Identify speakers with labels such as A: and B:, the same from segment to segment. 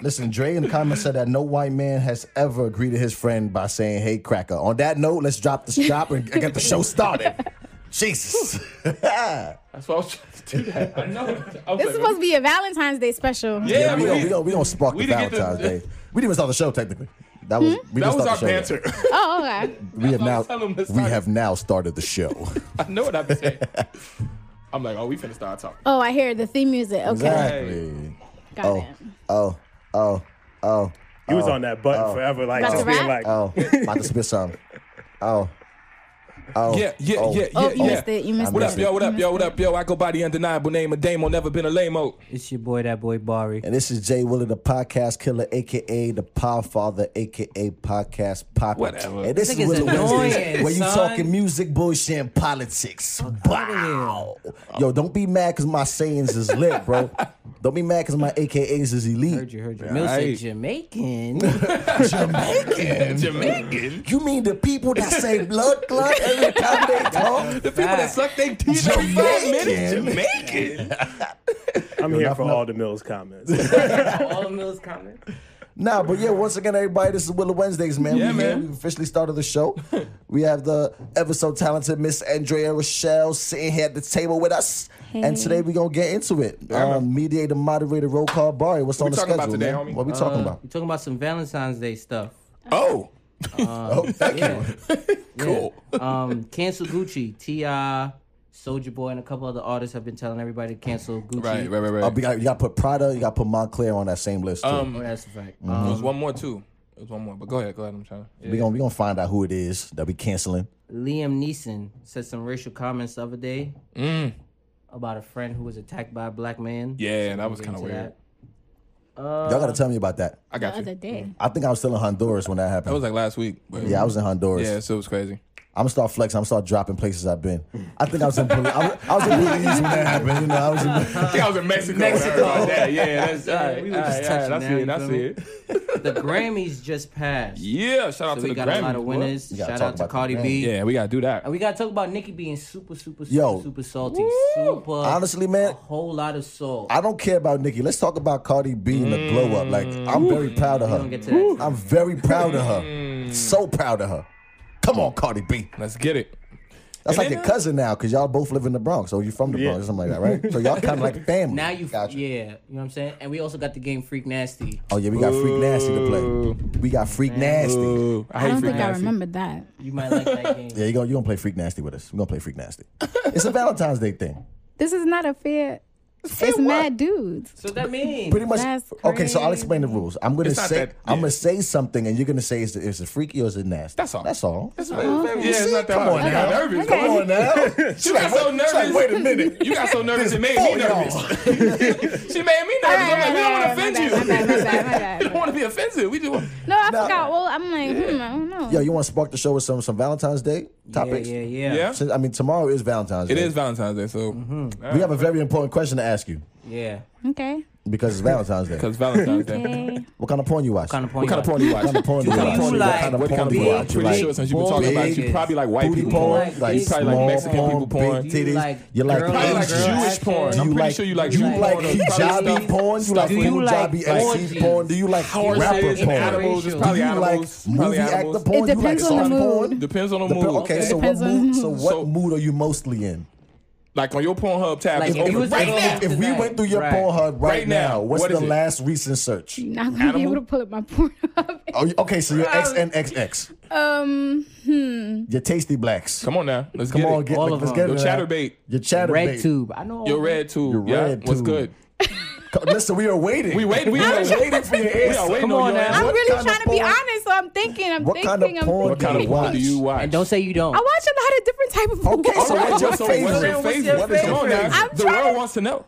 A: Listen, Dre in the comments said that no white man has ever greeted his friend by saying, "Hey, cracker." On that note, let's drop the drop and get the show started. Jesus.
B: That's why I was trying to do that. I know. I was
C: This is
B: like,
C: supposed to be a Valentine's Day special.
B: Yeah,
A: we
B: but
A: don't, we don't, we don't spark
B: we
A: the
B: didn't get
A: Valentine's
B: the-
A: Day. We didn't even start the show technically. That was we
B: that
A: didn't
B: was
A: start
B: our
A: the show. yet.
B: banter.
C: Oh, okay.
A: We have
B: why I
A: now
B: was telling him to
A: we
B: start it.
A: have now started the show.
B: I know what I've been saying. I'm like, oh, we finna start talking.
C: Oh, I hear the theme music. Okay.
A: exactly.
C: Got
A: Oh,
C: it.
A: oh, oh, oh,
D: You was on that button forever, like
C: That's
D: just
C: a
D: being
C: wrap?
D: like,
A: oh. About to spit something. Oh, oh.
B: Yeah, yeah,
A: oh.
B: yeah,
C: Oh,
B: yeah,
C: you
B: yeah.
C: missed it. You missed
B: What
C: it.
B: up, yo? What up, yo? What up, yo? I go by the undeniable name of Damo. Never been a lame-o.
E: It's your boy, that boy Bari.
A: And this is Jay Willer, the podcast killer, aka the Podfather, aka podcast pop.
B: Whatever.
A: And this
E: Niggas
A: is Willer Wednesdays,
E: annoying,
A: where you
E: son.
A: talking music, bullshit, and politics. Wow. Yo, don't be mad because my sayings is lit, bro. don't be mad because my AKAs is
E: Heard
A: elite.
E: you, heard you. Mill
B: Right.
E: said Jamaican.
A: Jamaican.
B: Jamaican.
A: You mean the people that say blood clot every time they talk?
B: The people that suck they teeth every five minutes. Jamaican.
A: Oh.
D: I'm here for all the Mills comments.
F: All of Mills comments.
A: Nah, but yeah, once again, everybody, this is Willow Wednesdays, man.
B: Yeah,
A: we,
B: man.
A: we officially started the show. we have the ever so talented Miss Andrea Rochelle sitting here at the table with us. And today we're going to get into it. Um, mediator, moderator, roll call, Barry. What's on
B: we
A: the
B: talking
A: schedule?
B: about today,
A: man?
B: homie? Uh,
A: What we talking about?
E: We're talking about some Valentine's Day stuff.
B: Oh,
A: Oh, thank you.
E: Yeah.
B: cool.
E: Um, cancel Gucci, T.I., Soldier Boy, and a couple other artists have been telling everybody to cancel Gucci.
B: Right, right, right,
A: Uh,
B: right.
A: you got to put Prada, you got to put Montclair on that same list, too.
E: Oh, that's a fact.
B: There
E: Um,
B: was one more too. There was one more, but go ahead, go ahead. I'm trying. to-
A: we're going we gonna find out who it is that we canceling.
E: Liam Neeson said some racial comments the other day about a friend who was attacked by a black man.
B: Mm. Yeah, that was kind of
E: Into
B: weird.
E: that.
A: Y'all
B: Uh,
A: got to tell me about that.
B: I
C: The
B: got you.
C: other
B: That
C: day.
A: I think I was still in Honduras when that happened.
B: was like last week. but-
A: yeah, I was in Honduras.
B: Yeah, so it was crazy.
A: I'm gonna start flexing. I'm gonna start dropping places I've been. I think I was in Belize. I was, I was in Belize when that happened. You know, I was in,
B: I think I was in Mexico. when I heard about that. Oh, Yeah, that's all right.
E: we
B: We
E: were
B: all
E: just
B: right, all right. I
E: touching
B: see it.
E: now,
B: I
E: you
B: see
E: feel
B: it.
E: The Grammys just passed.
B: Yeah, shout out
E: So
B: to
E: we
B: the
E: got
B: Grammys.
E: a lot of
B: boy.
E: winners.
A: You gotta
E: Shout
A: talk
E: out to
A: about the
E: Cardi B.
B: Yeah, we gotta do that.
E: And we gotta talk about Nicki being super, super, super,
A: Yo.
E: super salty. Super.
A: honestly, man,
E: a whole lot of soul.
A: I don't care about Nicki. Let's talk about Cardi B
E: Mm.
A: and the glow up. Like, I'm very proud of
E: gonna get to Mm.
A: her.
E: that.
A: I'm very proud of her. So proud of her. Come on, Cardi B.
B: Let's get it.
A: That's
B: And
A: like
B: then,
A: your cousin now, cause y'all both live in the Bronx, so you from the Bronx or something like that, right? So y'all kind of like family.
E: Now you,
A: Gotcha.
E: yeah, you know what I'm saying. And we also got the game Freak Nasty.
A: Oh yeah, we got Freak Nasty to play. We got Freak Nasty.
B: Ooh, I
C: I
B: hate
C: don't
B: Freak
C: think I
B: Nasty.
C: remember that.
E: You might like that game.
A: Yeah, you gonna you gonna play Freak Nasty with us? We are gonna play Freak Nasty. It's a Valentine's Day thing.
C: This is not a fair. It's,
A: what?
C: mad dudes.
E: So that means
A: pretty much
C: That's
A: okay so i'll
C: crazy.
A: explain the rules i'm gonna
B: It's not
A: say
B: that-
A: i'm
B: yeah.
A: gonna say something and you're gonna say is it, is it freaky or is it nasty
B: That's all.
A: that's all
B: It's very-
C: Oh,
B: very- Yeah, it's
A: See,
B: not that
A: come
B: hard.
A: on
B: I got
A: now.
B: nervous.
C: Okay.
B: Come on.
A: now
B: You got so nervous.
A: wait a minute
B: You got so nervous. It made me nervous. She made me nervous.
C: All
B: I'm
C: right,
B: like, we don't
C: all
B: want to
C: right,
B: offend
C: all right, my bad, my
B: you.
C: bad, my bad,
B: We
C: my
B: don't
C: bad.
B: want to be offensive. We do.
C: No, I
A: Nah.
C: forgot. Well, I'm like, hmm, I don't know.
A: yo you want to spark the show with some some valentine's day
E: yeah,
A: topics
E: yeah, yeah,
B: Yeah.
A: Since- i mean tomorrow is valentine's
B: It
A: day
B: is Valentine's Day, so
A: we have a very important question to ask you
E: yeah.
C: Okay.
A: because it's valentine's day
B: because Valentine's Day.
C: Okay.
A: what kind of porn you watch
E: Kind of point.
B: What kind of porn you
A: What
B: watch?
A: kind of porn you
E: Do
A: watch
E: you
A: what
E: like
A: kind of
B: What kind
A: porn
B: of
A: do you
E: big,
A: watch
B: porn?
A: you
B: Pretty
E: big
B: sure
A: like
B: since you've been talking about it, you
E: big
B: probably like white
A: booty
B: people
A: porn
B: porn.
E: like
A: like
B: You probably like
A: small
B: Mexican
A: porn,
B: people porn.
A: big
E: Do you
A: titties
E: like
A: you like
E: girl-
B: Probably like
A: Asian-
E: girl
B: Jewish
E: action?
B: porn.
A: Do
B: I'm
A: you
B: pretty
A: like,
B: sure you like
A: do you
B: Jewish
A: like
B: porn. It's probably
A: hijabi
B: stuff-
A: porn? You like
E: Do you
A: hijabi
E: like
A: AC
E: orgies?
A: porn? Do you like
B: Horses
A: rapper
B: and
A: porn?
B: animals. It's
E: Do
A: Do
B: probably
A: you
B: animals.
A: like
B: probably
A: movie actor
B: animals.
A: porn?
C: It
A: Do you like
C: depends on the
A: soft
C: mood.
A: porn?
B: Depends on the
A: Dep-
B: mood.
A: okay, so what
C: Depends on
A: mood?
C: who.
A: So what
B: So-
A: mood are you mostly in?
B: Like on your Pornhub tab,
E: Like,
B: it's
E: if you
B: open
E: was to
B: right
E: go-
B: now.
A: If we
E: Tonight.
A: went through your
E: Right.
A: Pornhub right,
B: Right now,
A: now, what's
B: what
A: the
B: is it?
A: last recent search?
C: You're not gonna be
B: Animal?
C: able to pull up my porn up.
A: Oh, you- okay, so your XNXX,
C: Um, hmm.
A: your Tasty Blacks.
B: Come on now, let's
A: Come
B: get
A: on,
B: it.
A: get,
E: All
A: like,
E: of
A: let's get
E: them.
B: Your
A: it out.
B: chatterbait.
A: Your chatter
E: Red tube. I know.
B: Your red tube.
A: Your
B: yeah,
A: red
B: what's
A: tube.
B: good?
A: Listen, we are waiting.
B: We wait. We are waiting for your answer. We are waiting
E: Come
B: on,
E: on
B: your
E: now.
C: I'm
B: answer.
A: What
C: really
A: kind of
C: trying to be
A: porn-
C: honest, so I'm thinking. I'm
A: What kind of
C: thinking. I'm
A: porn
B: What kind of
C: thinking.
B: porn do you watch?
E: And don't say you don't.
C: I watch a lot of different type of porn.
A: Okay, so
B: All right,
A: what's your
B: so what's
A: favorite?
B: your favorite?
A: What is
B: Come
A: your
B: on now.
A: favorite?
C: I'm
B: The
C: trying
B: world
C: to-
B: wants to know.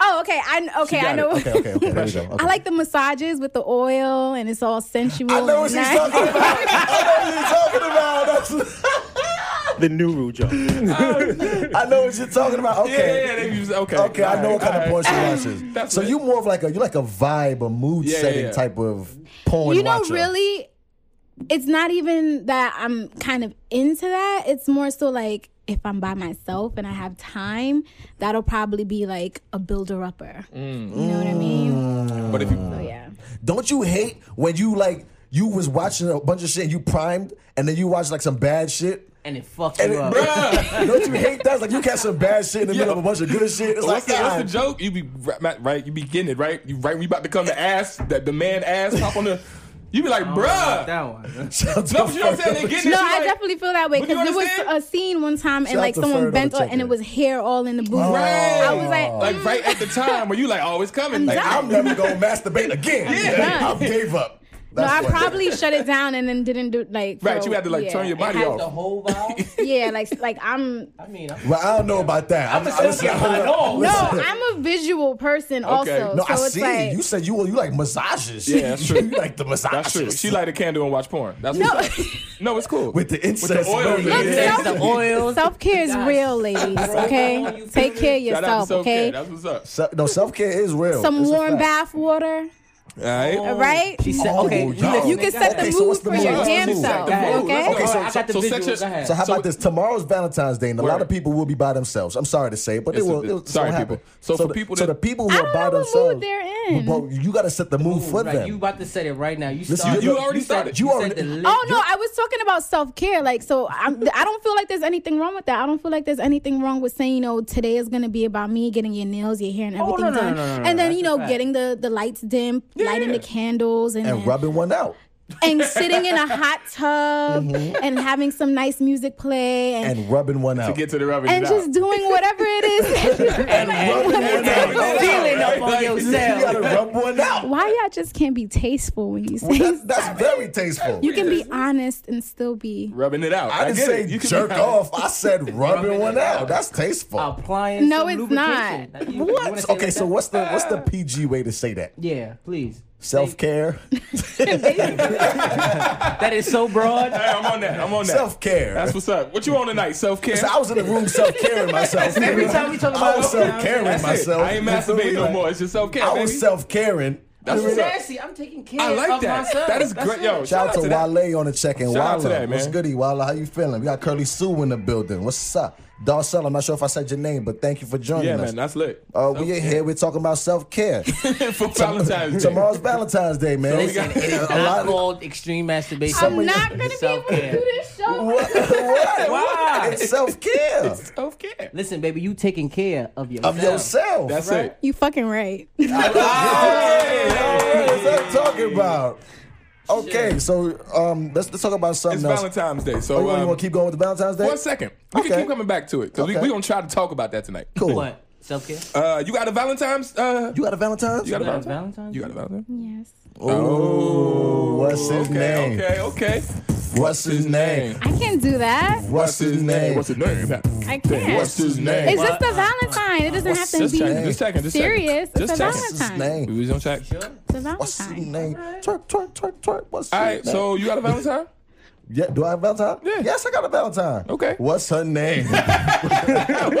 C: Oh, okay. I okay.
B: She got
C: I know.
B: it.
A: Okay, okay, okay. There you go. Okay.
C: I like the massages with the oil, and it's all sensual.
A: I know what
C: and
A: she's
C: nice.
A: talking about. I know what she's talking about.
D: the new Uh, Rujo.
A: That's, I know what you're talking about.
B: Yeah, yeah,
A: Okay.
B: yeah. They use, okay.
A: Okay, I know what kind of porn
B: Alright,
A: she
B: alright.
A: watches.
B: That's
A: So
B: it.
A: you more of like a you like a vibe, a mood
B: Yeah, yeah,
A: setting
B: yeah.
A: type of porn.
C: you know,
A: watcher.
C: really, it's not even that I'm kind of into that. It's more so like if I'm by myself and I have time, that'll probably be like a builder upper.
A: Mm.
C: You know what I mean?
B: But if you
C: So yeah.
A: Don't you hate when you like you was watching a bunch of shit and you primed and then you watch like some bad shit?
E: and it fucks
A: And
E: you
A: it,
E: up.
A: bruh, don't you hate that? It's like you catch some bad shit in the middle
B: Yo.
A: of a bunch of good shit. It's
B: What's,
A: like
B: the, what's the
A: God.
B: joke? You be right, Matt, right, you be getting it right. You right when you about to come to ass that the man ass hop on the. You be like,
E: I don't know about
B: bruh.
E: that one.
A: Shut the
B: No, but you know what I'm
A: fuck
B: saying.
A: up.
B: They getting
C: No,
B: it. She
C: I
B: like,
C: definitely feel that way
B: But you
C: because there was
B: understand?
C: a scene one time and
A: Shout
C: like
A: out to Ferg
C: someone
A: on the
C: bent o- and
A: check-in.
C: it was hair all in the booth.
B: Right.
C: I was like,
B: like
C: mm,
B: right at the time where you like, oh, it's coming. Like,
C: done.
B: I'm
A: I'm never gonna masturbate again.
B: Yeah.
A: I gave up.
C: no,
A: That's
C: I
A: what-
C: probably shut it down and then didn't do like.
B: Right,
C: so,
B: you had to, like,
C: yeah,
B: turn your
C: it
B: body
C: had-
B: off.
E: the whole vibe.
C: Yeah, like like I'm
E: I mean, I'm
A: Well, I don't know about that. I'm,
E: just
A: listen,
E: joking, I know.
A: listen.
C: no, I'm a visual person also.
A: No,
C: so
A: I
C: it's
A: see.
C: like
A: you said you you like massages.
B: Yeah, that's true.
A: you like the massages.
B: That's true. She light a candle and watch porn. That's
C: No.
B: what's up. no, it's cool.
A: with the incense.
B: oil
A: burning.
B: in it.
A: Yeah.
E: the oil.
C: self care is real, ladies. Okay,
E: You
C: take
E: feel
C: care of
E: me?
B: Shout out to
C: yourself.
B: self-care.
C: Okay,
B: That's what's up.
A: So- no, self care is real.
C: some
A: It's a
C: warm
A: fact.
C: bath water.
B: All right.
E: Oh,
C: All right.
E: She said,
A: Oh,
E: okay,
A: y'all.
E: listen,
C: You can
E: go
C: set the
E: ahead.
A: so
C: mood
A: what's the
C: for
A: mood?
C: your
A: What's
C: damn
A: the mood?
C: self.
E: Go ahead.
C: Okay.
E: Let's go.
A: Okay, so-
E: I got the
B: so
E: visual.
B: section-
E: Go ahead.
A: So how
B: So-
A: about this? Tomorrow's Valentine's Day, and a lot of
B: Word.
A: people will be by themselves. I'm sorry to say, but it
B: It's a-
A: will. It,
B: sorry,
A: so
B: people. So for
A: the,
B: people
A: so
B: that-
A: the people who
C: I
A: are
C: don't
A: by
C: know
A: themselves,
C: what mood they're in.
A: Well, you got to set the mood for
E: right,
A: them.
E: You about to set it right now. You
A: Listen,
E: started.
A: you- you
B: already started.
E: Said, you
A: You
E: said the
A: already-
E: lit-
C: Oh no, I was talking about self care. Like, so I'm, I don't feel like there's anything wrong with that. I don't feel like there's anything wrong with saying, you know, today is gonna be about me getting your nails, your hair, and
E: Oh,
C: everything
E: no, no,
C: done.
E: no, no, no,
C: and then
E: that's
C: you
E: a
C: know,
E: fact.
C: getting the the lights dim, lighting the candles, and
A: and rubbing one out.
C: and sitting in a hot tub
E: Mm-hmm.
C: and having some nice music play and
A: And rubbing one out.
B: Get to the rubber.
C: and just doing whatever it is.
E: Feeling up on
A: you
E: yourself.
A: gotta rub one out.
C: Why y'all just can't be tasteful when you say
A: Well, that's, that's very tasteful.
C: you can be honest and still be
B: Rubbing it out.
A: I didn't
B: get
A: say
B: it. You can
A: jerk
B: be-
A: off. I said rubbing
E: Rubbing
A: one
E: it
A: out.
E: out.
A: That's tasteful.
E: Applying.
C: No,
E: some
C: it's
E: lubrication.
C: not.
E: Like, you- you wanna
A: what?
E: say
A: Okay,
E: like
A: so
E: that?
A: what's the what's the PG way to say that?
E: Yeah, please.
A: Self care.
E: That is so broad.
B: Hey, I'm on that. I'm on that.
A: Self care.
B: That's what's up. What you on tonight? Self care.
A: I was in the room self caring myself.
E: Every time we talk
A: I
E: about
A: was self caring myself.
B: I ain't masturbating no more. It's just self care,
A: I
B: baby.
A: was self caring.
B: That's what's up.
E: Sassy, I'm taking care
B: I like
E: of
B: that.
E: myself.
B: That is great.
E: it.
B: Yo,
A: Shout out to
B: that.
A: Wale on the check in.
B: Shout out to
A: Wale,
B: that,
A: what's
B: man.
A: goody? Wale, how you feeling? We got Curly Sue in the building. What's up? Darcel, I'm not sure if I said your name, but thank you for joining
B: Yeah,
A: us.
B: man, that's lit.
A: Uh, we in here. We're talking about self care.
B: For Valentine's Day.
A: Tomorrow's Valentine's Day, man.
E: Listen, it is
A: A lot
E: not
A: of-
E: called extreme masturbation.
C: I'm not gonna
E: It's
C: be able to
E: self-care.
C: do this show.
A: What? What?
E: Why?
A: It's self care
B: Self care.
E: Listen, baby, you taking care of yourself.
A: of yourself.
B: That's it.
C: You fucking right.
A: That's what I'm talking about. Okay, so um, let's let's talk about something
B: It's
A: else.
B: Valentine's Day.
A: Oh,
B: So
A: you want- you
B: um,
A: want to keep going with the Valentine's Day?
B: one second. We can
A: Okay.
B: keep coming back to it because
A: Okay.
B: we're gonna try to talk about that tonight.
A: Cool.
E: What? Self care?
B: Uh, you got a Valentine's? Uh,
A: You got a Valentine's?
B: you got a
E: Valentine's?
B: Valentine's?
E: Valentine's?
B: You got a Valentine's?
C: yes.
A: oh, what's his
B: Okay,
A: name?
B: okay, okay.
A: What's his name?
C: I can't do that.
A: What's his name?
B: What's his name?
C: I can't.
B: What's his name?
C: it's just a Valentine. It doesn't have to
B: Just
C: be
B: checking, just checking, just checking.
C: serious. It's
B: Just
C: a
B: checking.
A: What's his
C: Valentine.
A: name?
B: We was gonna check.
C: It's a
A: What's his
C: Valentine.
A: name? Twerk, twerk, twerk, twerk. What's his
B: All right,
A: name?
B: so you got a Valentine?
A: Yeah, do I have a Valentine?
B: Yeah.
A: Yes, I got a Valentine.
B: Okay.
A: What's her name?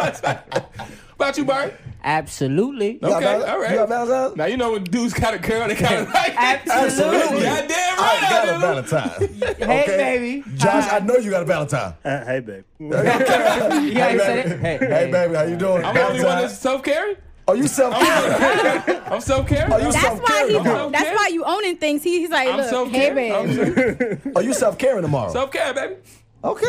B: about you, Bart?
E: Absolutely.
A: You got
B: Okay,
A: Val-
B: all right.
A: You got Valentine's?
B: Now you know when dudes got a girl, they kind of like
E: Absolutely.
B: Goddamn right,
A: I got
B: do.
A: a Valentine.
E: Hey,
A: Okay.
E: baby.
A: Josh, I know you got a Valentine.
D: Uh, hey, babe.
E: Yeah, you said it. Hey,
A: Hey, baby, how you doing?
B: I'm the only one
A: Valentine.
B: that's self care.
A: Are you self care?
B: I'm self care.
A: Are Oh, you
B: I'm
C: That's why he.
A: Self-care.
C: That's why you owning things. He, he's like, look,
B: self
C: hey
B: care.
C: babe.
A: Are you self caring tomorrow?
B: Self care, baby.
A: okay.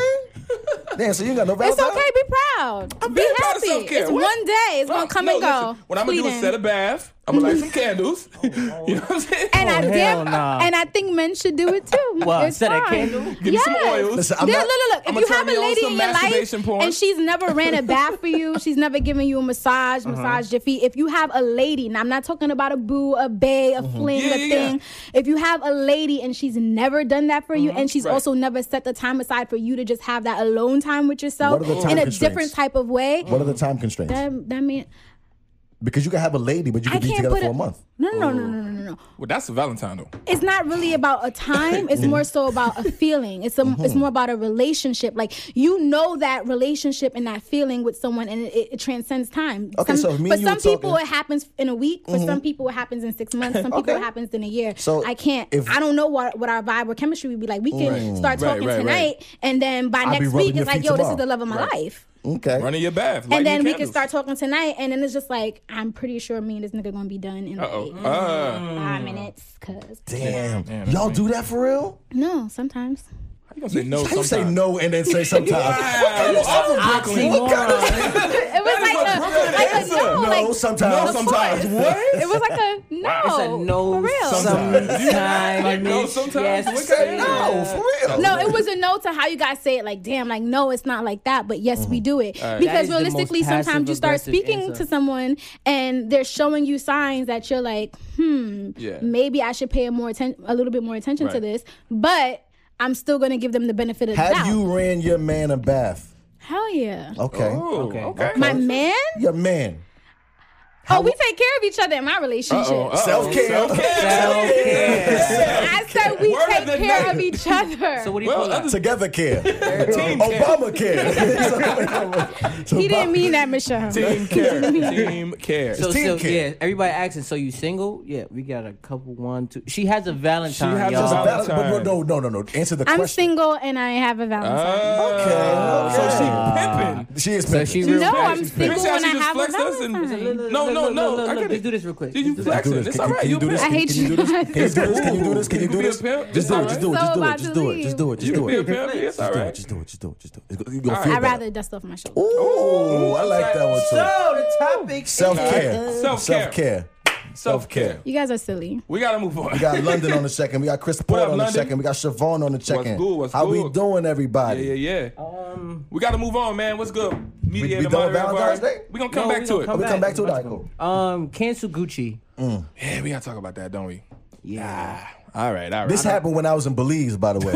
A: Damn, so you ain't got no
C: It's
A: Valentine?
C: okay. Be proud. be
B: very proud of
C: happy.
B: self-care.
C: It's
B: What?
C: one day. It's
B: Uh,
C: gonna come
B: no,
C: and go.
B: listen, What I'm gonna do is
C: Fleeting.
B: set a bath. I'm gonna light some candles.
A: Oh,
B: you know what I'm saying?
C: And I
E: hell
C: damn,
E: nah.
C: and I think men should do it too.
E: What,
C: it's
E: set a
C: fine.
E: candle? Give
B: me
C: yes.
B: some oils.
A: Listen, I'm
C: There-
A: not-
C: look, look,
B: I'ma
C: look. If you
B: turn
C: have
B: me
C: a
B: on
C: lady
B: some
C: in your
B: masturbation
C: life
B: porn.
C: and she's never ran a bath for you, she's never given you a massage,
B: Uh-huh.
C: massaged your feet. If you have a lady, now I'm not talking about a boo, a bae, a fling,
B: Uh-huh. Yeah,
C: a
B: yeah,
C: thing. If you have a lady and she's never done that for you, and she's
B: Uh-huh. Right.
C: also never set the time aside for you to just have that alone time with yourself
A: What are the time
C: in a
A: constraints?
C: different type of way,
A: What are the time constraints?
C: that, that means
A: Because you can have a lady, but you
C: I
A: can be
C: can't
A: together
C: put
A: for
C: it-
A: a month. Oh.
C: No, no, no, no, no, no, no.
B: Well, that's a Valentine though.
C: it's not really about a time. It's more so about a feeling. It's a,
A: Mm-hmm.
C: it's more about a relationship. Like you know that relationship and that feeling with someone, and it, it transcends time.
A: Okay, so if me
C: for
A: and you
C: some
A: were
C: people
A: talking- Mm-hmm.
C: it happens in a week. For some people it happens in six months. Some people
A: Okay.
C: it happens in a year.
A: So
C: I can't.
A: if-
C: I don't know what what our vibe or chemistry would be like. We can start
B: Right,
C: talking
B: right,
C: tonight,
B: right.
C: and then by
A: be
C: next
A: rubbing
C: week
A: your
C: it's like,
A: feet
C: yo, this
A: tomorrow.
C: is the love of my
B: Right.
C: life.
A: Okay.
B: Running your bath.
C: and then we can start talking tonight, and then it's just like I'm pretty sure me and this nigga gonna be done in
B: Uh-oh.
C: like
B: Uh,
C: five minutes. Cause
A: Damn.
B: Yeah, that's
A: Y'all
B: me.
A: do that for real?
C: no, sometimes
B: how you gonna say no?
A: How you say
B: sometimes?
A: no and then say sometimes?
E: Oxymoron.
C: it was like a, like a no,
A: no,
C: like
A: sometimes.
C: of
A: sometimes.
C: course.
A: What?
C: it was like a no,
E: It's a no
C: Oh, for real.
E: sometimes.
B: Like, no,
E: bitch.
B: sometimes.
E: Yes,
B: What kind of
E: sir.
A: No, Oh, for real.
C: No, it was a no to how you guys say it. Like, damn, like no, it's not like that. But yes,
A: Mm-hmm.
C: we do it
E: That
C: because
E: is the most
C: realistically, sometimes you start
E: passive-aggressive
C: speaking
E: answer.
C: to someone and they're showing you signs that you're like, hmm,
B: Yeah.
C: maybe I should pay a more atten- a little bit more attention to
B: Right.
C: this. But I'm still gonna give them the benefit of the
A: Have
C: doubt.
A: you ran your man a bath?
C: Hell yeah,
A: Okay.
B: Oh,
E: Okay.
B: okay.
C: my man.
A: Your man.
C: Oh, we take care of each other in my relationship.
B: Uh-oh, uh-oh.
A: Self-care.
E: Self-care.
C: I said we
B: Word of
C: take
B: the
C: care
B: night.
C: of each other.
E: So what do you
B: Well,
E: call that?
B: other
A: Together care.
B: team care.
A: Obama care.
C: he didn't mean that, Michelle.
B: Team care. Team care.
E: So,
A: team
E: so
A: care.
E: yeah, everybody asking. So you single? Yeah, we got a couple. One, two. She has a Valentine.
B: has a
E: y'all.
B: Valentine.
A: But, but no, no, no, no. Answer the
C: I'm
A: question.
C: single and I have a Valentine.
A: Okay.
B: Uh, So she
A: okay.
B: pimping.
A: she is
E: So
A: pimping.
E: she
C: no,
E: real bad.
C: I'm
E: She's
C: single
B: Bitch, how
C: and I
B: Oh, she just
C: have a
B: flexed us and-
C: Valentine.
B: No, no, no, I
E: Let's
B: gotta-
E: do this real quick.
B: You
E: Let's do this.
A: do
B: flexing.
A: this.
B: It's
A: Can-
B: all
A: can
B: right.
A: you
B: You
A: do
B: a
A: this?
C: I
B: pimp.
C: hate you. guys.
A: Can you do this? Can you do this? Can you
B: You
A: do
B: be a
A: this? Just do it.
B: pimp?
A: Just do it. Just do it. Just
C: I'm
A: do
C: so
A: it. Just
C: about
A: do it. Just
B: You
A: do
B: be a
A: it.
B: pimp. It's all
A: Just do it.
B: right.
A: Just do it. Just do it. Just do it. It's go- You gonna
B: All
A: feel
B: right.
C: I'd
A: better.
C: rather dust off my shoulders.
A: Ooh, I like that one too.
E: So the topic
A: Self
B: Alright.
A: care.
B: Self-care.
A: Self care.
B: Self care.
C: You guys are silly.
B: We gotta move on.
A: We got London on the second. We got Chris Paul
B: up,
A: on the
B: London?
A: second. We got Siobhan on the check in.
B: good? What's
A: How we
B: good?
A: doing,
B: Yeah,
A: everybody?
B: yeah, yeah.
E: Um,
B: We gotta move on, man. What's good? Media
A: we
B: the
A: done
B: moderator
A: Valentine's
B: bar.
A: Day?
B: We gonna come
E: no,
B: back
E: we
B: to
E: gonna
B: it.
E: Come
A: We'll
E: back.
A: come back to it.
E: We'll
A: All right,
E: Um, cancel Gucci.
B: Yeah, we gotta talk about that, don't we?
E: Yeah.
B: All right, all right.
A: This happened when I was in Belize, by the way.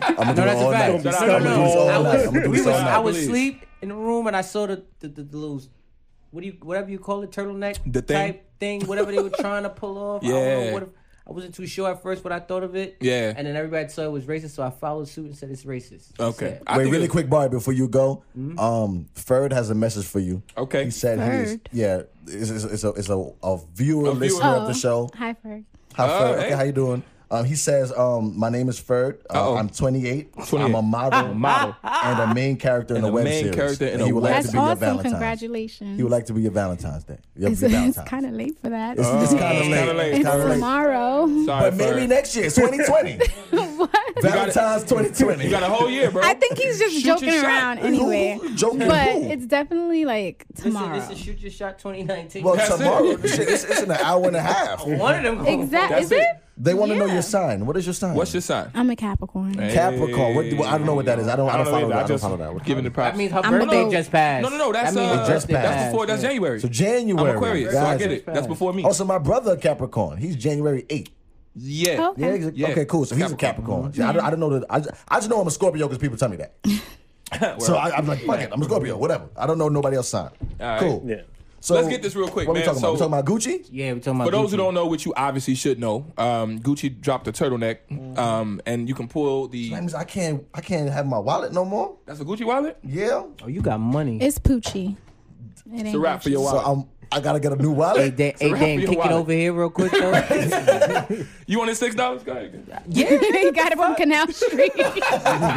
A: I'm gonna do
E: No,
A: it
E: that's a
A: all
E: fact.
A: night.
D: Don't be
A: I'm gonna do this
D: stubborn.
A: all
D: No,
A: night. I'm gonna do
E: We
A: this
E: was,
A: all
E: I
A: night.
E: was
B: Please.
E: asleep in the room and I saw the the, the, the little what do you whatever you call it turtleneck
B: The thing?
E: type thing whatever they were trying to pull off. I, don't
B: Yeah.
E: know what if- I wasn't too sure at first what I thought of it.
B: Yeah.
E: And then everybody saw it was racist, so I followed suit and said it's racist. That's
B: Okay.
E: it.
B: I
A: Wait,
B: think
A: really
B: it-
A: quick, Barry, before you go, um, Ferd has a message for you.
B: Okay.
A: He said he is,
C: Ferd?
A: yeah, it's, it's, it's a, it's a, a viewer,
B: A viewer.
A: listener of the
C: Oh.
A: show.
C: Hi, Ferg.
A: Hi,
B: Oh,
A: Ferd.
B: hey.
A: Okay, how you doing? Um, he says, um, my name is Ferd. Uh,
B: Uh-oh.
A: I'm 28.
B: 28.
A: I'm a model,
B: Model.
A: and a main character in
B: And
A: a
B: a
A: web
B: main
A: series.
B: character in
A: and
B: a
A: he would like
B: web-
A: to
C: That's
A: be your
C: awesome.
A: Valentine's.
C: Congratulations.
A: He would like to be your Valentine's Day. Your,
C: it's
A: your
C: kind
A: Valentine's.
C: of late for that.
A: It's kind of
B: Oh, It's kinda late.
A: late.
C: it's
A: kinda late.
C: tomorrow.
B: Sorry,
A: But maybe
B: Ferg.
A: next year, 2020. Valentine's 2020.
B: You got a whole year, bro.
C: I think he's just
B: Shoot your
C: joking
B: shot.
C: around anyway.
A: Who- who- joking
C: but
A: who?
C: it's definitely like
E: Listen,
C: tomorrow.
E: this is shoot your shot 2019.
A: well,
B: That's it.
A: tomorrow, shit, it's, it's in an hour and a half.
E: One of them. gonna-
C: exactly.
B: Oh, That's
C: Is it?
B: it.
A: They want to know
C: Yeah.
A: your sign. What is your sign?
B: What's your sign?
C: I'm a Capricorn.
A: Capricorn. What, well, I don't know what that is. I don't. I don't, follow
B: either.
A: that. I don't
B: just
A: follow that. What-
B: Giving the
E: I
B: props.
E: mean, her
C: I'm
E: birthday
C: broke.
E: just passed.
B: no, no, no. That's
E: I mean,
B: uh,
E: her
A: just
E: birthday
A: passed.
B: that's before. That's January.
A: So January.
B: I'm Aquarius, so I get it. That's before me.
A: Also, my brother Capricorn. He's January 8th.
B: yeah.
C: Okay.
A: Yeah, exa-
B: Yeah.
A: Okay. Cool. So he's a Capricorn. Yeah, I, don't, I don't know that. I just, I just know I'm a Scorpio because people tell me that. so I, I'm like, fuck it. I'm a Scorpio. Whatever. I don't know nobody else's sign.
B: right.
A: Cool.
D: Yeah.
A: So
B: Let's get this real quick,
A: What
B: man.
A: we talking
B: So-
A: about? We talking about Gucci?
E: Yeah, we're talking
B: For
E: about.
B: those who
E: Gucci.
B: don't know, which you obviously should know, um, Gucci dropped a turtleneck, um, and you can pull the.
A: That means I can't. I can't have my wallet no more.
B: That's a Gucci wallet.
A: Yeah.
E: oh, you got money.
C: It's Poochie. It
B: It's a wrap for your
A: So
B: wallet.
A: I'm. I gotta get a new
E: Hey,
A: wallet.
E: Dan, hey,
B: wrap
E: Dan,
B: for your
E: kick
B: wallet.
E: it over here real quick though.
B: you want it six dollars? Go ahead.
C: he got it from Canal Street.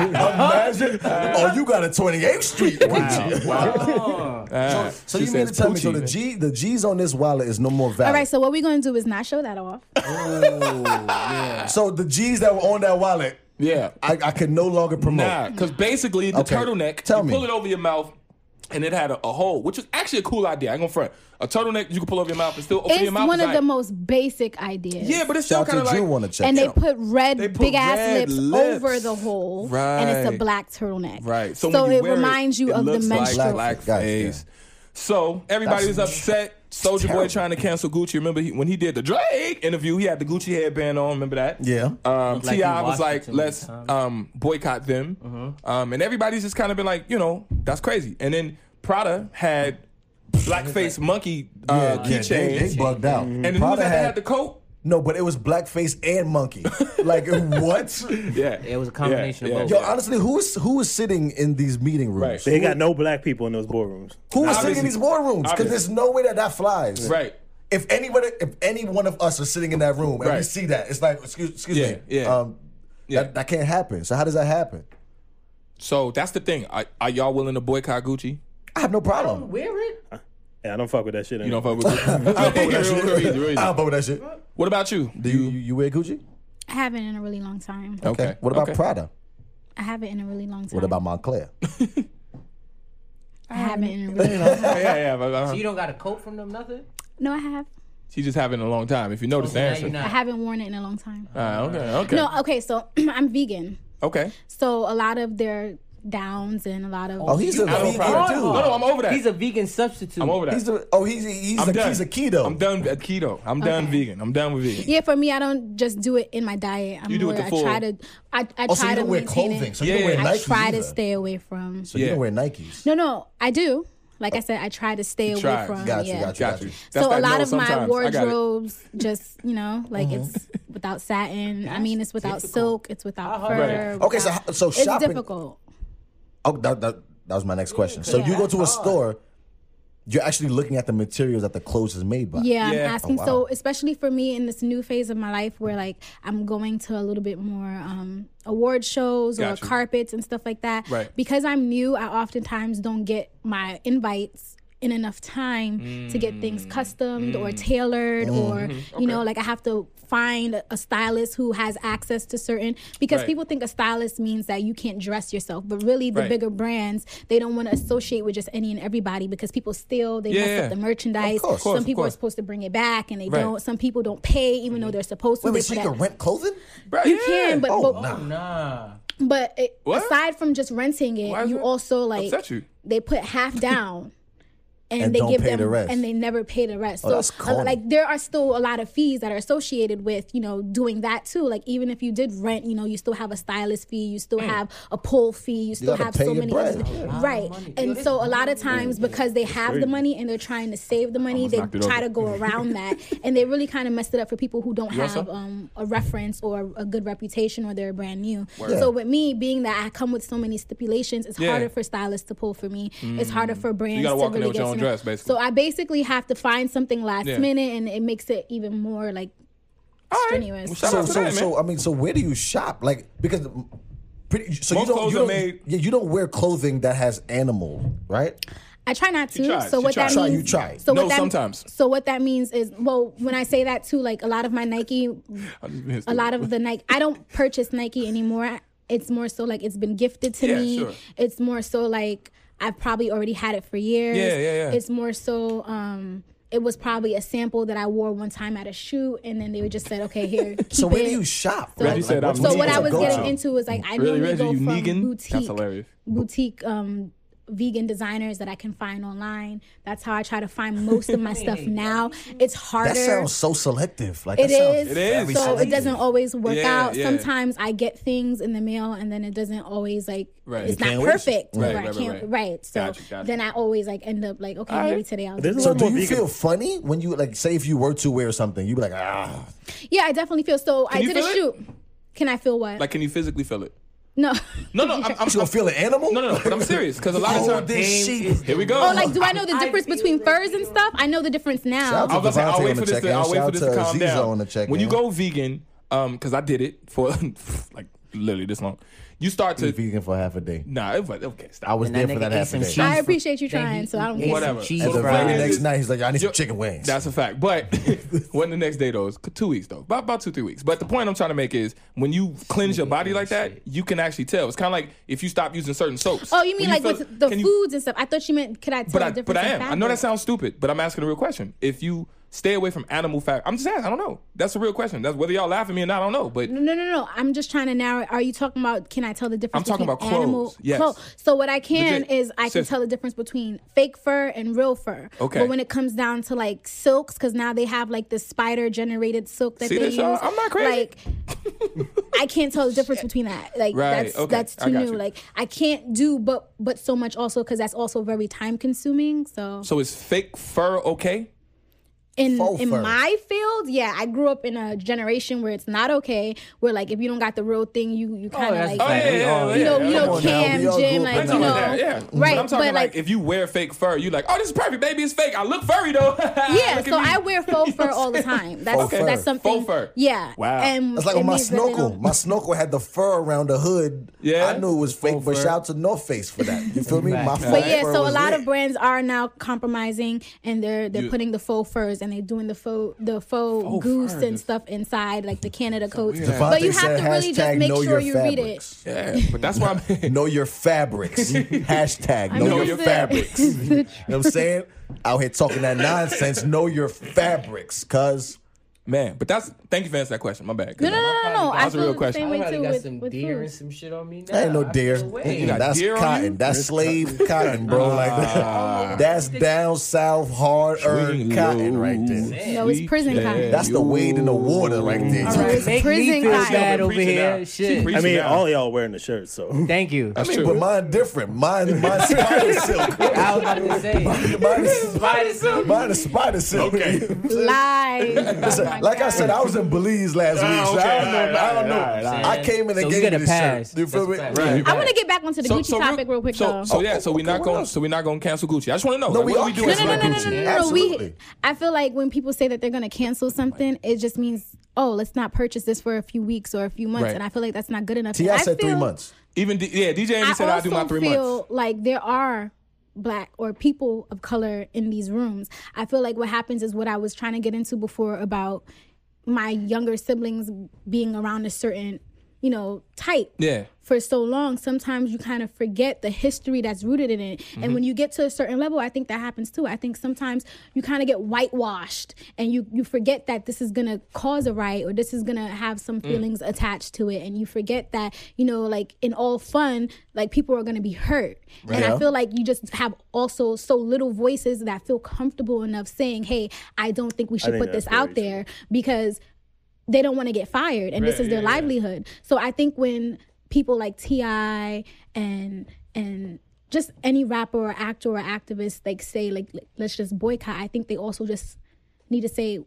A: Imagine. oh, you got a 28th Street. Gucci.
E: Oh.
B: Ah,
A: So
B: she
A: you mean to
B: says
A: tell me so
B: Gucci.
A: the G the G's on this wallet is no more valid.
C: All right, so what we're going to do is not show that off.
A: so the G's that were on that wallet,
B: Yeah.
A: I, I could no longer promote.
B: Nah, because basically the
A: Okay,
B: turtleneck,
A: tell
B: you
A: me.
B: pull it over your mouth, and it had a, a hole, which is actually a cool idea. I ain't gonna front. A turtleneck you can pull over your mouth and still open
C: It's
B: your mouth.
C: one
B: It's
C: of
B: like-
C: the most basic ideas.
B: Yeah, but it's still
A: Shout
B: kind
A: out
B: of
A: to
B: like.
A: Jew on the check.
C: and they
A: yo.
C: put red
B: They put
C: big ass
B: red
C: lips,
B: lips.
C: over the hole, and it's
B: Right.
C: a black turtleneck.
B: Right.
C: So,
B: So, when you
C: it
B: wear
C: reminds you
B: it
C: of the
B: looks like
C: menstrual.
B: black
A: Gotcha.
B: face. So everybody
A: That's
B: was upset. Soldier Boy
A: terrible.
B: trying to cancel Gucci. Remember he, when he did the Drake interview, he had the Gucci headband on. Remember that?
A: Yeah.
B: Um,
E: like he
B: Ti was
E: watched it
B: like,
E: too many
B: "Let's
E: times.
B: um, boycott them," um, and everybody's just kind of been like, you know, that's crazy. And then Prada had blackface monkey uh,
A: Yeah, they, they
B: keychains,
A: bugged out.
B: and then who was
A: Prada
B: that that
A: had
B: had the coat?
A: no, but it was blackface and monkey. like what?
B: Yeah,
E: It was a combination
B: Yeah,
E: of
A: Yo,
E: both.
A: honestly, who is who is sitting in these meeting rooms?
B: Right.
D: They got no black people in those boardrooms.
A: Who is sitting in
B: Obviously.
A: these boardrooms? Because
B: Obviously.
A: there's no way that that flies.
B: Right.
A: If anybody, if any one of us are sitting in that room and we
B: Right.
A: see that, it's like, excuse, excuse
B: Yeah,
A: me,
B: yeah.
A: um,
B: Yeah.
A: That, that can't happen. So how does that happen?
B: So that's the thing. Are, are y'all willing to boycott Gucci?
A: I have no problem.
E: Wear it.
D: Yeah, I don't fuck with that shit.
B: You
D: anymore.
B: don't fuck with Gucci. Real easy, real easy.
A: I don't fuck with that shit.
B: What about you?
A: Do you, you, you wear Gucci?
C: I haven't in a really long time.
B: Okay.
A: What about
B: okay.
A: Prada?
C: I haven't in a really long time.
A: What about Montclair?
C: I haven't in a really long time.
B: Yeah, yeah, yeah. but, uh,
E: So you don't got a coat from them, nothing.
C: No, I have.
B: She's just having a long time. If you notice the
E: Okay, now
B: answer.
E: you're
C: I
E: not.
C: haven't worn it in a long time.
B: Ah, okay, okay.
C: No, okay, so I'm vegan.
B: Okay.
C: So a lot of their downs and a lot of
A: Oh, he's a
B: I don't
A: vegan
B: problem.
A: dude.
B: No, no, I'm over that.
E: He's a vegan substitute.
B: I'm over that.
A: He's a, oh, he's he's
B: I'm
A: a,
B: done.
A: he's a keto.
B: I'm done at keto. I'm done vegan. I'm done with vegan.
C: yeah, for me, I don't just do it in my diet. I'm
B: You do it
C: more,
B: the full-
C: I try to, I, I
A: Oh, so
C: try
A: you
C: to
A: don't wear
C: maintain
A: clothing.
C: it.
A: So you don't
B: Yeah,
A: wear
B: yeah.
C: I
A: Nikes.
C: try
A: either.
C: to stay away from.
A: So you
B: Yeah.
A: don't wear Nikes.
C: No, no, I do. Like I said, I try to stay
B: try.
C: away from.
A: Got you,
C: yeah.
A: got you,
B: Got
A: got
B: you.
A: you.
B: That's
C: so
B: that
C: a lot
B: no
C: of my
B: sometimes. I got it.
C: wardrobes just you know like
A: Mm-hmm.
C: it's without satin i mean it's without silk it's without
E: Right.
C: fur
A: Okay, so
C: without-
A: so
C: it's
A: shopping.
C: difficult
A: Oh, that, that, that was my next question. So
C: Yeah,
A: you go
C: that's
A: to a store, you're actually looking at the materials that the clothes is made by.
C: yeah,
B: Yeah.
C: i'm
B: Oh,
C: asking
A: wow.
C: so especially for me in this new phase of my life where like i'm going to a little bit more um award shows
B: Got you.
C: or carpets and stuff like that
B: Right.
C: because i'm new i oftentimes don't get my invites in enough time to get
B: Mm.
C: things customed or tailored or
B: Mm-hmm.
C: you know like i have to find a stylist who has access to certain because
B: Right.
C: people think a stylist means that you can't dress yourself but really the
B: Right.
C: bigger brands they don't want to associate with just any and everybody because people steal they mess
B: Yeah.
C: up the merchandise
A: course.
B: course,
C: some
B: of
C: people are
B: course.
C: supposed to bring it back and they
B: Right.
C: don't some people don't pay even though they're supposed to
A: Mm-hmm. Wait,
C: They
A: wait, so you
C: put that-
A: can rent clothing?
B: Bruh,
C: you
B: yeah.
C: can but
A: Oh,
C: but,
A: nah.
E: Nah.
C: but it,
B: What?
C: aside from just renting it
B: Why is
C: you
B: it
C: also like
B: upset you?
C: they put half down and,
A: And
C: they
A: don't
C: give
A: pay
C: them
A: the rest.
C: and they never pay the rest
A: Oh, that's
C: so
A: corny.
C: uh, like there are still a lot of fees that are associated with you know doing that too like even if you did rent you know you still have a stylist fee you
B: Mm.
C: still have a pull fee you still
A: gotta
C: have
A: pay
C: so
A: your
C: many
A: bread.
C: other-
A: A lot
E: of
C: right
E: money.
C: and
E: Yeah.
C: so a lot of times because they have the money and they're trying to save the money they
B: knocked it
C: try
B: over.
C: to go around that and they really kind of messed it up for people who don't
B: want
C: have
B: some?
C: um, a reference or a good reputation or they're brand new
A: Yeah.
C: so with me being that i come with so many stipulations it's
B: Yeah. Mm.
C: harder for stylists to pull for me it's harder for brands
B: gotta
C: to
B: walk in there
C: really
B: with
C: get
B: your
C: to
B: own
C: know-
B: dress, basically.
C: so i basically have to find something last
B: Yeah.
C: minute and it makes it even more like
B: All right.
C: strenuous
B: Well, shout
A: So,
B: out to
A: so,
B: that, man.
A: so I mean, so where do you shop? Like, because pretty, so
B: Most
A: you don't,
B: clothes
A: you
B: are
A: don't
B: made-
A: yeah, you don't wear clothing that has animal, right?
C: I try not to.
B: tried.
C: So
B: She
C: what
B: tried.
C: that
A: Try,
C: means?
A: you try.
C: So
B: No,
C: what that,
B: sometimes.
C: So what that means is, well, when I say that too, like a lot of my Nike, a lot of the Nike, I don't purchase Nike anymore. It's more so like it's been gifted to
B: Yeah,
C: me.
B: sure.
C: It's more so like I've probably already had it for years.
B: Yeah, yeah, yeah.
C: It's more so. um it was probably a sample that I wore one time at a shoot, and then they would just said, "Okay, here." Keep
A: So where
C: it.
A: do you shop?
C: So-
B: Reggie said I'm
A: what's-
C: So
B: needing
C: what
A: what's
C: I
A: a
C: was
A: go-to?
C: getting into is like I
B: Really,
C: normally
B: Reggie,
C: go
B: you
C: from
B: vegan?
C: boutique,
B: That's hilarious.
C: boutique um, vegan designers that I can find online. That's how I try to find most of my stuff now. It's harder.
A: That sounds so selective. Like
C: It
A: that sounds
B: It is.
C: is.
A: very
C: So it
A: selective.
C: doesn't always work
B: Yeah,
C: out.
B: yeah.
C: Sometimes I get things in the mail and then it doesn't always like
B: Right.
C: it's
B: You
C: not
A: can't reach it.
C: perfect.
B: Right,
C: or I
B: right, right,
C: can't
B: right.
C: right. So
B: Gotcha, gotcha.
C: then I always like end up like okay
B: All right.
C: maybe today I'll.
D: There's a
A: So
D: lot
A: do
D: more
A: you
D: vegan.
A: feel funny when you like say if you were to wear something, you'd be like, ah,
C: yeah, I definitely feel so. I
B: you
C: did a
B: feel it?
C: shoot. Can I feel what?
B: Like, can you physically feel it?
C: no.
B: No, no, I'm, I'm,
A: you gonna feel an animal?
B: no, no, no. But I'm serious because a lot of
A: Oh,
B: times.
A: this
E: Game
A: sheep.
E: is-
B: Here we go.
C: Oh, like, do I know the
F: I
C: difference
F: feel
C: between
F: the
C: furs and stuff? I know the difference now.
A: Shout
B: I was about to say, I'll
A: Devontae
B: wait
A: on
B: for
A: the
B: this. To,
A: check-in.
B: I'll wait for
A: Shout
B: this
A: out
B: to
A: to
B: calm
A: Aziza
B: down.
A: on the check-in.
B: when you go vegan, um, because I did it for like literally this long, you start to
A: vegan for half a day.
B: nah. It, was- okay, stop.
A: I was
E: And
A: there
E: that
A: for
E: nigga
A: that
E: ate
A: half a
E: some
A: day.
E: cheese.
C: I appreciate you
E: Then he
C: trying, so I don't
E: ate some
C: care.
B: Whatever.
E: Cheese
A: And the
E: fries.
A: very
B: Right.
A: next night, he's like, I need some
B: Yo-
A: chicken wings.
B: That's a fact. But when the next day though, it's two weeks though, about, about two three weeks. But the point I'm trying to make is when you cleanse your body like that, you can actually tell. It's kind of like if you stop using certain soaps.
C: Oh, you mean
B: When
C: like
B: feel-
C: with the
B: can
C: foods
B: you-
C: and stuff? I thought you meant could I tell
B: But
C: the
B: I
C: difference?
B: but I am.
C: in
B: I know that
C: fabric?
B: sounds stupid, but I'm asking a real question. If you stay away from animal fat, I'm just asking. I don't know. That's a real question. That's whether y'all laugh at me or not. I don't know. But
C: No, no, no, no. I'm just trying to narrow. Are you talking about? Can I tell the difference?
B: I'm talking
C: between
B: about
C: animal
B: clothes, yes.
C: clo- So what I can
B: Legit.
C: is I can
B: Sis.
C: tell the difference between fake fur and real fur.
B: Okay.
C: But when it comes down to like silks, because now they have like this spider generated silk that
B: See
C: they
B: this,
C: use.
B: y'all? I'm not crazy.
C: Like, I can't tell the difference between that. Like
B: Right,
C: that's
B: okay,
C: that's
B: I
C: too
B: got
C: new.
B: you.
C: Like I can't do but but so much also because that's also very time consuming. So
B: so is fake fur okay?
C: in
A: Faux
C: in
A: fur.
C: my field, yeah, I grew up in a generation where it's not okay. Where like if you don't got the real thing, you you kind
E: that's
C: of like
B: Oh, yeah,
E: Like, we
B: yeah,
E: all-
B: yeah,
C: you know
B: yeah.
C: you
B: Come
C: know
A: now,
B: on
C: Cam,
A: we all grew
C: Jim,
A: up
C: like
A: in
B: I'm
C: you
B: talking
C: know,
B: about that, yeah.
C: right?
B: But I'm talking
C: but
B: like,
C: like
B: if you wear fake fur, you like, oh, this is perfect, baby, it's fake. I look furry though.
C: Yeah,
B: Look at
C: so
B: me.
C: I wear faux fur all the time. That's
A: Faux fur.
C: that's something.
B: Faux fur.
C: Yeah.
B: Wow.
C: And
A: That's like
C: it
A: on my
C: means that they
A: snorkel.
C: don't-
A: My snorkel had the fur around the hood.
B: Yeah.
A: I knew it was fake,
B: Full
A: but
B: fur.
A: shout out to North Face for that. You feel me? My fur.
C: But yeah,
A: fur
C: so a
A: was
C: lot
A: lit.
C: of brands are now compromising, and they're they're
B: You-
C: putting the faux furs and they're doing the faux the faux,
B: Faux
C: goose
B: fur,
C: and
B: the-
C: stuff inside, like the Canada coats.
B: weird.
C: But you
A: Devontae
C: have
A: said,
C: to really just
A: hashtag
C: make
A: know your
C: sure you
A: fabrics.
B: Yeah, but that's why I'm.
A: Know your fabrics. Hashtag know,
C: mean,
B: know
A: your,
B: your
C: it's the-
A: fabrics. you
C: read it.
A: know what I'm saying? Out here talking that nonsense. Know your fabrics, cuz.
B: Man, but that's. Thank you for answering that question. My bad.
C: no, no, no, no, no.
B: That
C: I
B: was a
C: feel
B: real
C: the
B: question.
C: same
E: I
C: way
E: already
C: too
E: got
C: with,
E: some
C: with
E: deer and
C: food.
E: some shit on me now.
A: That ain't no
E: I
A: deer.
E: feel way.
A: Mm-mm,
B: got
A: That's
B: deer on you?
A: cotton. That's slave cotton, bro. Like that's down south hard earned cotton right there.
C: No, it's prison cotton.
A: That's the wade in the water right there.
E: All right,
C: It's
E: make
C: prison
E: me feel
C: cotton.
E: bad
B: She
E: over
B: preaching
E: here.
B: now.
E: Shit.
B: She
D: I mean,
B: Yeah.
D: all y'all wearing the shirt, so
E: Thank you.
A: I
B: That's
A: mean,
B: true.
A: but mine different. Mine, mine's spider silk.
E: I was about to say.
A: Mine is,
E: Spider suit.
A: mine is spider silk.
B: Okay.
C: Lies.
A: Listen,
C: Oh my
A: like I
C: God.
A: said, I was in Belize last week,
B: Ah,
A: so
B: okay.
A: I don't know.
B: Alright,
A: I don't know.
B: alright, alright,
A: I came in and
E: So we
A: gave
E: got
A: you
E: a
A: this
E: pass.
A: shirt. You feel me?
E: That's
B: Right.
E: right.
C: I want to get back onto the Gucci topic real quick
B: so,
C: though.
B: So yeah, so we're not
A: what
B: going.
A: else?
B: So we're not going to cancel Gucci. I just want to know.
A: No,
B: like,
A: we
B: what
A: are
B: we doing?
A: canceling
B: about
A: Gucci.
B: Gucci?
C: no, no, no, no, no, no.
A: Absolutely.
C: We, I feel like when people say that they're going to cancel something, it just means, oh, let's not purchase this for a few weeks or a few months.
B: Right.
C: And I feel like that's not good enough. And
A: Ti
C: I
A: said three
C: feel-
A: months.
B: Even D- yeah, DJ Andy
C: I
B: said I do my
C: also
B: three
C: feel
B: months.
C: like there are black or people of color in these rooms. I feel like what happens is what I was trying to get into before about my younger siblings being around a certain, you know, type
B: Yeah.
C: for so long, sometimes you kind of forget the history that's rooted in it. And when you get to a certain level, I think that happens too. I think sometimes you kind of get whitewashed and you, you forget that this is going to cause a riot or this is going to have some feelings attached to it. And you forget that, you know, like in all fun, like people are going to be hurt. And I feel like you just have also so little voices that feel comfortable enough saying, hey, I don't think we should
D: think
C: put this
D: that's
C: out
D: very true.
C: there because they don't want to get fired and this is their livelihood so i think when people like ti and and just any rapper or actor or activist like say like l- let's just boycott i think they also just need to say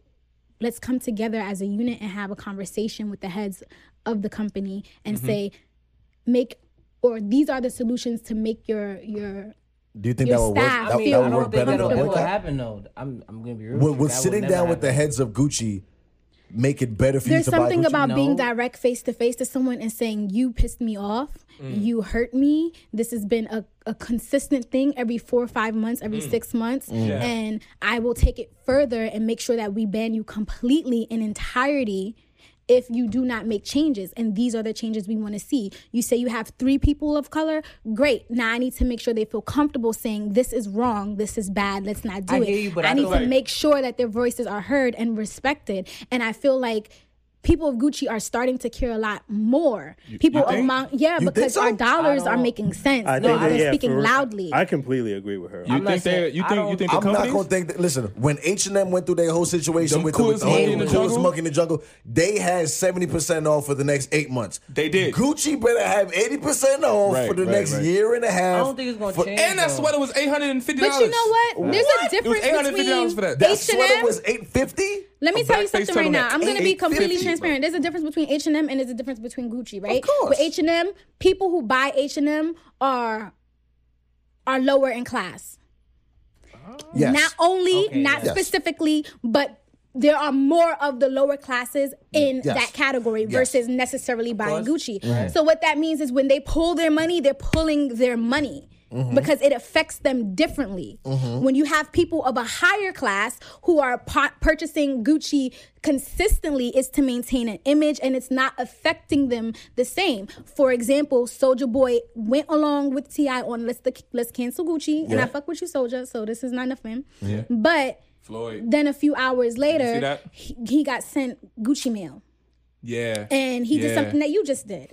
C: let's come together as a unit and have a conversation with the heads of the company and say make or these are the solutions to make your your
A: Do you think
C: Your
A: that would work?
C: staff
A: That,
E: I
C: I
E: mean,
A: that
E: I
A: would
E: don't
A: work
E: think
A: better
E: that'll
A: than a
E: ever
A: boycott.
E: happen though. I'm, I'm gonna be real.
A: Would,
E: with you.
A: would
E: That will
A: sitting
E: never
A: down with the
E: happen.
A: heads of Gucci make it better for
C: there's
A: you to buy
C: something
A: Gucci?
C: about
E: No.
C: being direct face to face to someone and saying you pissed me off
E: Mm.
C: you hurt me this has been a, a consistent thing every four or five months every
E: Mm.
C: six months and i will take it further and make sure that we ban you completely in entirety if you do not make changes and these are the changes we want to see you say you have three people of color great now i need to make sure they feel comfortable saying this is wrong this is bad let's not do
E: I
C: it
E: hear you, but I
C: need
E: feel
C: to
E: like-
C: make sure that their voices are heard and respected and i feel like people of gucci are starting to care a lot more people
B: think?
C: among yeah
A: You think
C: because
A: so?
C: our dollars
E: I
C: are
E: don't-
C: making sense
D: I
C: no,
D: think
C: they're
D: that, yeah,
C: speaking
D: for-
C: loudly
D: I completely agree with her.
B: You
E: not
B: think they?
E: saying-
B: You
E: I
B: think?
E: don't-
B: You think the
A: I'm not gonna
B: companies?
A: think that. Listen, when H and M went through their whole situation
B: Them
A: with the, with the
B: Coolest
A: whole
B: Monkey in the
A: coolest
B: Jungle?
A: monkey in the jungle, they had seventy percent off for the next eight months.
B: They did.
A: Gucci better have eighty percent off
B: Right,
A: for the
B: right,
A: next
B: right.
A: year and a half.
E: I don't think it's gonna
A: for-
E: change.
B: And that
E: though.
B: sweater was eight hundred and fifty
C: but
B: dollars.
C: you know what? There's a
B: It was
C: difference
B: $850
C: between
B: for that.
A: That sweater
C: H&M
A: was eight fifty.
C: Let me
B: A
C: tell you
B: blackface
C: something right now.
B: turtleneck,
C: I'm gonna be
B: $8.50,
C: completely
B: bro.
C: transparent. There's a difference between H and M and there's a difference between Gucci, right?
A: course.
C: With H and M, people who buy H and M are are lower in class.
A: Yes.
C: Not only,
E: Okay,
C: not
A: yes.
C: specifically, but there are more of the lower classes in
A: Yes.
C: that category versus necessarily buying
E: course.
C: Gucci. So what that means is when they pull their money, they're pulling their money. Because it affects them differently. When you have people of a higher class who are pu- purchasing Gucci consistently, it's to maintain an image and it's not affecting them the same. For example, Soldier Boy went along with Ti on let's the, let's cancel Gucci, and I fuck with you, Soldier. So this is not nothing. But
B: Floyd.
C: then a few hours
B: see
C: later,
B: that?
C: he, he got sent Gucci mail.
B: Yeah.
C: And he
B: Yeah. Mm-hmm.
C: did something that you just did.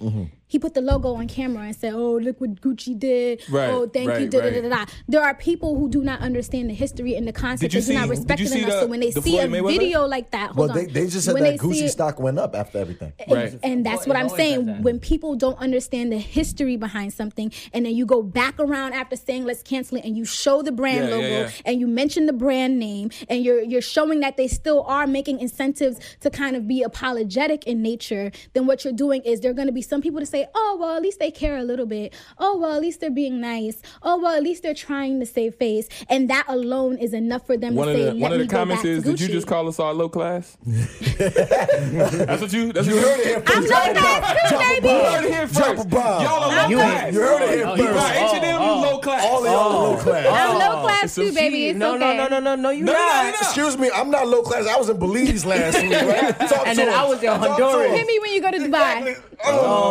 C: he put the logo on camera and said, "Oh, look what Gucci did.
B: Right,
C: oh, thank you."
B: right,
C: Da, da,
B: right.
C: da, da, da. There are people who do not understand the history and the concept.
B: Did you
C: They do
B: see-
C: not
B: did
C: respect
B: you
C: it
B: see
C: enough.
B: the-
C: so when they
B: the
C: see a
B: Floyd Mayweather?
C: video like that, hold
A: Well,
C: on.
A: they, they just said
C: When
A: that
C: they see
A: Gucci
C: it-
A: stock went up after everything.
B: Right.
C: and that's
E: It
C: what I'm
E: always does
C: saying.
E: that.
C: When people don't understand the history behind something, and then you go back around after saying let's cancel it, and you show the brand
B: Yeah, yeah,
C: logo,
B: yeah.
C: and you mention the brand name, and you're you're showing that they still are making incentives to kind of be apologetic in nature. Then what you're doing is there are going to be some people to say, oh well, at least they care a little bit. Oh well, at least they're being nice. Oh well, at least they're trying to save face, and that alone is enough for them
B: One
C: to
B: of
C: say,
B: the
C: let
B: one of
C: me
B: the
C: go
B: comments
C: back
B: is,
C: to
B: "Did you
C: Gucci."
B: just call us all low class?" that's what you. That's what you
A: heard it here
C: I'm
A: first.
C: low class too,
A: Drop a
C: baby.
B: You
A: bomb.
B: heard it here first.
A: Drop a bomb.
B: Y'all are low
E: You-
B: class.
A: You heard it here
E: Oh,
B: You
E: you
A: first.
B: got
E: Oh,
B: H&M
E: oh.
B: low class.
A: All y'all are low class.
C: I'm low
E: Oh,
C: class
B: so
C: too, baby.
B: she-
C: It's
E: no,
C: okay.
E: no, no, no, no, no. You
B: No, no,
E: not.
B: no, no.
A: Excuse me, I'm not low class. I was in Belize last week, right? Talk
E: And
A: to
E: then
A: him.
E: I was in
A: Talk to
E: Honduras.
A: him.
C: Hit me when you go to Dubai.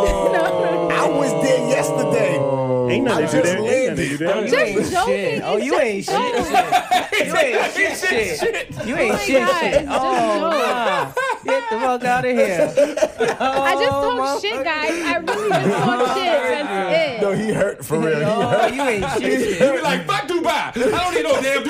A: I was there yesterday.
D: Ain't nothing to do
A: just
D: there. Ain't nothing to do there.
E: You
C: Just
E: ain't
C: joking,
E: shit.
C: it's
E: Oh, you
C: just
E: ain't shit.
C: joking.
E: shit. You ain't shit. shit. You ain't
C: my
E: shit.
C: God,
E: shit.
C: it's just
E: Oh,
C: joke.
E: nah. Get the fuck out of here.
C: I just
E: Oh,
C: talk
A: uh,
C: shit, guys. I really just talk shit. That's
A: No,
C: it.
A: he hurt for real. He
E: Oh,
A: hurt.
E: you ain't shit.
B: You be like, fuck Dubai. I don't need no damn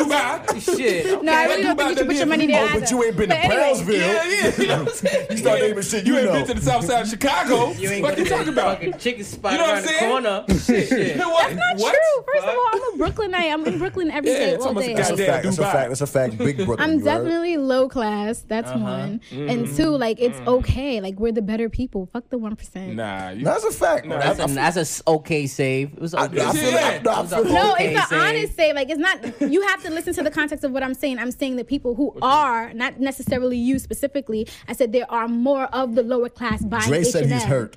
B: Dubai.
E: shit.
C: No, I really don't think you should put your money there.
A: Oh, but
C: either.
A: you ain't been to
C: But anyway,
A: Brownsville.
B: Yeah, yeah. You know what I'm saying? You
A: start naming shit you
B: ain't
A: know.
B: been to the south side of Chicago.
E: You ain't
B: what
E: gonna
B: you
E: get
B: talking
E: that
B: about?
E: Fucking chicken spot
B: You know what
E: around the
B: I'm
E: corner. Shit, shit.
B: What?
C: Not
B: what?
C: true. First of all, I'm a Brooklynite. I'm in Brooklyn every
B: Yeah,
C: day,
B: it's
C: all
B: almost
C: day.
B: a
A: That's a
B: Goddamn
A: fact. That's a
B: Dubai.
A: fact. That's a fact. Big Brooklyn.
C: I'm
A: you heard? Uh-huh. Mm-hmm.
C: definitely low class. That's one. And two, like it's okay. Like we're the better people. Fuck the one percent.
B: Nah, you
A: That's a fact.
B: No,
A: I-
E: That's
A: I-
E: a, that's a s- okay save. It was
A: I, I
E: okay.
A: feel
B: Yeah.
A: like, no, I feel
C: No,
E: Okay,
C: it's an
E: Zane.
C: honest say. Like it's not. You have to listen to the context of what I'm saying. I'm saying that people who are not necessarily you specifically. I said there are more of the lower class buying.
A: Dre said he's
C: H&M.
A: hurt.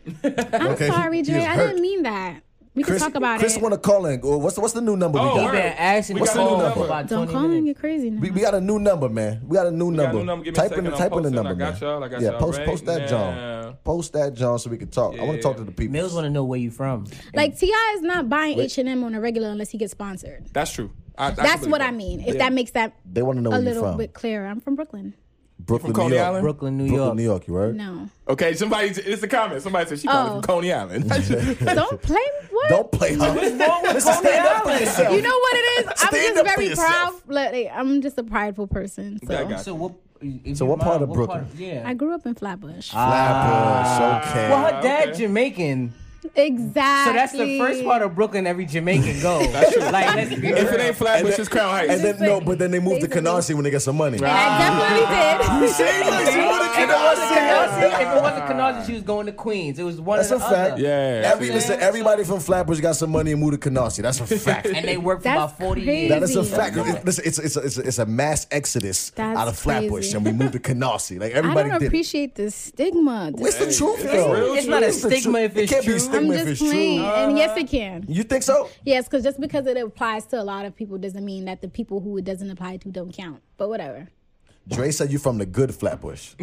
C: I'm
A: Okay?
C: sorry,
A: He
C: Dre.
A: is
C: I
A: hurt.
C: didn't mean that. We
A: Chris,
C: can talk about
A: Chris
C: it.
A: want to call in. Oh, What's the, what's the new number
B: Oh,
A: we
E: You've
A: got?
B: word.
E: been asking
B: We
E: me
B: got
E: for
B: a new
E: about
B: number.
E: 20
C: Don't call
E: minutes.
C: me. You're crazy now.
A: We, we got a new number, man. We got a new
B: got
A: number.
B: a new number. Give me a
A: type
B: second.
A: in,
B: I'm
A: type in the
B: posting.
A: number,
B: I got
A: man.
B: y'all. I got
A: yeah,
B: y'all
A: post,
B: right
A: post that,
B: now.
A: John. Post that, John, so we can talk. I want
B: Yeah.
A: to talk to the people.
E: Mills want to know where you from.
C: Like Ti is not buying H and M on a regular unless he gets sponsored.
B: That's true. I,
C: That's what I mean. If that makes that
A: They want to know
C: a
A: where you're
C: little
A: from.
C: bit clearer, I'm from Brooklyn.
A: Brooklyn,
B: Coney
A: New York.
B: Island?
E: Brooklyn, New
A: Brooklyn,
E: York.
A: New York. You heard?
C: No,
B: Okay, somebody. It's a comment. Somebody said she
C: Oh.
B: calling from Coney Island.
C: don't play. What?
A: Don't play her. Listen, stand up for yourself.
C: you know what it is? I'm
A: Stand
C: just
A: up for
C: very proud.
A: yourself.
C: Like, I'm just a prideful person. So.
B: I got
E: So what? if
A: So
E: you
A: what part of
E: mind,
A: Brooklyn?
E: yeah.
C: I grew up in Flatbush.
A: Ah. Flatbush, okay.
E: well, her
B: Ah,
E: dad
B: okay.
E: Jamaican.
C: exactly.
E: So that's the first part of Brooklyn every Jamaican go. Like, let's be
B: if it
E: real.
B: ain't Flatbush, it's Crown Heights.
A: and then no,
C: like-
A: but then they moved to
C: basically-
A: Canarsie when they got some money.
C: And
A: Ah.
C: I definitely
A: See,
C: did.
A: look, she moved to
E: If it wasn't
A: Canarsie.
E: Canarsie, if it wasn't Canarsie, she was going to Queens. It was one
A: That's
E: or
A: a
E: the
A: fact.
E: other.
B: Yeah.
A: Every,
B: Yeah.
A: listen, everybody from Flatbush got some money and moved to Canarsie. That's a fact.
E: And they worked for
C: That's
E: about 40
C: crazy.
E: years.
A: That is a
C: Crazy.
A: fact. It- Listen, it's, it's, it's, it's a mass exodus
C: That's
A: out of Flatbush,
C: crazy.
A: and we moved to Canarsie. Like
C: I
A: everybody
C: don't
A: did. it.
C: appreciate the stigma.
A: What's the truth, though?
B: real
E: It's not a
A: the truth.
E: stigma if
A: It
E: it's
A: can't be a
E: true.
A: stigma
C: I'm
A: if
C: just
A: it's
C: playing,
A: true.
E: Uh,
C: and yes, it can.
A: You think so?
C: Yes, because just because it applies to a lot of people doesn't mean that the people who it doesn't apply to don't count. But whatever.
A: Dre said you from the good Flatbush.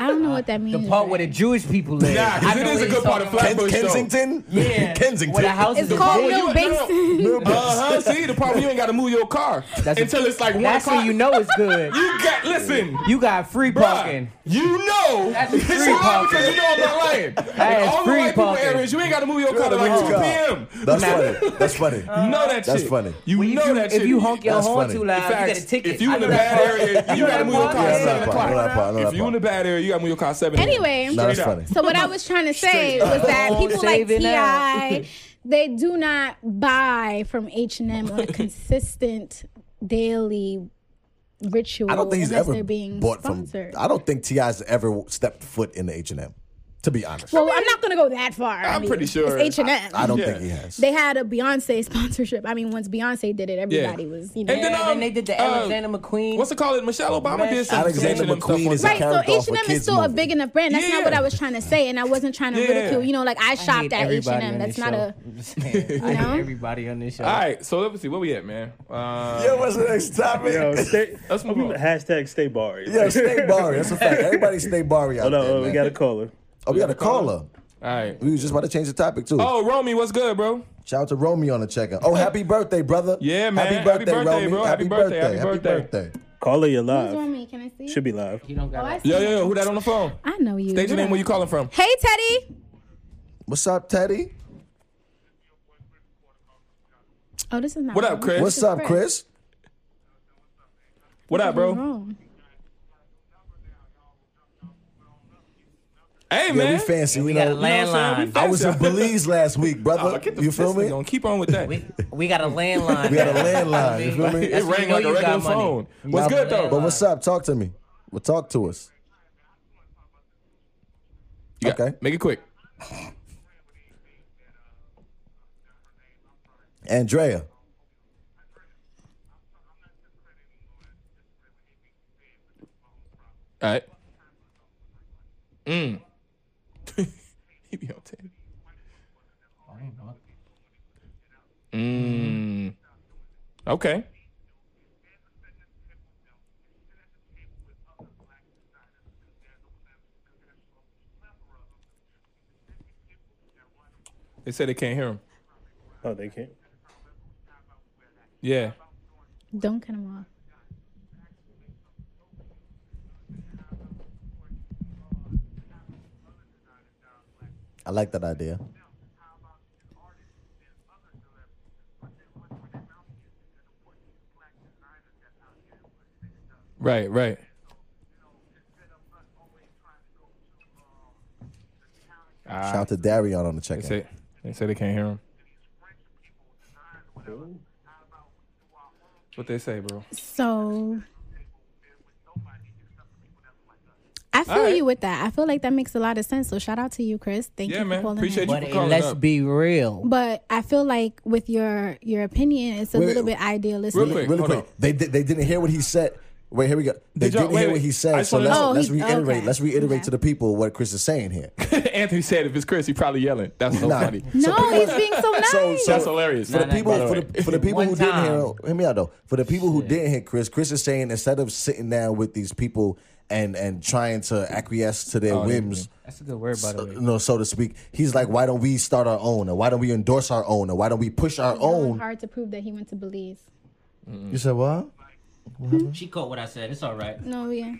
C: I don't know what that means.
E: The part
C: right?
E: where the Jewish people live.
B: Nah, 'cause
E: I
B: it
E: know
B: is
E: what
B: a
E: he's
B: good part of
E: talking about.
A: Ken-
B: Flatbush, though.
A: Kensington?
E: Yeah.
A: Kensington.
E: Where the house
C: it's
E: is
C: called
E: big.
C: Lil
B: you-
C: Basin.
B: Uh huh. See, the problem you ain't got to move your car
E: That's a-
B: until it's like one
E: That's
B: o'clock.
E: when you know it's good.
B: You got listen.
E: You got free
B: bruh,
E: parking.
B: You know.
E: That's
B: It's
E: free
B: hard
E: parking.
B: because you know I'm not lying.
E: That
B: In
E: is
B: all the
E: free
B: white people
E: parking.
B: areas, you ain't got to move your car
A: gotta
B: till like
A: move
B: 2
A: your car.
B: p.m.
A: That's funny. That's funny.
B: You know that
A: That's
B: shit.
A: funny.
B: You
E: Well, if
B: know
E: you,
B: that
E: if
B: shit.
E: you honk your
A: That's
E: horn
A: funny.
E: too loud, you
B: Facts.
E: get a ticket.
B: If you
E: I
B: in
E: know
B: the bad
E: that part.
B: area, you
E: know
B: gotta
E: that
B: move your
E: part? um,
B: car at
E: Yeah, I know
B: seven
E: that
B: o'clock.
E: part.
B: If you in the bad area, you gotta move your car seven. a.m.
C: Anyway.
A: No, that's
B: Straight up.
A: funny.
C: So what I was trying to say was that
E: Oh,
C: people like
E: saving
C: Ti, they do not buy from H and M on a consistent daily ritual.
A: I don't think he's
C: unless
A: ever
C: they're being
A: bought
C: sponsored.
A: from. I don't think Ti's ever stepped foot in the H and M. To be honest,
C: well, I'm not gonna go that far.
B: I'm pretty sure-
C: it's H and M.
A: I don't
B: Yeah.
A: think he has.
C: They had a Beyonce sponsorship. I mean, once Beyonce did it, everybody was you know.
B: And then,
E: Yeah,
B: um,
E: then they did the
B: uh,
E: Alexander McQueen.
B: What's it called? Michelle Obama did some
A: Alexander
B: H&M stuff
A: McQueen
B: on
A: is
B: that.
C: Right, so
A: character off
C: H
A: a
C: and M
A: kids'
C: is still a
A: movie.
C: big enough brand. That's
B: Yeah.
C: not what I was trying to say, and I wasn't trying to
B: Yeah.
C: ridicule. You know, like I
E: I
C: shopped
E: hate
C: at H
E: everybody
C: and
E: on
C: M. That's
E: this
C: not
E: show.
C: a.
E: I'm just saying, I
C: know?
E: hate everybody on this show.
B: All right, so let's see where we at, man. Uh,
A: Yeah, what's the next topic?
D: Yo, stay,
B: Let's move on.
D: hashtag stay bar.
A: Yeah, stay Barry. That's a fact. Everybody stay Barry out
D: Hold on,
A: there.
D: oh, we
A: man.
D: got a caller.
A: oh, we got a
B: got a caller?
A: caller.
B: All right.
A: We was just about to change the topic too.
B: Oh, Romy, what's good, bro?
A: Shout out to Romy on the check-in. Oh, happy birthday, brother!
B: Yeah, man.
A: Happy
B: Happy
A: birthday,
B: birthday,
A: Romy.
B: bro.
A: Happy,
B: Happy
A: birthday.
B: birthday.
A: Happy
B: Happy
A: birthday.
D: Caller, you're
C: Who's
B: Uh,
C: on
D: live.
C: me? Can I see?
D: Should be live.
E: You don't
C: Oh,
E: got
C: I
E: it.
C: see.
B: Yo, yo, yo, who that on the phone?
C: I know you.
B: State your name where you calling from.
C: Hey, Teddy.
A: What's up, Teddy?
C: Oh, this is not.
B: What up,
C: wrong.
B: Chris?
C: This
A: What's
C: is
A: up, Chris?
B: What up, bro?
C: Wrong.
B: Hey,
A: Yeah,
B: man.
A: we fancy.
E: We
A: You
E: got a
A: know,
E: landline.
A: I was in
B: fancy.
A: Belize last week,
B: Oh,
A: brother.
B: get the-
A: you feel
B: this
A: me?
B: nigga Gonna keep on with that.
E: We, we got a landline.
A: We had a
E: now.
A: landline. You feel me?
B: it
E: That's when
B: rang
E: you
B: like
E: know
B: a
E: you got
B: regular
E: money.
B: phone. What's
A: Nah,
B: good
A: but-
B: though?
A: But what's up? Talk to me. Well, talk to us.
B: You got-
A: okay.
B: Make it quick.
A: Andrea.
B: All right. Mm. he be on ten. Mm. Okay. They said they can't hear him.
D: Oh, they can't.
B: Yeah.
C: Don't cut him off.
A: I like that idea.
B: Right, right.
A: Shout out to Darion on the check
B: They say they say they can't hear him. What they say, bro?
C: So. I feel
B: Alright.
C: you with that. I feel like that makes a lot of sense. So shout out to you, Chris. Thank
B: Yeah,
C: you for
B: man.
C: calling
B: Appreciate
C: in.
B: you
E: But
B: for
E: it-
B: calling
E: let's
B: up.
E: be real.
C: But I feel like with your your opinion, it's a
A: Wait,
C: little bit idealistic.
B: real quick.
A: Really
B: Hold
A: quick.
B: on.
A: They, did- they didn't hear what he said. Wait, here we go. They
B: Did y'all-
A: didn't
B: wait,
A: hear
B: wait.
A: what he
B: I
A: said.
B: just
A: So
B: wanna
A: let's,
C: know.
A: let's
C: Oh, he-
A: reiterate.
C: okay.
A: Let's reiterate
C: Okay.
A: to the people what Chris is saying here.
B: Anthony said if it's Chris, he probably yelling. That's so
A: Nah.
B: funny.
C: No, Oh, he's being so nice.
A: So, so
B: That's hilarious.
A: For the
E: Nah, nah,
A: people,
E: by the
A: for,
B: way.
A: the, for the people
E: One
A: who didn't
E: time.
A: hear, hear me out though. For the people who didn't hear Chris, Chris is saying instead of sitting down with these people and and trying to acquiesce to
B: Oh,
A: their whims,
E: That's a good word, by the way.
A: you know, so to speak, he's like, why don't we start our own, or why don't we endorse our own, or why don't we push our own?
C: hard to prove that he went to Belize.
A: You said what?
E: She caught what I said. It's all right.
C: No, yeah.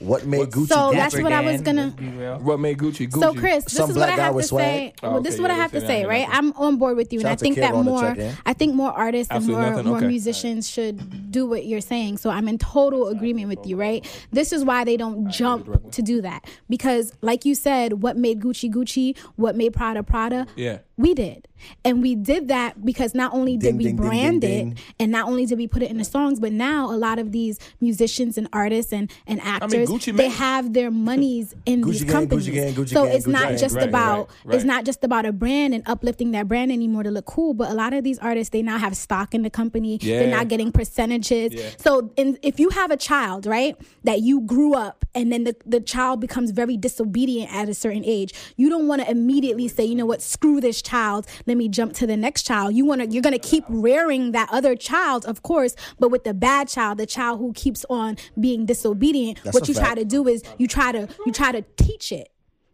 A: What made Gucci?
C: So
A: Gucci?
C: that's what I was
E: Again,
C: gonna-
E: let's be real.
B: What made Gucci Gucci?
C: So Chris, this
A: Some
C: is
A: black
C: what I
A: guy
C: have to
A: with swag.
C: say.
B: Oh,
C: well, this
B: okay,
C: is what
B: yeah,
C: I
B: they
C: have
B: say
C: to
B: that,
C: say,
B: yeah,
C: right?
B: okay.
C: I'm on board with you, and
A: Shout
C: I
A: out to
C: think
A: Kid
C: that
A: on the eh?
C: more.
A: check-in.
C: I think more artists
B: Absolutely
C: and more
B: nothing?
C: more
B: Okay.
C: musicians should do what you're saying. So I'm in total agreement with you, right? This is why they don't jump to do that because, like you said, what made Gucci Gucci? What made Prada Prada?
B: Yeah.
C: We did. And we did that because not only did
A: Ding,
C: we
A: ding, ding,
C: brand
A: ding,
C: it
A: ding.
C: and not only did we put it in the songs, but now a lot of these musicians and artists and, and actors
B: Gucci
C: they
B: Mane.
C: have their monies in
A: Gucci
C: these
A: gang, Gucci
C: companies.
A: gang, Gucci
C: so
A: gang,
C: it's
A: Gucci
C: not
A: gang.
C: just
B: Right,
C: about
B: right,
C: it's
B: right.
C: not just about a brand and uplifting that brand anymore to look cool, but a lot of these artists they now have stock in the company. They're
B: Yeah.
C: not getting percentages.
B: Yeah.
C: So in, if you have a child, right, that you grew up and then the, the child becomes very disobedient at a certain age, you don't want to immediately say, you know what, screw this child, let me jump to the next child. You want to you're going to keep rearing that other child, of course, but with the bad child, the child who keeps on being disobedient,
A: That's
C: what
A: a
C: you try
A: fact.
C: to do is you try to you try to teach it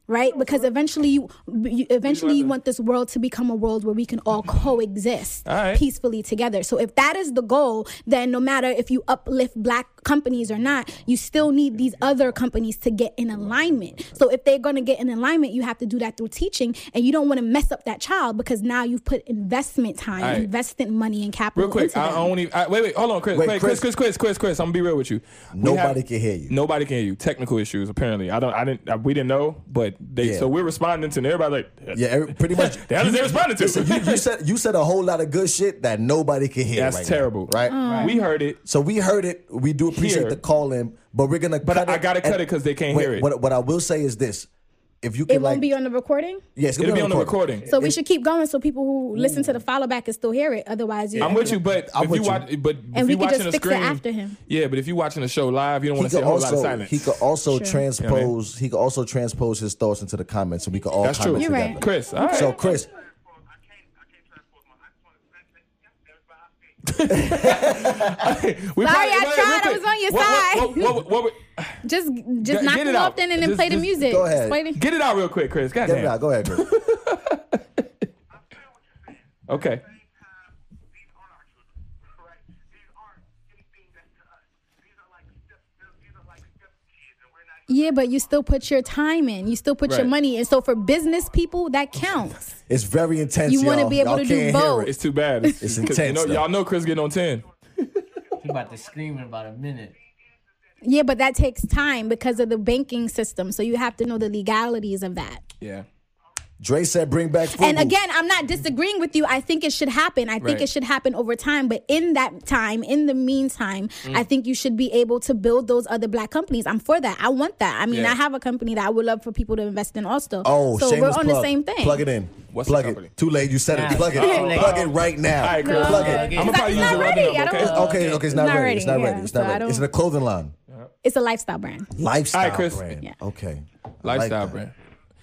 C: right because eventually you, you eventually you want this world to become a world where we can all coexist
B: All right.
C: peacefully together so if that is the goal then no matter if you uplift black companies or not you still need these other companies to get in alignment so if they're going to get in alignment you have to do that through teaching and you don't want to mess up that child because now you've put investment time
B: All right.
C: investing money and capital
B: Real quick,
C: into
B: I, I
C: them.
B: don't even. I, wait, wait, hold on, Chris.
A: Wait,
B: Wait, Chris,
A: Chris.
B: Chris, Chris, Chris, Chris. I'm gonna be real with you. We
A: Nobody can hear you.
B: Nobody can hear you. Technical issues, apparently. I don't. I didn't. I, we didn't know, but they.
A: Yeah.
B: So we're responding to and everybody like.
A: Yeah, every- pretty much.
B: The hell is they responding to?
A: Listen, you, you said you said a whole lot of good shit that nobody can hear.
B: That's
A: right now,
B: terrible,
A: right?
C: Mm.
B: We heard it.
A: So we heard it. We do appreciate
B: Here.
A: the call in, but we're gonna. But cut
B: I
A: it
B: gotta cut
A: and-
B: it 'cause they can't
A: Wait,
B: hear it.
A: What, what I will say is this: if you can,
C: it won't
A: like,
C: be on the recording
A: Yes,
B: It'll be on the recording.
C: so we should keep going so people who listen to the follow back can still hear it otherwise you
B: Mm. I'm with you, but
A: I'm
B: if
A: with
B: you
A: you.
B: watch, but if
C: And we
B: you
C: can just
B: watching a
C: fix it
B: screen
C: after him.
B: Yeah, but if you watching a show live, you don't
A: He
B: want to see
A: could
B: a whole lot of
A: also
B: silence.
A: he could also
C: Sure.
A: transpose he could also transpose his thoughts into the comments, and we could all
B: That's true.
A: comment
C: You're
A: together.
C: right.
B: Chris. All right.
A: So Chris,
B: we
C: Sorry,
B: probably-
C: I
B: wait,
C: tried.
B: real
C: I
B: quick.
C: was on your
B: What-
C: side.
B: what- what- what- what- what-
C: just
B: Get-
C: just knock
B: get it
C: them off
B: out.
C: then and then
B: Just-
C: play the
B: just-
C: music.
A: go ahead.
C: Just play the-
B: Get it out real quick, Chris.
A: get it
B: Goddamn.
A: out. Go ahead, Chris.
B: Okay.
C: Yeah, but you still put your time in. You still put your
B: Right.
C: money in. So for business people, that counts.
A: It's very intense.
C: You wanna
A: y'all.
C: be able
A: Y'all
C: to do
A: can't hear
C: both.
A: it.
B: It's too bad.
A: It's
B: 'cause You
A: intense,
B: know,
A: though.
B: y'all know Chris getting on ten.
E: He about to scream in about a minute.
C: Yeah, but that takes time because of the banking system. So you have to know the legalities of that.
B: Yeah.
A: Dre said, "Bring back food."
C: And again, I'm not disagreeing with you. I think it should happen. I think
B: Right.
C: it should happen over time. But in that time, in the meantime, I think you should be able to build those other black companies. I'm for that. I want that. I mean,
B: Yeah.
C: I have a company that I would love for people to invest in also.
A: Oh,
C: so we're
A: shameless
C: on
A: plug.
C: the same thing.
A: Plug it in.
B: What's the
A: plug
B: company?
A: it. Too late. You said
E: Nah,
A: it. Plug it.
E: it's too late.
A: Plug it right now.
B: All right, Chris.
A: Plug
E: No.
A: it.
E: Yeah.
B: I'm gonna probably
C: It's
B: use
C: not
B: your
C: ready.
B: other
C: I
B: number.
C: don't
B: Okay.
C: want-
B: All
A: Okay, okay, it's not, ready. It's not ready.
C: yeah.
A: It's not
C: So I
A: ready. It's
C: don't-
A: in a clothing line.
C: It's a lifestyle brand.
A: Lifestyle
B: right, Chris.
A: brand.
C: Yeah.
A: Okay. I like
B: Lifestyle
A: that.
B: brand.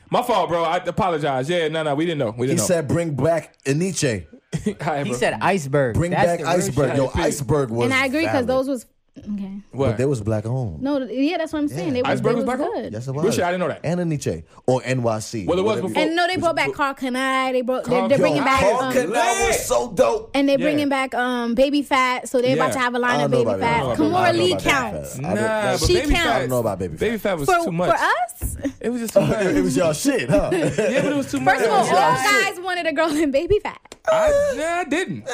B: My fault, bro. I apologize. Yeah, no, no, we didn't know. We
A: He
B: didn't know.
A: said, "Bring back Aniche.
B: All right,
E: He
B: bro.
E: said iceberg.
A: Bring
E: That's
A: back
E: the real
A: Iceberg."
E: shit.
A: Yo,
B: Hey, Pete.
A: Iceberg was.
C: And I agree because
A: valid.
C: those was okay.
A: But
B: what?
A: they was black owned.
C: No, yeah, that's what I'm saying. They was,
B: Iceberg
C: they
B: was
C: was
B: black owned?
C: good.
A: Yes, it was.
B: Bullshit, I didn't know that.
A: And Aniche or NYC.
B: Well, it was
A: whatever you-
B: before.
C: And no, they brought back Carl Canai. They brought. They're,
B: Carl-
C: they're
B: Yo,
C: bringing back.
A: Carl
C: um,
A: Canal was so dope.
C: and they're
B: Yeah.
C: bringing back um baby fat, so they're
B: Yeah.
C: about to have a line
A: I
C: of
A: don't know
C: baby
A: about that.
C: fat.
B: I don't know
C: Kamora
B: about
C: Lee
B: that.
C: counts
A: I
B: Nah,
A: don't-
B: but
C: She
B: baby
C: counts.
B: fat.
C: I don't
A: know about Baby Fat.
B: Baby fat was
C: for
B: too
C: for
B: much.
C: us.
B: It was just too much.
A: It was y'all shit, huh?
B: yeah, but it was too much.
C: First of all,
B: Yeah.
C: all guys wanted a girl in baby fat.
B: I, nah, I didn't.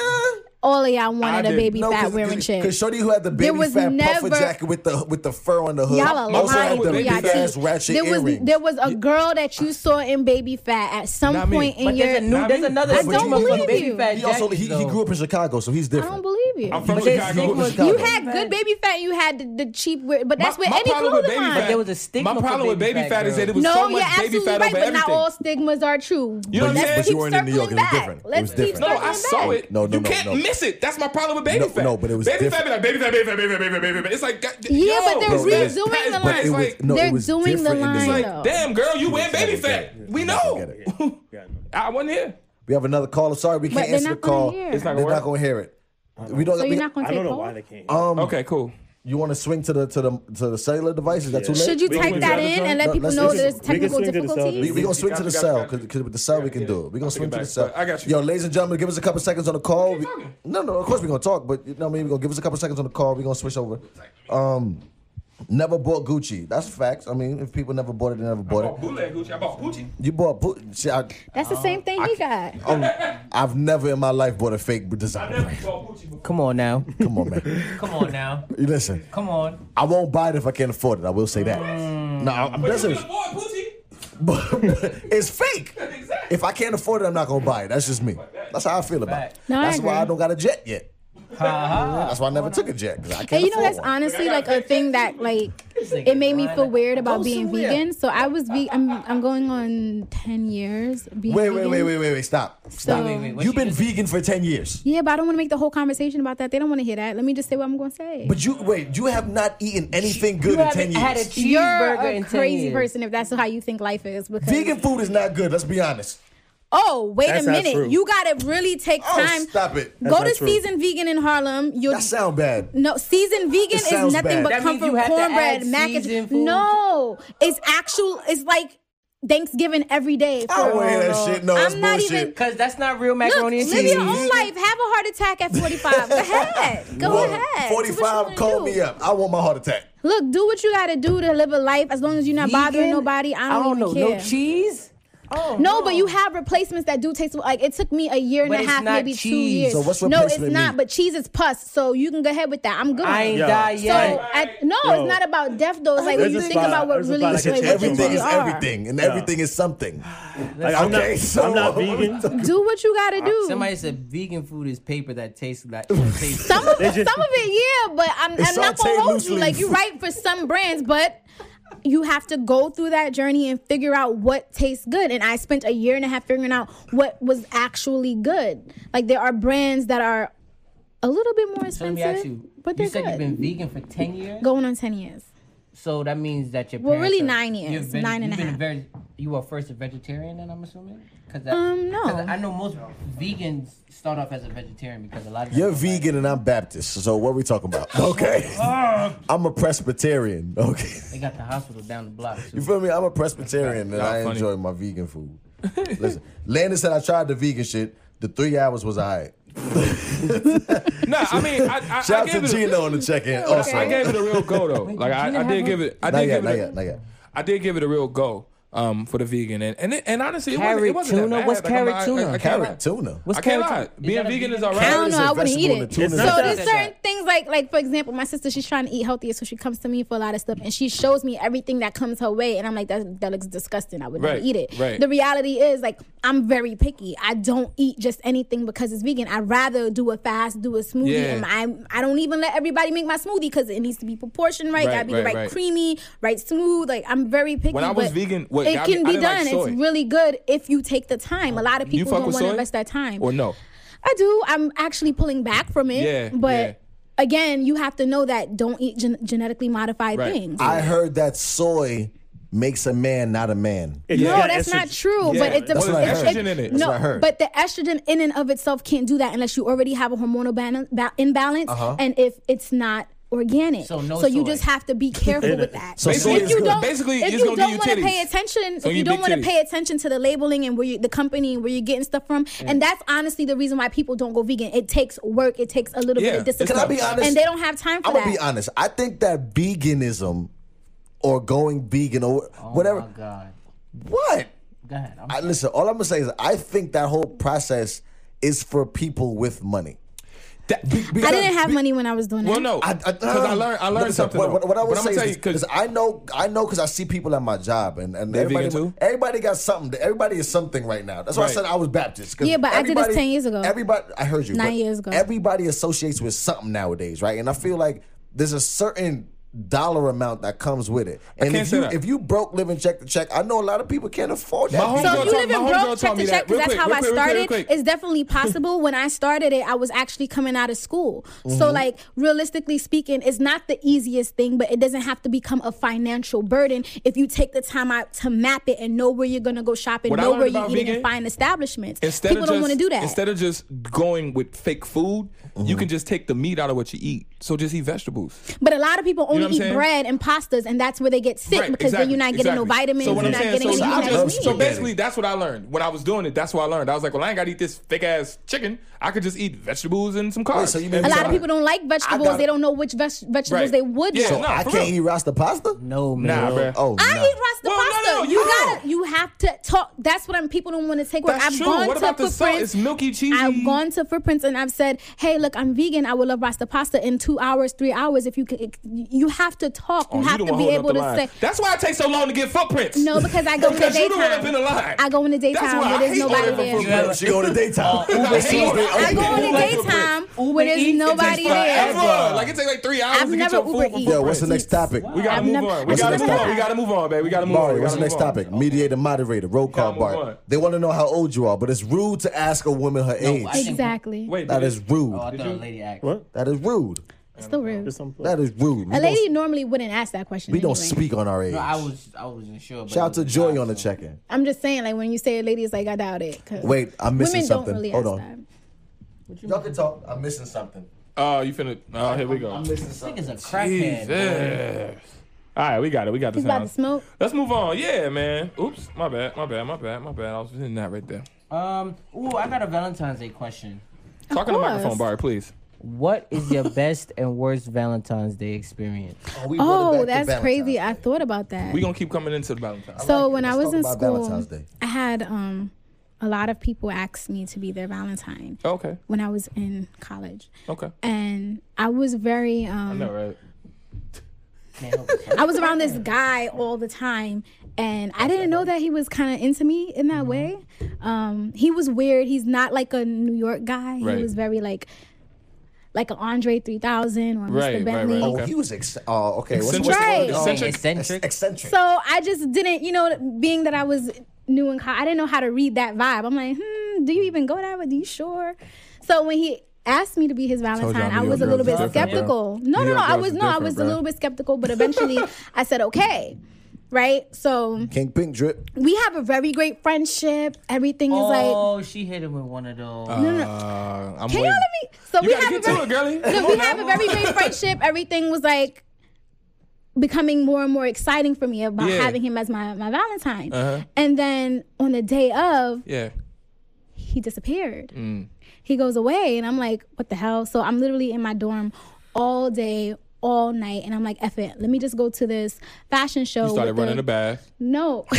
C: All of y'all
B: I
C: wanted a
B: didn't.
C: baby
A: No,
C: fat
A: cause,
C: wearing
A: cause,
C: shit.
A: Cause Shorty who had the baby
C: There was
A: fat puffer
C: never-
A: jacket with the with the fur on the hood.
C: Y'all are
B: My problem
C: lying
B: with
C: through
B: baby
C: y'all
B: fat
A: ass
C: teeth.
A: ratchet
C: There was
A: earrings.
C: there was a girl that you saw in baby fat at some
B: Not me.
C: point in
E: But
C: your.
E: there's a new,
B: Not
E: there's
B: me.
E: another
A: I
E: stigma
A: don't
E: for
A: believe
E: baby
C: you.
E: fat
A: he also he, he
E: jackets,
A: grew up in Chicago, so he's
C: I
A: different.
C: don't believe you.
B: I'm from
E: But there's
B: Chicago.
E: stigma-
A: Chicago.
C: you had good baby fat. You had the, the cheap, wear- but that's
B: My-
C: with
B: my
C: any
B: problem with
C: clothing
B: baby
C: line.
B: fat-
E: There was a stigma
B: My problem
E: for
B: with
E: baby
B: baby
E: fat
B: fat is
E: girls.
B: that it was
C: no,
B: so much
C: you're
B: baby
C: absolutely
B: fat
C: right,
B: over
C: but
B: everything.
C: not all stigmas are true.
B: You know what I'm
C: Let's
B: saying?
A: But
C: keep
A: you weren't in New York. It was
C: circling back.
A: different. It
C: Let's
A: was
C: keep
A: different.
B: No,
C: circling
B: I
C: back.
B: saw it.
A: No, no,
B: you
A: no,
B: can't
A: no.
B: miss it. That's my problem with baby
A: No,
B: fat.
A: no, but it was
B: baby
A: different.
B: fat. Be like baby fat, baby fat, baby fat, baby fat, baby fat, baby. It's like God,
C: Yeah,
B: yo,
C: but they're
B: bro, that's-
C: redoing
B: that is
C: the
B: bad.
A: But
C: line.
B: It's
A: it was
B: like,
A: no,
C: They're
A: it was
C: doing the
A: different in
C: line,
A: New York.
C: though.
B: damn girl, you wear baby fat.
A: get it.
B: We
A: He's not
B: know.
A: gonna get
D: Yeah,
B: I wasn't here.
A: We have another caller. Sorry, we can't
C: they're
A: answer the
C: not gonna
A: call.
C: hear. It's
B: not gonna
A: They're
B: work. Uh-uh.
A: not gonna hear it. We don't.
C: So
A: we-
C: you're not going
D: I
C: to
D: don't
C: take
D: know why
C: hold?
D: they can't.
A: um,
B: Okay, cool.
A: you want to swing to the to the to the cellular device? Is that too
D: Yeah.
A: late?
C: Should you
D: We
C: type
D: can-
C: that
D: we
C: in
D: can-
C: and let people
A: let's-
C: know
A: let's-
C: there's
A: we
D: can
C: technical
D: swing to the
A: We,
C: difficulties?
A: we gonna swing
B: Got
A: to
B: you,
A: the
B: got you,
A: cell
B: got you.
A: because with the cell we can do it. We gonna
B: I'll
A: swing
B: take
A: to the
B: it back,
A: cell.
B: but I got you.
A: Yo, ladies and gentlemen, give us a couple seconds on the call. We-
B: talking.
A: no, no, of course we gonna talk, but you know what I mean. We gonna give us a couple seconds on the call. We gonna switch over. Um, never bought Gucci. That's facts. I mean, if people never bought it, they never bought it.
B: bootleg Gucci. I bought Gucci.
A: You bought. Bo- see, I,
C: That's the same thing he got.
A: um, I've never in my life bought a fake design.
B: bought Gucci before.
E: Come on now.
A: Come on, man.
E: Come on now.
A: You Listen,
E: Come on.
A: I won't buy it if I can't afford it. I will say that.
E: Mm.
A: No, I'm listen,
B: bought Gucci.
A: but, but it's fake. If I can't afford it, I'm not gonna buy it. That's just me. That's how I feel about it.
C: No, I
A: That's why
C: agree.
A: I don't got a jet yet.
E: Uh-huh.
A: That's why I never took a jet. 'cause I can't
C: And you know
A: afford
C: that's
A: one.
C: honestly like a thing that like
E: nigga
C: it made me
E: lying.
C: feel weird
E: Go
C: about being
E: somewhere.
C: vegan. So I was ve- I'm I'm going on ten years. Being
A: Wait, wait,
C: vegan.
A: wait, wait, wait, wait. Stop. Stop.
C: Wait, wait,
E: wait, what
A: You've
E: she
A: been
E: just-
A: vegan for 10 years.
C: Yeah, but I don't want to make the whole conversation about that. They don't want to hear that. Let me just say what I'm going to say.
A: But you, wait, you have not eaten anything good
E: You
A: in 10
E: haven't had a
A: years.
E: cheeseburger
C: You're
E: in
C: a
E: 10
C: crazy
E: years.
C: person if that's how you think life is. Because
A: Vegan food is not good, let's be honest.
C: oh wait
D: That's
C: a
D: not
C: minute,
D: true.
C: you gotta really take
A: Oh,
C: time.
A: stop it.
C: Go
D: not
C: to
D: true.
C: seasoned vegan in Harlem. You'll
A: That sound bad.
C: No, seasoned vegan is
A: sounds
C: nothing
A: bad.
C: but
E: That
C: come
E: means you
C: from
E: have to add
C: cornbread, mac
E: seasoned
C: and
E: food.
C: No, it's actual. It's like Thanksgiving every day.
A: I don't
C: for-
A: want to hear that shit. No,
C: I'm
A: that's
C: not
A: bullshit.
C: even-
E: Cause that's not real
C: Look, oh
E: macaroni
C: live
E: and cheese.
C: your own life. Have a heart attack at 45. Go ahead. Go
A: Well,
C: ahead. Do what you
A: 45,
C: wanna
A: call
C: do.
A: me up. I want my heart attack.
C: Look, do what you gotta do to live a life as long as you're not bothering
E: Vegan?
C: nobody. I don't, even
E: know.
C: care.
E: No cheese. Oh
C: No, but you have replacements that do taste like it took me a year and
E: But
C: a
E: it's
C: half,
E: not
C: maybe two
E: cheese.
C: years.
A: So what's
C: no, it's
A: replacement
C: not.
A: meat?
C: But cheese is pus, so you can go ahead with that. I'm good.
E: I ain't
D: Yo.
E: die
C: So
E: yet.
C: I, no,
D: Yo.
C: it's not about death though. It's like when
D: There's
C: you
D: a
C: think
D: spot-
C: about what
D: there's a
C: really
D: spot I
C: like,
D: can
C: what
D: check
C: you
D: on.
A: everything
C: really
A: is
C: are.
A: everything, and everything is something.
D: Like, I'm
A: Okay,
D: not,
A: so-
D: I'm not vegan.
C: Do what you gotta do.
E: Somebody said vegan food is paper that tastes like. that tastes
C: some of it,
D: just-
C: some of it, yeah, but I'm, I'm
A: sauteed
C: not gonna hold
A: loosely.
C: you. Like you're right for some brands, but you have to go through that journey and figure out what tastes good. And I spent a year and a half figuring out what was actually good. Like there are brands that are a little bit more
E: So let me ask
C: expensive,
E: you.
C: but they're
E: you said
C: good.
E: you've been vegan for ten years.
C: Going on ten years.
E: So that means that your
C: Well,
E: parents
C: really
E: are-
C: nine years,
E: you've been-
C: nine and
E: you've
C: a
E: been
C: half.
E: very- you were first a vegetarian, then I'm assuming. Cause
C: Um, no.
E: 'cause I know most vegans start off as a vegetarian because a lot of them
A: You're
E: don't like-
A: vegan and I'm Baptist, so what are we talking about? Okay. I'm a Presbyterian. Okay.
E: They got the hospital down the block.
A: You
E: So
A: feel me? I'm a Presbyterian and
B: Nah,
A: I
B: funny.
A: enjoy my vegan food. Listen, Landon said I tried the vegan shit. The three hours was all right.
B: No, I mean, I, I,
A: Shout
B: I
A: out to
B: gave it. A,
A: Gina on the check in.
B: I-
A: Also,
B: I gave it a real go though. Like I, I did give it. I
A: not
B: did
A: yet,
B: give
A: not
B: it.
A: yet,
B: a-
A: not yet.
B: I did give it a real go. Um, for the vegan and and, it, and honestly, it wasn't, it
E: Carrot
B: wasn't that
E: tuna?
B: bad.
E: What's
B: Like, I'm-
E: carrot
B: I- I-
E: tuna?
B: I can't lie.
A: Carrot tuna.
E: What's
B: I can't
E: carrot
B: lie.
E: tuna? Is
B: Being
E: that a
B: vegan is
E: vegan?
B: all
C: I
B: right.
C: don't
A: It's
C: know.
A: a
C: I wouldn't eat
A: vegetable and
C: it.
A: a
C: So
A: tuna.
D: It's not
C: there's
E: that
C: certain things like, like for example, my sister she's trying to eat healthier, so she comes to me for a lot of stuff, and she shows me everything that comes her way, and I'm like, that that looks disgusting. I would
B: Right,
C: never eat it.
B: right.
C: The reality is, like, I'm very picky. I don't eat just anything because it's vegan. I'd rather do a fast, do a smoothie,
B: Yeah.
C: and I I don't even let everybody make my smoothie because it needs to be proportioned right.
B: Right,
C: gotta be
B: right,
C: the right,
B: right.
C: creamy, right smooth. Like I'm very picky.
B: When I was
C: but
B: vegan, what
C: it
B: got
C: can
B: me- I
C: be
B: didn't like
C: done.
B: soy.
C: it's really good if you take the time. A lot of
B: You
C: people
B: fuck
C: don't
B: with
C: want to
B: soy
C: invest that time.
B: or no?
C: I do. I'm actually pulling back from it.
B: Yeah,
C: But
B: yeah.
C: again, you have to know that don't eat gen- genetically modified
B: Right.
C: things.
A: I heard that soy makes a man not a man.
C: no, that's not true.
B: Yeah.
C: But it's
B: That's
A: what I
C: it's-
A: heard.
B: Estrogen in it.
C: No,
B: That's
A: what I heard.
C: but the estrogen in and of itself can't do that unless you already have a hormonal ban- ba- imbalance,
B: Uh-huh.
C: and if it's not organic.
E: So no
C: you
E: soy.
C: just have to be careful with that. So
A: Basically,
C: if you
A: it's-
C: don't,
B: basically, it's
C: if you
B: gonna give
C: don't
B: you
C: want to
B: titties.
C: pay attention,
B: So
C: if
B: you
C: you don't
B: big
C: want to
B: titties.
C: pay attention to the labeling and where you, the company and where you're getting stuff from, and
B: Mm.
C: that's honestly the reason why people don't go vegan. It takes work. It takes a little
B: Yeah.
C: bit of discipline.
A: Can I be honest?
C: And they don't have time for
A: I'm
C: that.
A: gonna be honest. I think that veganism or going vegan or whatever.
E: Oh my god.
A: What?
E: Go ahead. I'm
A: I, listen, all I'm gonna say is I think that whole process is for people with money.
B: That-
C: I didn't have money when I was doing
B: Well,
C: that.
B: no,
A: I,
B: because I, learned I learned
A: Um, listen,
B: something.
A: What, what- what I
B: though.
A: would
B: But I'm
A: say
B: gonna tell you
A: is,
B: because
A: is I know I know because I see people at my job and, and
B: They
A: everybody,
B: vegan too?
A: everybody got something. Everybody is something right now. That's why I
B: Right.
A: said I was Baptist. 'cause
C: Yeah, but I did this
A: everybody-
C: 10 years ago.
A: Everybody, I heard you.
C: Nine
A: but
C: years ago.
A: Everybody associates with something nowadays, right? And I feel like there's a certain dollar amount that comes with it. And
B: can't
A: if
B: say
A: you
B: that.
A: if you broke living check to check, I know a lot of people can't afford that.
B: My homegirl
C: So if you
B: told-
C: live
B: my
C: in
B: homegirl
C: broke, check
B: told me
C: to
B: that.
C: check,
B: Real
C: because that's
B: quick,
C: how
B: real
C: I
B: quick, real quick, real
C: started.
B: quick.
C: It's definitely possible. when I started it, I was actually coming out of school.
B: Mm-hmm.
C: So, like, realistically speaking, it's not the easiest thing, but it doesn't have to become a financial burden if you take the time out to map it and know where you're going to go shopping,
B: What I
C: know
B: learned
C: where you're
B: about
C: eating
B: vegan-
C: and find establishments.
B: instead
C: People
B: of just
C: don't want to do that.
B: instead of just going with fake food,
A: Mm-hmm.
B: you can just take the meat out of what you eat. So just eat vegetables.
C: but a lot of people
B: know
C: only
B: what I'm
C: eat
B: saying?
C: bread and pastas, and that's where they get sick
B: Right,
C: because then you're not getting no
B: exactly.
C: vitamins,
B: what
C: you're
B: I'm
C: not
B: saying,
C: getting
B: so
C: anything
A: I
B: you
C: that you
A: just-
C: need.
B: so basically, that's what I learned when I was doing it. That's what I learned. I was like, well, I ain't got to eat this thick ass chicken. I could just eat vegetables and some carbs.
A: so you mean-
C: a
B: And
C: lot
B: some-
C: of people don't like vegetables.
A: got-
C: they don't know which ves- vegetables
B: Right.
C: they would
B: Yeah,
C: like.
B: no,
A: I
B: for
A: can't
B: real.
A: eat rasta pasta.
E: no man.
B: Nah, bruh.
A: Oh,
C: I
A: no.
C: eat rasta
B: Well, no,
C: pasta.
B: no,
C: you
B: you
C: gotta, you have to talk. That's what I'm. People don't want to take work.
B: That's
C: I've
B: true.
C: gone
B: What
C: to
B: about the salt? It's
C: footprints.
B: milky cheesy.
C: I've gone to footprints and I've said, "Hey, look, I'm vegan. I would love rasta pasta in two hours, three hours. If you can, you have to talk.
B: Oh,
C: you
B: you
C: have
B: the
C: to
B: one
C: be
B: holding
C: able
B: up
C: to
B: the line.
C: say."
B: That's why it takes so long to get footprints.
C: No, because I go in the
B: Because you the one up
C: daytime.
B: in the line.
C: I go in the daytime
B: why I
C: where there's
B: hate
C: nobody
B: ordering
C: there.
B: from
A: Yeah, she go to daytime.
B: Uber Eats.
C: Uh, I go in the
B: Uber Eats.
C: daytime
E: Uber
C: where there's
E: Eats. It takes
C: nobody
E: forever.
C: there.
B: Ever. Like it takes like three hours
C: I've
B: to get
C: never
B: your food.
C: Uber
B: from
C: eaten.
A: Yo,
B: footprints.
A: what's the next topic?
B: We gotta
C: I've
B: move
C: never-
B: on. We
C: What's
B: gotta
C: the
B: move
C: next
B: on. We
C: topic?
B: gotta move on, babe. We gotta move on.
A: Mari,
B: We
A: what's the
B: gotta
A: next
B: move on.
A: topic? Mediator, moderator, roll call,
B: Gotta move on.
A: Bart. They want to know how old you are, but it's rude to ask a woman her age.
E: I-
C: Exactly.
B: Wait,
A: that
B: did-
A: is rude.
E: Oh, I thought a lady act.
D: What?
A: That is rude.
C: It's still rude.
D: There's some-
A: That is rude. We
C: A lady
A: don't,
C: normally wouldn't ask that question.
A: we don't
C: anyway.
A: speak on our age.
E: No, I was I wasn't sure. but
A: Shout out
E: it
A: to
E: was a
A: Joy
E: vibe,
A: on the
E: so-
A: check-in.
C: I'm just saying, like when you say a lady's like, I doubt it. 'cause
A: Wait, I'm missing
C: women
A: something.
C: Don't really
A: Hold
C: ask
A: on.
C: That.
A: Y'all can talk. I'm missing something.
B: Oh, you finna. Oh, here we go.
A: missing
E: Nigga's a
B: Jesus.
E: crackhead. boy.
B: All right, we got it. We got this
C: He's about
B: now.
C: to smoke.
B: Let's move on. Yeah, man. Oops, my bad. My bad. My bad. My bad. I was in that right there.
E: Um. Ooh, I got a Valentine's Day question.
B: Talk in the
C: course.
B: microphone, Barry, please.
E: What is your best and worst Valentine's Day experience?
A: we brought it
C: Oh,
A: back to
C: that's
A: Valentine's
C: crazy.
A: Day.
C: I thought about that.
B: We gonna keep coming into the Valentine's.
C: so
A: like it.
C: when
A: Let's
C: I was
A: talk
C: in
A: about Valentine's
C: school,
A: Day.
C: I had um, a lot of people ask me to be their Valentine
B: Okay.
C: when I was in college,
B: Okay.
C: and I was very um,
B: No, right.
E: Can't help it.
C: I was around this guy all the time, and I didn't know that he was kind of into me in
B: Mm-hmm.
C: that way. Um, he was weird. He's not like a New York guy.
B: Right.
C: He was very like, like an Andre 3000 or
B: Right, right,
C: Mr. Bentley.
B: right.
A: Oh,
B: Okay.
A: he was ex- oh, okay. What's, what's
B: Eccentric.
C: Right.
A: the word?
E: Saying eccentric.
A: Eccentric.
C: So I just didn't, you know, being that I was new in college, I didn't know how to read that vibe. I'm like, hmm, do you even go that way? Do you sure? So when he asked me to be his
B: y'all,
C: Valentine,
B: New
C: I was a
B: York
C: little
B: girls
C: bit
B: is different,
C: skeptical. No,
B: New
C: no, no,
B: York
C: I
B: girls
C: was
B: is
C: no, I
B: different,
C: was
B: bruh.
C: a little bit skeptical, but eventually I said, okay, right? So
A: King Pink Drip.
C: we have a very great friendship. Everything is like.
E: Oh, she hit him with one of those.
B: Uh, I'm
C: Can
B: waiting.
C: y'all let me? So
B: You
C: we
B: gotta
C: have a
B: get to
C: very,
B: it, girlie.
C: No,
B: Come
C: we
B: on
C: have
B: now.
C: a very great friendship. Everything was like becoming more and more exciting for me about
B: Yeah.
C: having him as my my Valentine.
B: Uh-huh.
C: And then on the day of,
B: Yeah.
C: he disappeared.
B: Mm.
C: He goes away, and I'm like, what the hell? So I'm literally in my dorm all day, all night, and I'm like, F it. Let me just go to this fashion show.
B: You started
C: with the-
B: running the bath.
C: No,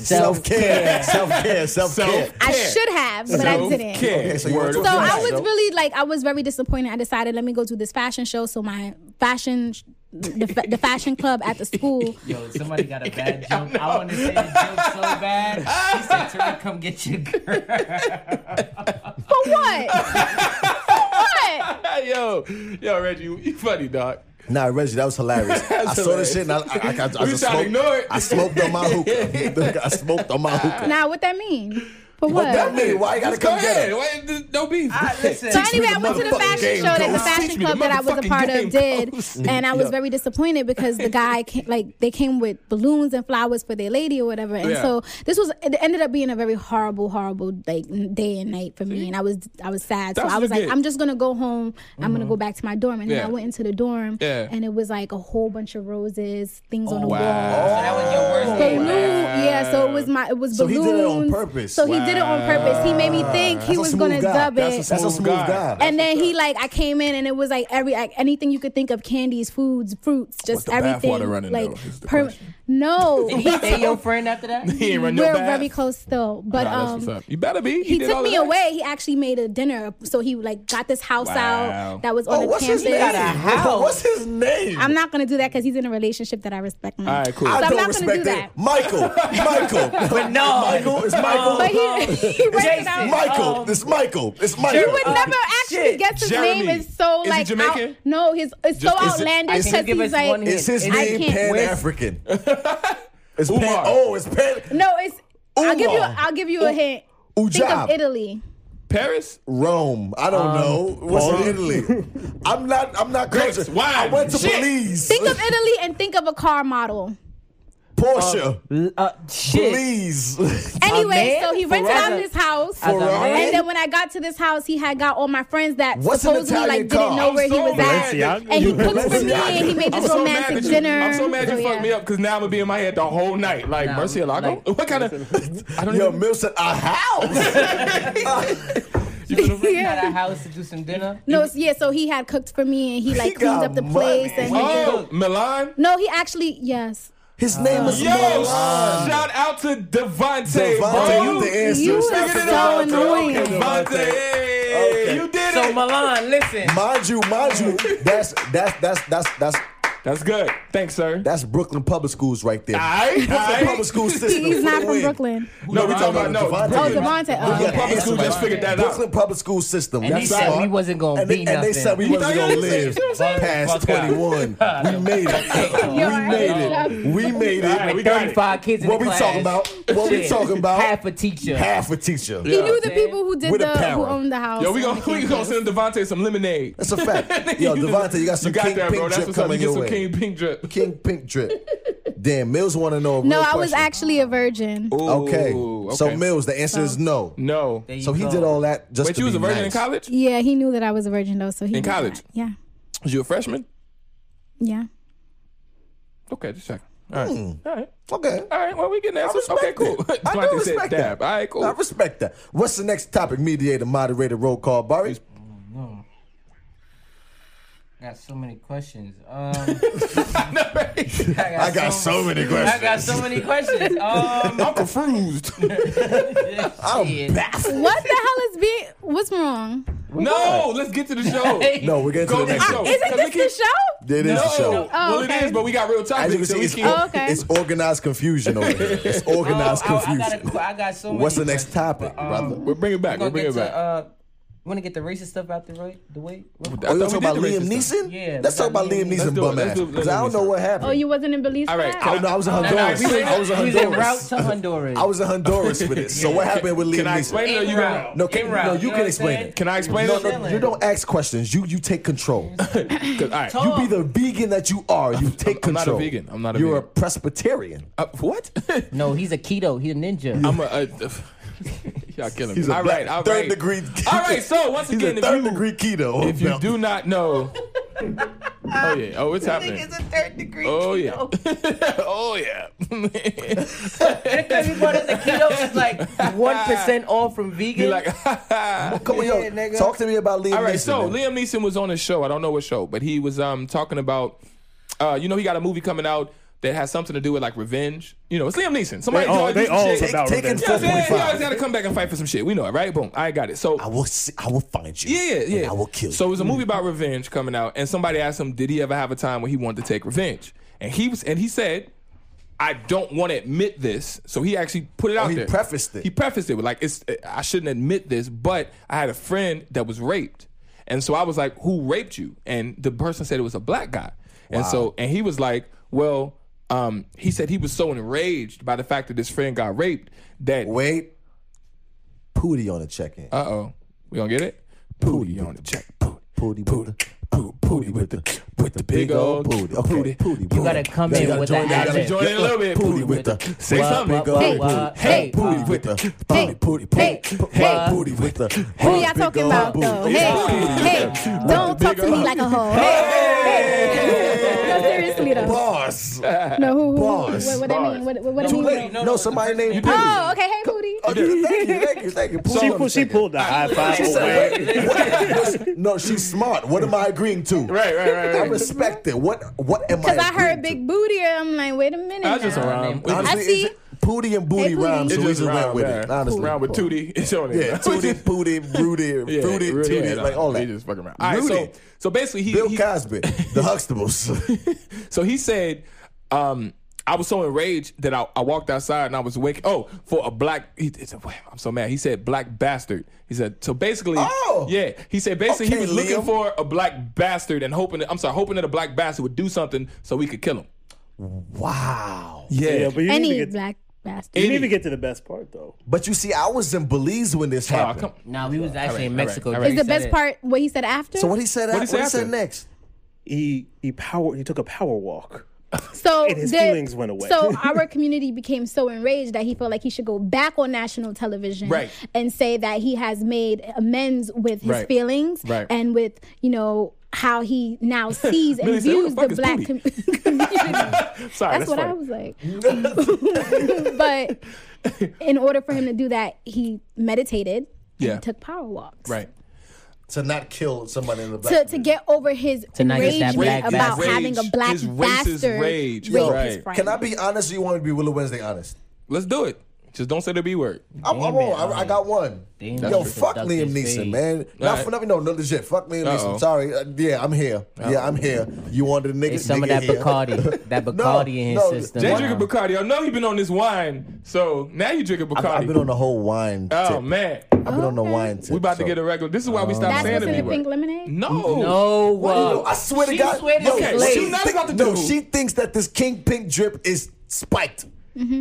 A: Self care, self care, self care.
C: I
B: Care.
C: should have, but I didn't.
B: Care.
A: Okay, so you
B: Word
A: went
B: of
A: to
C: So
A: a
B: mouth.
C: I
A: Yeah,
C: was
A: so-
C: really like, I was very disappointed. I decided let me go do this fashion show. So my fashion, sh- the, fa- the fashion club at the school.
E: Yo, somebody got a bad joke. I want to say the joke so bad. She said, Tariq, come get your girl.
C: For what? For
B: yo, yo, Reggie, you, you funny dog.
A: Nah, Reggie, that was hilarious. I saw this shit and I, I, I, I, I
B: We
A: just
B: tried to
A: smoked.
B: ignore it.
A: I smoked on my hookah. I smoked on my hookah.
C: what? Now what that mean? For what?
A: that mean? Why you gotta
B: Just go
A: come get
B: ahead.
A: him?
B: Why, th- no beef.
E: I, listen,
C: So
A: me
C: anyway, I
A: the
C: went to the
A: motherfucking
C: fashion
A: game,
C: show that the
A: Ghost.
B: Teach
C: fashion
B: me the
C: club that I was a
B: motherfucking
C: part
B: game,
C: of did,
B: Ghost.
C: and I was
A: Yeah.
C: very disappointed because the guy came, like they came with balloons and flowers for their lady or whatever, and
B: Yeah.
C: so this was it ended up being a very horrible, horrible like n- day and night for me, and I was I was sad,
B: That's
C: so I was like,
B: legit.
C: I'm just gonna go home, I'm
A: Mm-hmm.
C: gonna go back to my dorm, and
B: Yeah.
C: then I went into the dorm,
B: Yeah.
C: and it was like a whole bunch of roses, things on the wall.
B: wow.
E: that was your worst day.
C: Balloon, yeah. So it was my, it was
A: Oh, So he
C: balloons.
A: did it on purpose.
C: So he did it on purpose. He made me think he
A: That's a
C: was
A: smooth
C: gonna
A: guy.
C: dub it
A: That's a That's a
B: smooth
A: smooth
B: guy.
A: guy.
C: and then he like I came in and it was like every like, anything you could think of candies, foods, fruits, just
B: the
C: everything.
B: bathwater running,
C: like
B: though, is the question.
C: no,
E: Did
C: he,
E: he stay your friend after that?
B: He ain't run your
C: we're
B: bath.
C: very close still. But
B: Nah, that's
C: um,
B: what's up. You better be.
C: he
B: did all
C: took
B: of
C: me
B: that.
C: away. He actually made a dinner, so he like got this house
B: Wow.
C: out that was on
A: Oh,
C: the
A: what's his
C: campus.
A: name?
E: house.
A: What's his name?
C: I'm not gonna do that because he's in a relationship that I respect. Man.
B: All right, cool.
C: So
A: I
C: I'm
A: don't
C: not gonna
A: respect
C: do that.
A: it. Michael, Michael,
E: But no.
A: Michael, it's Michael.
C: But he, he worked it
E: Jason.
C: out.
A: Michael,
E: Um,
A: it's Michael, it's Michael.
C: You would never actually
E: shit.
C: guess his
B: Jeremy.
C: name. It's so
B: Is he
C: like
B: Jamaican?
C: out, no, his it's so
B: Just- is it-
C: outlandish
E: Can you
C: because
E: give
C: he's
E: us one
C: like
E: hint?
A: It's his
E: Is-
A: name,
C: can't-
A: Pan
E: Where's-
A: African. It's Pan.
B: Umar.
A: Oh, it's Pan.
C: No, it's. I'll give you.
A: Umar.
C: I'll give you a hint. Think
A: Ujab.
C: of Italy.
B: Paris.
A: Rome. I don't
B: Um,
A: know. What's in Italy? I'm not. I'm not
B: Grapes,
A: cultured.
B: wine,
A: I went to
B: shit.
A: Belize.
C: Think of Italy and think of a car model.
A: Porsche.
E: Uh, shit.
A: Belize.
C: Anyway,
E: man?
C: so he rented out
E: Ferrari?
C: his house.
E: As a man?
C: And then when I got to this house, he had got all my friends that
A: What's an
C: supposedly
A: Italian
C: like
A: car?
C: didn't know
A: I'm
C: where he
B: so
C: was
B: mad.
C: at.
D: Balenciaga?
C: And he cooked for me
A: Balenciaga.
C: and he made
B: I'm
C: this
B: so mad
C: romantic
B: that you,
C: dinner.
B: I'm so mad you
C: So,
B: fucked
C: yeah.
B: me up because now I'm gonna be in my head the whole night. Like
E: Nah,
B: Murcielago.
E: like-
B: what kind of? I don't
A: Yo,
B: even.
A: Mill said a house.
B: You feel me?
E: At our house to do some dinner.
C: No, it's- yeah, so he had cooked for me and he like cleaned
A: got
C: up the
A: money.
C: place and he did-
B: Oh, Milan.
C: No, he actually yes.
A: His name is
B: Yo,
A: Milan.
B: Uh, shout out to Devontae.
A: Devontae, you
B: bro.
A: the answer.
C: You
A: Stop
C: is
A: it
C: so
A: out.
C: annoying.
B: Devontae.
A: Okay.
B: You did
E: So
B: it.
E: Milan, listen.
A: Mind you, mind you, that's that's that's that's that's
B: That's good. Thanks, sir.
A: that's Brooklyn public schools right there.
B: Aight, aight.
A: Brooklyn public school system.
C: He's not
A: for the
C: from
A: win.
C: Brooklyn.
B: No, we talking about no.
A: Devontae.
C: Oh,
A: Yeah.
C: Devontae. Oh,
A: Yeah,
B: Brooklyn public
C: okay.
B: school
A: that's
B: just
A: right.
B: figured that
A: Brooklyn
B: out.
A: public school system.
E: And he
A: That's
E: said
A: smart.
E: we wasn't gonna
A: and they,
E: be
A: and they
E: nothing.
A: said we
B: You
A: wasn't
B: know,
A: gonna
B: you see-
A: live
B: you know what I'm saying?
A: past
E: Fuck out.
A: 21. We made it.
C: Yo,
A: We made it. We made
B: All right,
A: it.
B: we got it.
E: 35 kids in
A: What
E: the
A: we
E: class.
A: talking about? What we
E: Shit.
A: talking about?
E: Half a teacher.
A: Half a teacher.
C: He knew the
E: Yeah.
C: people who did
A: With a
C: the who
A: power.
C: owned the house.
B: Yo, we
C: on
B: gonna
C: the
B: we gonna
C: campus.
B: send Devontae some lemonade.
A: That's a fact. Yo, Devontae, you got some
B: You got
A: king
B: that,
A: pink
B: bro. That's
A: drip
B: what's up. You
A: coming
B: get
A: your
B: some
A: way.
B: king pink drip.
A: King pink drip. Damn, Mills want to know. A
C: No,
A: real
C: I was
A: question.
C: actually a virgin.
A: Okay.
B: Ooh,
A: So
B: okay.
A: Mills, the answer is no.
B: No.
E: There you
A: So he
E: go.
A: did all that just
B: But
A: to
B: you was
A: be
B: a virgin in
A: nice.
B: college?
C: Yeah, he knew that I was a virgin though, so he
B: In
C: did
B: college?
C: that. Yeah,
B: Was you a freshman?
C: yeah.
B: Okay, just check. All right. All right.
A: Okay.
B: All right. Well, we getting
A: I
B: answers.
A: respect
B: Okay, cool.
A: That. I
B: Devontae
A: do
B: said
A: respect
B: dab.
A: that.
B: All right, cool.
A: I respect that. What's the next topic? Mediator, moderator, roll call. Barry.
E: Mm. Got so many questions. Um,
A: I got so many
E: I
A: questions.
E: got so many questions. Um,
B: I'm confused.
E: shit.
C: What the hell is being? What's wrong?
B: no, let's get to the show.
E: Oh,
A: No, we're getting to
B: Go
A: the
B: to the
A: next
B: show.
A: show.
B: Is
C: Isn't
B: it
C: this the show?
A: It is
B: No.
A: the show.
C: Oh,
B: well, it
C: okay.
B: is, but we got real
A: As you
B: topics.
A: can see,
B: So we
A: it's,
B: keep.
C: Oh, okay.
A: it's organized confusion over here. It's organized
E: Um, I, I, got a,
A: confusion.
E: qu- I got so many
A: What's the next
E: questions,
A: topic,
E: but, um,
A: brother?
B: We're bringing it
E: we're
B: back. We're
E: gonna
B: bringing
E: get
B: it
E: to,
B: back.
E: uh, want to get the racist stuff out the way? The way?
A: Oh, you
B: I
A: talking
B: thought
A: about
B: we did
A: Liam
B: the racist stuff.
A: Neeson?
E: Yeah,
A: Let's
E: we
A: talk
E: got
A: about Liam
E: Liam Neeson.
A: Neeson
B: Let's do it.
A: bum
B: Let's
A: ass.
B: do it.
A: Because I don't know what happened.
C: Oh, you wasn't in Belize.
B: All right,
C: for
A: I
C: that?
A: don't know. I was in
E: No, no,
A: Honduras.
E: we was-
A: I was in
E: we was en route
A: Honduras.
E: to Honduras.
A: I was in Honduras with it. So what happened with
B: Can
A: Liam
B: I
A: Neeson?
B: explain it? Or
E: En
B: you
E: route.
B: gonna-
A: No, can,
E: En route,
A: no,
E: you
A: you
E: know
A: can
E: what
A: explain
E: I'm
A: it.
B: Can I explain
A: No,
B: it?
A: no, you don't ask questions. You you take control.
B: 'Cause- all right.
E: Talk.
A: You be the vegan that you are. You take
B: I'm not a
A: control.
B: vegan. I'm not a
A: You're
B: vegan.
A: a Presbyterian.
B: Uh, what?
E: No, he's a keto. He's a ninja.
B: I'm a. Uh, y'all killing me.
A: He's a
B: all
A: black
B: right. All
A: third
B: right.
A: degree.
B: All right. So once
A: He's
B: again,
A: a
B: if
A: third
B: you
A: degree keto.
B: if you do not know Oh yeah. Oh, it's
F: I think
B: happening.
F: it's a third degree.
B: Oh yeah.
F: keto.
B: oh yeah.
E: And the crazy part is the keto is like one percent off from vegan.
B: Be like,
A: Come on, yo,
E: Yeah, nigga.
A: talk to me about Liam
B: all right.
A: Neeson,
B: So
A: man.
B: Liam Neeson was on a show. I don't know what show, but he was um talking about, uh, you know, he got a movie coming out that has something to do with like revenge. You know, it's Liam Neeson. Somebody
D: They all,
B: always
D: Oh, they
B: do some
D: all
B: shit.
D: about
A: Taking
D: revenge.
B: You know what I'm saying? He
A: 4.5.
B: always got to come back and fight for some shit. We know it, right? Boom. I got it. So
A: I will see, I will find you.
B: Yeah, yeah,
A: and
B: yeah.
A: I will kill you. Mm.
B: So it was a movie about revenge coming out, and somebody asked him, "Did he ever have a time when he wanted to take revenge?" And he was, and he said, "I don't want to admit this." So he actually put it out
A: Oh, he
B: there.
A: prefaced it.
B: He prefaced it with like, "It's I shouldn't admit this, but I had a friend that was raped, and so I was like, who raped you?" And the person said it was a black guy, and so and he was like, "Well." Um, he said he was so enraged by the fact that his friend got raped that
A: Wait, Pooty on the check-in.
B: uh oh. We gonna get it? Pooty on the check. Pooty.
A: Pooty with
B: Pooty. Pooty, pooty with the with the big old
A: pooty.
B: Oh,
A: Okay,
B: pooty.
A: pooty.
E: You gotta come in with
A: join
E: that
A: in. You gotta
E: ad-lib.
A: join in a little bit. Pooty with the
B: Say something.
A: big old
E: Hey,
A: pooty.
E: hey,
A: pooty
E: uh,
A: with the
C: hey,
A: pooty, pooty, pooty,
C: hey,
A: hey,
C: hey.
A: pooty with the.
C: Who y'all talking about though? Hey, hey, don't talk to me like a hoe. Hey, no, seriously though.
A: Boss.
C: No, who, who,
A: Boss.
C: what, what I mean, what, what, what I
A: Too
C: mean.
A: late. No, somebody named.
B: did.
A: Pooty.
C: Oh, okay. Hey, Booty.
A: Oh, you- Thank you, thank you, thank you. Pooty
D: She,
A: on the
D: pulled- she
A: check-in.
D: pulled the high five
A: She
D: away.
A: said, "What- what- No, she's smart. What am I agreeing to?
B: Right, right, right,
A: I
B: right.
A: respect it. What what am I?
C: Because I heard
A: agreeing
C: big
A: to?
C: booty, I'm like, wait a minute.
B: I just
C: now.
B: around.
A: Honestly,
C: I see.
A: it's- Pooty and booty
C: Hey, Pooty.
A: rhyme,
C: It
A: so we just went with it. Honestly,
B: Round with Tootie. It's your name.
A: Yeah, tooty, pooty, rooty,
B: Yeah,
A: fruity,
B: really,
A: tooty,
B: yeah, nah,
A: like all
B: They
A: that.
B: just fucking around. All right, so,
A: Rooted.
B: so basically, he,
A: Bill
B: he
A: Cosby, the Huxtables.
B: so he said, um, I was so enraged that I, I walked outside and I was waking. Oh, for a black, he, it's a, I'm so mad. He said black bastard. He said so basically.
A: Oh!
B: yeah. He said basically
A: Okay,
B: he was looking
A: Liam.
B: for a black bastard and hoping. That, I'm sorry, hoping that a black bastard would do something so we could kill him.
A: wow.
D: Yeah, but you need,
C: Any
D: to get,
C: black bastard.
D: you need to get to the best part, though.
A: But you see, I was in Belize when this
B: Oh,
A: happened.
B: come.
E: nah, we was actually in Mexico.
B: all
E: till
B: right.
E: he
C: Is the
E: said
C: best
E: it.
C: part what he said after?
A: So what he said? What
B: he
A: he
B: say
A: said,
B: after?
A: next?
D: He he power. He took a power walk.
C: So
D: And his
C: the-
D: feelings went away.
C: So our community became so enraged that he felt like he should go back on national television
B: Right.
C: and say that he has made amends with his
B: Right.
C: feelings
B: Right.
C: and with you know how he now sees
B: Millie
C: and
B: said, "Who
C: views
B: the fuck
C: the,
B: is
C: black
B: Booty?"
C: com- community.
B: Sorry, that's,
C: That's, what
B: funny.
C: I was like. but in order for him to do that, he meditated.
B: Yeah.
C: And took power walks.
B: Right.
A: To not kill somebody in the black.
C: To, to get over his
E: not get
C: enragement
E: that black
C: about
E: bastard.
C: having a
B: Rage.
C: black
B: His racist
C: bastard
B: rage.
C: rape
B: Yo,
C: his friend.
A: Can I be honest? Or you want me to be Willow Wednesday honest?
B: Let's do it. Just don't say the B word.
A: I'm, I'm
E: Damn
A: on.
E: it,
A: I, I
E: Ryan.
A: got one.
E: Damn,
A: Yo,
E: that's
A: fuck
E: productive
A: Liam Neeson,
E: speed.
A: man. Not
B: right.
A: for nothing. No, no legit. Fuck Liam
B: Uh-oh.
A: Neeson. Sorry. Uh, yeah, I'm here. Yeah, I'm here. You wanted a nigga?
E: It's some of
A: nigga
E: that
A: here.
E: Bacardi, that Bacardi in his
A: no,
E: system.
B: Jay
E: Wow.
B: drinking Bacardi. I know he been on this wine, so now you drinking Bacardi.
A: I've, I've been on the whole wine. Tip.
B: oh man,
A: I've been on the
C: Okay.
A: wine. Tip,
B: we about
A: so-
B: to get a regular. This is why we stopped
C: That's
B: saying
C: what's
B: the
C: in
B: B
C: the
B: word.
C: pink lemonade?
B: No,
E: No,
A: Yo,
E: uh,
A: I swear to
E: she
A: God.
E: swear to
A: yo,
B: Okay,
E: Blake.
B: she not
A: think-
B: about to
A: no,
B: do-
A: she thinks that this king pink drip is spiked.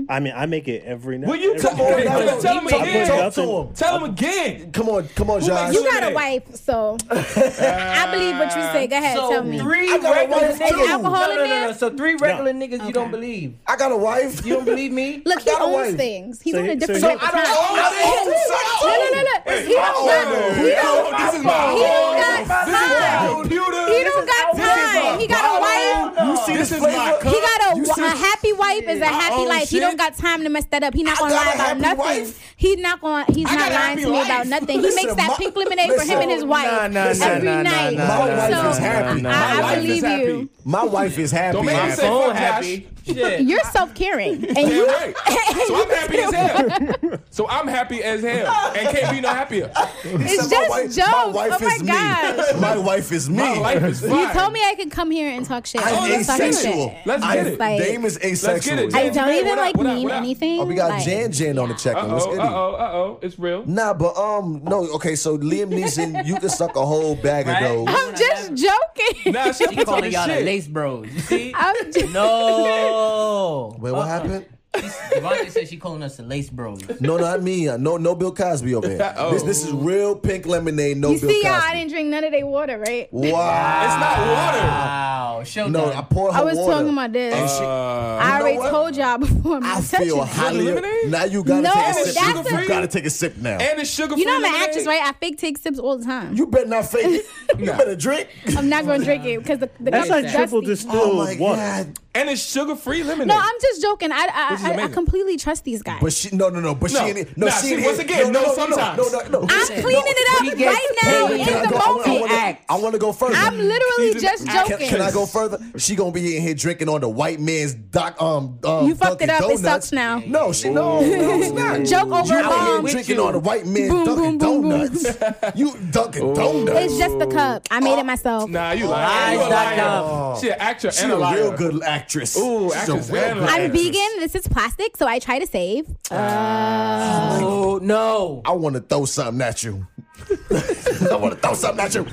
D: I mean, I make it every night.
B: Will you
D: every
B: come
D: night.
B: on now?
A: now,
B: Tell him
A: talk,
B: again.
A: talk to him.
B: tell him again.
A: Come on, come on,
B: makes
A: Josh.
C: You got
B: Lemonade.
C: a wife, so I believe what
B: Uh,
C: you say. Go ahead,
E: So
C: tell me.
E: three
A: I got a
E: regular
A: wife,
E: niggas.
A: too.
C: Alcohol
E: no, no,
C: in
E: no, no.
C: there?
E: So three regular
C: No.
E: niggas
C: Okay.
E: you don't believe.
A: I got a wife.
E: You don't believe me?
C: Look, he
A: got a
C: owns
A: wife.
C: things. He's
D: So
C: on a
D: he- so
C: different
D: he-
C: type of
A: I don't
C: time.
A: own nothing.
C: No, no, no,
A: I
C: no. He don't got. He don't
B: this is
C: got.
B: my
C: He
B: home.
C: don't got
B: This is my
C: time.
B: computer.
C: He don't got
B: This is my
C: time. He got a wife.
A: You see
B: This
A: this
B: is my
A: flavor?
B: cup.
C: He got a,
A: You see- Oh,
C: a happy wife is a happy
B: own
C: life. He don't
B: shit.
C: got time to mess that up. He not
A: I
C: gonna
A: got
C: lie
A: a
C: about
A: happy
C: nothing.
A: wife.
C: He not gonna. He's
A: I got
C: not
A: a
C: lying
A: happy
C: to me about
A: life.
C: nothing.
A: Listen,
C: he makes that
A: my-
C: pink lemonade for him
A: listen.
C: and his wife
E: Nah, nah, nah,
C: every
E: nah, nah,
C: night.
E: nah,
A: My wife
C: so
A: is happy.
C: I,
A: My
C: I
A: wife is
C: believe you.
A: My wife is happy.
B: Don't make me say
E: Phone
B: fuck happy.
E: happy. Shit.
C: You're self caring, and
B: Damn
C: you
B: right. So I'm happy as hell. So I'm happy as hell, and can't be no happier.
A: It's
C: just jokes.
A: My wife
C: Oh my Oh,
A: is
C: gosh.
A: me. My wife is me.
B: My life is fine.
C: You told me I could come here and talk shit.
A: I'm
B: Oh,
C: So I
B: let's
C: heard
A: asexual.
C: that.
B: Let's
A: I,
B: get it.
A: Dame is
B: Let's get
A: asexual.
B: it.
C: I
B: Jan.
C: don't
B: Hey,
C: even
B: what up,
C: like
B: what up,
C: mean
B: what up?
C: anything.
A: Oh, we got
C: like,
A: Jan Jan on the check.
B: Uh
A: Let's get
B: oh,
A: it.
B: uh oh, uh oh. It's real.
A: Nah, but um, no. Okay, so Liam Neeson, you can suck a whole bag of those.
C: I'm just joking.
B: Nah, she
E: She
B: be
E: calling
B: talking
E: y'all the
B: shit.
E: lace bros. You see?
C: I'm just,
E: no.
A: Wait, what happened?
E: Devontae said she calling us the lace bros.
A: No, not me. Uh, No, no Bill Cosby over here.
B: Oh.
A: This, this is real pink lemonade. No
C: you
A: Bill
C: see, y'all, I
A: Cosby.
C: didn't drink none of their water, right?
A: wow.
B: It's not water.
E: Wow. Showdown.
A: No, I poured her
C: I was
A: water.
C: talking about this.
A: And she-
B: Uh,
C: I
A: know
C: already
A: what?
C: told y'all job before me.
A: I
C: I'm touching
A: feel
C: it.
A: highly.
B: lemonade?
A: Now you gotta
C: No,
A: take a sip.
C: that's
A: You
C: a-
A: gotta take a sip now.
B: And it's sugar.
C: You know I'm an actress, right? I fake take sips all the time.
A: you better not fake it. You
B: Nah.
A: better drink.
C: I'm not gonna drink it because the, the
D: That's
C: cup
D: like
C: is
D: triple
C: dusty.
D: distilled
A: Oh my
D: water.
A: god.
B: And it's sugar free lemonade.
C: No, I'm just joking. I
B: This is
C: I, I, I
B: amazing.
C: completely trust these guys.
A: But she no no no. But
B: No.
A: she ain't, no
B: Nah,
A: she
B: see,
A: ain't
B: once again, no sometimes.
A: no no no.
C: I'm cleaning it up
E: gets
C: right now
E: paid.
A: Can I
C: in the
A: go- "Oh, I wanna- I
C: moment.
A: wanna- I want to go further.
C: I'm literally
B: She's
C: just
B: an actress.
A: Can,
C: joking.
A: can I go further? She gonna be in here drinking on the white man's doc. Um, um
C: You fucked it
A: Dunkin'
C: up. It
A: Donuts.
C: sucks now.
A: No, she no, no, it's not.
C: Joke over
A: you
C: a
A: out here
C: bomb.
A: drinking on the white man's
C: Boom,
A: Dunkin'
C: boom, boom, boom.
A: Donuts. you Dunkin' Donuts.
C: It's just the cup. I made it myself.
B: Nah, you lying. You a
E: Lies dot
B: liar. She an actor
A: She
B: and
A: a
B: a liar.
A: real good actress.
B: Ooh,
A: She's
B: actress
A: a real
B: and
A: good
B: liar.
C: I'm
A: actress.
C: vegan. This is plastic, so I try to save. Uh,
E: Oh no!
A: I want to throw something at you. I want to throw something at you.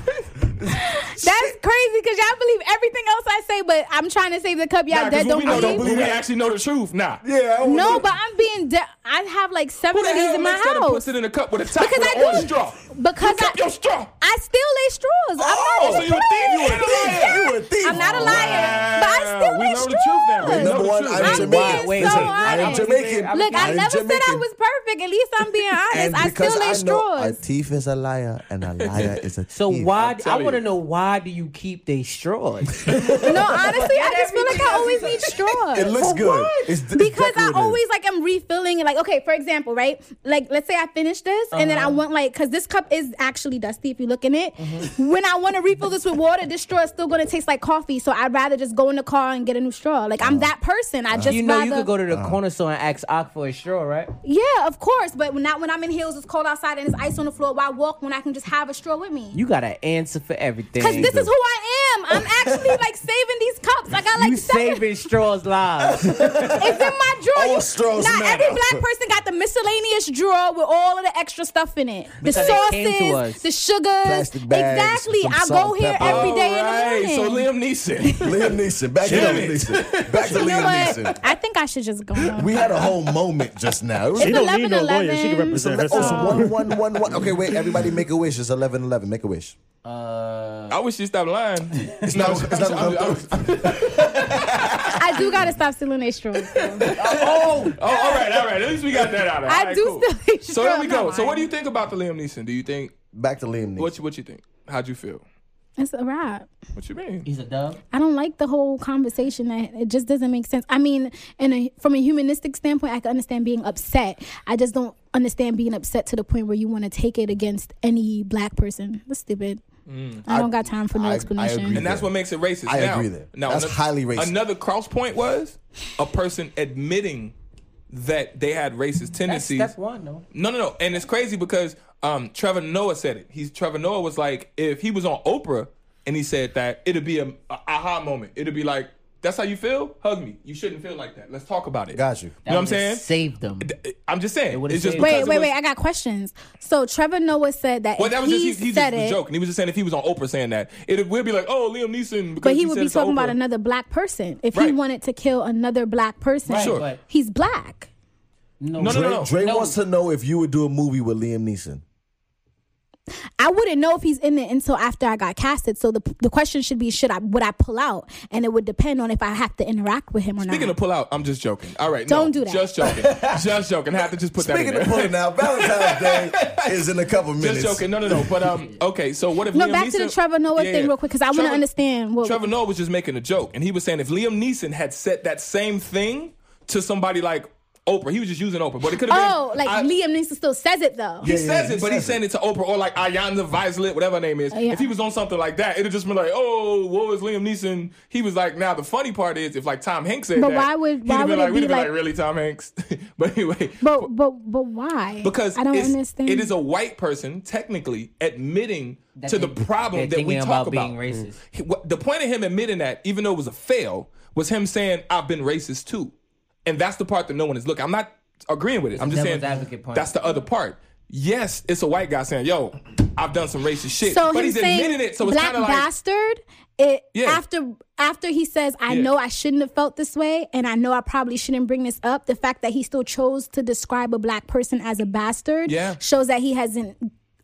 C: that's crazy because y'all believe everything else I say, but I'm trying to save the cup. Y'all
B: Nah,
C: that
B: 'cause
C: don't
B: we know,
C: believe.
B: don't believe. We actually know the truth. Nah.
A: Yeah. I wanna-
C: No, but I'm being. De- I have like seven
B: Who
C: of
B: the
C: these
B: hell
C: in my
B: makes that and
C: house
B: puts it in a cup with a top
C: Because
B: with
C: I
B: an orange
C: do.
B: straw?
C: because
B: Keep your
C: I,
B: straw.
C: I steal their straws.
A: Oh,
C: I'm
A: so
C: not a
A: you a
B: thief, you a
C: liar.
A: thief, you a thief.
C: I'm not a liar, but I steal
B: Wow, we
C: their
B: know
C: straws.
B: the truth now. We know
A: Number
B: the
A: one,
B: truth.
A: I'm
B: I'm
A: Jamaican.
C: being so
A: Listen, I am
C: honest.
A: Jamaican.
C: Look, I
A: am
C: never said I
A: Jamaican.
C: was perfect. At least I'm being honest.
A: And
C: I
A: because
C: steal their
A: I know a
C: straws.
A: thief is a liar and a liar is a thief.
E: So why?
B: I'm
E: I
B: telling
E: want to
B: you.
E: know why do you keep they straws?
C: no, honestly, I just feel like I always need straws.
A: It looks
C: For
A: good.
C: what?
A: It's d-
C: because I
A: decorative.
C: always like I'm refilling it. Like, okay, for example, right? Like, let's say I finish this, and
E: Uh-huh.
C: then I want like, cause this cup is actually dusty if you look in it.
E: Mm-hmm.
C: When I want to refill this with water, this straw is still gonna taste like coffee. So I'd rather just go in the car and get a new straw. Like I'm
A: Uh-huh.
C: that person. I just
E: you know,
C: rather,
E: you could go to the corner store and ask Ak for a straw, right?
C: yeah, of course. But not when I'm in heels, it's cold outside and it's ice on the floor. Why walk when I can just have a straw with me?
E: You got an answer for everything.
C: Cause this is who I am. I'm actually like saving these cups. I got like
E: you
C: seven.
E: saving straws lives.
C: It's in my drawer.
A: All
C: You-
A: straws
C: Now
A: matter.
C: every black person got the miscellaneous drawer with all of the extra stuff in it. The
E: Because it came to
C: sauces,
E: us.
C: the sugars.
A: Plastic bags,
C: Exactly.
A: some
C: I go
A: salt,
C: here
A: pepper.
C: every day
B: Alright,
C: in the
B: So
C: morning.
B: Liam Neeson.
A: Liam Neeson. Back to
B: Damn
A: Liam
B: it.
A: Neeson. Back to
C: you know
A: Liam
C: what?
A: Neeson.
C: I think I should just go. on.
A: We had a whole moment just now. It was
D: She don't need no
C: 11-11.
D: lawyer. She can represent
A: Oh, so
D: herself.
A: one, one, one, one. Okay, wait. Everybody make a wish. It's 11 11. Make a wish.
B: I wish you stopped lying. It's
A: not- it's not gonna come
C: I do gotta stop stealing their straws. though.
B: Oh, oh, all right, all right. At least we got that out. of it.
C: I
B: All right,
C: do
B: cool.
C: still think
B: So there we
C: Trump-
B: go.
C: I'm
B: So what do you
C: lying.
B: think about the Liam Neeson? Do you think
A: Back to Liam Neeson.
B: what you, what you think? How'd you feel?
C: It's a wrap.
B: What you mean?
E: He's a dove.
C: I don't like the whole conversation. That it just doesn't make sense. I mean, in a, from a humanistic standpoint, I can understand being upset. I just don't understand being upset to the point where you want to take it against any black person. That's stupid. I don't got time for no
A: I- I
C: explanation.
A: agree.
B: And that's what makes it racist.
A: I
B: now,
A: agree there.
B: Now,
A: That's
B: ano-
A: highly racist.
B: Another cross point was a person admitting that they had racist
E: That's
B: tendencies.
E: step one, though.
B: No, no, no. And it's crazy because um, Trevor Noah said it. He's Trevor Noah was like, if he was on Oprah and he said that, it'd be a, a aha moment. It'd be like, that's how you feel? Hug me. You shouldn't feel like that. Let's talk about it.
A: Got you.
B: You know what I'm saying?
E: Saved them.
B: I'm just saying.
E: would've
B: It's just
E: saved
B: because
C: Wait,
B: it
C: wait,
B: was-
C: wait! I got questions. So Trevor Noah said that
B: Well,
C: if
B: that was
C: he,
B: just he, he
C: said
B: just was
C: it,
B: joking. He was just saying if he was on Oprah saying that, it would be like, oh, Liam Neeson. Because
C: but he, would
B: said
C: be
B: it's to
C: talking about
B: Oprah.
C: another black person. If he
B: Right.
C: wanted to kill another black person,
E: Right,
B: Sure.
E: but
C: he's black.
B: No, no,
A: Dre,
B: no, no.
A: Dre
E: No.
A: wants to know if you would do a movie with Liam Neeson.
C: I wouldn't know if he's in it until after I got casted. So the the question should be, should I would I pull out? And it would depend on if I have to interact with him or
B: Speaking
C: not.
B: of pull out, I'm just joking. All right,
C: Don't
B: no,
C: do that.
B: Just joking. just joking. I have to just put
A: Speaking
B: that
A: of
B: in there.
A: pulling out, Valentine's Day is in a couple minutes.
B: Just joking. No, no, no. But um, okay. So what if
C: no,
B: Liam
C: back to the
B: Neeson-
C: Trevor Noah
B: Yeah,
C: thing
B: yeah.
C: real quick because I want to
B: Trevor-
C: understand what
B: Trevor Noah was just making a joke, and he was saying if Liam Neeson had said that same thing to somebody like Oprah, he was just using Oprah, but it could have
C: Oh,
B: been
C: like
B: I-
C: Liam Neeson still says it though.
B: He
A: Yeah, yeah,
B: says
A: he
B: it, but he's
A: says it.
B: saying it to Oprah or like Ayanna Vislet, whatever her name is.
C: Oh, yeah.
B: If he was on something like that, it'd just be like, oh, what was Liam Neeson? He was like, now the funny part is if like Tom Hanks said
C: But
B: that,
C: why would-
B: he'd
C: why
B: have
C: would
B: been
C: it
B: like,
C: be
B: we'd have been
C: like-
B: like, really, Tom Hanks? but anyway,
C: But but but why?
B: because
C: I don't
B: it's-
C: understand.
B: It is a white person technically admitting to the
E: they-
B: problem
E: they're
B: that we
E: thinking
B: talk
E: about being racist.
B: He- what- The point of him admitting that, even though it was a fail, was him saying, "I've been racist too," and that's the part that no one is looking. I'm not agreeing with it. I'm just saying
E: devil's advocate point.
B: that's the other part. Yes, it's a white guy saying, "Yo, I've done some racist shit,"
C: so
B: but
C: him
B: he's
C: saying
B: admitting it. So it's
C: black
B: kind of like,
C: bastard. It
B: Yeah.
C: after after he says, I
B: Yeah.
C: know I shouldn't have felt this way, and I know I probably shouldn't bring this up. The fact that he still chose to describe a black person as a bastard
B: Yeah.
C: shows that he hasn't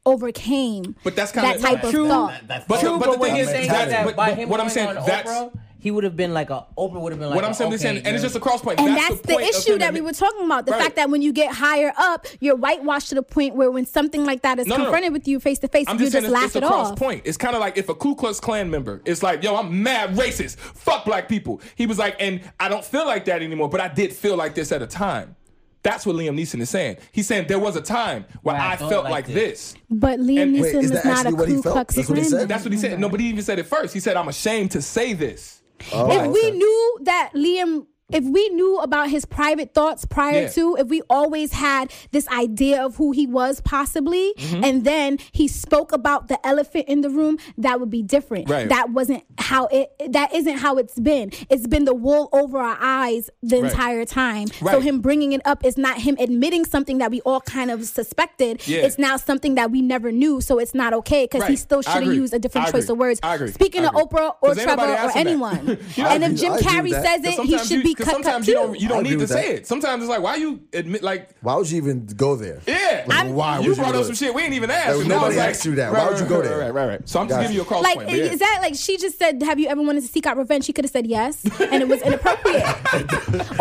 C: overcame
B: But that's
C: that
B: kinda-
C: type of
B: True.
C: thought.
B: But,
E: True,
B: but
E: but
B: the
E: what
B: thing
E: you're
B: is,
E: saying
B: that's,
E: is that
B: but,
E: by
B: but
E: him
B: what I'm
E: going
B: saying,
E: on
B: that's
E: Oprah, he would have been like a Oprah would have been like.
B: What
E: a,
B: I'm simply
E: okay,
B: saying, and it's
E: you're-
B: just a cross point.
C: And that's, the,
B: point of
C: issue that
B: feminism.
C: we were talking about. The
B: Right.
C: fact that when you get higher up, you're whitewashed to the point where when something like that is
B: No, no, no.
C: confronted with you face to face,
B: I'm
C: you
B: just
C: just
B: saying it's,
C: laugh
B: it's a
C: it
B: cross
C: off.
B: point. It's kind of like if a Ku Klux Klan member is like, "Yo, I'm mad racist. Fuck black people." He was like, "And I don't feel like that anymore, but I did feel like this at a time." That's what Liam Neeson is saying. He's saying there was a time where
E: Where I
B: I
E: felt
B: felt like
E: like
B: this.
C: But Liam
B: And- Wait,
C: Neeson
A: is
C: is,
A: that
C: not a
A: actually what he
C: Ku
A: felt?
C: Klux
A: That's what he
C: Klan.
A: said?
B: That's what he
E: Mm-hmm.
B: said. No, but he even said it first. He said, "I'm ashamed to say this."
A: Oh,
C: if we
A: okay.
C: knew that Liam if we knew about his private thoughts prior
B: Yeah.
C: to if we always had this idea of who he was possibly
B: Mm-hmm.
C: and then he spoke about the elephant in the room that would be different
B: Right.
C: that wasn't how it that isn't how it's been it's been the wool over our eyes the
B: Right.
C: entire time so
B: Right.
C: him bringing it up is not him admitting something that we all kind of suspected
B: Yeah.
C: it's now something that we never knew so it's not okay because he
B: Right.
C: still
B: I
C: should have
B: agree.
C: used a different
B: I
C: choice
B: agree.
C: of words
B: I agree.
C: speaking
B: I
C: of
B: agree.
C: oprah or
B: 'Cause ain't nobody
C: trevor or
B: asking that.
C: anyone
B: You know,
C: and
A: I
C: if
A: agree-
C: jim
A: I agree
C: carrey
A: with that.
C: says
B: Because
C: it he
B: sometimes
C: should
B: you-
C: be
B: 'cause
C: cut cut
B: sometimes you
C: too
B: don't you
A: I
B: don't
A: agree
B: need to
A: with
B: say
A: that.
B: it. Sometimes it's like, why you admit like
A: Why would you even go there?
B: Yeah,
A: Like, why
B: you
A: would you
B: brought
A: do
B: up
A: it?
B: some shit we ain't even asked.
A: Like,
B: and
A: nobody
B: I was like,
A: asked you that. Why would you go
B: right,
A: there?
B: Right, right, right. So I'm just
A: Gotcha.
B: giving you a cross
C: like
B: point. but yeah.
C: is that like she just said have you ever wanted to seek out revenge he could have said yes and it was inappropriate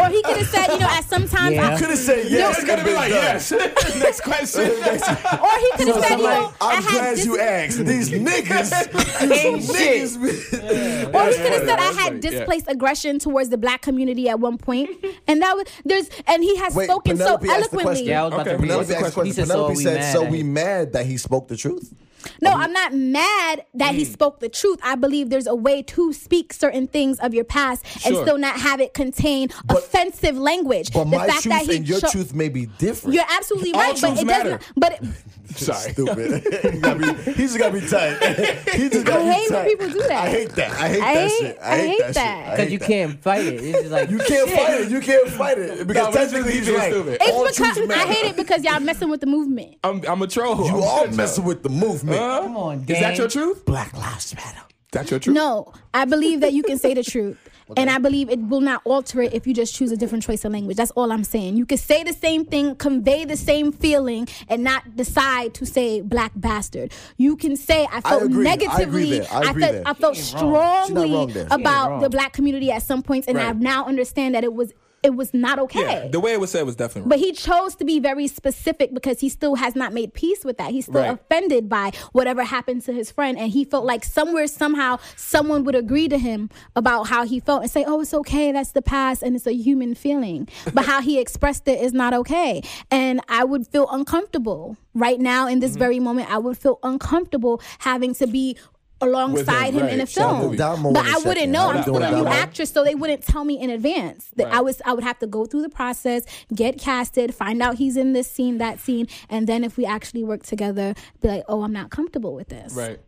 C: or he could have said you know at sometimes
D: Yeah.
C: I,
A: Could have said yes.
B: It's gonna
A: and
B: be
A: been
B: like
A: done.
B: yes. Next question.
C: or he could have said you know i
A: I'm
C: had
A: glad
C: dis-
A: you asked. These niggas,
B: Ain't
A: these niggas.
C: Or he could have said I
B: That's
C: had
B: funny, yeah.
C: displaced aggression towards the black community at one point, and that was there's and he has
A: Wait,
C: spoken
A: Penelope
C: so
A: asked the
C: eloquently.
A: question.
E: Yeah, I was about
B: Okay,
E: to read
B: Penelope
E: it.
A: Penelope asked a
E: He
A: question.
E: said,
A: Penelope
E: so we
A: said,
E: mad
A: "So
E: at
A: we
E: him."
A: mad that he spoke the truth."
C: No,
A: Um,
C: I'm not mad that
A: mm.
C: he spoke the truth. I believe there's a way to speak certain things of your past and
B: Sure.
C: still not have it contain offensive language.
A: But
C: the
A: my
C: fact that
A: truth
C: he
A: and your
C: cho-
A: truth may be different.
C: You're absolutely
B: All
C: right, but
B: truths
C: it
B: matter.
C: doesn't. But it,
B: Sorry.
A: Stupid. he, gotta be, he just gotta be tight. He just gotta
C: I
A: be
C: hate when
A: tight.
C: people do that.
A: I hate that. I hate
C: I
A: that
C: hate-
A: shit. I hate, that, shit. I
E: because
A: hate
E: you
A: that.
E: can't fight it. It's just like
A: You can't
E: shit.
A: fight it. You can't fight it because
B: but it's
A: technically
B: just
A: he's right.
B: stupid.
C: it's
A: All
C: because
A: truths
C: I
A: matter.
C: hate it because y'all messing with the movement.
B: I'm, I'm a troll.
A: You
B: I'm
A: all
B: good,
A: messing
B: though.
A: with the movement.
B: Huh?
E: Come on,
B: Is that
E: gang.
B: your truth?
A: Black Lives Matter.
B: That's your truth.
C: No, I believe that you can say the truth. And I believe it will not alter it if you just choose a different choice of language. That's all I'm saying. You can say the same thing, convey the same feeling, and not decide to say black bastard. You can say I felt
A: agree. I agree
C: negatively.
A: there. I agree
C: felt
A: there.
C: I felt
E: She ain't wrong.
A: She not wrong
C: strongly
A: there. She ain't
C: about
E: wrong.
C: the black community at some points, and I
B: Right.
C: now understand that it was it was not okay.
B: Yeah, the way it was said was definitely
C: But
B: wrong.
C: he chose to be very specific because he still has not made peace with that. He's still
B: Right.
C: offended by whatever happened to his friend, and he felt like somewhere, somehow, someone would agree to him about how he felt and say, "Oh, it's okay. That's the past, and it's a human feeling." But how he expressed it is not okay, and I would feel uncomfortable right now in this
B: Mm-hmm.
C: very moment. I would feel uncomfortable having to be. Alongside him, in
B: right.
C: a
B: Shout out
C: film,
A: to Damo
C: but
A: in a
C: I wouldn't
A: second.
C: know.
A: How
C: I'm
A: you
C: still
A: doing,
C: a new
A: Damo?
C: actor actress, so they wouldn't tell me in advance that I
B: Right.
C: was I would have to go through the process, get casted, find out he's in this scene, that scene, and then if we actually work together, be like, oh, I'm not comfortable with this.
B: right.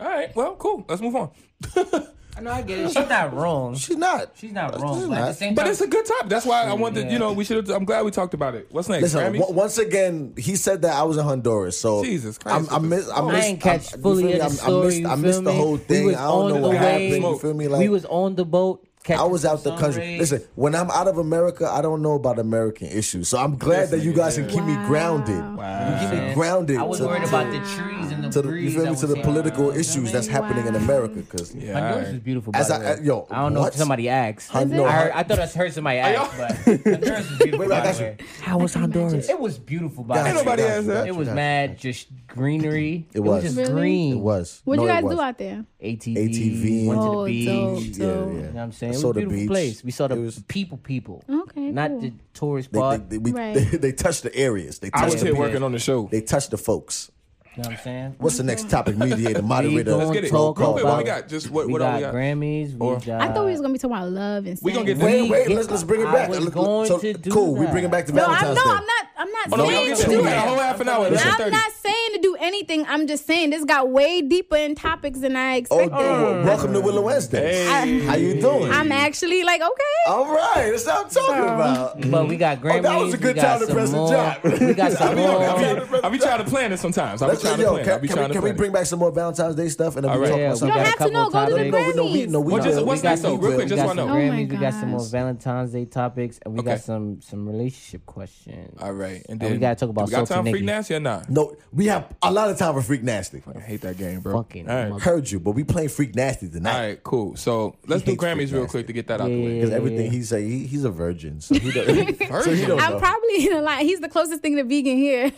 B: All right. Well, cool. Let's move on.
E: I know I get it. She's not wrong.
A: She's not.
E: She's not wrong. But at the
A: not.
E: same
B: But
E: time,
B: it's a good topic. That's why I wanted. You know, we should. I'm glad we talked about it. What's next?
A: Listen,
B: Grammys?
A: w- once again, he said that I was in Honduras, so
B: Jesus Christ.
A: I'm, I miss, I, miss,
E: ain't catch
A: I'm- you
E: fully
A: feel me?
E: of the
A: I'm-
E: story.
A: I missed,
E: you
A: I missed
E: feel
A: the
E: me?
A: whole
E: We
A: thing.
E: was
A: I don't
E: on
A: know what
E: the way.
A: happened. You feel me? Like
E: we was on the boat.
A: I was out the
E: catching
A: country.
E: sunrays.
A: Listen, when I'm out of America, I don't know about American issues, so I'm glad that you guys can keep me
C: Wow.
A: grounded. You keep me grounded.
E: Uh, I was
A: to-
E: worried about the trees and the
A: to the, you
E: breeze.
A: feel
E: that
A: me, to
E: was
A: the
E: here.
A: political issues that's happening in
C: Wow.
A: America. Because
B: Yeah, all
E: Honduras
B: right.
E: is beautiful.
A: As
E: by the
A: I-
E: way.
A: I- yo,
E: I don't know
A: what?
E: if somebody asked.
A: I
E: I,
A: know.
E: heard, I thought I heard somebody ask, but Honduras is beautiful.
A: Wait,
E: by
A: I got
E: the
A: you.
E: way. How was Honduras? It was beautiful. By
B: Ain't
E: the way.
B: nobody asked that.
E: It was mad, just greenery. It
A: was.
E: just
C: Really?
E: green.
A: It was.
C: What'd
A: No,
C: you
A: it
C: guys
A: was.
C: do out there?
E: ATV.
A: ATV.
E: Went to the
C: Oh,
E: beach.
C: dope.
E: You
A: Yeah,
C: So-
A: yeah.
C: You
E: know what I'm saying?
A: I
E: It was
A: saw
E: a
A: the
E: beautiful
A: beach.
E: place. We saw the
A: It was-
E: people, people.
C: Okay,
E: Not
C: cool.
E: the tourist
A: They,
E: part.
A: they, they, we,
C: Right.
A: they, they touch the areas. They
B: I
A: touch
B: was
A: the
B: here
A: people.
B: working on the show.
A: They touch the folks.
E: You know what I'm saying?
A: What's the next topic? Mediator, moderator.
E: Let's
B: Let's get it.
A: roll
B: Real
E: Talk
B: quick, what
E: about-
B: we got? Just what?
E: we
B: What
E: got
B: all we got?
E: Grammys.
B: Or-
E: we got.
C: I thought we was gonna be talking about love and
B: We gonna
C: sex.
B: get
A: Wait, wait.
E: get-
A: Let's let's bring it
E: I
A: back.
E: was
A: Let- let-
E: going
A: so,
E: to do
A: cool. We
E: that.
A: bring it back to
C: No, I'm
A: Valentine's
C: no,
A: Day.
C: I'm not I'm not
B: Oh, no, we
C: saying
B: don't
C: to
B: get to.
C: do
B: We got a whole
C: that.
B: half an hour.
C: No,
B: That's at
C: I'm
B: 30.
C: not saying to do anything. I'm just saying this got way deeper in topics than I
A: Oh,
C: expected.
A: oh, welcome to Willow Wednesday.
C: I,
A: How you doing?
C: I'm actually like okay.
B: Oh,
A: All right, that's what I'm talking about.
E: But we got Grammys.
A: Oh, that was a good
E: we got
A: time to press the
E: Samoa,
A: job.
E: We got
A: I be on that.
E: Samoa.
B: I be, I be trying to plan it sometimes. I be
A: Let's
B: trying to
A: yo,
B: plan.
A: can,
B: I be
A: can we,
B: trying to
A: can we
B: plan.
A: bring back some more Valentine's Day stuff and then
B: All
A: we
B: right.
A: talk
E: Yeah,
A: about
E: we
A: something?
C: You don't
E: got a
C: have to
E: couple
C: know. Go to the
E: topics. No,
A: we- no, we-
C: Grammys.
A: no, we
B: What
A: know.
B: just-
A: We
B: what's
A: got-
B: next
A: we
B: though? Real
A: will.
B: quick,
E: We
B: just
E: got
B: want to
E: some
B: know.
C: Oh my
E: Grammys. we got some more
C: gosh.
E: Valentine's Day topics, and we
B: Okay.
E: got some some relationship questions.
B: All right, and
E: And
B: then
E: we gotta talk about
B: do we got
E: Sophie
B: time for
E: Nikki.
B: freak nasty or not?
A: No, we have a lot of time for Freak Nasty.
B: I hate that game, bro.
E: Fucking
B: All right.
E: mother-
A: Heard you, but we playing Freak Nasty
B: All
A: tonight.
B: right, cool. So let's do
A: hates Freak
B: Grammys real
A: Nasty.
B: quick to get that out the way.
A: Because everything he say, he, he's a virgin, so he don't. so he
B: Virgin?
A: don't know.
C: I'm probably in a lot. He's the closest thing to vegan here.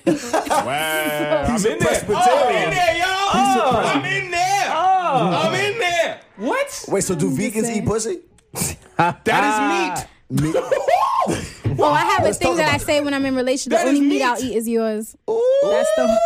B: Wow. I'm
A: He's a
B: in there. Oh, I'm
A: Presbyterian.
B: in there, y'all. Oh, I'm in there. I'm in there. What?
A: Wait, so do
C: I'm just
A: vegans
C: saying.
A: eat pussy?
B: That is meat.
A: Me-
C: well, I have a
A: Let's
C: thing
A: talk
C: that I
A: about
C: say when I'm in relation. The
B: That is
C: only meat.
B: meat.
C: I'll eat is yours.
A: Ooh.
C: That's the.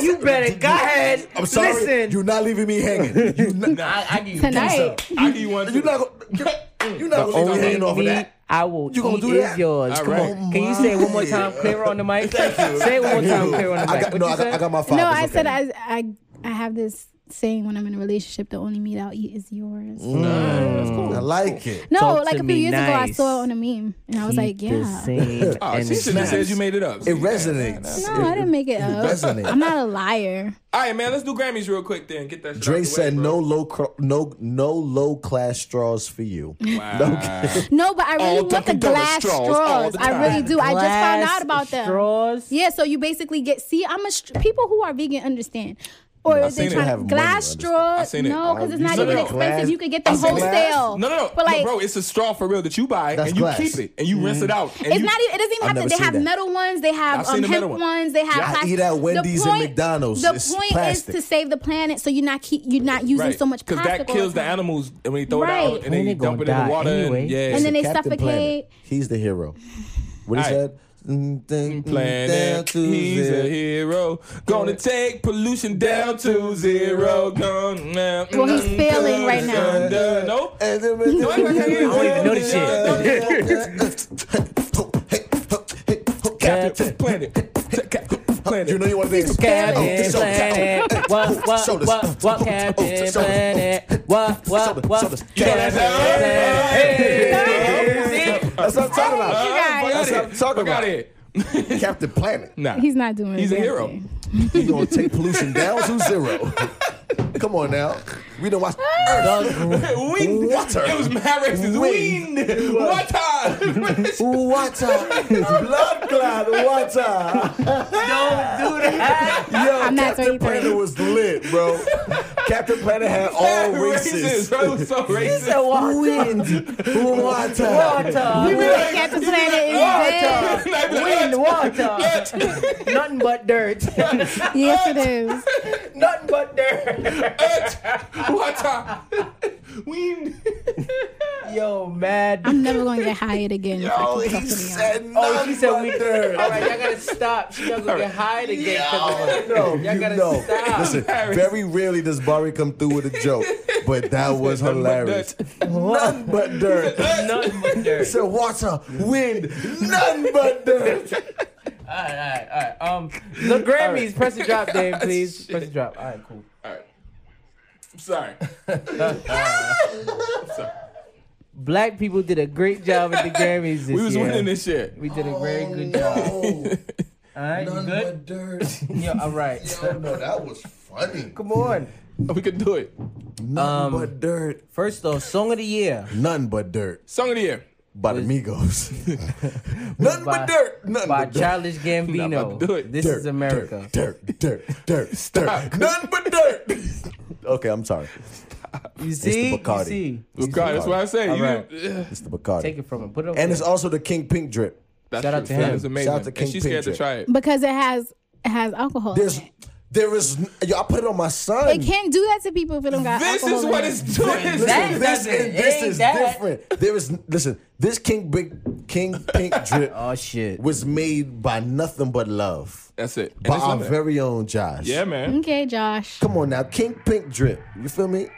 E: You better go ahead.
A: I'm sorry.
E: Listen.
A: You're not leaving me hanging. You not,
E: I, I give you
C: Tonight.
B: I give you one.
A: you're
B: too.
A: not gonna, you're not gonna leave me hanging off of
E: Mm. meat
A: that.
E: I will
A: You gonna
E: eat
A: do
E: is
A: that?
E: yours.
B: All
E: Come
B: right.
E: on. Can you say it one more time, clear on the mic? Say it one more time, clear on the mic.
A: I got,
E: What
A: no,
E: you
A: I got,
E: said?
A: I got my five.
C: No,
A: It's
C: I
A: okay.
C: said I, I I have this saying when I'm in a relationship. The only meat I'll eat is yours.
A: Mm, I like it.
C: No,
E: Mm, Talk
C: like a
E: to
C: few
E: me
C: years ago, I
E: nice.
C: saw it on a meme, and I was like,
E: Keep the
C: yeah.
E: scene
B: Oh,
E: and
B: she should have
E: snaps.
B: said you made it up.
A: It resonates.
C: No, I didn't make it up.
A: resonate.
C: I'm not a liar.
B: All right, man. Let's do Grammys real quick then. Get that. Shit out
A: Dre
B: the
A: said
B: way,
A: no
B: bro.
A: low, cr- no, no low class straws for you.
B: Wow.
C: No, but I really
B: All
C: want the
B: Dunkin' Donuts
C: glass
B: straws
C: straws.
B: all the
C: I really
B: time.
C: do. I just found
E: Glass
C: out about them.
E: Straws.
C: Yeah, so you basically get see, I'm a str- people who are vegan understand. Or
B: seen
C: they
B: it.
C: trying
A: Have money,
C: glass
A: understand.
C: straw?
B: I seen it.
C: No, because
A: Oh,
C: it's
A: you
C: not
B: said
C: even
B: it.
C: expensive.
A: Glass-
C: You could get them
A: Is it glass?
C: wholesale.
B: No, no, no.
C: But like,
B: bro, it's a straw for real that you buy
A: That's
B: and you
A: glass.
B: keep it and you rinse it out. And
C: it's
B: you,
C: not even. It doesn't even
A: I've
C: have to.
A: never
C: They
A: seen
C: have
A: that.
C: metal ones. They
B: I've
C: have
B: seen
C: um,
B: the
C: hemp
B: metal one.
C: ones. They have.
A: Yeah, I
C: plastic-
A: eat at
C: The
A: Wendy's and
C: point-
A: McDonald's.
C: The
A: It's
C: point
A: plastic.
C: is to save the planet, so you're not keep you're not using so much
B: because
C: plastic.
B: that
C: all the
B: kills the
C: time.
B: animals and when they throw it out and
C: Right.
B: then
E: And
B: you
E: they
B: dump it
E: gonna
B: in the
E: die
B: water.
E: anyway.
B: And, yeah,
C: And then they
A: Captain
C: suffocate.
A: Planet. He's the hero. What is
B: All right.
A: that? Mm, ding,
B: Plan
A: down
B: it.
A: to
B: He's a
A: zero.
B: hero. Gonna take pollution down to zero. Gonna, mm,
C: Well, he's failing right now.
B: No.
A: And then-
B: I don't even
E: know this
B: Captain Planet. Captain Planet.
A: You know you want to dance.
E: Captain
A: so-
E: Planet, what, what,
A: Shoulders.
E: what, what,
A: Oh,
E: Captain
A: shoulders.
E: Planet, what, what,
A: Shoulders.
E: what,
A: Shoulders.
E: Captain Planet. Hey.
A: That's what I'm talking about. That's
B: That's
A: what I'm talking
B: Fuck
A: about.
B: out of here.
A: Captain Planet.
B: Nah.
C: He's not doing.
B: He's a
C: damn
B: hero.
C: thing.
A: He gonna take pollution down to zero. Come on now. We don't watch Earth.
B: Wind.
A: Water.
B: It was my racist.
A: Wind.
B: Wind. Water.
A: Water. Blood clot water.
E: Don't do that.
A: Yo,
C: I'm not
A: Captain
C: 33.
A: Planet was lit, bro. Captain Planet had all
B: racist.
A: races.
B: Bro, it was so racist.
E: So what?
A: Wind, water.
E: Water,
C: Captain Planet is dead.
E: wind, water, nothing but dirt,
C: Yes, it is.
E: nothing but dirt.
B: Water. Wind.
E: Yo, mad.
C: I'm never gonna get hired again. if I
A: Oh,
C: keep
A: he
C: fucking around.
A: said no.
E: Oh, she said we.
A: dirt.
E: All right, y'all gotta stop. She not gonna get hired again. 'cause of us.
A: No,
E: Y'all
A: you
E: gotta
A: know.
E: stop.
A: Listen,
B: Hilarious.
A: very rarely does Barry come through with a joke, but that was hilarious. None but dirt.
E: Nothing but dirt.
A: It's a water, wind, none but dirt.
E: All right, all right, all right. Um, the Grammys, press the drop, Dave, please. Press the drop. All right, cool.
B: I'm sorry.
E: Black people did a great job at the Grammys this
B: We was
E: year.
B: winning this shit.
E: We did a very good job. All right, you good?
A: dirt.
E: Yeah, all right.
A: no, that was funny.
E: Come on.
B: We could do it.
A: None but dirt.
E: First off, song of the year
A: None but dirt.
B: Song of the year.
A: By the Migos. None
E: by-
A: but dirt. None
E: by
A: but dirt.
E: Childish
B: Nah, but do
E: Gambino.
B: it.
E: This
A: Dirt,
E: is America.
A: Dirt, dirt, dirt, dirt. None but dirt. okay, I'm sorry.
E: You see? You
A: Bacardi.
E: see?
B: God, that's what I say. You,
E: right.
A: It's the Bacardi.
E: Take it from him. Put it up.
A: and
E: there.
A: it's also the King Pink drip.
B: that's
E: Shout out
B: true.
E: to
B: That
E: him.
B: is amazing.
A: Shout out to
B: and
A: King
B: she's scared to
A: Pinchot.
B: try it.
C: because it has it has alcohol. in
A: There's,
C: it.
A: there is, n- yo, I put it on my son.
C: It can't do that to people if it don't got
B: This
C: alcohol.
B: is what
C: in it.
B: it's doing.
A: Listen,
E: That
A: this
E: doesn't-
A: and this
E: ain't
A: is
E: that.
A: different. There is listen. This King Big King Pink drip
E: Oh, shit.
A: was made by nothing but love,
B: That's it. And
A: by
B: it's
A: our
B: limited.
A: very own Josh.
B: yeah, man.
C: Okay, Josh.
A: Come on now, King Pink drip. You feel me?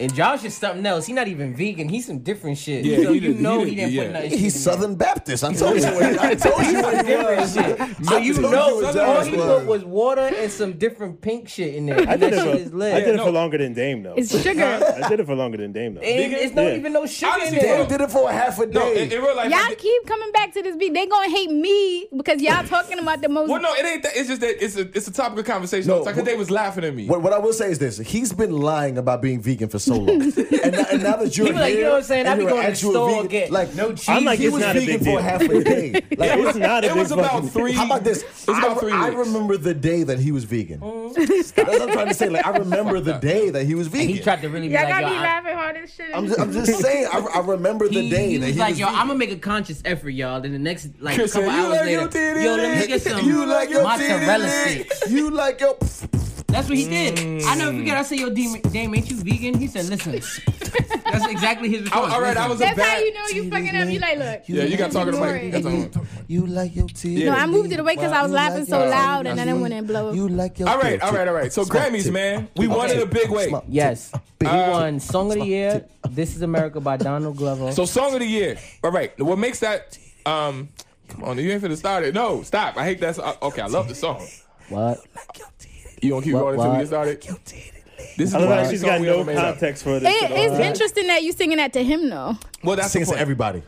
E: And Josh is something else. He's not even vegan. He's some different shit.
B: Yeah,
E: so
B: he
E: you
B: did-
E: know
B: he
E: he
B: did-
E: didn't
B: yeah.
E: put nothing.
A: He's Southern Baptist. I told you. What, I told you what he was.
E: shit. So
A: I
E: you
A: told you
E: know,
A: what
E: all
A: Josh
E: he put
A: was.
E: was water and some different pink shit in there.
D: I
E: And
D: did
E: that
D: it for,
E: shit is lit.
D: I did it
B: No.
D: for longer than Dame though.
C: It's sugar.
D: I did it for longer than Dame though.
E: And
B: Vegan?
E: it's not
D: Yeah.
E: even no sugar
B: Honestly,
E: in there.
A: They did it for a half a day.
B: No, in, in real life, I
C: y'all
B: did-
C: keep coming back to this beat. They gonna hate me because y'all talking about the most.
B: well, no, it ain't that. It's just that it's a it's a topic of conversation.
A: No,
B: No, like
A: what-
B: they was laughing at me.
A: What, what I will say is this: He's been lying about being vegan for so long. and, now, and now that you're
E: He be like,
A: here,
E: you know what I'm saying?
A: and
E: I be
A: you're
E: going to the
A: actual
E: store
A: vegan-
E: and get
A: like
E: no cheese.
A: I'm
D: I'm
A: like,
D: like,
A: he
D: it's
A: was
D: not a
A: vegan
D: big
A: for
D: deal.
A: half a day. Like,
D: It's not a
B: It
D: big
B: was about
D: fucking-
B: three.
A: How about this?
B: It's about
A: I,
B: three
A: I
B: weeks.
A: remember the day that he was vegan. That's what I'm trying to say. Like I remember the day that he was vegan.
E: Mm-hmm. He tried to really be
F: Y'all
E: like,
F: got
E: yo,
F: me
E: I-
F: laughing hard as shit.
A: I'm, just, I'm just saying. I, I remember the
E: he,
A: day
E: he
A: that
E: was
A: he
E: like,
A: was
E: yo,
A: vegan.
E: I'm gonna make a conscious effort, y'all. Then the next like
B: Chris
E: couple
B: said, "You
E: hours
B: like your
E: later,
B: titty
E: yo, let me
B: lick?
E: get some
A: you like your
E: mozzarella
A: titty lick?
E: sticks.
A: You like your?
E: That's what he did. I never
A: Mm.
E: forget. I said, yo, Dame, Dame, ain't you vegan? He said, listen. That's exactly his response.
B: all right, I
E: listen.
B: was a
C: That's how
B: bad.
C: you know you fucking up. You like, look.
B: Yeah, you got talking to
C: Sorry.
B: Mike. You got talking to Mike.
A: You like your titty?
C: No, I moved it away because I was laughing so loud, and then I went and blow.
A: You like your?
B: All right,
A: titty.
B: all right, all right. So
A: Smart
B: Grammys,
A: titty.
B: man, we won in a big way.
A: Smart titty.
E: Yes. He
A: Uh,
E: won Song of the Year, This is America by Donald Glover.
B: So song of the year. All right. What makes that? Um, come on, you ain't finna start it. No, stop. I hate that. so- okay, I love the song.
E: what?
B: You gonna keep
E: What,
B: going until we
E: what?
B: get started? This is
D: I
B: the
D: love how
B: only
D: she's
B: song
D: got
B: we
D: no
B: ever made up.
D: context for this.
C: It,
D: at all.
C: it's interesting that you singing that to him though.
B: Well, that's the
A: Sings to
B: point.
A: everybody.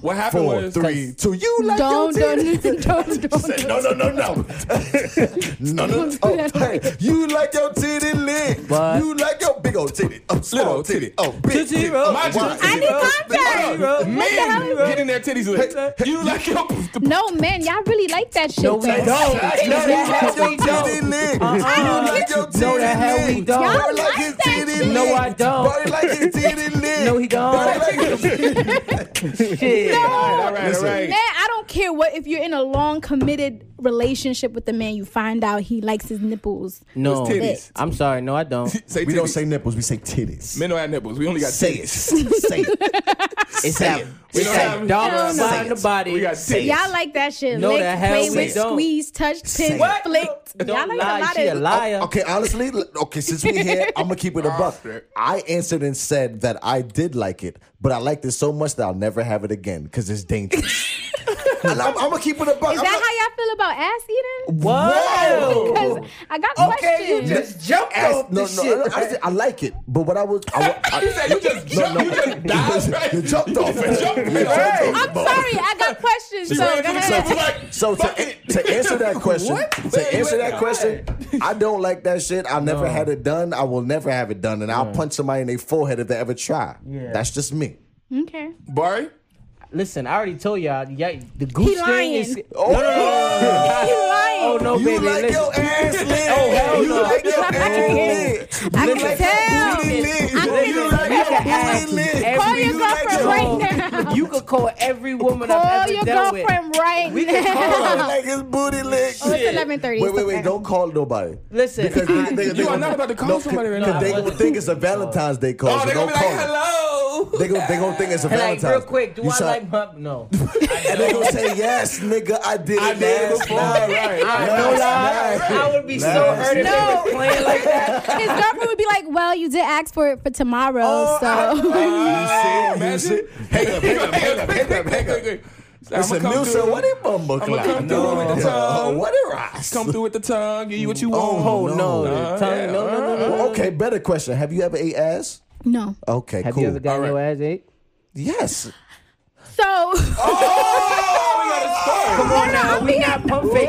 B: What happened
A: Four,
B: was
A: three, two. You like
C: Don't,
A: your titty?
C: don't, don't, don't, don't.
A: No, no, no, no. no, no.
C: do
A: Oh,
C: that.
A: hey, you like your titty lick.
E: What?
A: You like your big old titty. Oh, small
B: Little
A: titty.
B: titty.
A: Oh, big
E: Tootsie
A: titty. Why
E: roll.
B: My
A: is
B: tootsie
A: it-
C: roll.
A: Hold on.
E: Bro,
B: men getting their titties licked. You like your?
C: No, man, y'all really like that shit.
E: No, we
C: though.
E: don't.
A: You like your
E: No, we
A: titty
E: don't.
A: lick.
E: Uh-uh.
A: You like your titty
E: No, the hell we
A: lick.
E: don't.
A: Boy,
C: Y'all
A: like
C: like
A: his
C: that
A: titty
C: shit.
A: lick.
E: No, I don't.
A: Boy, like his titty lick.
E: No, he don't.
A: Boy, like his-
E: Shit.
B: All right, all
A: Listen.
B: right.
C: Man, I don't care what if you're in a long committed relationship with the man, you find out he likes his nipples.
E: No.
B: It's titties.
E: I'm sorry. No, I don't.
B: Say
A: We don't
B: titties.
A: say nipples. We say titties.
B: men don't have nipples. We only got
A: Say
B: titties.
A: it. Say it.
E: It's that,
B: We
E: it's
B: don't
E: that
B: have-
E: dollar
C: Say
E: behind
A: it.
E: the body.
B: We got titties.
C: Y'all like that shit.
E: No,
C: Lick,
E: the hell
C: play
E: we
C: with,
E: don't.
C: squeeze, touch,
A: Say
C: pin,
A: it.
C: flick. Y'all
E: Don't
C: like
E: lie. She
C: a
E: a
C: lot of
E: liar.
A: Okay, honestly, l- okay, since we here, I'm gonna keep it a buck. I answered and said that I did like it, but I liked it so much that I'll never have it again because it's dangerous. and I'm, I'm gonna keep it a buck.
C: Is
A: I'm
C: that
A: not-
C: how y'all feel about ass eating?
E: Whoa.
C: Because I got
A: Okay, you
C: questions.
A: just
E: jumped
A: Ass- no, no, no, I, said I like it, but what I was, I, wa- I,
B: You said you
A: No,
B: just jumped.
A: no.
B: You just dived right.
A: You jumped off it.
B: You jumped
A: You
B: right.
A: jumped off
C: I'm
A: the ball.
C: sorry, I got questions. So go ahead.
A: So to, to answer that question,
B: What? Wait,
A: to answer
B: wait,
A: that
B: God.
A: question, I don't like that shit. I never had it done. I will never have it done, and I'll punch somebody in their forehead if they ever try.
E: Yeah.
A: That's just me.
C: Okay.
B: Barry.
E: Listen, I already told y'all. Yeah, the goose thing
C: lying.
E: is. Oh, no, no, no, no,
C: He
E: no. Oh
C: lying.
E: no,
A: You
E: baby.
A: like
E: listen.
A: your ass lit.
E: Oh, hell
A: you
E: no.
A: like your
C: I
A: ass
C: can hear
A: lit.
C: I
A: You
C: can
A: like
C: tell.
A: your booty lit.
C: I can
A: You like
E: tell.
A: your
E: I
A: booty
E: can
A: lit.
E: ask
C: Call your
A: You like
C: girlfriend right now.
E: You could call every woman I've
C: Call
E: ever
C: your
E: dealt
C: girlfriend
E: with.
C: right
E: We can
C: now.
E: call
A: You like his booty lit.
C: Oh, it's 11:30.
A: Wait, wait,
C: okay.
A: wait! Don't call nobody.
E: Listen,
A: because
E: I-
A: they, they, they
B: You are
A: gonna-
B: not about to call
A: no,
B: somebody right
A: cause
B: now.
A: They gonna
E: wasn't.
A: think it's a Valentine's Day call.
B: Oh,
A: so
B: they gonna
A: don't
B: be
A: call.
B: like,
A: it.
B: hello.
A: They gonna they gonna think it's a
E: And
A: Valentine's.
E: like real quick, do
A: You
E: I
A: saw-
E: like my no?
A: And they gonna say yes, nigga. I did
B: I
A: it
B: did it
A: last
B: before.
A: night.
B: Right. right.
E: No
A: Last
E: lie,
A: night.
E: I would be so
A: Last
E: hurt if
C: night.
E: they were playing like that.
C: His girlfriend would be like, "Well, you did ask for it for tomorrow, so."
B: You see, imagine.
A: Hang up, hang up, hang up, hang up, hang up. It's a new song. What it bumble
B: I'ma
A: clap?
B: come through with the
A: No.
B: tongue.
A: What a rise.
B: Come through with the tongue, give you what you want.
E: Oh
A: no.
E: no, the tongue,
B: yeah. uh-huh.
E: no, no, no, no.
A: Well, okay, better question. Have you ever ate ass?
C: no.
A: Okay,
E: Have
A: cool.
E: you ever gotten
B: All
E: your
B: right.
E: ass ate?
A: yes.
C: So Oh,
E: Come on now, we not pump fake.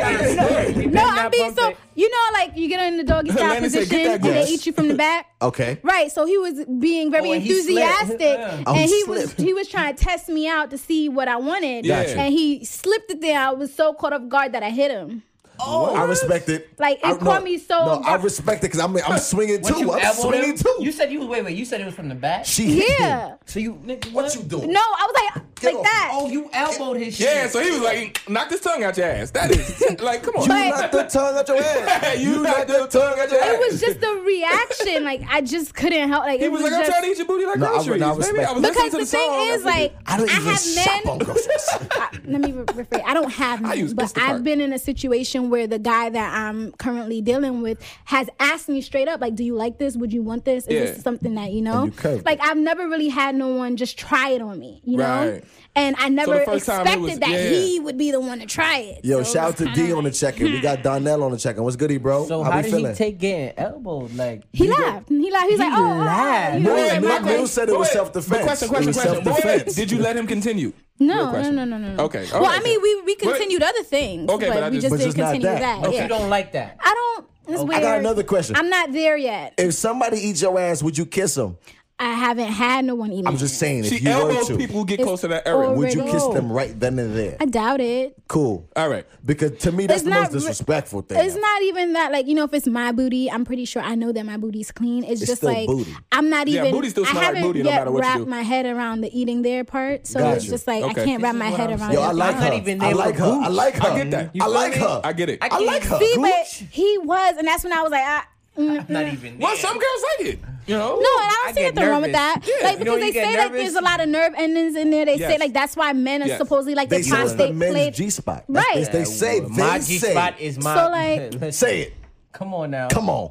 C: no, I'm being so you know, like you get in the doggy style
B: Lenny said,
C: position
B: "Get that
C: and they
A: grass."
C: eat you from the back.
A: Okay.
C: Right, so he was being very
E: Oh, and he
C: enthusiastic,
E: slipped. Yeah.
A: Oh,
C: and
A: he
C: he was
A: slipped.
C: he was trying to test me out to see what I wanted,
B: Gotcha.
C: and he slipped it there. I was so caught off guard that I hit him.
A: I respect it.
C: Like, it
A: I,
C: caught me so-
A: No, I respect it because I'm I'm swinging
E: What
A: too.
E: you
A: I'm
E: elbowed
A: swinging
E: him?
A: too.
E: You said you wait, wait. You said it was from the back.
A: she hit him.
C: Yeah,
E: So you nigga,
A: What you doing?
C: no, I was like
A: Get
C: like
A: off.
C: that.
E: Oh, you elbowed his shit.
B: Yeah, so he was like, knock this tongue out your ass. That is like, come on.
A: You
C: But-
A: knocked the tongue out your head.
B: You knocked the tongue out your ass.
C: it was just the reaction. Like I just couldn't help. Like
B: He
C: it
B: was
C: was
B: like, I'm
C: just,
B: trying to eat your booty like
A: No, I would
B: groceries.
A: not respect
B: Baby, I
A: it.
B: was listening to
C: because the,
B: the
C: thing
B: song.
C: is like
A: I don't even
C: have
A: shop
C: men.
A: on groceries.
C: I- let me re- rephrase. I don't have men,
B: use
C: but
B: Instacart.
C: I've been in a situation where the guy that I'm currently dealing with has asked me straight up, like, "Do you like this? Would you want this? Is
B: Yeah.
C: this something that you know?"
A: you curved it.
C: like I've never really had no one just try it on me, you know.
B: Right.
C: And I never
B: first time it
C: expected
B: was-
C: that
B: yeah.
C: he would be the one to try it.
A: Yo,
C: So
A: shout out
C: it's
A: to
C: kinda
A: D on the
C: like-
A: check-in. We got Donnell on the check-in. What's goody, bro?
E: So how,
A: we
E: did he take getting elbowed? Like
C: He laughed. He laughed. He was
E: He
C: like, "Oh, oh,
E: laughed.
C: oh, you
A: No,
C: know,
A: no,
C: my
A: no,
C: bad."
A: no. said it
B: But
A: was
B: wait,
A: self-defense.
B: But question,
A: It
B: question,
A: was
B: question. But wait,
A: self-defense.
B: Did you let him continue? Real
C: No, no,
B: question.
C: no, no, no, no.
B: Okay, all
C: Mm. Well,
B: right.
C: I mean, we we
B: But-
C: continued other things,
B: Okay,
C: but,
B: but I
C: we
B: just-
C: just
A: But
C: didn't
A: just not
C: continue
A: that.
C: that.
E: oh, you
C: yeah.
E: don't like that.
C: I don't. It's
A: I
C: weird.
A: got another question.
C: I'm not there yet.
A: If somebody eats your ass, would you kiss them?
C: I haven't had no one eat my
A: I'm just
C: hand.
A: saying, if
B: Mm. She
A: you were
B: elbows
A: to,
B: people who get
C: It's
B: close to that area.
A: would you
C: already-
A: kiss them right then and there?
C: I doubt it.
A: Cool.
B: All right.
A: Because to me, that's
C: It's
A: the
C: not
A: most
C: re-
A: disrespectful thing.
C: It's not even that, like, you know, if it's my booty, I'm pretty sure I know that my booty's clean. It's, just
A: still
C: like,
A: booty.
C: I'm not
B: Yeah,
C: even,
B: booty still
C: I
B: smell like
C: haven't
B: booty no
C: yet
B: matter what you
C: wrapped
B: do.
C: my head around the eating there part. So it's
A: Gotcha.
C: just like,
B: Okay.
C: I can't wrap
E: This
C: my
E: is what
C: head
E: I'm
C: around
E: saying.
A: Yo,
C: that
A: I like
E: I'm not
A: her.
E: even
A: I
E: able
A: like
E: to
A: her. I
E: gooch.
A: like her.
B: I get that.
A: I like her.
B: I get it.
F: I
A: I like her.
C: See, but
A: Gooch.
C: he was, and that's when I was like, I, mm,
E: Not even.
B: Well,
E: there.
B: some girls like it. You know.
C: No, and I
F: I
C: don't see
F: get
C: nothing wrong with that.
F: nervous.
C: Like
F: You
C: because
F: know when
C: they
F: you
C: say
F: get
C: like
F: nervous?
C: there's a lot of nerve endings in there. They say
B: Yes.
C: like that's why men are
B: Yes.
C: supposedly like
A: They
C: the
A: say it's the
C: prostate
A: men's
C: plate.
A: G spot.
C: Right.
A: They, they say. They
E: my G
A: say.
E: spot is my.
C: So, like-
E: Listen,
A: say it.
E: Come on now.
A: Come on.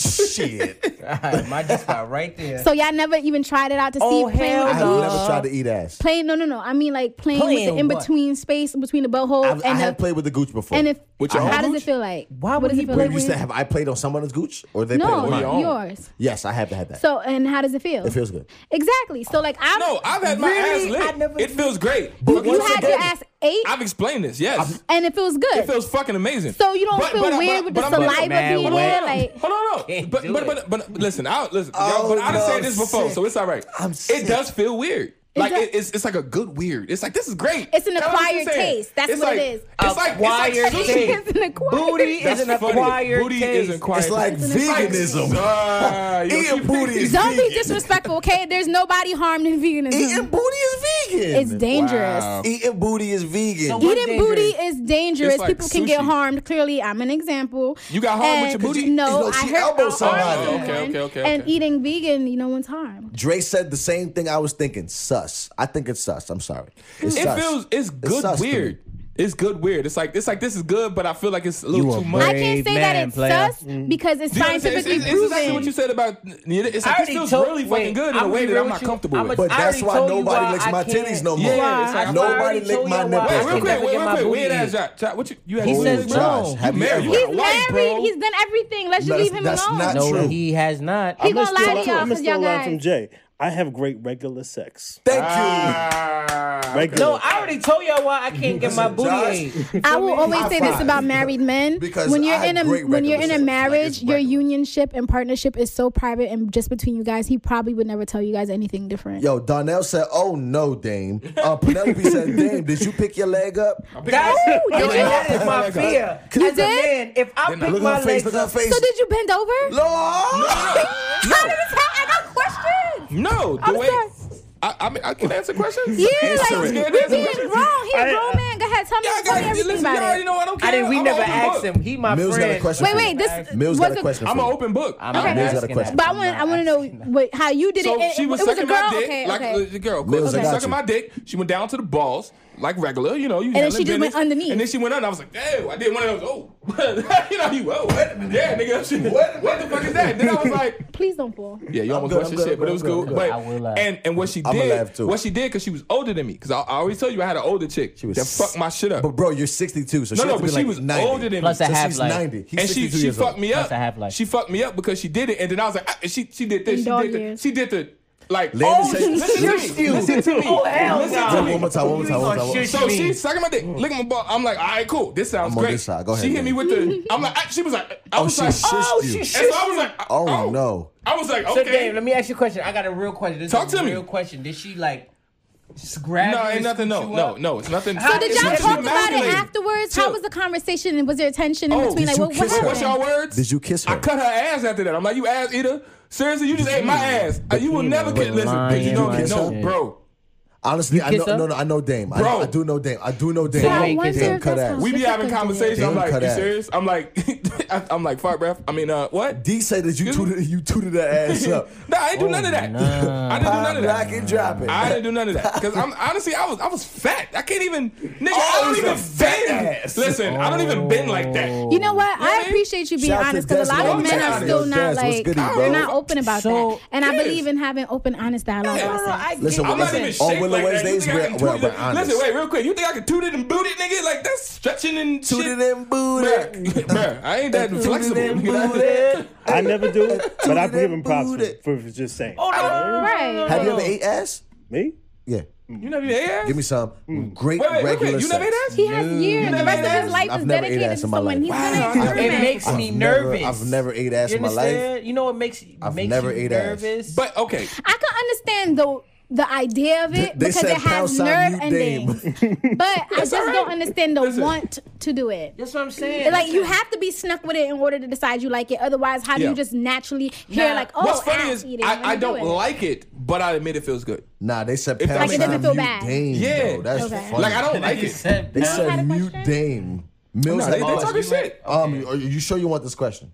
A: Shit.
E: All right, my G spot right there.
C: so y'all never even tried it out to
E: Oh,
C: see plain
E: hell
A: I
C: with
A: have
E: no.
C: the-
A: never tried to eat ass.
C: plain. No, no, no. I mean like playing with
E: Playing
C: the in
E: what?
C: between space between the butthole
A: I've, I
C: and
A: have
C: the
A: played with the gooch before.
C: and if
B: With your own
C: how does
B: gooch?
C: it feel like?
E: Why
C: What
E: would
C: does
E: he
C: it feel
E: play
A: Wait,
C: like?
A: you
C: when
E: with
A: used
C: you-
A: to have I played on someone's gooch or they played
C: No,
A: on mine?
B: own?
C: yours.
A: Yes, I have had that.
C: So and how does it feel?
A: it feels good.
C: exactly. So like I'm
B: No, I've had my
E: Really? I
B: ass
E: never-
B: lit. It feels great.
A: But
C: you
A: once
C: had your
A: again,
C: ass ate
B: I've explained this. Yes.
C: and it feels good.
B: It feels fucking amazing.
C: so you don't
B: But-
C: feel
B: but I- but I-
C: weird with
B: but
C: the
B: I'm- but-
C: saliva
E: Man,
C: being
E: wait.
C: there, like.
B: Hold on, no.
E: Can't
B: But
E: do
B: but,
E: it.
B: but but listen, I listen.
A: Oh,
B: y'all, but I done
A: no,
B: said this before,
A: sick.
B: so it's all right.
A: I'm
B: it
A: sick.
B: does feel weird. Like
C: does-
B: it, it's it's like a good weird. It's like this is great.
C: It's an
B: Kinda what
C: acquired
B: you're saying.
C: taste. That's
B: It's
C: what it
B: like-
C: is.
B: It's like it's
E: Acquired
B: like sushi.
E: taste.
C: It's an acquired-
E: Booty is
B: That's
E: an
B: funny.
E: acquired
B: Booty
E: taste.
B: is acquired.
A: It's like
C: It's like-
A: veganism.
B: Ah, yo,
A: Eating
B: keep
A: booty is
B: thinking.
C: Don't be
A: vegan.
C: disrespectful, okay? There's nobody harmed in veganism.
A: Eating booty is vegan.
C: it's dangerous.
B: Wow.
A: Eating booty is vegan.
E: So what-
C: Eating
E: dangerous.
C: booty is dangerous.
B: It's like
C: People can get
B: sushi.
C: harmed. Clearly, I'm an example.
B: You got harmed with
C: And-
B: your booty?
A: You
C: No,
A: know,
C: I
A: she
C: hurt
A: elbowed
C: I harmed
A: somebody.
B: Okay,
C: someone.
B: okay, okay,
C: And
B: okay.
C: eating vegan, you know, one's harmed.
A: Dre said the same thing I was thinking. Sus. I think it's sus. I'm sorry. It's
B: It
A: sus.
B: feels it's good
A: sus to me.
B: weird. It's good weird. It's like it's like this is good, but I feel like it's a little
E: You a
B: too
C: I
B: much.
E: brave
C: can't say that
E: man,
C: it's
E: player.
C: sus because it's
B: Do you understand? It's-
C: scientifically
B: it's, it's
C: proven.
B: exactly what you said about. It's like
E: I
B: this
E: already
B: feels
E: told-
B: really fucking
E: wait,
B: good in a
E: I'm
B: way
E: gonna
B: that
E: be
B: I'm
E: real
B: not
E: with you.
B: comfortable
E: I'm
B: with.
E: a-
A: But
E: I
A: that's
E: already
A: why
E: told you
A: nobody
E: why
A: licks
E: I
A: my
E: can't.
A: titties no
B: Yeah,
A: more.
B: it's like-
A: Nobody
E: I already
A: licked
E: told
A: my
E: you why
A: nipples.
E: I
B: Wait,
A: I'll
B: real
E: can
B: quick,
E: never
B: wait,
E: get
B: real
E: my
B: quick. Weird
E: booty
B: ass
E: eat.
B: Josh. Josh, What you, you had
E: He
B: one
E: says
B: leg,
A: Josh,
E: no.
A: have
B: You
A: you ever?
B: married? You
C: He's
B: got a wife,
C: married.
B: bro.
C: He's done everything. Let's just
A: That's-
C: leave him
A: that's
C: alone.
A: not
E: No,
A: True.
E: he has not.
C: He gonna lie to
D: I'm
C: y'all
D: still
C: 'cause y'all
D: learn from
C: guys-
D: Jay. I have great regular sex.
A: Thank you.
B: Ah,
D: Regular.
E: No, I already told y'all why I can't get my booty
A: Josh,
E: ate.
C: I will always say this
A: five.
C: about married men.
A: Because
C: when you're
A: I
C: in a
A: great
C: when you're in
A: regular sex.
C: a
A: Like,
C: marriage,
A: it's
C: your
A: regular.
C: unionship and partnership is so private and just between you guys. He probably would never tell you guys anything different.
A: Yo, Donnell said, "Oh no, Dame." Uh, Penelope said, "Dame, did you pick your leg up?"
E: That's,
C: Ooh,
E: yo,
C: did you?
E: that is my fear.
C: You
E: As
C: did?
E: a man, if I
B: I-
E: pick
A: Look at
E: my
A: her face.
E: legs
A: Look at her
E: up,
A: face.
C: So did you bend over?
A: Lord.
C: How did this happen? I got questions.
B: No, the
C: I'm
B: way
C: sorry.
B: I, I mean, I can answer questions.
C: Yeah,
B: Answer
C: like
B: it.
C: we're
B: Scared to answer
C: being
B: questions?
C: wrong. He a
D: I-
C: grown man. Go ahead, tell me,
B: Y'all
C: tell me
B: got-
C: everything
B: listen,
C: about
B: y'all
C: it.
B: already know I don't care.
E: I didn't. We
B: I'm a
E: never
B: open
E: asked
B: book.
E: him. He my
A: Mills got a
E: friend.
A: question.
C: Wait, wait. This
E: Ask-
A: Mills
C: was
A: got a
C: a-
A: question.
B: I'm
A: for
B: an
A: you.
B: open book.
E: I'm
B: Okay.
E: not
A: Mills got a
E: asking that.
A: question.
C: But I
E: I'm
C: want
E: not
C: I want to know
E: asking that.
C: what, how you did
B: So
C: it. It,
B: she
C: it
B: was,
C: was a
B: sucking
C: girl.
B: my dick,
C: okay,
B: like
C: okay.
B: uh, the girl.
A: Mills,
B: she
A: I
B: was
A: got
B: sucking
A: you.
B: my dick. She went down to the balls, like regular, you know. You
C: then
B: handling
C: she just went
B: business.
C: underneath.
B: And then she went under. I was like, "Damn, I did one of those." Oh, you know, you. Oh, what? yeah, nigga. She, what? What the fuck is that? Then I was like,
C: Please don't fall.
B: "Yeah, you
A: I'm
B: almost
A: good,
B: lost
A: I'm
B: your
A: good,
B: shit,
A: I'm
B: but it
A: good,
B: was
A: I'm
B: cool."
A: good.
B: But
E: I will laugh.
B: and and what she
A: I'ma laugh
B: did,
A: too.
B: what she did, because she was older than me. Because I, I always told you I had an older chick
A: was
B: that fucked my shit up.
A: But bro, you're 62, so
B: no,
A: she
B: no,
A: has to
B: but
A: be
B: she
A: like
B: was
A: 90.
B: older than
E: Plus
B: me.
E: I
A: So
E: have
A: she's
E: like-
A: 90. He's
B: and she
A: 62
B: she
A: years
B: fucked
A: old.
B: me up.
E: Plus I have life.
B: She fucked me up because she did it, and then I was like, ah, she she did this,
C: In
B: she
C: dog
B: did that,
C: years.
B: she did the like.
A: Ladies
B: oh,
A: say-
B: listen
A: Shush
B: to me,
A: you.
B: listen to me.
E: Oh hell
B: Listen
E: no!
B: to
A: One more time, one more time, one more time, one more
E: You
A: time.
B: So
E: gonna
B: she's
E: shush me.
B: sucking my dick, licking my ball. I'm like, all right, cool. This sounds
A: I'm on
B: great.
A: this side. Go ahead,
B: She hit me
A: baby.
B: with the. I'm like, I, she was like, I
A: Oh,
B: was
A: she
B: like,
A: shushed
B: oh,
A: you.
B: she. And
E: shushed
B: so I was
E: you.
B: like,
A: Oh, no.
B: I was like,
E: So,
B: okay.
E: Dave, let me ask you a question. I got a real question. This
B: Talk
E: is
B: to
E: a
B: me.
E: real question. Did she like just grab
B: no,
E: you
B: ain't
E: and
B: nothing. No,
E: scoot you
B: no,
E: up?
B: no. It's nothing.
E: So
C: So did
E: It's
C: y'all
E: not
C: talk
E: even
C: about it
B: masculine.
C: afterwards?
B: Chill.
C: How was the conversation? And was there tension in
B: Oh, did
C: between? Like,
A: you
C: what, what
A: kiss her?
B: What- What's
C: happened?
B: your words?
A: Did you kiss
B: I
A: her?
B: cut her ass after that. I'm like, you ass eater. Seriously, you just ate my ass. Uh, You will
E: he
B: never
E: was
B: get listen.
E: lying,
B: Bitch, you don't get no,
A: lying.
B: bro.
A: Honestly, I know,
E: kiss her?
A: no, no, I know Dame.
B: Bro.
A: I, I do know Dame. I do know Dame.
E: Yeah, I
A: Dame
E: wonder if
A: cut
C: that's
A: ass.
C: how-
B: We be
C: Yes, I
B: having
C: can do it.
B: conversations. I'm
A: Damn,
B: like,
A: cut
B: you
A: ass.
B: serious? I'm like, I- I'm like, fart breath. I mean, uh, what?
A: D said that you
B: Excuse me?
A: tooted, you tooted that ass up.
B: Nah, I ain't do
A: Oh,
B: none of that. I didn't do none of
A: Black
B: that.
A: and drop it.
B: I didn't do none of that because I'm honestly I was I was fat. I can't even nigga.
A: Oh,
B: I don't
A: he's a
B: even
A: fat
B: bend.
A: ass.
B: Listen, I don't even bend like that.
A: Oh.
C: You know what? I
B: Yeah.
C: appreciate you being
A: Shout out to
C: honest because a
A: Des,
C: lot
A: yo,
C: of men
A: Des,
C: are
A: yo,
C: still
A: Des,
C: not
A: what's
C: like
A: goody,
B: bro?
C: they're not open about
E: So-
C: that, and I
B: Yes.
C: believe in having open, honest dialogue.
B: Yeah.
C: about
E: No, no,
C: sex.
E: I
A: Listen,
E: get
B: I'm
E: it.
B: not
A: listen,
B: even
A: on
B: shaped
A: Willow
B: like that. You
A: Wednesdays,
B: think I
A: we're-
B: can
A: we're-
B: toot it-
A: we're honest.
B: Listen, wait, real quick. You think I can toot it and boot it, nigga? Like that's stretching and shit.
A: Tooted and booted.
B: Bruh, bruh, I ain't that
A: Tooted
B: flexible.
A: and
B: nigga.
A: booted.
D: I never do it, but I
A: Tooted
D: give him
A: and
D: props
A: booted.
D: for, for just saying.
E: Oh, no, no, no, no, no,
C: Right.
E: no, no,
A: Have you
E: no.
A: ever ate ass?
D: Me?
A: Yeah.
B: You never ate ass?
A: Give me some great
B: Hmm. Wait, wait, wait,
A: regular
B: wait. You
A: sex.
B: never ate ass?
C: He has years. The
B: never
C: rest
B: ate
C: of
B: ass?
C: his life
A: I've
C: is
A: never ate
C: dedicated
A: ass
C: to
A: in my
C: someone.
A: life.
C: He's
B: Wow.
C: gonna
B: I've
E: It
C: experiment.
E: makes me
A: I've never-
E: nervous.
A: I've never ate ass
E: You
A: in my life.
E: understand? You know what makes
A: I've
E: makes
A: never
E: you
A: ate ass.
E: nervous?
B: But okay,
C: I can understand though the idea of it
A: They
C: because
A: said
C: it
A: pound
C: has
A: sign
C: nerve
A: you
C: endings. but I just
B: all right.
C: don't understand the
B: Listen.
C: want to do it.
E: that's what I'm saying.
C: Like you have to be snuck with it in order to decide you like it. Otherwise, how do
B: Yeah.
C: you just naturally hear
E: Nah.
C: like, oh,
B: what's funny
C: ass
B: is
C: eating? Let me
B: I, I
C: do
B: don't
C: it.
B: like it, but I admit it feels good.
A: Nah, they said
B: If that
A: pound
B: makes- Like, it
A: sign
B: doesn't
C: feel
A: mute
C: bad.
A: dame.
B: Yeah.
A: though. that's
C: Okay.
A: funny.
B: Like I don't
E: And
B: like
E: you
B: it.
E: said
A: They
E: that.
C: had a
A: said mute
C: question?
A: dame. Mills
B: No,
A: had
B: they, they
A: a question.
B: talking
E: you
B: shit.
E: went-
A: Um, are you sure you want this question?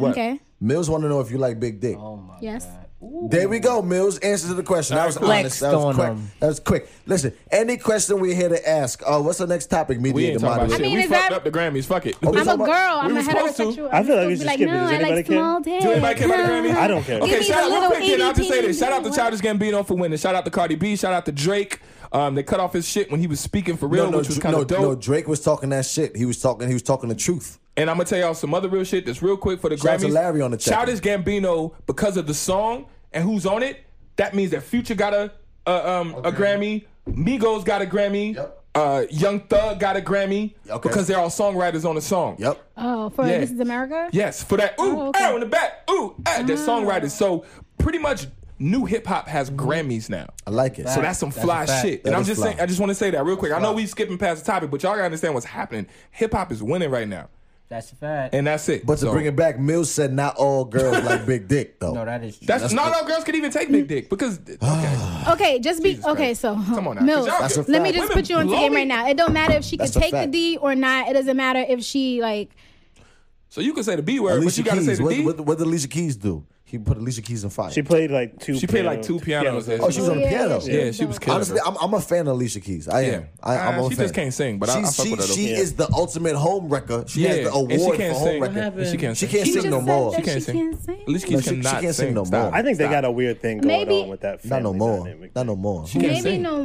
C: Okay.
A: Mills want to know if you like big dick.
E: Oh my
C: Yes.
E: God.
A: There we go, Mills. Answer to the question. That was honest.
E: Flexed
A: That was
E: on
A: quick.
E: him.
A: That was quick. Listen, any question we're here to ask. Uh, what's the next topic?
B: We
A: Media
B: ain't
A: to
B: talking about
A: moderate.
B: shit.
C: mean,
B: we
C: is
B: fucked
C: that-
B: up the Grammys. Fuck it.
A: we
B: We
C: I'm a
A: talking
C: girl.
A: about-
C: I'm
B: we
C: a
B: was supposed to.
C: heterosexual.
D: I feel like we
C: I'm supposed
D: should
C: to be like,
D: skip it.
C: no,
D: Does
C: I
D: anybody
C: like
D: care?
C: small dick.
B: Do anybody care about the Grammy?
C: No.
D: I don't care.
C: Give
B: Okay,
C: me
B: shout
C: the
B: out real
C: little
B: quick. Then I'll just say
C: 80
B: this. Shout out to
C: teeny
B: Childish Gambino for winning. Shout out to Cardi B. Shout out to Drake. Um, they cut off his shit when he was speaking for real,
A: No, no,
B: which was
A: Dra-
B: kind
A: no,
B: of dope.
A: no. Drake was talking that shit. He was talking. He was talking the truth.
B: And I'm gonna tell y'all some other real shit that's real quick for the
A: Shout out
B: Grammys.
A: to Larry on the check.
B: Childish Gambino because of the song and who's on it. That means that Future got a a, um, a Grammy. Migos got a Grammy.
A: Yep.
B: Uh, Young Thug got a Grammy
A: Okay.
B: because they're all songwriters on the song.
A: Yep.
C: Oh, for
B: Yeah.
C: This Is America?
B: Yes, for that ooh,
C: Oh, okay. Mm.
B: ah, in the back, ooh, ah, they're songwriters. So pretty much, new hip hop has Grammys now.
A: I like it.
B: So that's some
E: That's
B: fly
E: a fact.
B: shit.
A: That
B: and I'm
A: is
B: just
A: fly.
B: saying, I just want to say that real quick. I know we skipping past the topic, but y'all gotta understand what's happening. Hip hop is winning right now,
E: That's a fact.
B: and that's it.
A: But to
B: So-
A: bring it back, Mills said not all girls like big dick though.
E: no, that is true.
B: that's, not all girls could even take big dick because okay,
C: Okay, just be okay.
B: Christ.
C: So
B: Come on now, 'cause
C: Mills.
B: y'all That's
A: a fact.
C: let me just
B: Women
C: put you on to
B: blow
C: game
B: me.
C: right now. It don't matter if she
A: That's a
C: could take the
A: fact.
C: D or not. It doesn't matter if she like.
B: so you can say the B word, but
A: Alicia
B: you gotta
A: Keys.
B: say the
A: what,
B: D.
A: what, what did Alicia Keys do? He put Alicia Keys in fire.
D: She played like two.
B: She played like two pianos.
D: pianos.
A: oh, she was on the
C: Yeah,
A: piano.
C: she
B: yeah, she was killing.
A: Honestly,
B: her.
A: I'm, I'm a fan of Alicia Keys. I am.
B: Yeah.
A: I, I'm
B: Uh,
A: a
B: she
A: fan.
B: just can't sing, but I-
A: she,
B: I fuck
A: she,
B: with her, though.
A: she
D: Yeah.
A: is the ultimate home wrecker. She has the award
B: and she
A: for
B: can't
A: home
B: sing.
A: wrecker.
B: And She can't.
A: She
B: sing.
A: can't
C: She
A: sing
C: just
A: no
C: said
A: more.
C: that
B: She can't
C: she
B: sing.
C: can't sing.
B: Alicia
A: No,
B: Keys
A: she- she
B: cannot
A: can't sing no
B: Stop.
A: more.
D: I think they got a weird thing going
C: Maybe-
D: on with that.
A: Not no
D: family
A: more.
D: dynamic.
A: Not no more.
B: She can't
C: Maybe
B: sing.
C: no.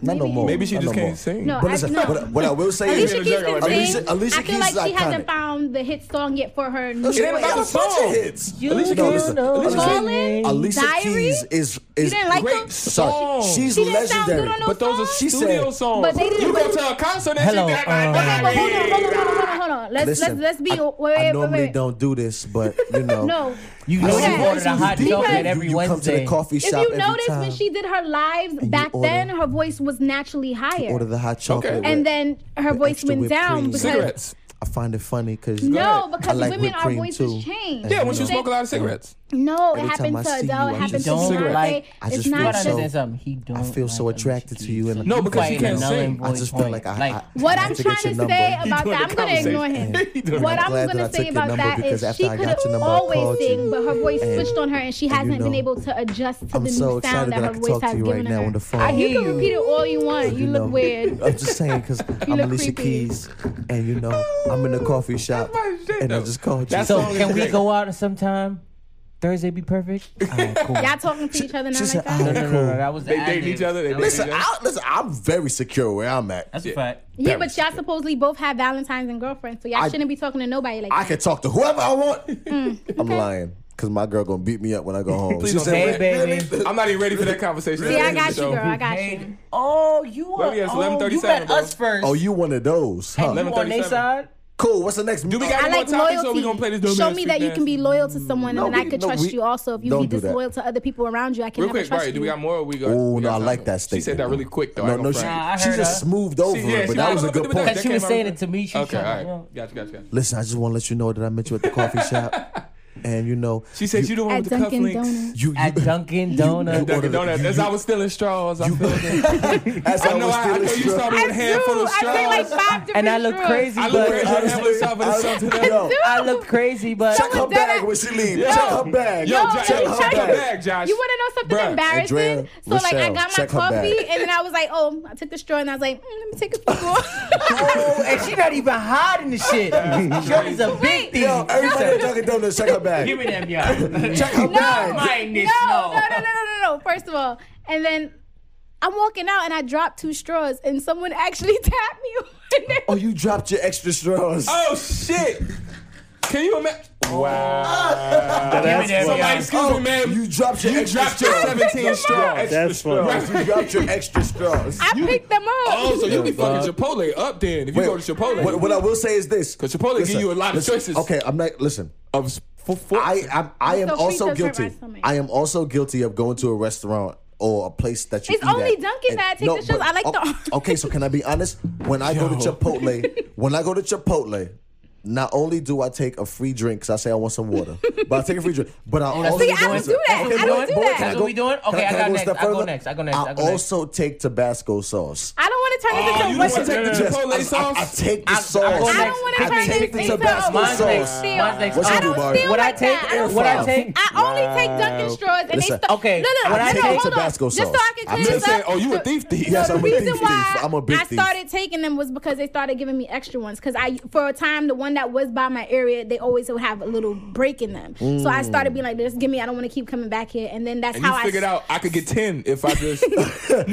A: Not no
C: maybe-
A: more.
B: Maybe she
A: Not
B: just
A: no
B: can't
A: more.
B: sing.
C: No,
A: But
C: I-
A: listen,
C: no.
A: what, what I will say
C: Alicia
A: is,
C: Keys can
A: Alicia-
C: sing.
A: Alicia
C: I feel
A: Keys
C: like
A: is
C: she hasn't
A: iconic.
C: found the hit song yet for her. New
A: She
B: ain't
A: got
B: about the
A: a bunch
B: song.
A: of hits.
E: You
B: Alicia
A: No,
B: Keys-
A: listen.
E: know.
B: Alicia Keys-
C: Fallen,
A: Alicia
C: Diary.
A: Keys is is
C: didn't like
B: Great
C: them?
A: sorry.
B: song.
A: She's
C: She didn't sound good
A: legendary.
C: on
B: But those are
A: She
B: studio
A: said-
B: songs.
C: But they didn't
B: you go
C: really-
B: to a concert and
E: Hello,
B: she
E: um,
C: Okay, but hold on, hold on,
B: like,
C: hold on, hold on, hold on. Let's
A: Listen,
C: let's let's be.
A: I,
C: wait, wait,
A: I
C: wait,
A: normally
C: wait.
A: don't do this, but you know.
C: No.
E: You
A: I
E: know
A: see
E: she
A: you
E: ordered a
A: do
E: hot
A: this.
E: chocolate
C: Because-
E: every
A: you come to
E: Wednesday.
A: the coffee
C: If
A: shop
C: you
A: every
C: notice
A: time.
C: when she did her lives
A: you
C: back
A: order-
C: then, her voice was naturally higher.
A: order the hot chocolate,
B: Okay.
A: with
C: and then her
A: the
C: voice
A: extra
C: went
A: whipped
C: down
A: cream.
C: because
B: Cigarettes.
A: I find it funny because
B: ahead.
C: no, because
A: like
C: women
A: whipped
C: our
A: cream,
C: voices
A: too.
C: change.
B: Yeah, when she
A: They-
B: smoke a lot of cigarettes.
A: Every
C: No, it
A: time I
C: happened to
A: see
C: Adele.
A: you,
C: It
A: I
C: happened
A: just
C: to
E: don't
C: Beyonce.
E: like-
A: I
C: it's
A: just feel so-
C: not
E: But
C: just
E: understand something. He don't
A: I feel
E: like
A: so
E: Alicia
A: attracted to you,
E: Keys.
A: and I-
B: No,
E: You
B: because she
E: fighting a
B: can't
E: null and
B: sing.
A: I
E: void
A: just feel
E: point.
A: like I. I
C: What
A: I
C: I'm
A: have to
C: trying
A: get
C: to
A: your
C: say
A: number.
C: about
B: doing
C: that,
B: the
C: I'm gonna ignore
B: conversation.
C: him.
B: He doing
C: What
B: the-
C: I'm
A: glad that I
C: gonna
A: took
C: say
A: your
C: about
A: number
C: that
A: because
C: is
A: after
C: she
A: I
C: could
A: got
C: have
A: your number, I called
C: always
A: you.
C: sing, but her voice
A: And-
C: switched on her, and she
A: and you
C: hasn't been
A: know,
C: able to adjust to
A: I'm
C: the
A: so
C: new
A: excited
C: sound that
A: that I
C: her
A: could
C: voice
A: talk to
C: has
A: you right
C: given
A: now
C: her.
A: on the phone.
E: I
C: You
E: hear
C: can
E: you.
C: repeat it all you want. You
A: know,
C: look weird.
A: I'm just saying because I'm
C: look
A: Alicia
C: creepy.
A: Keys, and you know I'm in the coffee shop,
B: my shit,
A: and I
B: though.
A: just called you.
B: That's
E: So
B: song is
E: can we
B: great.
E: go out sometime? Thursday be perfect. All right, cool.
C: Y'all talking to each other now
A: she
C: like
A: said, "Oh,
E: No,
C: that?
E: no, no, no, no, That was
B: They
E: the
B: dating
E: ad-lib.
B: each other, they
E: That
B: dating
E: was-
A: listen, I, listen, I'm very secure where I'm at.
E: That's a fact.
C: Yeah, but y'all supposedly both have Valentines and girlfriends, so y'all
A: I-
C: shouldn't be talking to nobody like
A: I
C: that.
A: can talk to whoever I want.
C: Mm,
A: I'm lying because my girl gonna beat me up when I go home.
B: Please
A: She
B: don't
A: said,
B: say
E: Hey, baby.
B: I'm not even ready for that conversation.
C: See, I got you,
B: So-
C: girl. I got
E: Hey,
C: you.
E: oh, you
B: Well,
E: are.
B: yes,
E: Oh, you
B: 11:37,
E: got
B: bro.
E: us first.
A: "Oh, you one of those,
E: Hey,
A: huh?"
E: you on their
B: 11:37.
E: side?
A: Cool. What's the next? Do
B: we got-
C: I
B: Any more
C: like
B: topics,
C: loyalty.
B: or we gonna play this dumb
C: Show
B: ass
C: me that
B: freak
C: you can be loyal to someone,
A: No,
C: and then
A: we-
C: I could
A: no,
C: trust
A: we-
C: you. Also, if you
A: don't
C: be
A: do that.
C: disloyal to other people around you, I can
B: Real
C: never
B: quick,
C: trust
B: right?
C: you.
B: Do we got more? Or we got?
A: Oh
B: we
A: no,
B: got
A: I
B: time?
A: like that
B: She
A: statement.
B: said that really quick though. I
A: No,
B: ain't
A: no,
B: gonna
A: she,
B: front.
E: Nah, I
A: she
E: heard
A: just
E: her.
A: smoothed over
B: She- yeah,
A: it, but
B: she
A: that
B: like,
A: was a
B: "Oh,
A: good
B: look at that."
A: point.
E: That she was
B: came
E: saying
B: out-
E: it to me. She was
B: Okay,
E: like,
B: all
E: yo.
B: right, got you, got you, got you.
A: Listen, I just want to let you know that I met you at the coffee shop, and you know
B: She said you the one
C: at
B: with the
C: Dunkin'
B: cufflinks.
C: Donuts?
A: you, you
E: At Dunkin'
A: you-
E: Donuts.
A: Order
B: Dunkin'
A: the-
B: Donuts.
A: you-
B: As I was stealing straws, I feel good.
A: as
B: I know. I, I know you started with a handful of straws.
C: I take like five different
E: And I look
C: drugs.
E: crazy,
B: I look
E: but
B: crazy. I'm having a shot for the sun to the-
A: Yo,
E: I look crazy, but
A: check her
C: was that
A: bag
C: at-
A: when she leaves.
B: Yo.
A: Check her bag.
B: Yo,
C: Yo,
B: Josh,
C: let me
B: check
C: tell
B: her
C: you.
B: bag, Josh.
C: You want to know something
B: Bruh.
C: embarrassing?
A: Andrea,
C: so like, I
A: Rochelle,
C: got my
A: check her bag.
C: coffee, and then I was like, oh, I took the straw, and I was like, mm, let me take a sip more.
E: oh, and she not even hiding the shit. Yo, is a big
C: Wait.
E: thing.
A: Yo, everybody at Dunkin' Donuts, check her bag.
E: Give me them, y'all.
A: Check her
C: no,
A: bag.
E: Minus,
C: no,
E: no.
C: no, no, no, no, no. First of all, and then I'm walking out, and I dropped two straws, and someone actually tapped me. on it.
A: Oh, you dropped your extra straws.
B: Oh shit! Can you imagine? Wow.
D: That's what-
B: Somebody, excuse me, ma'am.
A: Oh, You dropped your
B: You
A: extra
B: dropped your
A: straw.
B: 17 straw. Extra
D: That's
B: straw.
D: funny.
A: you dropped your extra straws.
C: I picked them up.
B: Oh, so you be
A: Yeah,
B: fucking Chipotle up then if you
A: Wait,
B: go to Chipotle.
A: What, what I will say is this:
B: 'Cause Chipotle give you a lot of
A: listen,
B: choices.
A: Okay, I'm not. Listen,
B: of s- for, for,
A: I I'm, I am
C: Those
A: also
C: pizzas hurt my
A: guilty.
C: stomach.
A: I am also guilty of going to a restaurant or a place that you.
C: It's
A: eat at
C: only Dunkin'
A: and-
C: that I take the
A: but-
C: shoes. I like
A: oh,
C: the-
A: Okay, so can I be honest? When I go to
B: Yo.
A: Chipotle, when I go to Chipotle. Not only do I take a free drink because I say I want some water, but I take a free drink. But I also
E: See, I don't
A: listen,
C: do that.
A: okay,
C: I
A: but-
C: don't do
A: but
C: that.
A: can I
E: That's
A: go-
E: what we doing?
A: can I-
E: Okay, I
A: can
E: got
A: go a
E: next,
A: step
E: I go
A: further?
E: next, I go next, I go
A: I
E: next.
A: also take Tabasco sauce.
C: I don't want to turn
B: Oh,
C: this
B: you don't
C: into
B: wanna
C: Russian.
B: take
A: Yes,
B: the Chipotle
A: I- I-
B: sauce?
A: I, take the
E: I- I
A: sauce.
E: go
C: I don't
E: next.
C: want to turn
A: I
C: this
A: take
C: into
A: the
C: Russian.
A: Tabasco
E: Mine's next.
A: sauce.
E: Mine's next.
A: What you
C: I
A: do,
C: don't
A: Barb?
C: feel
E: What I
C: like
E: take-
C: that. I don't
E: what I
C: feel-
E: take-
C: I only take Dunkin' straws and
A: Listen,
C: they stop.
E: okay,
C: No, no,
E: what
A: I
C: no,
A: take
C: hold
A: Tabasco
C: on. Just so
A: sauce.
C: I can
A: I'm
C: clear
B: just
C: this
B: saying,
C: up.
B: oh, you a
C: the-
B: thief thief.
C: no,
A: Yes,
C: the
A: I'm a
C: reason
A: thief
C: why
A: thief. I'm a big
C: I
A: thief.
C: started taking them was because they started giving me extra ones. Because I, for a time, the one that was by my area, they always would have a little break in them. So I started being like, "Just give me. I don't want to keep coming back here." And then that's
B: and you
C: how I
B: figured out I could get 10 if I just. no, that makes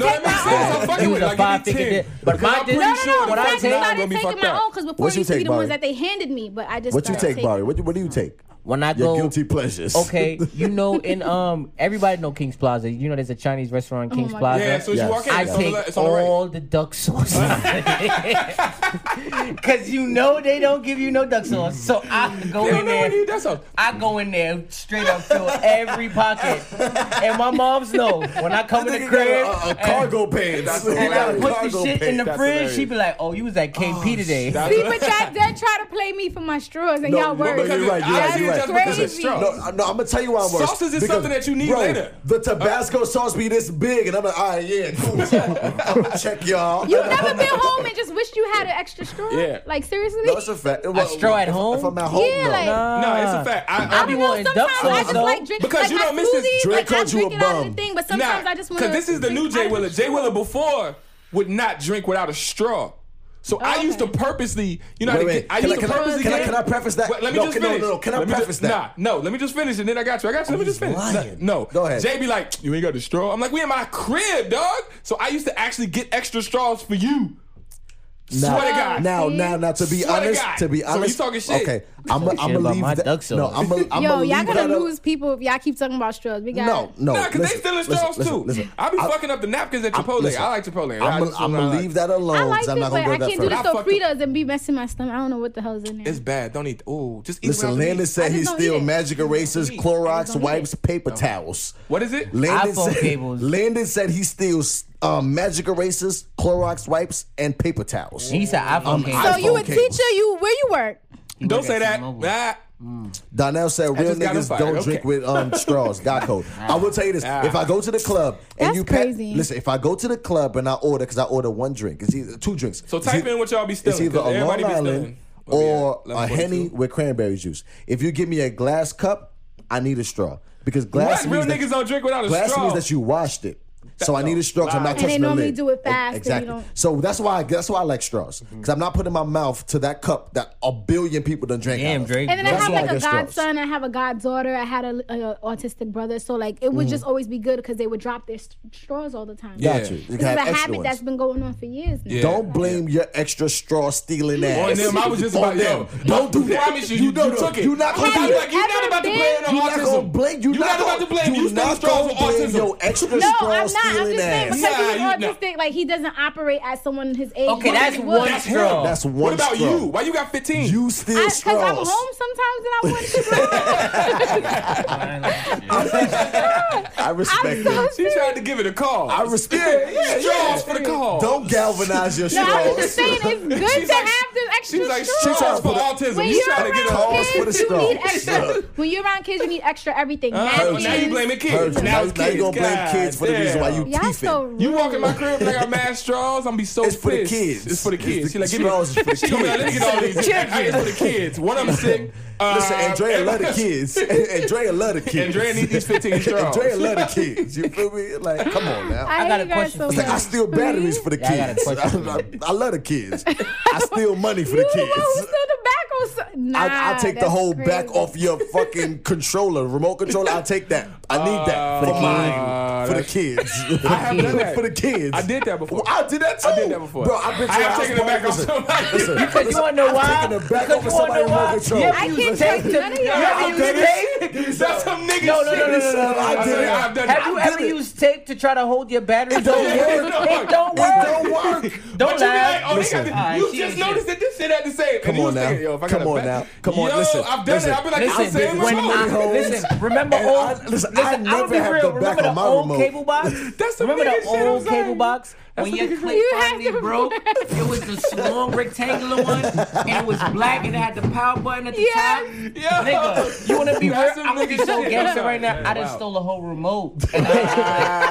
B: sense. I'm
E: You
B: fucking with
E: was
B: it.
E: a
B: Like, I
E: five-figure
B: get 10.
E: dip. But
B: Because
E: my
B: I'm
E: dip-
B: pretty
C: No, no,
B: sure
C: no.
B: what
E: I
B: I
E: take-
B: take
C: started
B: I'm going to be
C: taking
B: fucked
C: my own
B: up.
C: because before
A: What
C: it
A: you
C: used to be
A: take,
C: the
A: Bobby?
C: ones that they handed me, but I just
A: What you
C: started
A: take,
C: taking
A: Barry?
C: them.
A: What, do- what do you take?
E: When I
A: Your
E: go-
A: guilty pleasures.
E: Okay, you know in um everybody know King's Plaza. You know there's a Chinese restaurant in King's
C: my God.
E: Plaza.
B: Oh Yeah, as soon as
A: Yes.
B: you walk in,
E: I
B: it's on the, le-
E: take
B: it's on the right.
E: all the duck sauce. Cause you know they don't give you no duck sauce. So I go
B: They
E: in
B: don't know
E: there.
B: what he does. so-
E: I go in there straight up fill every pocket. And my mom's know when I come in the crib.
A: a, a
E: and-
A: cargo pants.
B: He
E: and
B: got
E: I
B: a
E: put the
A: Cargo
E: shit in
A: pants.
E: the
B: That's
E: fridge. She
B: hilarious.
E: be like, "Oh, you was at KP today."
B: that's
C: See,
B: what-
C: but y'all did try to play me for my straws, and
A: No,
C: y'all
A: no, no,
C: were.
A: you're right, you're right, you're
C: That's
A: right.
B: Because it's
C: crazy.
B: straw.
A: No, I- no, I'm gonna tell you why I'm worse.
B: Sausage is something that you need
A: bro,
B: later.
A: The Tabasco sauce be this big, and I'm like, all right, yeah, cool. I'm gonna check y'all.
C: You've never been home and just wished you had an extra straw?
B: Yeah.
C: Like, seriously?
A: No, it's a fact. Well,
E: straw at
A: if-
E: home?
A: If I'm at home,
C: Yeah,
A: no.
C: like-
B: No, it's
C: Ah.
B: a fact. I,
C: I
B: I,
E: be
C: don't know.
E: wanting
C: Sometimes
E: duck
C: I
E: sauce,
C: just
E: though.
C: like drink
B: Because
C: like
B: you
C: my
B: don't miss this
C: smoothie,
A: Drake
C: like, I
A: called you a
C: drink it out of
A: bum.
C: the thing, but sometimes I just want
B: because this is the new Jay Willer. Jay Willer before would not drink without a straw. So I
C: okay.
B: used to purposely, you know,
A: Wait,
B: how to
A: wait.
B: get, I
A: Can I-
B: used
A: can
B: to
A: I-
B: purposely
A: can I-
B: get-
A: can I preface that?
B: Wait, let me
A: No,
B: just
A: can- no,
B: finish.
A: no, no. Can I
B: Let me
A: preface
B: just-
A: that? Oh,
B: Nah, no. Let me just finish, and then I got you. I got you. Let me just finish.
A: lying.
B: No,
A: Go ahead.
B: Jay be like, you ain't got the straw. I'm like, we in my crib, dog. So I used to actually get extra straws for you.
A: Now,
B: Swear to God.
A: Now,
C: See?
A: now, now, to be
B: Swear to
A: honest,
B: God.
A: to be
B: So
A: honest,
B: you talking shit.
A: Okay, I'm
E: Talking shit
A: gonna
E: about
A: leave
E: my
A: that.
E: duck sauce.
A: No, I'm gonna.
C: Yo, y'all gonna lose people if y'all keep talking about straws. We got
A: No, no.
B: Nah,
A: Oh,
B: because they
A: listen,
B: stealing
A: listen,
B: straws
A: listen,
B: too.
A: Listen,
B: I be
A: I-
B: fucking up the napkins at Chipotle.
A: listen,
B: I like Chipotle. I
A: I'm
B: just- I
A: gonna
B: like-
A: leave that alone.
C: I like
A: 'cause
C: it,
A: I'm not
C: but
A: gonna
C: I
A: go that
C: can't do the
B: I fucked up.
C: sofritas and be messing my stomach. I don't know what the hell's in there.
B: It's bad. Don't eat. Oh, just eat.
A: Listen,
B: without
A: Landon
B: meat. I
A: said
B: just
A: he
B: don't
A: steal
B: eat it.
A: magic erasers, Clorox
C: don't eat
A: wipes, paper towels.
B: What is it?
A: Landon
E: iPhone
A: said,
E: cables.
A: Landon said he steals um, magic erasers, Clorox wipes, and paper towels.
E: He said, "iPhone
A: Um,
E: came."
A: I-
C: so you
A: iPhone
C: a
A: cables.
C: teacher? You where you work?
B: Don't say
E: at
B: that.
E: T-Mobile.
B: Ah.
A: Donnell said real
B: just got him
A: niggas
B: fired.
A: don't
B: Okay.
A: drink with um, straws. God code. I will tell you this:
B: Ah.
A: if I go to the club and
C: That's
A: you pa-
C: crazy.
A: listen, if I go to the club and I order because I order one drink, it's either two drinks.
B: So
A: It's
B: type
A: either-
B: in what y'all be
A: It's
B: stealing.
A: either
B: 'cause
A: a
B: everybody
A: Long
B: be
A: Island
B: stealing.
A: or
B: Where we
A: a
B: at?
A: henny
B: 11:42.
A: with cranberry juice. If you give me a glass cup, I need a straw because glass
B: What? Real
A: means that,
B: niggas don't drink without a
A: glass
B: straw.
A: means that you washed it. So I need a straw. 'cause I'm not
B: And
C: they
A: touching the
C: normally
A: lid.
C: do it fast
A: E-
C: and you
A: Exactly.
C: don't-
A: So that's why I, that's why I like straws because I'm not putting my mouth to that cup that a billion people done drank. out
E: Damn,
A: of.
E: Drake.
C: And then I
A: That's
C: have
A: why I
C: like a
A: get straws.
C: godson, I have a goddaughter, I had a, a autistic brother, so like it would just always be good because they would drop their st- straws all the time.
B: Yeah.
A: Mm-hmm. Got you. You can
C: This is
A: have
C: a
A: extra
C: habit
A: ones.
C: that's been going on for years now.
B: Yeah.
A: Don't blame your extra straw stealing ass.
B: On them, I was just
A: On
B: about yo.
A: them. Don't do that.
B: Promise you, you,
A: don't
B: you
A: do-
B: took it.
A: You're not
B: you
A: gonna
C: Have
A: do
C: you
A: that.
B: like, you not
C: ever
B: about to blame
C: been-
B: it on
A: You're not gonna
B: autism.
A: blame. You're,
B: You not about
A: gonna-
B: to blame.
A: You're
B: You stealing
A: not
B: straws
A: gonna
B: with
A: blame
B: autism.
A: Your extra
C: No,
A: straw
C: I'm not. I'm
A: stealing
C: just saying
A: ass.
C: because
B: Nah,
C: he's
B: you- nah.
C: autistic, like he doesn't operate as someone his age. normally
E: Okay, that's
C: would.
E: one
B: That's
E: straw.
B: him.
A: That's one
B: What about
A: straw.
B: you? Why you got 15?
A: You
C: I-
A: steal
C: Cause I'm
A: straws.
C: home sometimes and I want to
A: I respect
C: I'm so
A: it.
B: she tried to give it a call.
A: I respect
B: Yeah,
A: it.
B: straws for the call.
A: Don't galvanize your
C: No, I was
A: straws.
C: just saying it's good
B: She's
C: to
B: like-
C: have the extra
B: She's like
C: straws.
B: straws for
A: When
B: autism.
C: when
B: You
C: you're
B: trying to
C: around
B: get
A: a- Calls for the
C: kids, you need
A: straws.
C: extra. when you're around kids, you need extra everything.
B: Oh, now you
C: Napkins.
A: Heard
B: blaming kids.
A: you. Now
B: it's
A: now you gonna blame
B: God
A: kids for the reason why
B: damn.
A: you
C: Y'all so
A: teething.
C: rude.
B: You walk in my crib and I got mad straws, I'm be so
A: It's
B: pissed.
A: for the kids.
B: It's for the kids.
A: It's
B: she
A: the-
B: like, give
A: straws is
B: me,
A: for the
B: She be like, let me get all these. I it's for the kids. One of them sick. Uh,
A: Listen, Andrea love the kids. Andrea love the kids.
B: Andrea need these 15 straws.
A: Andrea love the kids. You feel me? Like, come on now.
C: I,
E: I
C: hate
E: got a
C: you guys
E: question
C: so
E: for
A: It's like, I
C: much.
A: steal batteries for the
E: Yeah, I got a
A: kids. I,
E: question.
A: I- I love the kids. I steal money for
C: You
A: the
C: the one who
A: kids.
C: stole the back on. Nah,
A: I, I take the
C: that's
A: whole
C: crazy.
B: Uh,
A: back off your fucking controller, remote controller. I'll take that. I need that for mine.
B: No,
A: for the
B: that's-
A: kids.
B: I have done that.
A: for the kids.
B: I did that before.
A: I did that too.
B: I did that before.
A: Bro, I bet you
B: I have
A: was
B: taken it back
A: fucking-
B: off somebody.
A: Listen,
E: Because you
A: listen,
E: wanna know
A: I've
E: why?
A: taken it back off
E: Because
A: of
E: you wanna
A: somebody
E: know
A: with no
E: why?
A: control.
E: Yeah,
C: I
E: You
C: can't
E: was
C: take
E: like-
C: none of y'all.
E: Yeah,
C: out.
E: you take-
B: That's some nigga
E: No, no,
B: shit.
E: no, no, no, no, no.
A: I did it.
B: I've done
E: Have you
B: it.
E: ever used tape to try to hold your battery?
A: It don't work. It
E: It don't work.
A: don't work.
E: Don't
B: But you be
E: lie.
B: like, oh,
A: Listen.
B: they got
E: Alright,
B: the, you
E: she
B: just
E: ain't
B: noticed that this shit had the same.
A: Come
B: and you
A: on
B: was
A: now.
B: Thinking, Yo, if I
A: Come
B: got a
A: on
B: back-
A: now. Come on,
B: Yo,
A: listen.
B: I've done
A: Listen.
B: it. I've been like,
A: Listen,
B: this is the
A: when
B: same
A: I-
B: remote.
A: hoes.
E: Listen, remember
A: And
E: old.
A: I- listen,
E: listen,
A: I
E: I'm gonna
A: never
E: be
A: have
E: real.
A: the back
E: Remember
A: on
E: the
A: my
E: old
A: remote.
E: cable box?
B: That's some
E: remember
B: nigga
E: the
B: shit, I'm
E: old
B: saying.
E: cable box
B: That's some
E: when your
B: nigga
E: clip
B: shit.
C: You had
E: finally
C: to-
E: broke? It was this long rectangular one, and it was black, and it had the power button at the
C: Yeah.
E: top.
B: Yeah.
E: Nigga, you wanna be real?
B: That's some
E: I'm gonna be
B: nigga
E: so
B: shit.
E: gangster right now.
B: Yeah,
E: I just
B: wow.
E: stole a whole remote. you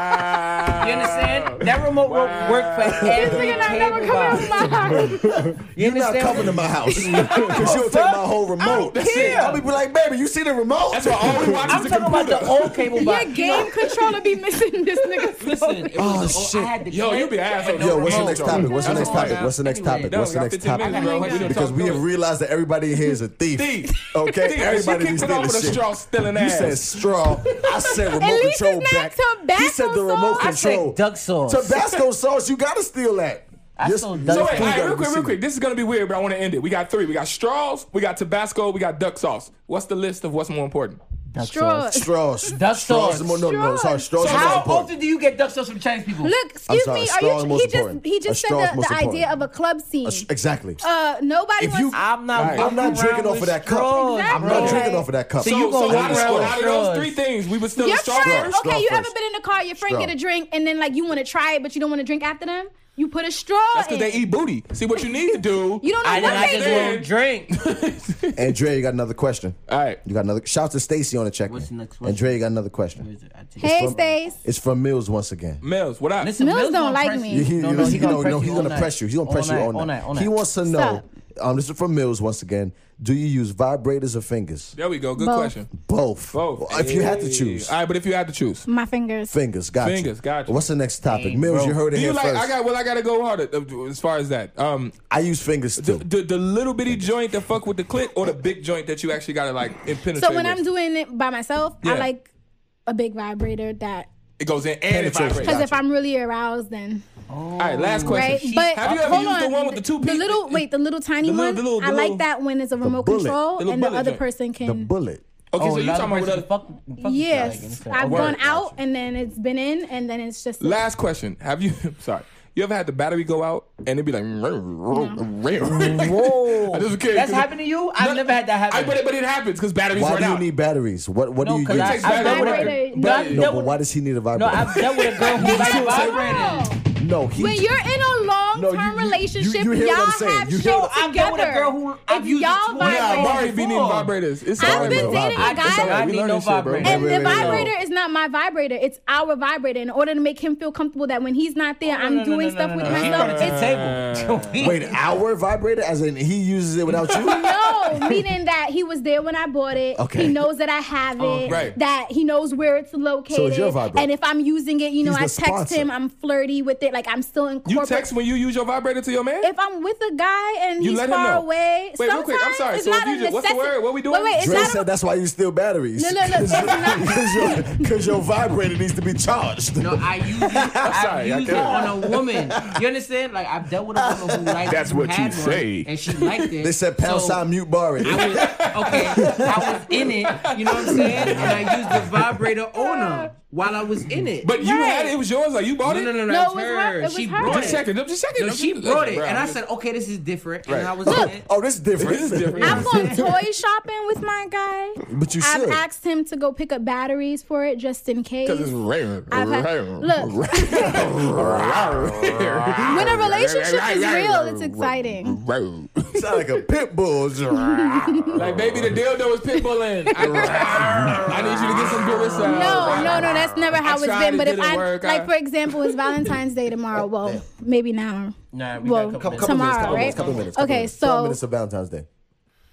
E: Ah. understand? That remote wo-
B: Wow.
E: worked for every
C: Nigga, I never
E: cable
C: come out
E: box.
C: of my house.
E: You
A: You're not
E: understand?
A: coming to my house because you'll take my whole remote.
E: I don't care.
A: I'll be like, baby, you see the remote?
B: That's why all we watch
E: I'm
B: is the
E: talking about
B: computer.
E: the old cable box.
C: Your
E: You know,
C: game controller be missing this nigga.
E: Listen, it was
A: Oh,
E: the old-
A: shit.
E: I had the
B: Yo, you
E: clip,
B: be an asshole.
E: but no
A: Yo, what's the
E: remote.
A: next topic? What's the
E: That's
A: next
E: all
A: topic?
E: now.
A: What's the next
E: Anyway,
A: topic?
B: Done.
A: What's the
B: Got
A: next
B: 15 minutes,
A: topic?
B: bro. We
E: Because
B: done
A: Because
B: talked
A: we
B: through
A: have
B: it.
A: realized that everybody in here is a thief.
B: Thief.
A: Okay, everybody
B: Thief. She
A: be
B: kicked it
A: stealing
B: off with a
A: shit.
B: straw, stealing
A: You
B: ass.
A: said straw. I said remote
C: least
A: control
C: it's not
A: back.
C: tobacco
A: he said the remote
C: sauce. I
E: said
A: control.
E: duck sauce.
A: Tabasco sauce. You gotta steal that.
E: I
A: Your-
E: stole
A: your
E: duck
B: So
E: That's
B: wait,
A: food
B: all right,
A: gotta
B: real
A: be
B: quick, real
A: sealed.
B: quick. This is gonna be weird, but I want to end it. We got three. We got straws. We got Tabasco. We got duck sauce. What's the list of what's more important?
E: Duck
C: Straw.
E: sauce.
A: Straws.
E: Duck
A: straws.
E: sauce.
A: is more- No, no,
C: Straws.
A: sorry. Straws.
B: So
A: is more
B: how
E: How
A: important.
E: often do you get duck sauce from Chinese people?
C: Look, excuse
A: sorry,
C: me.
A: straw is
C: Are you?
A: most
C: He just
A: important.
C: he
A: A
C: just
A: straw is
C: said the,
A: most
C: the idea
A: important.
C: of a club scene.
A: Exactly.
B: Oh,
C: Uh, nobody
A: If you-
C: wants.
E: I'm not.
B: Right.
E: walking
A: I'm not drinking
E: around
A: off of
E: with
A: that cup.
E: straws,
C: Exactly.
A: I'm not
E: bro.
A: drinking off of that cup.
E: So you
B: so
E: gonna
B: out,
E: walk
B: of,
E: around
B: out
E: with
B: of those
E: straws.
B: three things, we would still
C: your
B: the straw
C: friend,
B: first.
A: straw
C: okay, you ever
A: first.
C: been in the car? Your friend
A: Straw.
C: get a drink, and then like you want to try it, but you don't want to drink after them. You put a straw.
B: That's
C: in.
B: because they eat booty. See what you need to do.
C: You don't know
E: I,
C: what
E: then I
C: they
E: just
C: do.
E: won't drink.
A: Andrea, you got another question.
B: All right.
A: You got another. Shout to Stacy on the check.
E: What's the next question?
A: Andrea, you got another question.
C: Hey, Stace.
A: It's from Mills once again.
B: Mills, what up?
E: Listen,
C: Mills
E: Mills
C: don't
E: gonna
C: like
E: press
C: me.
E: you.
A: He, he-
E: no, no,
A: he
E: he gonna
A: gonna-
E: press
A: no, he's
E: you
A: gonna
E: all
A: press you. He's gonna
E: night.
A: press you
E: All
A: all
E: night, all
A: night.
E: night, all
A: He
E: night.
A: wants to know.
C: Stop.
A: Um, this is from Mills once again. Do you use vibrators or fingers?
B: there we go. Good
C: Both.
B: question.
A: Both.
B: Both.
A: Well, If you had to
B: Hey.
A: choose,
B: All right, but if you had to choose.
C: My fingers.
A: fingers. Got
B: Fingers,
A: You.
B: gotcha.
A: What's the next topic?
E: Hey,
A: Mills,
E: bro.
A: you heard it
B: Do you
A: here
B: like?
A: first.
B: I got. Well, I gotta go harder uh, as far as that. Um,
A: I use fingers too.
B: the, the, the little bitty joint that fuck with the clit, or the big joint that you actually gotta like it penetrate.
C: So when
B: with.
C: I'm doing it by myself,
B: Yeah.
C: I like a big vibrator that
B: it goes in and it
A: Penetration.
B: vibrates.
C: because if I'm really aroused, then
B: All right, last question.
C: right. But
B: Have you ever
C: hold
B: used
C: on,
B: the one with the two
C: The
B: pe-
C: little wait, the little tiny
B: The little-
C: one.
B: the little- the
C: I
B: little-
C: like that when it's a remote
A: bullet.
C: control
B: The little
C: and the
B: bullet
C: other
B: joint.
C: person
A: the
C: can.
A: bullet.
B: Okay,
E: Oh,
B: so
E: a
B: you
E: lot of
B: talking about
E: person
B: with the
E: fuck- fuck each other again,
C: Yes,
E: so-
C: I've
B: Word.
C: gone out and then it's been in and then it's just
B: last question? Have you? Sorry, you ever had the battery go out and it'd be like? Whoa! I just care.
E: That's happened to you? I've never had that
B: I,
E: happen.
B: but it, but it happens because batteries
A: Why
B: run
A: do you
B: out.
A: need batteries? What What
E: no,
A: do you
E: because
A: use?
E: I,
B: takes
E: I've dealt with
B: battery.
E: a,
C: No,
E: no, I've
A: no,
E: dealt
A: but
E: with-
A: why does he need a vibrator?
E: no, I've dealt with a girl who likes
C: Wow.
E: vibrators.
A: No, he.
C: When you're in a
A: No, you-
C: long-term
A: you- you-
C: relationship,
A: you hear
C: y'all
A: what I'm saying.
C: have
A: You
C: shit
A: hear-
E: No, I'm
C: together.
E: dealing with a girl who- I've
C: if
E: used it
C: y'all
E: too. Yeah,
B: Nah,
E: I've
C: vibrate,
B: Mari be needing vibrators. It's
C: I've
B: all right,
C: been
B: bro.
C: dating a
B: It's all right. We
C: guy-
E: I need
B: learning
E: no
B: shit, bro.
E: vibrator.
A: Wait,
C: and
A: wait,
C: the
A: wait, wait.
C: vibrator is not my vibrator; it's our vibrator. In order to make him feel comfortable that when he's not there, I'm doing stuff with myself. It's
E: It's table.
A: Wait, our vibrator? As in, he uses it without you?
C: No, meaning that he was there when I bought it.
A: Okay. Oh,
C: He knows that I have it.
B: right.
C: That he knows where it's located.
A: So it's your vibrator.
C: And if I'm using it, you know,
A: He's
C: I text
A: the sponsor.
C: him. I'm flirty with it. Like I'm still in
B: You
C: corporate.
B: text when you use your vibrator to your man?
C: if I'm with a guy and
B: You
C: he's
B: let him
C: far
B: know.
C: away,
B: Wait, real
C: sometimes
B: quick, I'm sorry.
C: it's
B: So if
C: not
B: you
C: a
B: just- what's the
C: necessity.
B: word? What we doing?
C: Wait, wait, it's
A: Dre
C: not.
A: said
C: a,
A: that's why you steal batteries.
C: no, no, no, it's not.
A: Because your, 'cause your vibrator needs to be charged.
E: No, I use it. I
B: sorry, I
E: use it
B: can't.
E: on a woman. You understand? Like I've dealt with a woman who liked
B: That's
E: who
B: what
E: had
B: you
E: one,
B: say.
E: and she liked it.
A: They said pound
E: So,
A: sign mute bar it.
E: I was, okay, I was in it. You know what I'm saying? And I used the vibrator on her while I was in it.
B: But you
C: Right.
B: had it. It was yours. Like you bought
E: no,
B: it.
E: no, no, no,
C: No,
E: it
C: it
E: was
C: was
E: her.
C: her- it was
E: she
C: her.
E: brought
B: Just checking. I'm just checking.
E: No,
B: I'm
E: she
B: just-
E: brought it,
B: Bro,
E: and I
B: just-
E: said, "Okay, this is different."
B: Right.
E: And I was in it.
A: oh, this is different.
B: This is different.
C: I've gone toy shopping with my guy.
A: But you
C: I've
A: should.
C: asked him to go pick up batteries for it just in case.
B: Because it's rare.
C: I've had, look, when a relationship is real, it's exciting.
A: sound like a pit bull. uh, That's
B: Like, baby, the dildo is pit bulling. I, I need you to get some Duracell.
C: No, no, no, that's never how
B: I
C: it's
B: tried,
C: been.
B: it
C: But if
B: didn't
C: I,
B: work, I-
C: like, for example, it's Valentine's Day tomorrow. Well, maybe now.
E: Nah, we
C: Well,
E: got a couple
A: couple minutes,
C: tomorrow,
A: couple minutes,
C: right?
A: couple minutes, couple
C: Okay,
A: minutes. Twelve
C: so
A: minutes of Valentine's Day.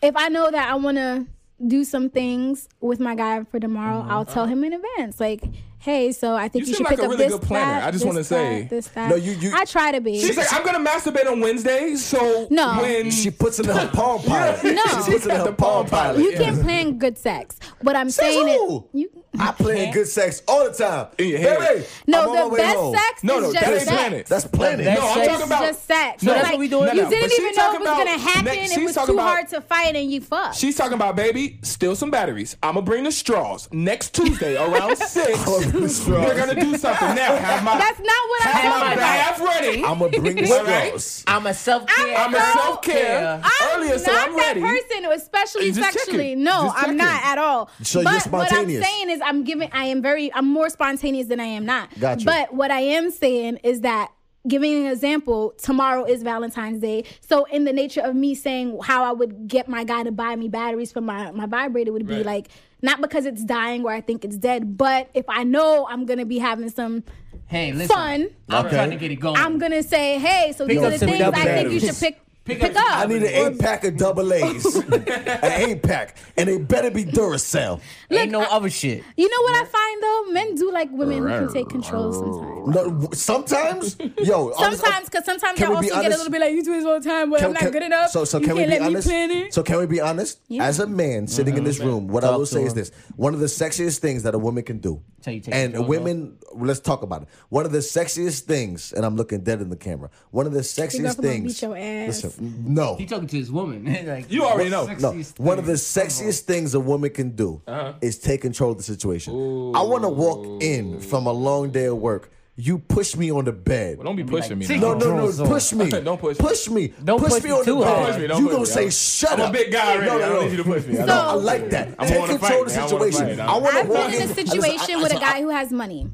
C: if I know that I want to do some things with my guy for tomorrow, I'll tell him in advance. Like, hey, so I
B: Mm-hmm. Uh-huh. You
C: think you,
B: seem
C: should
B: like
C: pick
B: a
C: up
B: really
C: this
B: good planner.
C: that,
B: I just
C: this
B: wanna
C: that,
B: say.
C: this that.
A: No, you- you-
C: I try to be.
B: She's like, I'm gonna masturbate on Wednesday, so
C: No.
B: when
A: She puts it in her palm pilot.
B: Yeah.
C: No.
A: She puts it in
B: Got
A: her
B: the
A: palm
B: palm
A: pilot.
B: pilot.
C: you can't plan good sex. What I'm
A: Says
C: saying is,
A: who?
C: you,
A: I play good sex all the time.
B: In your head.
A: Baby, I'm
C: no,
A: on my
C: the
A: way
C: best
A: home.
C: sex
B: no,
C: is
B: no,
C: just
B: that ain't
C: sex.
B: planning.
A: That's planning.
B: no, I'm
E: sex
B: talking about
C: just sex.
B: No,
E: that's
C: like,
E: what we
B: no,
E: doing now.
C: You
B: no, but
C: didn't
B: she
C: even know it
B: talking
C: was gonna
B: about-
C: happen.
B: next-
C: it
B: she's
C: was too
B: talking about-
C: hard to fight, and you fucked.
B: She's talking about baby, steal some batteries. I'ma bring the straws next Tuesday around six.
A: straws.
B: We're gonna do something now. Have my
C: That's not what I'm
B: have my
C: talking about.
B: bath ready.
A: I'm going to bring the
B: All right.
A: straws.
F: I'm a self care.
B: I'm a
C: Girl,
B: self care
C: I'm
B: earlier,
C: not
B: so I'm
C: that
B: ready.
C: person, especially
B: Just checking.
C: sexually. No,
B: Just
C: I'm
B: checking.
C: not at all.
A: So
C: but
A: you're
C: what I'm
A: spontaneous.
C: saying is, I'm giving. I am very. I'm more spontaneous than I am not.
A: Gotcha.
C: But what I am saying is that. Giving an example, tomorrow is Valentine's Day. So, in the nature of me saying how I would get my guy to buy me batteries for my, my vibrator, would be
B: Right.
C: like, not because it's dying or I think it's dead, but if I know I'm going to be having some
E: Hey, listen.
C: fun,
E: I'm
A: Okay.
E: trying to get it going.
C: I'm going to say, hey, so these
E: up
C: are the
E: some
C: things I think you
A: batteries.
C: should pick, pick,
E: Pick
C: up.
E: up-
A: I need an eight pack of double A's. an eight pack. And they better be Duracell.
E: Ain't no other shit.
C: You know what I find though? Men do like women who can take control
A: Oh.
C: sometimes.
A: No, w- sometimes, yo. honest-
C: Sometimes, because sometimes I
A: Oh, Can we be
C: also get a
A: honest?
C: little bit like, you do this all the time, but
A: Can-
C: I'm not
A: can-
C: good enough.
A: So, so
C: you
A: can
C: can't
A: we be
C: let
A: honest?
C: me plan it.
A: So can we be honest? As a man sitting in
E: Mm-hmm.
A: this room, what I will say is this: one of the sexiest things that a woman can do,
E: Tell you take your
A: and
E: drawers
A: women, let's talk about it. One of the sexiest things, and I'm looking dead in the camera. One of the
C: girl
A: sexiest
C: come on,
A: things.
C: beat your ass.
A: Listen, no,
E: He talking to his woman. like,
B: You already know.
A: no. One of the sexiest things a woman can do
B: Uh-huh.
A: is take control of the situation. I want to walk in from a long day of work. You push me on the bed.
B: Don't be pushing me.
E: "Take
A: No,
B: now.
A: no,
E: Drawers
A: no!
E: on.
A: Push me.
B: Don't push me.
A: Push me.
E: Don't push
A: me
E: me
A: on
E: too
A: the
E: hard.
A: bed.
E: Don't push me,
B: don't
A: you
B: push
A: gonna
B: me.
A: say
B: I'm-
A: shut
B: I'm a
A: up?
B: big guy already.
A: No, no,
B: I don't
A: no.
B: need you to push me. I
A: No,
B: don't-
A: I like that.
B: I
A: Take
B: wanna
A: control of
B: fight.
A: the
B: I wanna
A: situation.
B: fight.
A: I want to
C: I've
A: walk
C: been in a
A: listen,
C: situation
A: I-
C: with a
A: I-
C: guy who has money,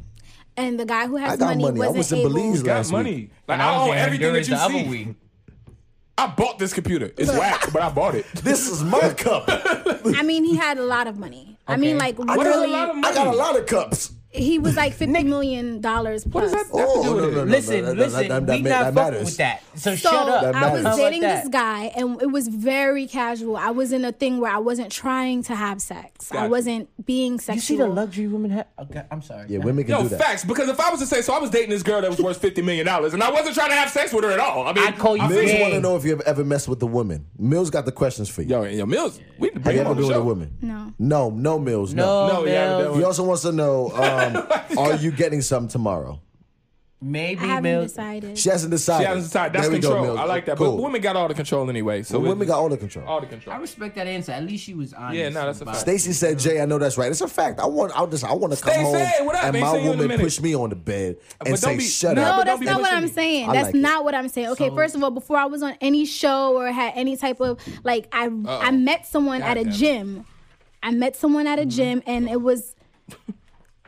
C: and the guy who
A: I
C: has
A: got
C: money
A: money. I
C: wasn't
A: was in
C: able.
A: Belize
B: got
A: last
B: money.
A: week.
B: Like
E: I
B: I,
E: was
B: own
E: in
B: everything
E: Honduras
B: that you
E: the other
B: see.
E: week.
B: I bought this computer. It's whack, but I bought it.
A: This is my cup.
C: I mean, he had a lot of money. I mean, like
A: I got, a
C: literally,
A: lot of I got a lot of cups.
C: he was like fifty million dollars plus.
B: does that-
A: Oh,
B: to
A: no,
B: do
A: no,
B: with
A: no,
B: it.
A: no, no,
E: Listen,
A: that- that-
E: listen,
A: that- that
E: we
A: ma- that
E: not fucking
A: matters.
E: with that. So,
C: So
E: shut up.
C: I was
A: matters.
E: Something like
C: dating
E: that.
C: this guy, and it was very casual. I was in a thing where I wasn't trying to have sex. I
B: Gotcha.
C: wasn't being sexual.
E: You see the luxury women have? Okay, I'm sorry.
A: Yeah, women can
B: No
A: do that.
B: facts, because if I was to say, so I was dating this girl that was worth fifty million dollars, and I wasn't trying to have sex with her at all. I mean,
E: I'd call you
B: figured-
A: Mills
E: Hey.
A: want to know if you've ever messed with a woman. Mills got the questions for you.
B: Yo, and yo, Mills, we need to
A: Have
B: bring
A: you
B: him
A: ever
B: on
A: been
B: the
A: with a
B: show.
A: woman? No,
C: No.
A: no, Mills, no.
E: No,
B: No, yeah,
E: Mills.
B: that
A: He also wants to know: um, Are you getting some tomorrow?
E: Maybe
C: I haven't
E: Mills.
C: decided.
A: She hasn't decided.
B: She hasn't decided. That's
A: There we go,
B: control.
A: Mills.
B: I like that.
A: Cool.
B: But women got all the control anyway. So
A: Well, women
B: it's-
A: got all the control.
B: all the control.
E: I respect that answer. At least she was honest.
B: Yeah, no, that's a
E: about
B: fact.
E: it.
A: Stacy said, "Jay, I know that's right. It's a fact. I want, I just, I want to come
B: Stacey,
A: home
B: what up?
A: and
B: Ain't
A: my
B: seen you in a
A: woman
B: minute.
A: push me on the bed and
B: don't
A: say,
B: be-
A: shut
B: no,
A: up.'
B: but
C: No, that's
B: don't be
C: not what
B: pushing
C: I'm
B: me.
C: saying.
A: I
C: that's
A: like it.
C: not what I'm saying. Okay,
E: So-
C: first of all, before I was on any show or had any type of like, I I met someone
B: God
C: at a
B: damn it.
C: gym. I met someone at a gym, and it was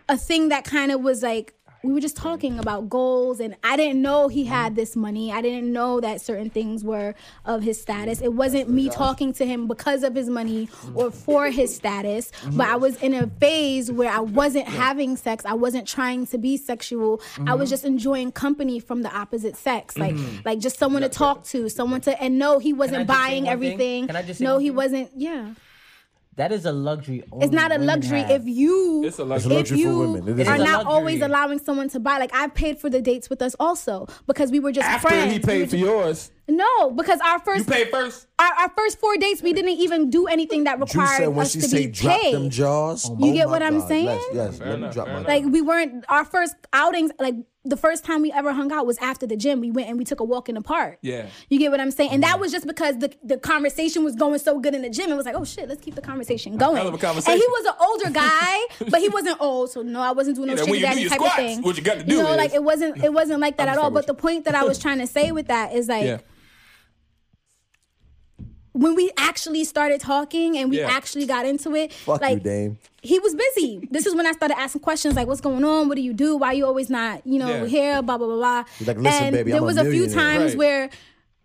C: a thing that kind of was like we were just talking about goals, and I didn't know
E: Mm-hmm.
C: he had this money. I didn't know that certain things were of his status. It wasn't me talking to him because of his money or for his status,
E: Mm-hmm.
C: but I was in a phase where I wasn't having sex. I wasn't trying to be sexual. I
E: Mm-hmm.
C: was just enjoying company from the opposite sex, like like just someone to talk to, someone to, and no, he wasn't
E: just say
C: buying
E: one thing?
C: everything.
E: Can I just say
C: No,
E: one
C: he
E: thing?
C: wasn't. Yeah.
E: That is a luxury.
C: It's not a luxury if you
B: It's a luxury. It's a
A: luxury
C: if
A: for
C: you
A: women. It
E: is
C: are
E: a
C: not
E: luxury.
C: always allowing someone to buy. Like I paid for the dates with us also because we were just
B: After
C: friends.
B: he
C: We were
B: paid for
C: just-
B: yours,
C: No, because our
B: you
C: first
B: paid first.
C: our, our first four dates we didn't even do anything that
A: You
C: required
A: said when
C: us
A: she
C: to
A: say
C: be
A: drop
C: paid.
A: them jaws.
C: You
A: oh
C: get
A: my
C: what I'm
A: God.
C: saying?
A: Yes, yes. Let me
B: enough,
A: drop
B: fair
A: my
B: enough.
A: jaw.
C: Like we weren't our first outings. Like the first time we ever hung out was after the gym. We went and we took a walk in the park.
B: Yeah. Mm-hmm.
C: you get what I'm saying. And that was just because the the conversation was going so good in the gym. It was like, oh shit, let's keep the conversation going.
B: Hell of a
C: And
B: conversation.
C: he was an older guy, but he wasn't old, so no, I wasn't doing no
B: Yeah,
C: shit
B: when
C: shitty
B: you do
C: daddy
B: your
C: type
B: squats,
C: of thing.
B: what you got to
C: you
B: do
C: know,
B: is-
C: like it wasn't it wasn't like that
B: I'm
C: at all.
B: sorry,
C: But
B: what
C: the
B: you-
C: point that I was trying to say with that is like
B: Yeah.
C: when we actually started talking and we
B: Yeah.
C: actually got into it,
A: Fuck
C: like
A: you, Dame.
C: he was busy. This is when I started asking questions like, "What's going on? What do you do? Why you always not, you know,
B: Yeah.
C: here?" Blah blah blah blah.
A: like, "Listen,
C: and
A: baby,
C: there
A: I'm a
C: was a, few
A: millionaire."
C: times
B: Right.
C: where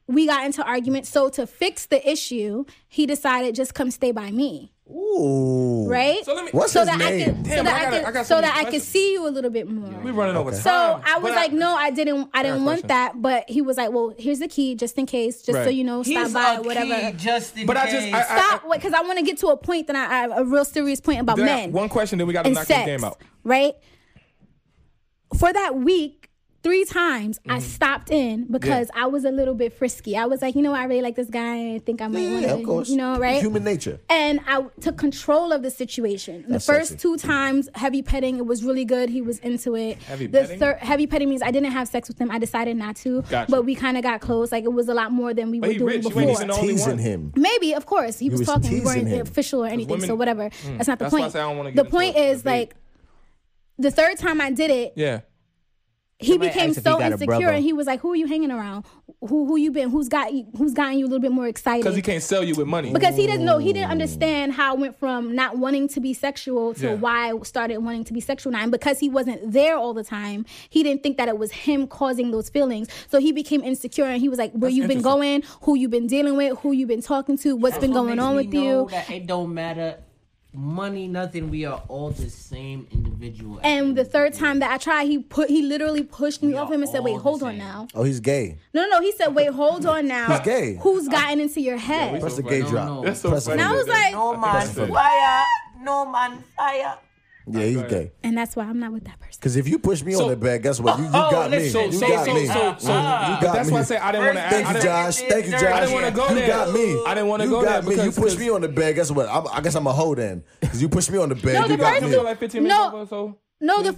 C: we got into arguments. So to fix the issue, he decided just come stay by me,
A: Ooh.
C: right?
B: So let me-
A: What's
C: so
A: his
C: that I
A: name?
C: could, so
B: Damn,
C: that
B: I
C: I
B: gotta-
C: could,
B: I got
C: so
B: so many
C: that I could
B: questions.
C: see you a little bit more.
B: We running over time.
C: So I was
B: Oh, But
C: like, no, I didn't. I didn't
B: got
C: want
B: questions.
C: that. But he was like, well, here's the key, just in case, just so
B: Right.
C: you know, stop
E: Here's
C: by,
E: a
C: whatever.
E: Key, just in
B: But I just-
E: case.
B: I-
C: Stop, because I want to get to a point that I, I a real serious point about
B: Then I-
C: men
B: One question, then we got to
C: and
B: knock this
C: sex,
B: game out.
C: right? for that week, three times
B: Mm.
C: I stopped in because I was a little bit frisky. I was like, you know, what, I really like this guy. I think I might
A: Yeah, of
C: want
A: course.
C: to, you know, right?
A: Human nature.
C: and I took control of the situation. The
A: That's
C: first
A: sexy.
C: two times, heavy petting, it was really good. He was into it.
B: Heavy
C: the
B: petting?
C: Third, heavy petting means I didn't have sex with him. I decided not to,
B: Gotcha.
C: but we kind of got close. Like it was a lot more than we
B: But
C: were
B: he
C: doing
B: rich. You ain't
C: before.
B: even know- only
A: Teasing
B: one.
A: him.
C: Maybe, of course, he was
A: was
C: talking. We
A: teasing
C: weren't
A: him.
C: official or anything, so
B: women- Mm.
C: whatever. That's not the
B: That's why I
C: point.
B: say I don't wanna get
C: the
B: into
C: point
B: a
C: is
B: debate.
C: like the third time I did it,
B: Yeah.
C: he
E: Somebody
C: became
E: asked if
C: so
E: he got a
C: insecure,
E: brother.
C: and he was like, "Who are you hanging around? Who who you been? Who's got you, who's gotten you a little bit more excited?"
B: Because he can't sell you with money.
C: because he didn't know he
A: Oh.
C: didn't understand how it went from not wanting to be sexual to
B: Yeah.
C: why I started wanting to be sexual now and because he wasn't there all the time he didn't think that it was him causing those feelings so he became insecure and he was like where you been going who you been dealing with who you been talking to what's been
E: That's what
C: going
E: makes
C: on
E: me
C: with
E: know
C: you
E: That it don't matter. Money, nothing. We are all the same individual.
C: and the third time that I tried, he put he literally pushed me
E: We
C: off
E: are
C: him and said,
E: all
C: "Wait,
E: the
C: hold on
E: same.
C: now."
A: Oh, he's gay.
C: No, no, no. He said, "Wait, hold on now."
A: He's gay.
C: Who's gotten into your head?
A: Press the
B: so
A: gay
B: funny.
A: drop.
E: No, no.
B: That's so
A: Press the
B: funny.
C: and I
A: gay
C: was
A: drop.
C: like,
F: No man
B: that's funny.
F: fire. No man fire.
A: yeah, he's gay.
C: and that's why I'm not with that person.
A: Because if you push me on
B: So-
A: the bed, guess what? You, you
E: Oh,
A: got me.
E: listen,
A: You
B: so,
A: got
B: so,
A: me.
B: so, so,
A: You
B: but
A: got
B: that's why I
A: me.
B: say I didn't want to.
F: Thank
A: Thank
B: I
A: you,
B: didn't,
A: Josh. Thank you, Josh.
B: I didn't want to go
A: you
B: there.
A: got me.
B: I didn't want to go
A: you
B: there
A: got me. You
B: because-
A: pushed me on the bed. Guess what? I'm, I guess I'm a hoe then. Because you pushed me on the bed.
C: No,
A: you
C: the
A: got
C: first-
A: me.
B: Still like 15 minutes
C: No.
B: over, so
C: No, the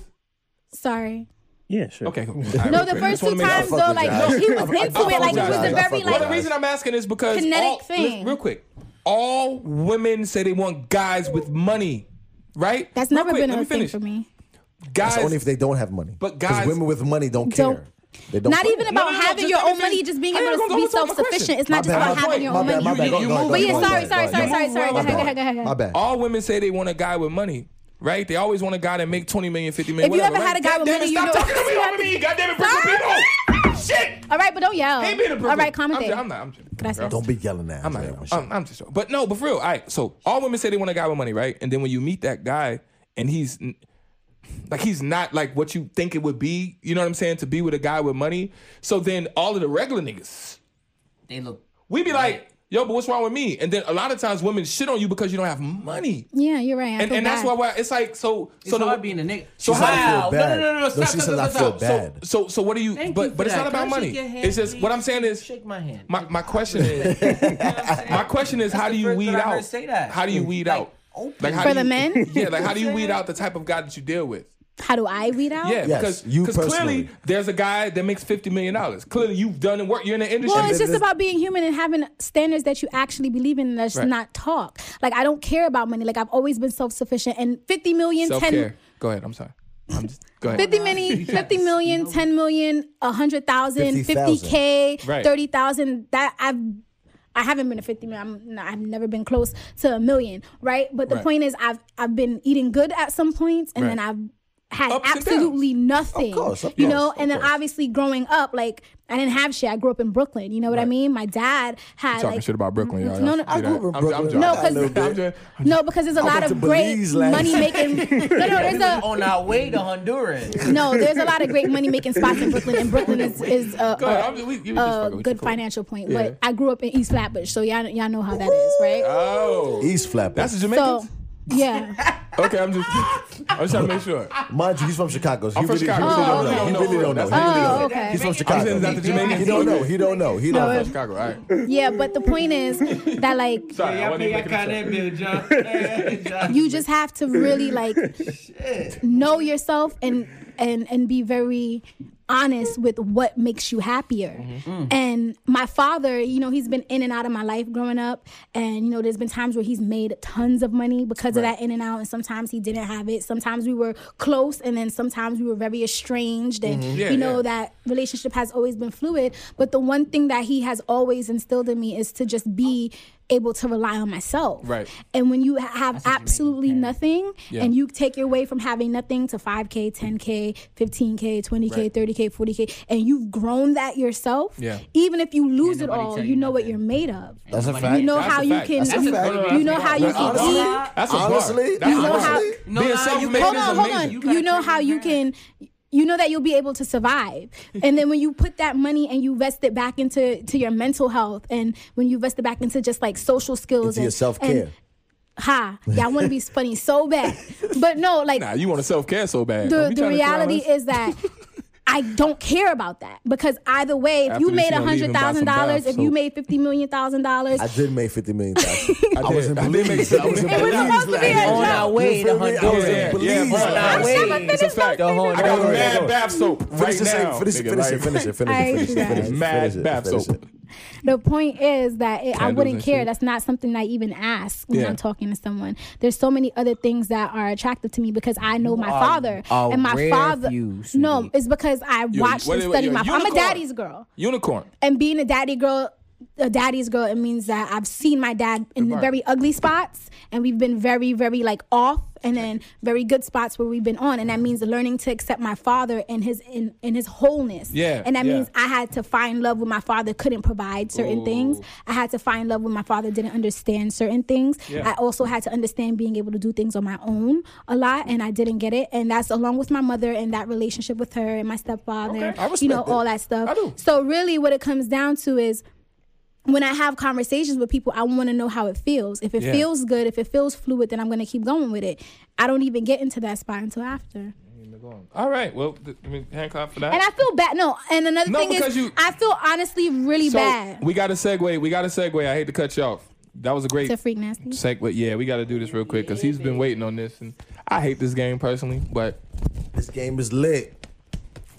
C: sorry.
D: Yeah, sure.
B: okay. cool.
C: No, the first two times
A: fuck
C: though,
A: with
C: like
A: y'all.
C: no, he
A: I
C: was
A: fuck- I
C: into
A: fuck
C: it, like
A: with
C: he was
A: y'all. I
C: a
A: fuck
C: very
A: with
B: Well, the
A: y'all.
C: like.
B: reason I'm asking is because
C: Kinetic
B: all,
C: thing.
B: listen, real quick, all women say they want guys with money, right?
C: That's
B: Real
C: never
B: quick,
C: been
B: let me
C: a thing
B: finish.
C: for me.
B: Guys,
A: It's only if they don't have money.
B: But
A: 'Cause
B: guys-
A: women with money don't care.
C: Don't-
A: They don't.
C: Not even
B: No, no,
C: about
B: no,
C: having
B: just
C: your
B: let me
C: own money,
B: finish.
C: just being
B: I
C: able
B: ain't
C: to
B: gonna
C: be
B: go to my question.
C: self-sufficient. It's
A: My
C: not just
A: bad,
C: about
A: my
C: having
A: bad,
C: your
A: my
C: own
A: bad, my bad.
C: money.
A: Go,
B: You-
A: go,
B: you
A: go,
B: move-
C: But yeah,
A: go, go,
C: sorry,
A: go,
C: sorry,
A: go,
C: sorry,
A: go.
C: sorry, sorry. Go
A: My
C: ahead, go
A: bad.
C: ahead, go ahead. go
A: My
C: ahead.
A: bad.
B: all women say they want a guy with money, right? They always want a guy that make 20 million, 50 million.
C: If you
B: whatever,
C: ever had a
B: right?
C: guy with
B: God damn
C: money,
B: it,
C: you
B: stop
C: know-
B: talking to me over me. God damn it, Brooklyn people. Shit.
C: All right, but don't yell.
B: Ain't being a
C: All right, calm it
B: I'm,
C: down.
B: I'm not. I'm joking.
C: Gracias.
A: Don't be yelling at
B: I'm not.
A: Andrea when she-
B: I'm, I'm just. But no, but for real. All right. So all women say they want a guy with money, right? And then when you meet that guy, and he's n- like he's not like what you think it would be. You know what I'm saying? To be with a guy with money. So then all of the regular niggas,
E: they look.
B: we be like, yo, but what's wrong with me? And then a lot of times women shit on you because you don't have money.
C: Yeah, you're right. I
B: And,
C: feel
B: and that's
C: bad.
B: why why- it's like so
E: It's
B: so the-
E: hard being a nigga.
B: So
A: said, I feel
E: wow. No,
A: bad.
E: no, no, no.
A: No,
E: Stop,
A: she
E: stop,
A: said,
E: stop,
A: I
E: stop.
A: feel
E: So-
A: bad.
B: so so what do you
E: Thank you
B: but
E: for
B: but it's
E: that.
B: not about
E: Can I shake
B: money.
E: your hand,
B: it's just what
E: please?
B: I'm saying is
E: Shake my hand.
B: My my question is my question is how do
E: the
B: you
E: first
B: weed
E: time I heard
B: out
E: say that.
B: how do you weed
E: Like,
B: out
E: open.
B: how
C: For
B: do
C: the
B: you-
C: men?
B: Yeah, like how do you weed out the type of guy that you deal with?
C: How do I weed
E: Oh.
C: out?
B: Yeah,
A: Yes,
B: because
A: you
B: because clearly
A: personally.
B: there's a guy that makes fifty million dollars. Clearly you've done the work. You're in the industry.
C: Well, it's
A: then
C: just
A: this-
C: about being human and having standards that you actually believe in and that's
B: Right.
C: not talk. Like, I don't care about money. Like, I've always been self sufficient. And 50 million, 10
B: Self-care. Go ahead. I'm sorry. I'm just go ahead.
C: 50 million, 50 million, 10 million, 100,000,
A: 50,000.
C: 50K,
B: Right.
C: 30,000. That I've I haven't been to 50 million. I'm, no, I've never been close to a million, right? But the
B: Right.
C: point is I've I've been eating good at some points and then
B: Right.
C: I've had
B: Ups and
C: absolutely nothing.
A: Of course, of
C: you
A: course,
C: know,
A: of
C: and then
A: course.
C: obviously growing up like I didn't have shit. I grew up in Brooklyn. You know what I
B: Right.
C: mean? My dad had
B: talking
C: like
B: shit about Brooklyn, y'all.
C: No, no,
B: Y'all
C: I
B: do
A: grew
B: that.
A: up in Brooklyn.
B: I'm- I'm joking.
C: No, 'cause-
B: I'm joking.
C: no, because there's a lot
A: went
C: of
A: to
C: great
A: Belize last-
C: money making. No, no, there's a
E: on our way to Honduras.
C: no, there's a lot of great money making spots in Brooklyn, and Brooklyn is, is a,
B: Go ahead.
C: a-
B: I'm just- we- you just fucking with
C: a
B: you,
C: Uh, good
B: cool.
C: financial point.
B: Yeah.
C: But I grew up in East Flatbush, so y'all y'all know how that is, right?
B: Oh,
A: He's flapping.
B: that's a
C: So
B: Jamaican.
C: yeah,
B: Okay, I'm just I'm just trying to make sure.
A: Mind you, he's from Chicago. so
B: I'm
A: he
B: from
A: really,
B: Chicago.
A: He really
B: Oh,
A: don't know. He
B: okay.
A: really don't know. He really
C: Oh,
A: don't know.
C: okay.
A: He's from
B: I'm saying is that
A: Chicago.
B: the Jamaican.
A: He don't know. He don't know. He don't know.
B: Chicago. All right.
C: yeah. But the point is that like
B: Sorry, I wasn't even making a joke.
C: you just have to really like know yourself and and and be very honest with what makes you happier
B: Mm-hmm.
C: and my father you know he's been in and out of my life growing up and you know there's been times where he's made tons of money because of that in and out and sometimes he didn't have it sometimes we were close and then sometimes we were very estranged and
B: Mm-hmm. Yeah,
C: you know
B: yeah.
C: that relationship has always been fluid but the one thing that he has always instilled in me is to just be able to rely on myself
B: Right.
C: and when you ha- have absolutely nothing
B: Yeah.
C: and you take your way from having nothing to 5K, 10K, 15K, 20K,
B: Right.
C: 30K, 40K, and you've grown that yourself,
B: Yeah.
C: even if you lose it
E: nobody
C: all,
E: tell
C: you,
E: you
C: know what
E: nothing.
C: you're made of.
A: That's a
E: That's
A: fact.
C: you know
B: That's
C: how
B: a
C: you
B: fact.
C: can
B: That's
A: a
C: eat.
A: fact.
B: No, no, that's
C: You
B: a
C: know how
B: fact.
C: you
B: That's
C: can
B: a
A: honestly,
C: eat.
B: bar. That's a bar.
A: honestly,
B: That's a
C: you know
B: bar.
C: how-
E: No,
B: being
E: nah, you
B: self-made
C: Hold
B: is
C: on, hold
B: amazing.
C: on.
E: You
C: You,
E: gotta
C: know
E: train
C: how
E: your
C: you can.
E: brain.
C: You know that you'll be able to survive, and then when you put that money and you vest it back into to your mental health, and when you vest it back into just like social skills
A: Into
C: and,
A: your self care.
C: and- ha, yeah, I want to be funny so bad. But no, like
B: Nah, you want to self care so bad. Don't
C: the,
B: be
C: the
B: trying to throw
C: reality
B: us-
C: is that I don't care about that because either way, if
B: After
C: you
B: this, you
C: made a
B: gonna leave
C: hundred
B: and buy some
C: thousand dollars,
B: bath
C: if you
B: soap.
C: made fifty million thousand dollars,
A: I did make fifty million. thousand.
B: I,
A: was
B: did,
A: in
B: I did
A: Belize.
B: make it. I was in
A: It was
B: Belize
C: supposed to be a
B: last
C: joke.
E: On
B: night.
E: our way
A: You
E: to
A: feel me? I was in
E: Honduras.
B: Yeah, yeah,
A: Belize
B: bro.
A: last
E: On our
A: night.
E: way.
B: It's a fact.
E: The whole
B: I got
E: Honduras.
B: mad bath soap
A: Finish
B: right
A: this
B: now.
A: thing. Finish it.
B: nigga,
A: Finish
B: like-
A: it. Finish it.
C: I
A: Finish it.
C: agree.
A: Finish it.
B: Mad
A: finish it,
B: bath
A: finish
B: soap.
A: it.
C: the point is that it, I
B: Candles
C: wouldn't
B: and
C: care.
B: shit.
C: That's not something I even ask when
B: Yeah.
C: I'm talking to someone. There's so many other things that are attractive to me because I know my
E: are
C: father
E: a
C: and my
E: rare
C: father.
E: few, sweetie.
C: no, it's because I
B: You're-
C: watched
B: wait,
C: and
B: wait,
C: studied
B: you're
C: my.
B: a
C: I'm a
B: unicorn.
C: daddy's girl,
B: Unicorn.
C: and being a daddy girl. A daddy's girl, it means that I've seen my dad in
B: Right.
C: very ugly spots, and we've been very, very like off, and then very good spots where we've been on, and that means learning to accept my father and his in, in his wholeness.
B: Yeah,
C: and that
B: yeah.
C: means I had to find love when my father couldn't provide certain things. I had to find love when my father didn't understand certain things. I also had to understand being able to do things on my own a lot, and I didn't get it. And that's along with my mother and that relationship with her and my stepfather,
A: I
C: you know,
A: respect
C: all
A: it.
C: that stuff.
A: I do.
C: So really, what it comes down to is. When I have conversations with people, I want to know how it feels. If it
B: Yeah.
C: feels good, if it feels fluid, then I'm going to keep going with it. I don't even get into that spot until after.
B: All right. Well, th- I mean, hand clap for that.
C: And I feel bad. No, and another
B: No,
C: thing
B: because
C: is,
B: you-
C: I feel honestly really
B: so
C: bad.
B: we got a segue. We got a segue. I hate to cut you off. That was a great
C: to freak nasty.
B: segue. Yeah, we got to do this real quick because he's been waiting on this, and I hate this game personally. But
A: This game is lit,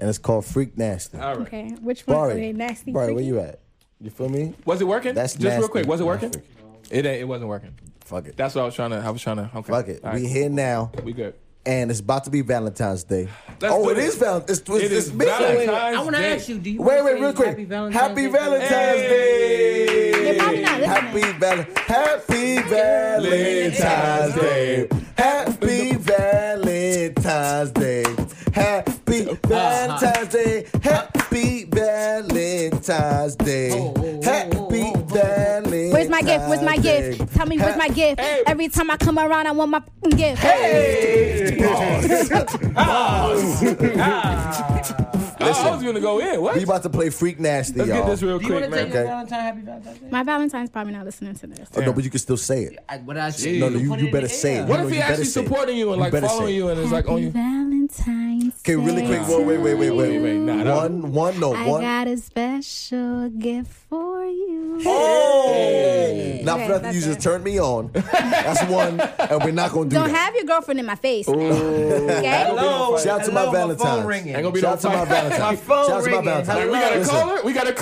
A: and it's called Freak Nasty.
B: all right.
C: Okay, which one?
A: Barry,
C: Okay, nasty.
A: Barry,
C: freaky.
A: where you at? You feel me?
B: Was it working?
A: That's
B: just real
A: nasty.
B: quick. Was it working?
A: Nasty.
B: It ain't, it wasn't working.
A: Fuck it.
B: That's what I was trying to. I was trying to. Okay.
A: Fuck it.
B: All right.
A: We here now,
B: We good.
A: and it's about to be Valentine's Day.
B: Let's
A: oh,
B: do
A: it
B: it.
A: is Valentine's. It's, it's,
B: It
A: it's
B: is
A: midnight.
B: Valentine's
E: I want to
B: Day.
E: ask you, do you
A: Wait,
E: wanna
A: wait,
E: say
A: real quick.
E: Happy Valentine's
A: Happy
E: Day?
A: Valentine's Day.
C: They're probably not
A: Happy
C: listening.
A: Val- Happy Valentine's Day. Happy Valentine's Day. Happy
B: Uh-huh.
A: Valentine's Day. Happy Valentine's Day.
B: Oh,
A: Happy Valentine's
C: Where's my gift? Where's my
A: Day.
C: gift? Tell me where's my gift.
B: Hey.
C: Every time I come around, I want my f***ing gift.
B: Oh, I was gonna go in. What?
A: We about to play Freak Nasty,
B: Let's
A: y'all.
B: get this real
E: Do you want
B: quick,
E: to take
B: man.
A: Okay.
E: your Valentine Happy Valentine's Day?
C: My Valentine's probably not listening to this.
A: Oh, no, but you can still say it.
E: I, what I
B: Jeez.
E: said.
A: No, no,
E: Put
A: you,
E: it
A: you
E: in
A: better
E: the
A: say it.
E: air.
B: What
A: No,
B: if
A: you
B: he
A: better
B: actually
A: say it.
B: supporting you and like
A: better
B: following
A: say it.
B: you and it's like on
C: Happy
B: you?
C: Valentine's.
A: Okay, really
C: Day
A: quick. Wait, wait, wait, wait,
C: to
A: wait.
B: Wait, wait, nah, nah.
A: One, one, no,
C: I
A: one.
C: got a special gift for you.
A: Oh! Not
C: Okay,
A: for nothing, you
C: that's
A: just
C: it.
A: turned me on. That's one, and we're not gonna do
C: Don't
A: that.
C: have your girlfriend in my face. Okay?
E: Hello,
A: Shout out to my
E: hello, phone
A: Valentine's.
E: ringing.
B: Ain't gonna be
A: Shout
B: no
A: out to my
B: fight.
A: Valentine.
E: phone
A: Shout out to my
E: ringing.
A: Valentine.
B: Like, we got a
A: Listen,
B: caller. We got a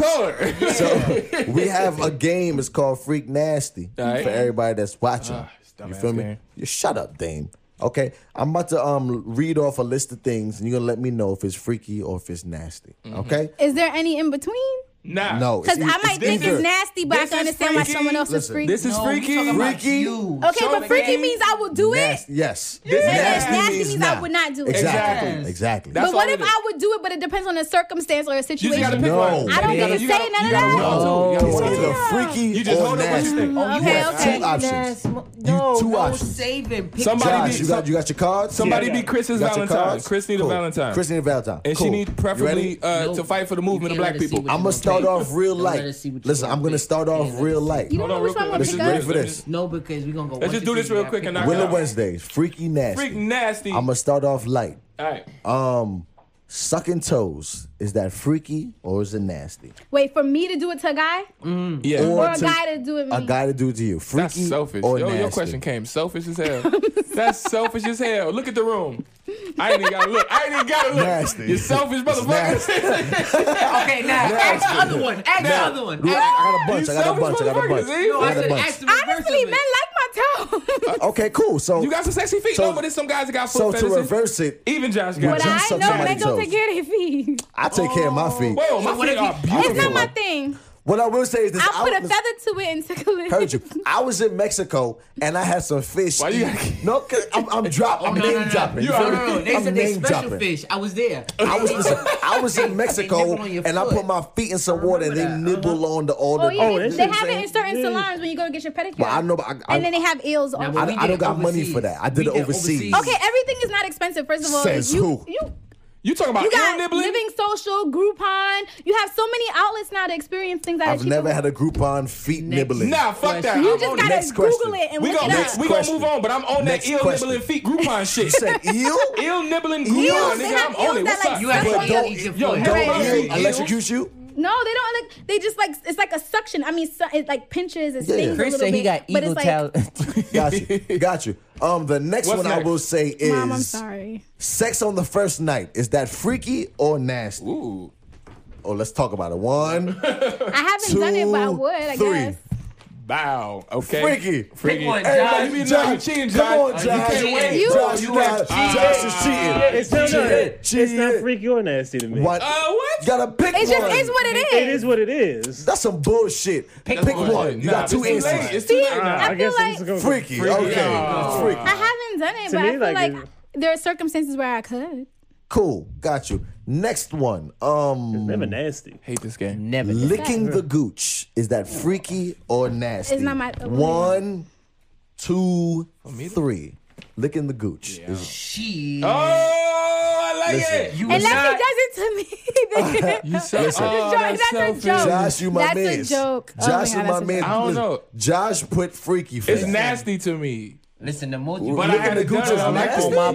B: caller.
A: So we have a game. It's called Freak Nasty
B: All right. Ah,
A: for everybody that's watching. you
B: dumbass
A: feel me?
B: game.
A: You shut up, Dame. Okay, I'm about to um read off a list of things, and you're gonna let me know if it's freaky or if it's nasty.
B: Mm-hmm.
A: Okay?
C: Is there any in between?
B: nah.
A: No,
C: Because
A: it's-
C: I might think
A: either-
C: it's nasty, but I
B: This
C: can
B: is
C: understand why
B: freaky.
C: someone else is
A: Listen,
C: freaky.
B: This is
E: No, we
B: freaky.
E: talking about
A: Freaky.
E: you.
C: okay,
B: show me
C: but freaky
B: game.
C: means I will do it.
A: Nas- Yes.
C: And
B: Yes.
C: it's nasty means I
A: not.
C: would not do it.
A: Exactly.
E: Yes.
A: Exactly.
B: That's
C: but what
B: all
C: if
B: it is.
C: I would do it, but it depends on the circumstance or a
B: You just gotta
C: situation?
B: pick
A: No.
B: one.
A: I
C: don't
B: You gotta-
C: even
B: you
C: say
B: gotta- you
C: none of
B: gotta one
C: that.
B: or two. You
A: it's
B: gotta one or
A: either
B: two.
A: freaky
B: You
A: or
B: just hold up what you
A: nasty.
B: think.
E: Oh, you
C: Okay, okay.
E: have two
A: Two options.
E: options. No,
A: two
E: no
A: options.
E: saving. Pick
B: Somebody
E: one.
A: Josh,
B: be-
A: you got you got your cards.
B: Somebody
D: Yeah.
B: be Chris's
A: You got your
B: Valentine.
A: cards?
B: Chris need a
A: Cool.
B: Valentine.
A: Chris need a Valentine.
B: and
A: cool.
B: she needs
A: You
B: preferably
A: ready?
B: uh,
E: No.
B: to fight for the movement of
E: You
B: black
E: can't let
B: people.
E: us see
A: I'm gonna start off real
E: Don't let
A: light.
E: us see what you
A: Listen,
E: gonna
A: I'm gonna
E: pick.
A: start
E: Yeah,
A: off
E: let
A: real
E: us see.
A: light.
C: You don't know
B: on
C: which
B: real
C: one
B: quick.
C: would
A: This
C: be
A: is
B: Let's
A: ready
B: do
A: for
C: good?
A: this.
E: No, because we're gonna go.
B: Let's just do this real quick and knock it
A: Willow
B: out.
A: Wednesdays, freaky nasty.
B: Freak nasty.
A: I'm gonna start off light.
B: All right.
A: Um, sucking toes. Is that freaky or is it nasty?
C: Wait, for me to do it to a guy?
B: Yeah.
A: Or
C: Or a
A: to-
C: guy to do it to
A: A
C: me?
A: guy to do it to you, freaky
B: Mm. That's selfish.
A: or
B: Yo,
A: nasty?
B: your question came selfish as hell. That's selfish as hell. Look at the room. I ain't even gotta look. I ain't even gotta look.
A: Nasty.
B: You selfish motherfucker.
E: Okay, now ask the other one. Ask the other one.
A: I
E: Ask-
A: got a bunch. I got a
B: selfish
A: bunch. I got a
B: motherfuckers,
A: bunch.
B: eh?
E: No, I
A: I got a
E: said
A: bunch.
E: ask the reverse
C: Honestly,
E: of
C: men
E: it.
C: like my toe.
A: Okay, cool. So,
B: you got some sexy feet.
A: So-
B: no, but there's some guys that got foot
A: so to
B: fetishes.
A: reverse it,
B: even Josh got
C: But
A: Just suck
B: some.
C: I know
A: somebody's
C: men don't
A: toes.
C: take care of their feet.
A: I take care of my feet.
B: Whoa, my
E: So what
B: feet
E: if he-
B: are
C: It's
B: beautiful.
C: not my thing.
A: What I will say is this:
C: I put a
A: was-
C: feather to it and tickle it.
A: Heard you. I was in Mexico and I had some fish.
B: Why you
A: eat.
B: gotta-
A: No, cause I'm, I'm dropping. I'm
E: No, no,
A: name
E: no, no.
A: dropping.
E: No, no, no. They
A: I'm
E: said they
A: name
E: special
A: dropping.
E: fish. I was there.
A: I was listen, I was in Mexico
E: nibble on your
A: and I
E: foot.
A: put my feet in some
E: I
A: water and they
E: remember that.
A: nibble on the all the.
C: Oh, yeah,
D: Oh,
C: they,
D: that
C: they
D: shit
C: have it
A: saying-
C: in certain salons when you go to get your pedicure.
A: Well, I know, but I- I-
C: and then they have eels on.
A: I- I don't got money for that. I did it overseas.
C: Okay, everything is not expensive. First of all,
A: Says
C: you,
A: who?
C: you
B: You talking about
C: You
B: ear
C: got
B: nibbling?
C: Living Social, Groupon. You have so many outlets now to experience things that
A: I've
C: you
A: never
C: can-
A: had a Groupon feet nibbling.
B: nah, fuck that.
E: Question.
B: I'm
C: You
B: on
C: just
B: that.
C: gotta
A: Next
C: Google
A: question.
C: it and
B: we
C: look
B: gonna,
C: it
A: Next
C: up.
B: we gonna
A: question.
B: move on, but I'm on
A: Next
B: that ill
A: question.
B: nibbling feet Groupon shit.
A: Said eel?
B: ill nibbling
A: Eels,
B: Groupon,
C: they
B: nigga.
C: got
B: I'm on it.
C: eels
B: What's
C: that
B: up?
E: You have
C: But
E: to
A: don't-
E: eat your
B: yo,
E: food.
B: don't
E: Right.
B: eat
A: Eel
B: Eels?
A: electrocute you?
C: No, they don't. Like, they just like it's like a suction. I mean, su- it like pinches. It
A: Yeah.
C: stings
E: Chris
C: a little
E: said he
C: bit,
E: got
C: but
E: eagle
C: it's like,
E: talent.
A: Got you. Got you. Um, the next
B: What's
A: one
B: next?
A: I will say is
C: Mom, I'm sorry.
A: sex on the first night. Is that freaky or nasty?
B: Ooh.
A: Oh, let's talk about it. One,
C: I haven't
A: two,
C: done it, but I would. I
A: three.
C: guess.
B: Wow. Okay.
A: Freaky.
B: Freaky.
E: one,
B: Everybody,
E: Josh.
B: you need to know
A: Josh,
B: you're cheating,
A: Come on, Josh.
B: Josh. You can't
E: You-
B: win.
E: You-
A: Josh,
E: you
A: Josh,
E: are
A: Josh is cheating.
D: It's not,
A: Cheating.
D: it's not
A: Cheating.
D: freaky or nasty to me.
A: What?
B: Uh, what?
A: You gotta pick
C: It's
A: one.
C: just it's what it
D: It
C: is.
D: is what it is.
A: That's some bullshit. Pick,
B: bullshit.
A: one. You
B: Nah,
A: got
B: it's
A: two
B: too late. It's
A: answers.
B: too
C: See,
B: late
D: Uh,
B: now.
C: I feel like-
D: it's gonna-
A: Freaky. Okay.
B: Oh.
A: Freaky.
C: I haven't done it,
D: To
C: but
D: me,
C: I feel
D: like,
C: like,
D: it-
C: there are circumstances where I could.
A: Cool. Got you. Next one. Um,
D: Never nasty.
B: Hate this game.
E: Never. did.
A: licking the gooch. Is that freaky or nasty?
C: It's not my-
A: one, two, three. Licking the gooch. Is-
E: She.
B: Oh, I like it.
E: You
C: Unless
E: not-
C: he does it to me.
B: You said, oh, that's
C: Josh, that's a
B: selfish.
C: joke.
A: Josh, you my
C: That's a
A: man.
C: joke. Oh my
A: Josh
C: God,
A: is
C: that's
A: my
C: a
A: man.
C: joke.
B: I don't
A: Listen,
B: know.
A: Josh put freaky for
B: It's
A: that.
B: nasty to me.
E: Listen, the most
B: But
E: you do
B: I
A: Licking
B: had
A: the gooch is
B: done it.
A: nasty?
B: I-
A: My
B: yeah,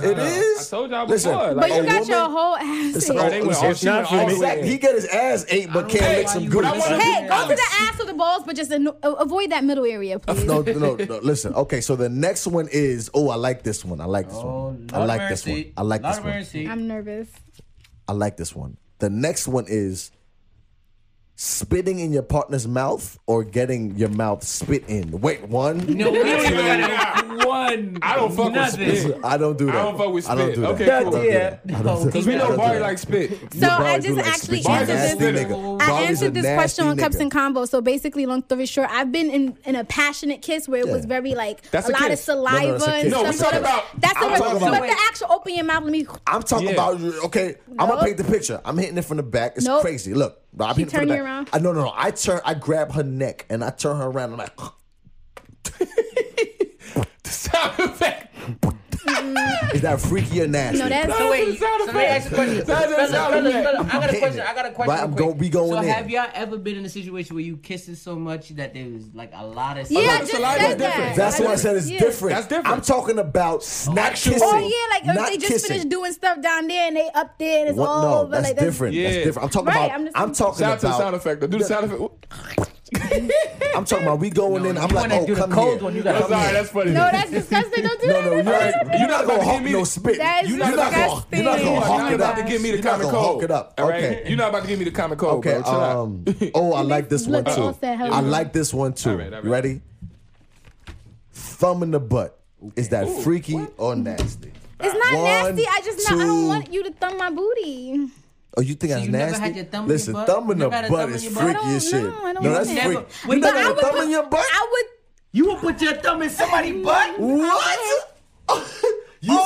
A: balls.
B: I- I-
A: It is?
B: I told y'all
A: Listen,
B: before.
C: But
B: Like,
C: you
A: A
C: got your
A: woman-
C: whole ass.
A: a-
C: in.
B: bro, they went all,
D: It's
B: she went
D: not for
B: all
D: me.
B: the way
A: Zach,
B: in.
A: he get his ass ate, but can't
E: Hey,
A: lick some
B: but
A: gooch.
B: I wanna-
C: Hey, go to
B: Alex.
C: the ass or the balls, but just ano- a- avoid that middle area, please.
A: no, no, no, listen. Okay, so the next one is. Oh, I like this one. I like this
E: Oh,
A: one. I
E: Lord
A: like this one.
E: mercy.
A: I like
E: Lord
A: this one.
E: mercy.
C: I'm nervous.
A: I like this one. The next one is spitting in your partner's mouth or getting your mouth spit in. Wait, one.
E: No, we don't even
B: Yeah.
E: got one.
B: I don't fuck with
E: Nothing.
B: spit.
A: I don't do that.
B: I don't fuck with
A: I don't
B: spit.
A: do that.
B: Okay,
A: I
B: cool.
A: don't do that.
E: Yeah.
A: I don't do
E: Because
B: We
A: that.
B: know
A: I don't do
B: Barry
A: that.
B: likes spit.
C: So
A: Your
C: I
A: Barry
C: just
A: do like
C: actually
A: spit. Barry's a
C: answered
A: nasty
C: this.
A: nigga.
C: I
A: Barry's a
C: answered this
A: nasty
C: question on
A: nigga.
C: Cups and Combo. So basically, long story short, I've been in, in a passionate kiss where it was
A: Yeah.
C: very like
B: That's a
C: a lot
B: kiss.
C: of
A: No, no,
C: saliva
A: that's a
C: and
A: kiss.
B: No, we
C: stuff.
B: talking
C: so
B: about-
C: that's the
B: I'm talking
C: but
B: about-
C: the actual open your mouth. Let me.
A: I'm talking
B: Yeah.
A: about okay. I'm gonna
C: Nope.
A: paint the picture. I'm hitting it from the back. It's
C: Nope.
A: crazy. Look, I'm
C: She
A: hitting it from
C: turn
A: the
C: you
A: back.
C: around?
A: I, no, no, no. I turn. I grab her neck and I turn her around. I'm like,
B: The sound effect.
A: is that freaky or nasty?
C: No, that's
E: So wait, so
B: Sound
E: let me ask you a question.
B: effect. Sound
E: Fellas,
B: effect.
E: fellas, fellas, I got a
A: Hitting
E: question.
A: it.
E: I got a question.
A: But I'm
E: real quick.
A: gonna be going
E: So
A: in.
E: have y'all ever been in a situation where you kissing so much that there was like a lot of
C: Yeah, I
B: Saliva
C: just
B: is
C: said
B: different.
C: that.
A: That's
C: I
A: what I
C: just-
A: said. It's
C: yeah.
A: different.
B: That's different.
A: I'm talking about not
B: Actual-
A: kissing.
C: Oh yeah, like
A: not
C: if they just
A: kissing.
C: finished doing stuff down there and they up there and it's
A: What-
C: all
A: no,
C: over.
A: that's
C: like
A: different. That's
B: Yeah.
A: different. I'm talking
C: Right,
A: about.
C: I'm
A: I'm,
C: just-
A: talking
B: Shout out to the
A: about.
B: sound effect. Do the sound effect.
A: I'm talking about. We going in. I'm like, oh, come here.
E: You
B: I'm
E: gotta come
B: sorry,
E: here.
B: that's funny.
C: No, that's disgusting. Don't do
A: No, no,
C: that.
A: you're
C: That's
A: not,
B: You're
A: you're not
B: not gonna
A: gonna
B: give
A: hawk
B: me
A: no
B: the-
A: spit.
C: That is
A: You're not gonna hawk. You're not
B: You're
A: gonna
C: disgusting.
A: hawk
B: not
A: it
B: about
A: up.
B: to give me the
A: You're not
B: common
A: gonna hawk
B: cold.
A: it up.
B: all right?
A: Okay.
B: You're not about to give me the common cold,
A: Okay.
B: bro. Chill out.
A: Um. Oh, I like this one
C: Look,
A: too.
C: all said hello.
A: I like this one too.
B: All right, all right.
A: Ready? Thumb in the butt. Is that freaky or nasty?
C: It's not
A: One,
C: nasty. I just not, I
A: two,
C: don't want you to thumb my booty.
A: Oh, you think that's
E: you never
A: nasty?
E: had your thumb in your
A: Listen,
E: butt?
A: thumb in
E: You
A: the
E: never had a
A: butt
E: thumb in
A: is
E: your butt? I
A: freaky
C: don't
A: as shit.
C: know. I don't
A: No, that's
C: want
E: that.
A: freaky. You
E: But I
A: never had a
E: would
A: thumb
C: put-
A: in your butt?
C: I would.
E: You will put your thumb in somebody's butt?
A: What? You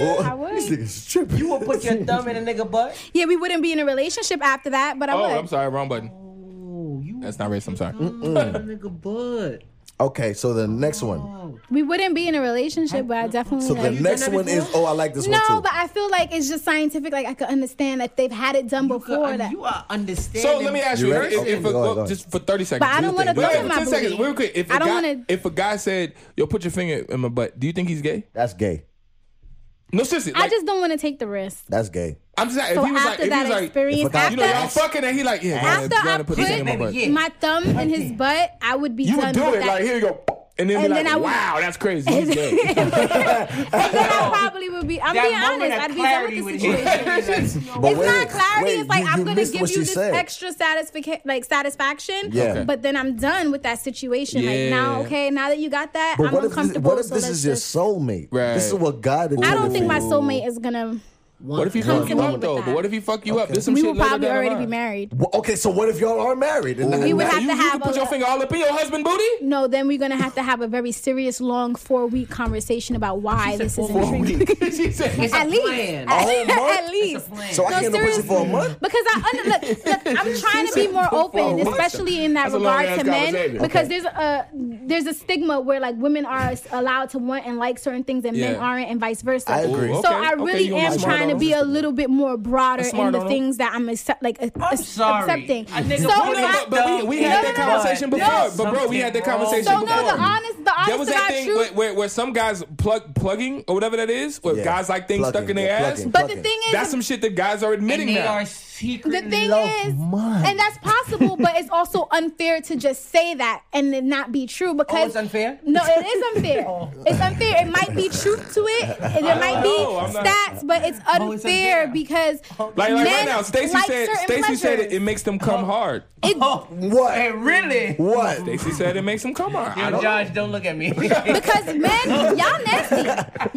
A: oh,
C: I would.
A: This nigga's tripping.
E: You will put your thumb in a nigga butt?
C: Yeah, we wouldn't be in a relationship after that, but I
B: Oh,
C: would.
B: I'm sorry, wrong button.
E: Oh, you
B: That's not racist. I'm sorry.
E: in a nigga butt.
A: okay, so the next one.
C: We wouldn't be in a relationship, but I definitely.
A: So the
C: would.
A: next
E: that
A: one is.
E: before?
A: Oh, I like this
C: no,
A: one too.
C: but I feel like it's just scientific. Like I could understand that they've had it done
E: you,
C: before
E: are-
C: that.
E: you are understanding.
B: So let me ask you,
A: You
B: if,
A: ready?
B: if,
A: Okay,
B: if
A: go
B: a,
A: ahead, go ahead.
B: just for thirty seconds.
C: But I don't
B: do you
C: wanna
B: think-
C: thumb in
B: wait,
C: my
B: 10 seconds,
C: booty.
B: real quick. If a
C: I don't
B: guy,
C: wanna-
B: if a guy said, "Yo, put your finger in my butt," do you think he's gay?
A: That's gay.
B: No, seriously.
C: I
B: Like,
C: just don't want to take the risk.
A: That's gay.
B: I'm just saying, if
C: So
B: he was like,
C: after
B: if he
C: that
B: was like,
C: experience,
A: If a guy-
B: you know, y'all
C: after
B: fucking, and he like, yeah,
C: After
B: go ahead
C: I
B: and put your
C: put-
B: finger in my butt.
E: Baby, yeah.
C: my thumb in his butt, I would be
B: You
C: done
B: would do
C: with
B: it
C: that.
B: like here you go, and then be
C: And
B: like,
C: then I would-
B: wow, that's crazy. He's gay.
C: then I probably would be. I'm
E: That
C: being
E: moment
C: honest.
E: of
C: I'd be done
E: clarity
C: with the
E: would
C: situation.
A: But
C: it's not clarity. it's like
A: you-
C: I'm
A: you
C: gonna
A: missed
C: give you
A: what she
C: this
A: said.
C: extra satisfaction, like satisfaction.
A: Yeah. Okay.
C: But then I'm done with that situation.
B: Yeah.
C: Like now, okay, now that you got that,
A: But
C: I'm
A: what if this,
C: uncomfortable.
A: what if
C: so
A: this
C: let's
A: is your
C: just-
A: soulmate?
B: Right.
A: This is what God.
C: I
A: intended
C: don't
A: for
C: think my
A: you.
C: soulmate is gonna.
B: What if he fuck you
C: Continue
B: up
C: with
B: though?
C: that.
B: But what if he fuck you up? There's some
C: we
B: shit
C: would
B: later
C: probably
B: down the
C: already
B: line.
C: be married.
A: Well, okay, so what if y'all are married? And
C: We would
B: Now,
C: have
B: you,
C: to
B: you
C: have
B: can put
C: a-
B: your finger all up in your husband booty.
C: No, then we're gonna have to have a very serious, long four week conversation about why this is
B: For a
C: intriguing.
B: week. she said,
C: At least,
E: plan.
C: at,
A: A whole month?
C: at least.
E: plan.
A: so I can't get a pussy
C: seriously.
A: for a month.
C: Because I under, look, look, I'm trying to be more
B: Whoa,
C: open,
B: what?
C: especially in that
B: That's a long ass
C: regard to men,
B: conversation.
C: because there's a there's a stigma where like women are s- allowed to want and like certain things and men
B: Yeah.
C: aren't, and vice versa.
A: I agree.
B: Ooh,
C: So
B: okay,
C: I
B: okay,
C: really
B: you gonna
C: am
B: smart
C: trying to
B: on
C: be
B: us.
C: a little bit more broader
B: That's smart
C: in the
B: on 'em.
C: things that I'm accept, like a-
E: I'm
C: ac-
E: sorry.
C: accepting.
E: A nigga
C: So
E: wouldn't
B: No, no,
C: I-
B: but, but we, we had that
C: No, no, no.
B: conversation before.
E: No.
B: But bro, we had that conversation
C: So no,
B: before.
C: the honest, the
B: There was
C: honest to
B: that
C: God
B: thing
C: truth.
B: where, where, where some guys plug plugging or whatever that is, where
A: Yeah.
B: guys like things stuck
A: Plugging,
B: in their
A: yeah,
B: ass.
A: plugging.
C: but the
A: Fucking-
C: thing is,
B: That's some shit that guys are admitting
E: And they
B: now.
E: are
C: the
E: secretly
C: thing
A: love
C: is,
A: mine.
C: and that's possible, but it's also unfair to just say that and it not be true because
E: Oh, it's unfair?
C: No, it is unfair. It's unfair. It might be truth to it. and There might be
B: know. I'm not-
C: stats, but it's unfair,
E: Oh, it's unfair.
C: because
B: like like right
C: men
B: now, Stacy
C: like
B: said.
C: certain
B: Stacy said it,
C: pleasures.
B: it makes them come
E: Oh.
B: hard.
C: It-
A: What?
E: Hey, really?
A: what?
B: Stacy said it makes them come hard. I
E: Yo,
B: don't-
E: Josh, don't look at me.
C: because men, y'all nasty.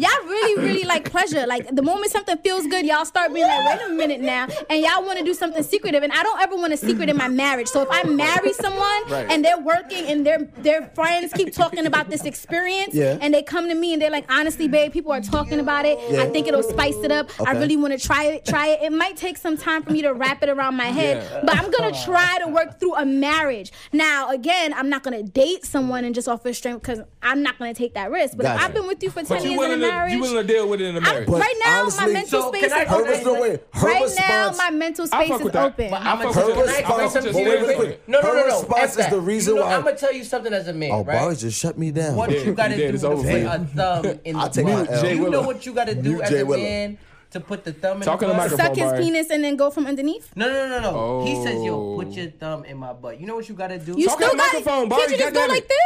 C: Y'all really, really like pleasure. Like the moment something feels good, y'all start being like, wait a minute now, and y'all want to do something secretive. And I don't ever want a secret in my marriage. So if I marry someone
B: Right.
C: and they're working and their their friends keep talking about this experience,
A: Yeah.
C: and they come to me and they're like, honestly, babe, people are talking about it. I think it'll spice it up. I
A: Okay.
C: really want to try it. Try it. It might take some time for me to wrap it around my head,
B: Yeah.
C: but I'm gonna try to work through a marriage. Now, again, I'm not gonna date someone and just offer strength because I'm not gonna take that risk. But if
A: Gotcha.
C: I've been with you for ten
B: But you
C: years in a
B: willing to you
C: marriage.
B: willing to deal with it in a
C: I'm,
B: marriage?
A: But
C: right now,
A: honestly-
C: my mental
E: So,
C: space
E: can I-
C: is
A: Her
E: Hold on,
C: open.
A: was the way. Her
C: Right now,
A: response.
C: my mental
B: I
C: space
B: fuck
C: is
B: with that.
C: open.
B: But I
E: I'ma
B: fuck
E: tell
B: with
E: you-
B: that.
E: I- I-
B: I fuck with
A: Her
B: your
A: response-
B: shit.
A: wait, wait,
E: No, no,
A: Her
E: no, no.
A: response is the reason
E: you know,
A: why-
E: I'm gonna tell you something as a man,
A: Oh,
E: right?
A: Barry just shut me down.
E: what
B: Yeah,
E: you gotta
B: you did.
E: do
B: It's
E: to
B: over
E: put
B: for you.
E: a thumb in
A: I'll
E: the
A: take my
E: butt.
A: L. Jay
E: You know
B: Willow.
E: what you gotta do
A: You
E: as
A: Jay
E: a
A: Willow.
E: man to put the thumb in
B: Talk
E: the
B: in the
E: butt.
B: microphone.
C: Suck his
B: Barbara.
C: penis and then go from underneath.
E: No, no, no, no. no. He says,
B: Oh.
E: "Yo, put your thumb in my butt." You know what you gotta do?
C: You
B: Talk
C: still
B: on the
C: got
B: microphone, Barbie,
C: Can't you just go
B: goddamn it.
C: like this?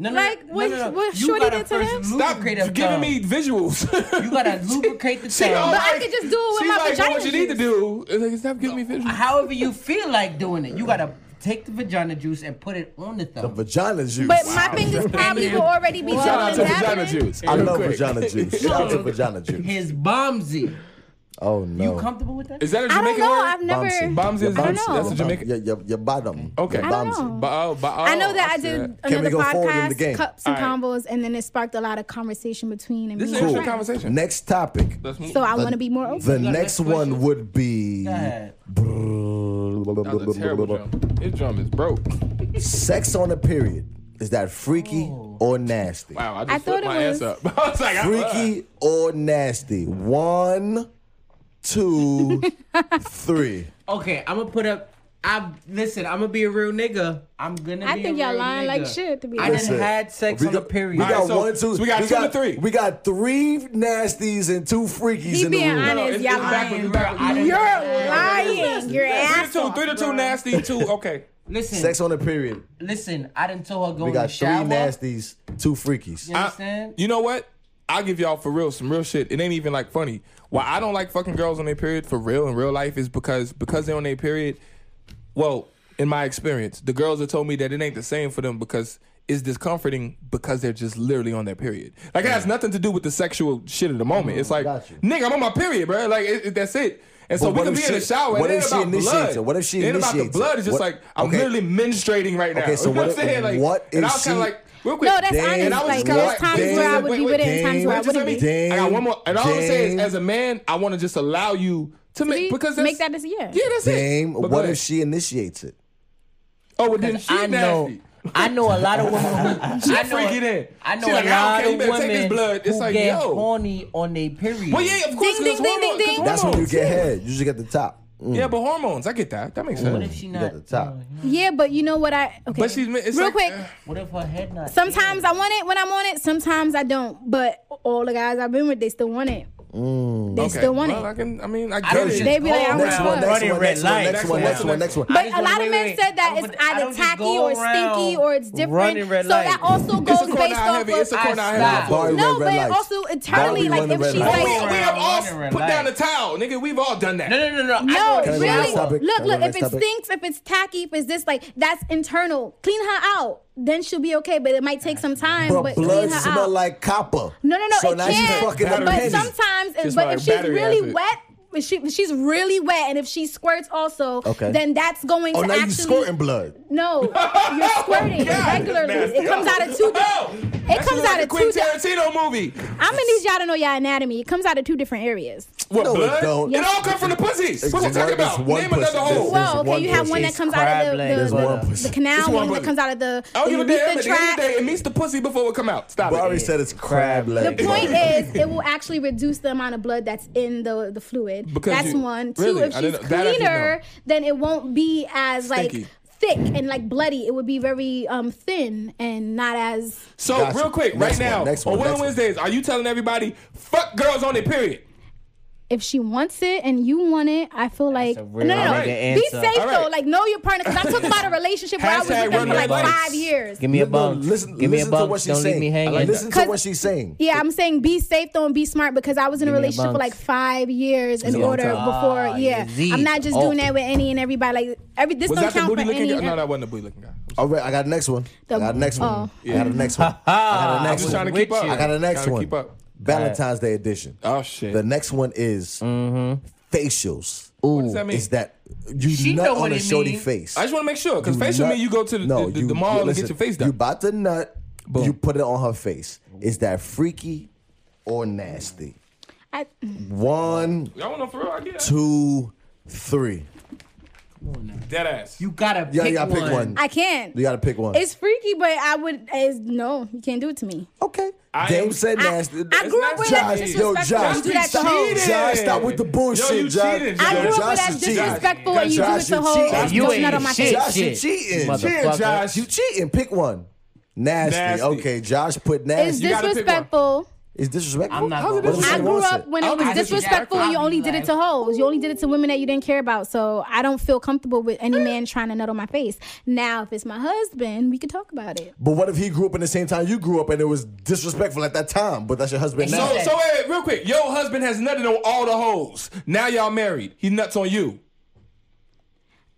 E: No, no, no,
C: like
E: no,
C: what,
E: no, no.
C: what
E: You
C: Shorty
E: gotta
C: did to
E: first
C: him?
E: move.
B: Stop
E: Creative
B: giving
E: thumb.
B: me visuals.
E: You gotta lubricate the
B: She all
E: thumb.
C: But I
B: like-
C: could just do it with
B: she
C: my
B: like,
C: vagina
B: What you need to
C: juice.
B: do? It's like, stop giving me visuals.
E: However you feel like doing it, you gotta take the vagina juice and put it on the thumb.
A: Vagina juice.
C: But my fingers probably will already be
B: Shout out
C: jumping
B: to
C: and
B: vagina
C: dabbing.
B: juice.
A: I
B: Real
A: love
B: quick.
A: vagina juice. Shout out to vagina juice.
E: His bombsy.
A: Oh
E: You
A: no.
E: comfortable with that?
B: Is that a
C: I
B: Jamaican
C: don't know.
B: word?
C: I've never.
B: Bombs is
C: I don't
B: that's
C: know.
B: a Jamaican.
A: Your, your, your bottom.
B: Okay.
A: Your
C: I don't
A: bottom.
C: know.
B: But, oh, but, oh,
C: I know that I
B: see
C: did
A: Can we
C: another
A: go forward in the
C: podcast,
A: game?
C: Cups and
B: All right.
C: Combos, and then it sparked a lot of conversation between and
B: This is
C: me
B: an
C: and
B: interesting
C: my friends.
B: conversation.
A: Next topic.
B: Let's move.
C: So I want to be more open.
A: The
E: got a
A: next
E: next question?
A: one would be
E: Go ahead.
B: that was a terrible drum. His drum is broke.
A: sex on a period. Is that freaky or nasty?
B: Wow, I just
C: I
B: flipped
C: thought it
B: my
C: was-
B: ass up. I was like, I'm,
A: Freaky or nasty? One, two, three.
E: Okay, I'm gonna put up. I listen. I'm gonna be a real nigga. I'm gonna.
C: I
E: be
C: think
E: a
C: y'all
E: real
C: lying
E: nigga.
C: like shit, to be
E: I
C: honest.
E: done had sex
A: We
E: on a
A: got,
E: period.
A: We got
B: All right, so-
A: one, two.
B: so we got two to three.
A: We got three nasties and two freakies
C: He
A: in the
C: being
A: room.
C: honest.
B: no, it's,
C: Y'all
B: it's backwards. It's
E: lying, bro. I
B: backwards.
E: didn't-
C: You're
E: Yeah.
C: lying. You're
B: Three to
C: ass
B: two,
C: off.
B: three to two, nasty two. Okay.
E: listen,
A: Sex on a period.
E: listen. I done told her go
A: We
E: in the
A: got three
E: shower.
A: nasties, two freakies.
E: You
B: I-
E: understand?
B: you know what? I'll give y'all for real some real shit. It ain't even like funny. Why I don't like fucking girls on their period for real in real life is because because they're on their period. Well, in my experience, the girls have told me that it ain't the same for them because it's discomforting because they're just literally on their period. Like it has nothing to do with the sexual shit of the moment. It's like,
A: Mm-hmm. got you.
B: nigga, I'm on my period, bro. Like it, it- that's it. And so
A: But
B: we
A: what
B: can
A: if
B: be in the
A: she-
B: shower.
A: what
B: it ain't
A: if she
B: about
A: initiates
B: blood.
A: it? What if she
B: it ain't about the
A: initiates it?
B: blood? It's just
A: What-
B: like I'm
A: okay.
B: literally menstruating right now.
A: Okay, so
B: You know
A: what if-
B: what, I'm saying? Like,
A: what
B: and
A: if
B: I was
A: she-
B: kind of like, real quick.
C: No, that's
A: Damn.
C: honest.
A: And I was
C: Like,
A: just kinda like,
C: there's times where I
A: damn,
C: would be
B: wait,
C: with it
A: wait,
C: and times where I
A: damn.
B: Just let
C: wouldn't
B: me-
C: be.
A: Damn.
B: I got one more. And all I'm saying
A: Damn.
B: is, as a man, I want to just allow you to make
C: be-
B: because that's,
C: make that as- yeah.
B: yeah, that's
A: Dame,
B: it. But go
A: what
B: ahead.
A: if she initiates it?
B: Oh, well, then she
E: I know.
B: nasty.
E: I know a lot of women. Who, I know,
B: freaking in.
E: I know
B: She
E: a
B: like, I don't
E: lot
B: care, you better take
E: of
B: this
E: women
B: blood. It's
E: who
B: like,
E: get
B: yo.
E: horny on their period.
B: Well, yeah, of course. 'cause
C: Ding, ding, ding,
B: hormones-
C: ding, ding.
B: 'cause
A: That's when you
B: hormones,
A: get
B: yeah.
A: head. You just get the top. Mm,
B: Yeah, but hormones. I get that. That makes
E: What if
B: sense.
E: she
A: You get the
E: not?
A: top.
E: Mm,
C: Yeah, but you know what I? Okay.
B: But she's it's
C: real
B: like,
C: quick.
B: uh,
E: What if her head not?
C: Sometimes I want it when I'm on it. Sometimes I don't. But all the guys I've been with, they still want it.
A: Mm.
C: They
B: okay.
C: still want
B: well, I
C: it.
B: can. I mean, I
E: I
B: get
E: don't Oh,
B: it.
E: just
C: They be like,
E: go
C: I'm
A: Next
C: Wow.
A: one,
E: around
A: next
E: running
A: one,
E: red
A: next one,
E: lights.
A: next one, next one, next one.
C: But
E: I
C: a
E: just
C: lot
E: wanna-
C: of
E: wait,
C: men
E: wait,
C: said that
E: I
C: it's
E: don't- I
C: either
E: don't just
C: tacky
E: go
C: or stinky
E: around
C: or it's
E: running
C: different.
E: red
C: So that
E: light.
C: also
B: It's a
C: goes
B: corner I
C: based off
B: have.
C: of.
B: it. It's a
E: I
B: corner I
E: stop.
B: have. it.
A: Barry
C: no,
A: red, red
C: but
A: lights.
C: also internally,
A: Barry
C: like
A: running
C: if
A: red
C: she's
A: lights.
B: Oh, we,
C: like,
E: Running
B: we have all
E: Running red
B: put down the
E: light.
B: towel, nigga. We've all done that.
E: No, no, no, no. I
C: No,
E: know
A: Can I go
E: it's
A: to the
C: really.
A: next topic?
C: Look,
A: Can I go to
C: look.
A: the
C: If
A: next
C: it
A: topic?
C: stinks, if it's tacky, if it's this, like that's internal. Clean her out, then she'll be okay. But it might take some time.
A: Bro,
C: but
A: blood
C: clean her
A: smell
C: out.
A: like copper.
C: No, no, no.
A: So
C: it
A: now
C: can.
A: she's fucking a
C: but
A: penny.
C: sometimes,
B: Just
C: but
B: like
C: if she's
B: battery
C: really
B: acid.
C: wet, if she if she's really wet and if she squirts also,
A: Okay.
C: then that's going
A: Oh,
C: to
A: now
C: actually
A: you squirting blood.
C: No, you're squirting regularly. It comes out of two.
B: Oh,
C: it comes out
B: like
C: of
B: a Quentin
C: two. Di-
B: Tarantino movie.
C: I'm gonna need y'all to know y'all anatomy. It comes out of two different areas.
B: What
A: No, it
B: blood?
A: don't.
B: It all comes from the pussies.
A: It's
B: what you
A: one-
B: talking
A: it's
B: about?
A: one
B: Name
A: pussy.
B: another hole.
A: This-
C: Well, okay,
A: one
C: you have
A: pussy.
C: one that
A: It's
C: comes out of the,
E: crab legs.
C: the,
A: There's one
C: the,
A: pussy.
C: the canal,
B: It's
C: one,
B: one
C: that
B: pussy.
C: comes out of the,
B: I don't
C: the
B: give a damn.
C: urethra
B: At the end of the
C: tract.
B: day, it meets the pussy before it come out. Stop
A: But I
B: it.
A: already said it's crab
E: The
A: leg.
C: The point is, it will actually reduce the amount of blood that's in the the fluid.
B: Because
C: that's
B: you-
C: one.
B: really?
C: Two, if
B: I didn't
C: she's
B: know- that I didn't
C: cleaner, then it won't be as
B: Stinky.
C: like thick and like bloody. It would be very um thin and not as.
B: So
A: Gotcha.
B: real quick,
A: Next
B: right
A: one,
B: now,
A: next one,
B: on Women
A: next one.
B: Wednesdays, are you telling everybody fuck girls on their period?
C: If she wants it and you want it, I feel like
E: a real
C: no, no, no.
B: nigga
C: Be
E: answer.
C: safe
B: All right.
C: though. Like know your partner. Because I talked about a relationship where I was
B: Hashtag
C: with them
B: run
C: for
B: your
C: like
B: lights.
C: five years.
E: Give me a
A: No,
E: bump.
A: listen,
E: Give me a
A: listen to
E: bump.
A: what she's
E: Don't
A: saying.
E: leave me hanging.
A: Listen to
C: Cause-
A: what she's saying.
C: Yeah, I'm saying be safe though and be smart because I was in a
E: me a
C: relationship for
E: bounce.
C: like five years in
E: me a
C: order
E: bounce. Ah,
C: before. Yeah,
E: disease.
C: I'm not just
E: Oh.
C: doing that with any and everybody. Like every this
B: Was
C: don't
B: that the
C: count for
B: booty
C: any.
B: looking guy?
C: and
B: No, that wasn't the booty looking guy.
A: All right, I got the next one. I
C: The-
A: got the next one.
C: oh.
A: I got the next one. I got the
B: I'm
A: next
B: just
A: one.
B: trying to keep
E: with
B: up.
E: you.
A: I got the next
B: Gotta
A: one.
B: Keep up.
A: Valentine's Day edition.
B: Oh shit.
A: The next one is facials.
B: what does that mean?
A: Is that you
E: She
A: nut
E: know
A: on
E: what
A: a
E: it
A: shorty
E: mean.
A: face?
B: I just want to make sure because
A: You
B: facial
A: nut-
B: mean you go to the, the, the, mall and
A: listen,
B: get your face
A: You
B: done.
A: bought the nut. You put it on her face. Is that freaky or nasty?
C: I,
A: One,
B: Y'all want to for real? I get that.
A: two, three.
B: Dead ass.
E: You gotta
A: Yeah,
E: pick,
A: yeah, pick one.
C: I can't.
A: You gotta pick one.
C: It's freaky, but I would. It's, no, you can't do it to me.
A: okay.
B: I
A: Dame
B: am-
A: said
C: I-
A: nasty.
C: I grew up with that
A: Josh, yo,
C: disrespectful
A: Josh,
C: and do that to hoes.
A: Josh, stop with the bullshit,
B: Yo, you
A: Josh.
B: cheated,
C: I
B: Josh.
C: grew up with
A: Josh
C: that
A: is cheating.
C: disrespectful and you do
A: Josh
C: it to
A: is
C: whole
A: cheating.
C: ass
E: You
C: don't
E: ain't
C: nut on my
E: shit.
C: face.
A: Josh, you
E: Shit.
A: cheating.
E: Motherfucker.
A: Shit, Josh, you cheating. Pick one. Nasty.
B: Nasty.
A: Okay, Josh put
C: It's
A: nasty.
B: You gotta pick
C: disrespectful.
A: Is disrespectful?
E: I'm not
A: How's it
E: gonna-
A: disrespectful?
C: I grew
A: What's
C: up
A: it?
C: when
B: I
C: it
B: don't
C: was
B: think it's
C: disrespectful.
E: disrespectful.
C: You only did it to hoes. You only did it to women that you didn't care about. So I don't feel comfortable with any man trying to nut on my face. Now, if it's my husband, we could talk about it.
A: But what if he grew up in the same time you grew up and it was disrespectful at that time? But that's your husband now.
B: So, so wait, wait, real quick, your husband has nutted on all the hoes. Now y'all married. He nuts on you.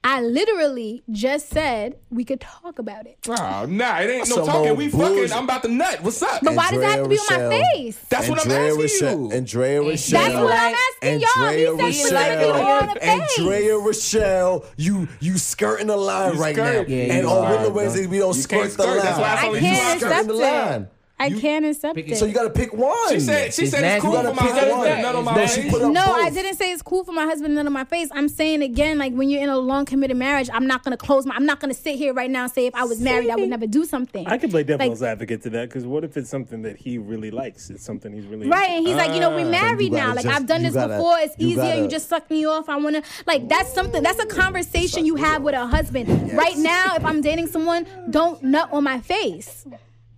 C: I literally just said we could talk about it.
B: Oh, nah, it ain't no
A: Some
B: talking.
A: old
B: We
A: bullshit.
B: fucking. I'm about to nut. What's up?
C: But why does that have to be on
A: Andrea
C: my
A: Rochelle.
C: face?
B: That's what I'm
A: Andrea
B: asking
A: Rochelle.
B: you.
A: Andrea Rochelle.
C: That's what I'm asking
A: Andrea
C: y'all. He said she's gonna be on
A: Rochelle,
C: the face.
A: Andrea Rochelle, you you skirting the line
B: You
A: right
B: skirt.
A: now,
B: Yeah,
E: you
A: and on
E: skirt,
A: Winter
E: bro.
A: Wednesdays we don't
B: You
A: skirt
B: can't
A: the
B: skirt. That's why I
A: line.
B: told
C: I
B: you
A: You
B: are
C: can't
A: skirting
B: accept
C: accept
A: the
C: it.
A: line.
C: I can't accept it.
A: So you got to pick one.
B: She said. She
E: It's
B: said it's
E: nasty.
B: cool
E: You
B: for
E: gotta
B: my
A: pick
B: husband
A: one.
B: to nut on my
A: Then she
B: face.
A: put up
C: no, I
A: both.
C: didn't say it's cool for my husband none on my face. I'm saying again, like when you're in a long committed marriage, I'm not gonna close my. I'm not gonna sit here right now and say if I was married, I would never do something.
D: I can play devil's
C: like,
D: advocate to that because what if it's something that he really likes? It's something he's really
C: Right, and he's like, you know, we
A: gotta
C: married now. Like
A: just-
C: I've
A: Ah.
C: done
A: you
C: this
A: gotta-
C: before. It's
A: you
C: easier.
A: gotta-
C: You just suck me off. I wanna like that's something. That's a conversation you have with a husband. Right now, if I'm dating someone, don't nut on my face,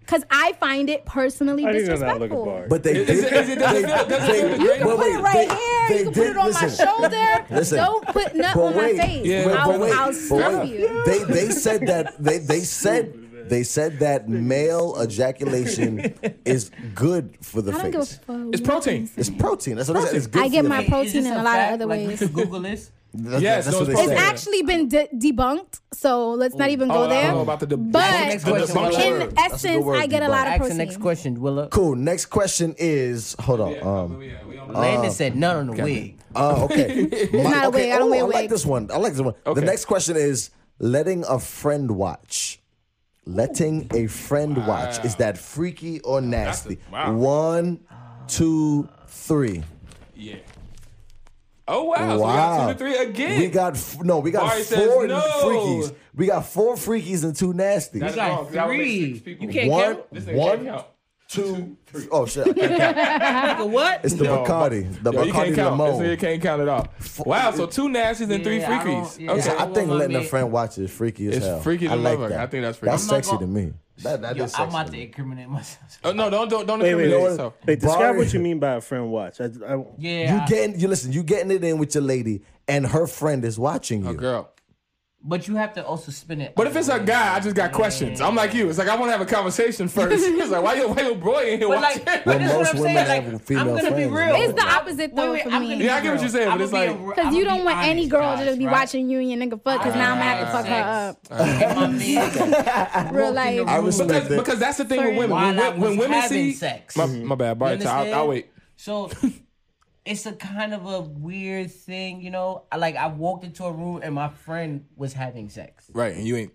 C: cause I find it personally
D: Uh, I didn't know that look at
C: disrespectful.
D: Bard.
A: But they
B: Is it-
A: did.
B: is it- does it feel- does it feel
A: they-
B: great?
A: but
B: You
C: put
A: wait,
C: it right
A: they-
C: here.
A: they
C: You can put
A: did-
C: it on
A: listen.
C: my shoulder.
A: Listen.
C: Don't put nut
A: But
C: on
A: wait,
C: my face.
B: Yeah, but
C: I'll,
B: wait,
C: I'll
B: but
C: stab
B: wait.
C: you.
A: They they said that they they said they said that male ejaculation is good for the
C: I don't give a
A: face.
C: fuck.
B: It's protein.
A: It's protein. That's what they said. It's good.
C: I
A: for
C: get
A: the
C: my
A: face.
C: protein in a lot of other
E: like, We
C: ways.
E: could Google this.
A: That's,
B: Yes,
A: that's
B: no,
A: what they
B: it's
C: It's
A: said.
B: protein.
C: actually been de- debunked, so let's not even go
B: Oh, I don't know
C: there.
B: about the deb-
C: But
E: Next question,
B: debunked
E: Willa.
B: word.
C: in
A: That's a good
C: essence,
A: word,
C: I get a lot of
E: Ask the
C: protein.
E: next question, Willa.
A: Cool. Next question is hold on. Um,
E: Landon said none on the wig.
A: uh, okay. My-
C: not a
A: okay,
C: wig. I don't
A: oh,
C: wear
A: I like
C: wigs.
A: this one. I like this one. The
B: Okay.
A: next question is letting a friend watch. Letting a friend watch is that freaky or nasty?
B: wow.
A: One, two, three.
B: Yeah. Oh
A: Wow.
B: wow! So we got two to three again.
A: We got f- no. We got
B: Barry says
A: four
B: no.
A: freakies. We got four freakies and two
B: That's
A: nasties.
E: got
B: wrong, 'cause that would make
E: three.
B: six people.
E: You can't
A: One,
E: count?
B: This nigga can't
A: one,
B: count.
A: two, three. Oh shit! I can't count.
E: Nigga, what?
A: It's the
B: Yo,
A: Bacardi. The
B: Yo, you
A: Bacardi
B: can't count. This
A: Limon.
B: nigga can't count it all. Wow! So two nasties and three
E: Yeah, I don't-
B: freakies.
E: yeah.
B: Okay.
A: Yeah, I
E: Well,
A: think
E: I
A: letting a
E: mean-
A: friend watch is freaky as
B: It's
A: hell.
B: freaky to
A: I like
B: love her.
A: that.
B: I think that's freaky.
A: That's
E: I'm not
A: sexy to
E: gonna-
A: me. That that
E: Yo,
A: is
E: I'm
A: sexy.
E: about
A: to
E: to
A: me.
E: incriminate myself.
B: Oh no! Don't don't don't
D: Wait, wait,
B: incriminate
D: wait.
B: yourself.
D: Wait, describe
A: Bard-
D: what you mean by a friend watch. I, I,
E: Yeah.
A: You getting you listen. You getting it in with your lady, and her friend is watching
B: A
A: you.
B: girl.
E: But you have to also spin it.
B: But if it's a guy, I just got questions. I'm like you. It's like I want to have a conversation first. it's like why your why your boy in here
E: But
B: watching?
E: like, but
A: Well,
E: this is what
A: most
E: I'm
A: women
E: saying.
A: have
E: Like,
A: female
E: I'm gonna be
A: friends,
E: real.
A: bro.
C: It's the opposite though for
E: I'm gonna
C: me.
E: be
B: Yeah, I get what
E: real.
B: you're saying,
E: I'm
B: but it's
E: gonna be
B: like-
E: a real- I'm
C: Cause you
E: gonna
C: don't want any
E: honest,
C: girl to
E: guys,
C: just be
E: right? Ah,
C: watching you and your nigga fuck. Cause now I'm gonna have to fuck her
E: Sex.
C: up.
E: If my man-
C: Real life.
A: I respect
B: Mm-hmm. because,
A: that.
B: because that's the thing with
C: Sorry.
B: women.
E: While
B: When,
E: I
B: when, when
E: was
B: women
E: having
B: see
E: sex.
B: my, my bad,
E: You
B: Barry. I'll,
E: understand?
B: I'll wait.
E: So it's a kind of a weird thing, you know. I like I walked into a room and my friend was having sex,
B: Right, and you ain't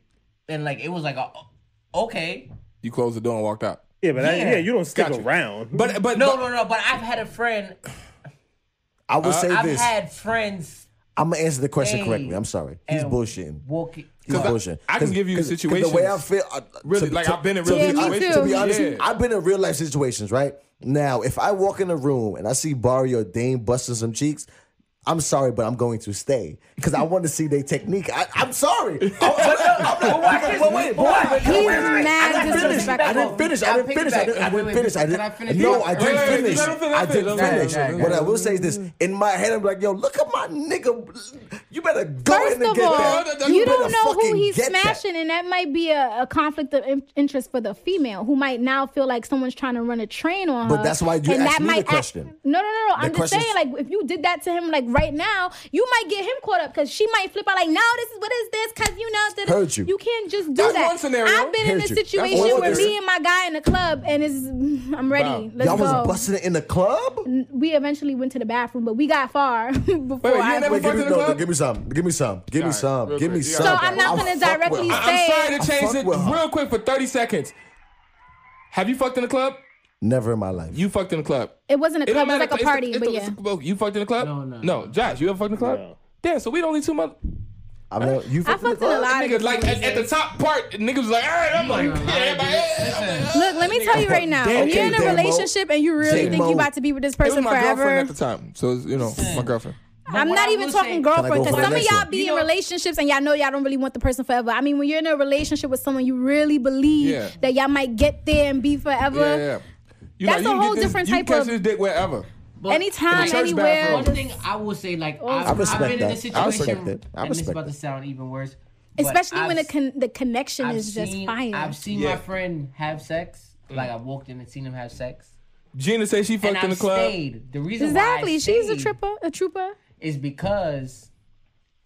E: and like it was like a, okay,
B: you closed the door and walked out.
D: Yeah, but yeah, I,
E: Yeah.
D: yeah you don't stick
B: Gotcha.
D: around.
B: But but
E: no,
B: but-
E: no, no. But I've had a friend.
A: I
B: Uh,
A: would say
E: I've
A: this.
E: had friends
A: I'm gonna answer the question
E: Hey.
A: correctly. I'm sorry. He's
E: And-
A: bullshitting.
E: walking.
A: He's
B: I-
A: bullshitting.
B: I can give you
A: The way I
B: situations.
A: feel, I,
B: Really, like, I've been in real
A: to be-
C: Yeah, me
A: I-
C: too.
A: To be honest,
B: Yeah.
A: I've been in real life situations. Right now, if I walk in a room and I see Barry or Dame busting some cheeks. I'm sorry, but I'm going to stay because I want to see their technique. I, I'm sorry. I'm, I'm, I'm not, but wait, wait, but wait,
C: He's
A: wait, wait.
C: mad
A: I didn't finish. I didn't
E: disrespectful.
A: finish. I
E: I'll
A: didn't
E: pick it
A: finish. I
E: back.
A: didn't, I
E: Wait,
A: didn't
E: wait,
A: finish. I
E: can
A: didn't.
E: I finish?
A: No, I
B: Wait,
A: didn't
B: wait, wait,
A: finish.
B: let him finish,
A: I
B: let him
A: didn't
B: finish.
A: finish.
E: Alright, alright,
A: What I will say is this: in my head, I'm like, "Yo, look at my nigga. You better go
C: First
A: in and
C: of
A: get
C: all,
A: that.
C: you
A: better
C: don't know who
A: fucking
C: he's
A: get that."
C: smashing, and that might be a, a conflict of in- interest for the female, who might now feel like someone's trying to run a train on her.
A: But that's why you
C: and
A: asked
C: that
A: me the
C: might act-
A: question.
C: no, no, no, no. I'm just
A: question's-
C: saying, like, if you did that to him, like right now, you might get him caught up because she might flip out, like, no, this is what is this? Because you know, that
A: Heard you.
C: You can't just do
B: That's
C: that.
B: one scenario.
C: I've been
A: Heard
C: in a
A: you. That's
C: situation
B: one
C: where
B: scenario.
C: me and my guy in the club, and it's I'm ready.
B: Wow.
C: Let's
A: Y'all
C: go.
A: was busting it in the club.
C: we eventually went to the bathroom, but we got far before
B: you
C: I
B: ain't never
A: Wait, give
B: fucked
A: me,
B: in the
A: no, no,
B: club?
A: give me some. Give me some. Give me
B: Alright,
A: some.
B: real
A: Give me
B: quick.
A: some.
B: So I'm
C: not
A: I'll
C: gonna
A: fuck with
C: directly
A: her.
B: I- I'm sorry to
A: I
B: change
A: fuck
B: it
A: with her.
B: real quick for 30 seconds. Have you fucked in the club?
A: Never in my life.
B: You fucked in the club.
C: It wasn't a
B: It
C: club,
B: don't matter.
C: it was like a
B: It's the-
C: party,
B: it's
C: but
B: the-
C: yeah.
B: well, You fucked in the club?
E: No, no.
B: No, Josh, you ever fucked in the club?
D: No.
B: Damn, so we only two months.
A: I mean, you
C: I
A: fucked
C: fucked in a lot.
B: Niggas like at, at the top part, niggas was like, all right, I'm like, yeah, everybody. yeah.
C: Look, let me tell you right now.
A: Damn,
C: if you're in a
A: okay, Damo.
C: relationship and you really
A: Damo.
C: think you're about to be with this
B: It was
C: person
B: my girlfriend
C: forever,
B: at the time, so it's, you know, my girlfriend.
C: I'm
E: But what
C: not
E: I
C: even
E: will
C: talking
E: say-
A: Can I
C: girlfriend
A: go
C: because
A: for the
C: some of
A: next
C: y'all
A: one?
C: be
E: You
C: in
E: know-
C: relationships and y'all know y'all don't really want the person forever. I mean, when you're in a relationship with someone, you really believe
B: Yeah.
C: that y'all might get there and be forever.
B: Yeah, yeah. You
C: That's
B: you
C: a
B: can get
C: whole
B: this-
C: different
B: you can
C: type
B: catch
C: of-
B: this dick wherever.
E: But
C: Anytime,
B: In the church
C: anywhere.
B: bathroom.
E: One
C: just-
E: thing I will say, like I've,
A: Oh. I respect
E: I've been in this
A: that. I
E: situation,
A: respect that. I
E: and it's
A: respect
E: about
A: that.
E: to sound even worse. but
C: especially when the,
E: I've-
C: con- the connection is just
E: seen,
C: fire.
E: I've seen
B: Yeah.
E: my friend have sex. Like I walked in and seen him have sex,
B: Gina said she
E: and
B: fucked in
E: I
B: the club.
E: stayed. The reason why I
C: exactly. She's a
E: stayed
C: trooper. A trooper.
E: is because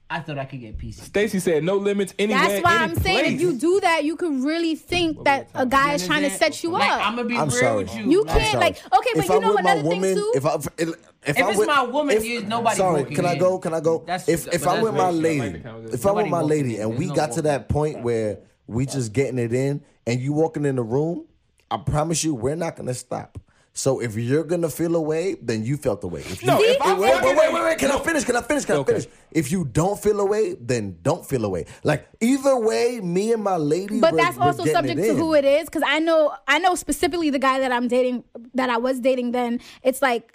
E: I thought I could get PC.
B: Stacy said no limits anywhere.
C: That's why
B: any
C: I'm saying
B: place.
C: if you do that, you could really think that a guy is trying to set you up.
E: I'm gonna be
A: I'm
E: real
A: sorry.
E: with you.
C: You
E: Like,
C: can't
A: sorry.
C: like okay, but
A: If
C: you
A: I'm
C: know
A: with my
C: another thing
A: woman,
C: too.
A: If I, if, if, I'm
E: it's
A: with-
E: my woman, you- nobody
A: Sorry,
E: walking
A: can I
E: in.
A: go? Can I go?
E: That's-
A: if
E: but
A: if I'm
E: that's
A: with my
E: racial.
A: lady,
B: Like the conversation.
A: if I'm with
E: Nobody
A: my
E: walking
A: lady,
E: in.
A: and
E: There's
A: we
E: no
A: got to
E: walking
A: that point where we just getting it in, and you walking in the room, I promise you, we're not gonna stop. So if you're gonna feel a way, then you felt the way. If you,
B: No, if I'm
A: wait, wait,
B: fucking-
A: wait, wait, wait, Can I finish? Can I finish? Can
B: Okay.
A: I finish? If you don't feel a way, then don't feel a way. Like either way, me and my lady.
C: But
A: we're-
C: that's
A: we're
C: also
A: getting
C: subject
A: it
C: to
A: in.
C: who it is, because I know I know specifically the guy that I'm dating, that I was dating then. It's like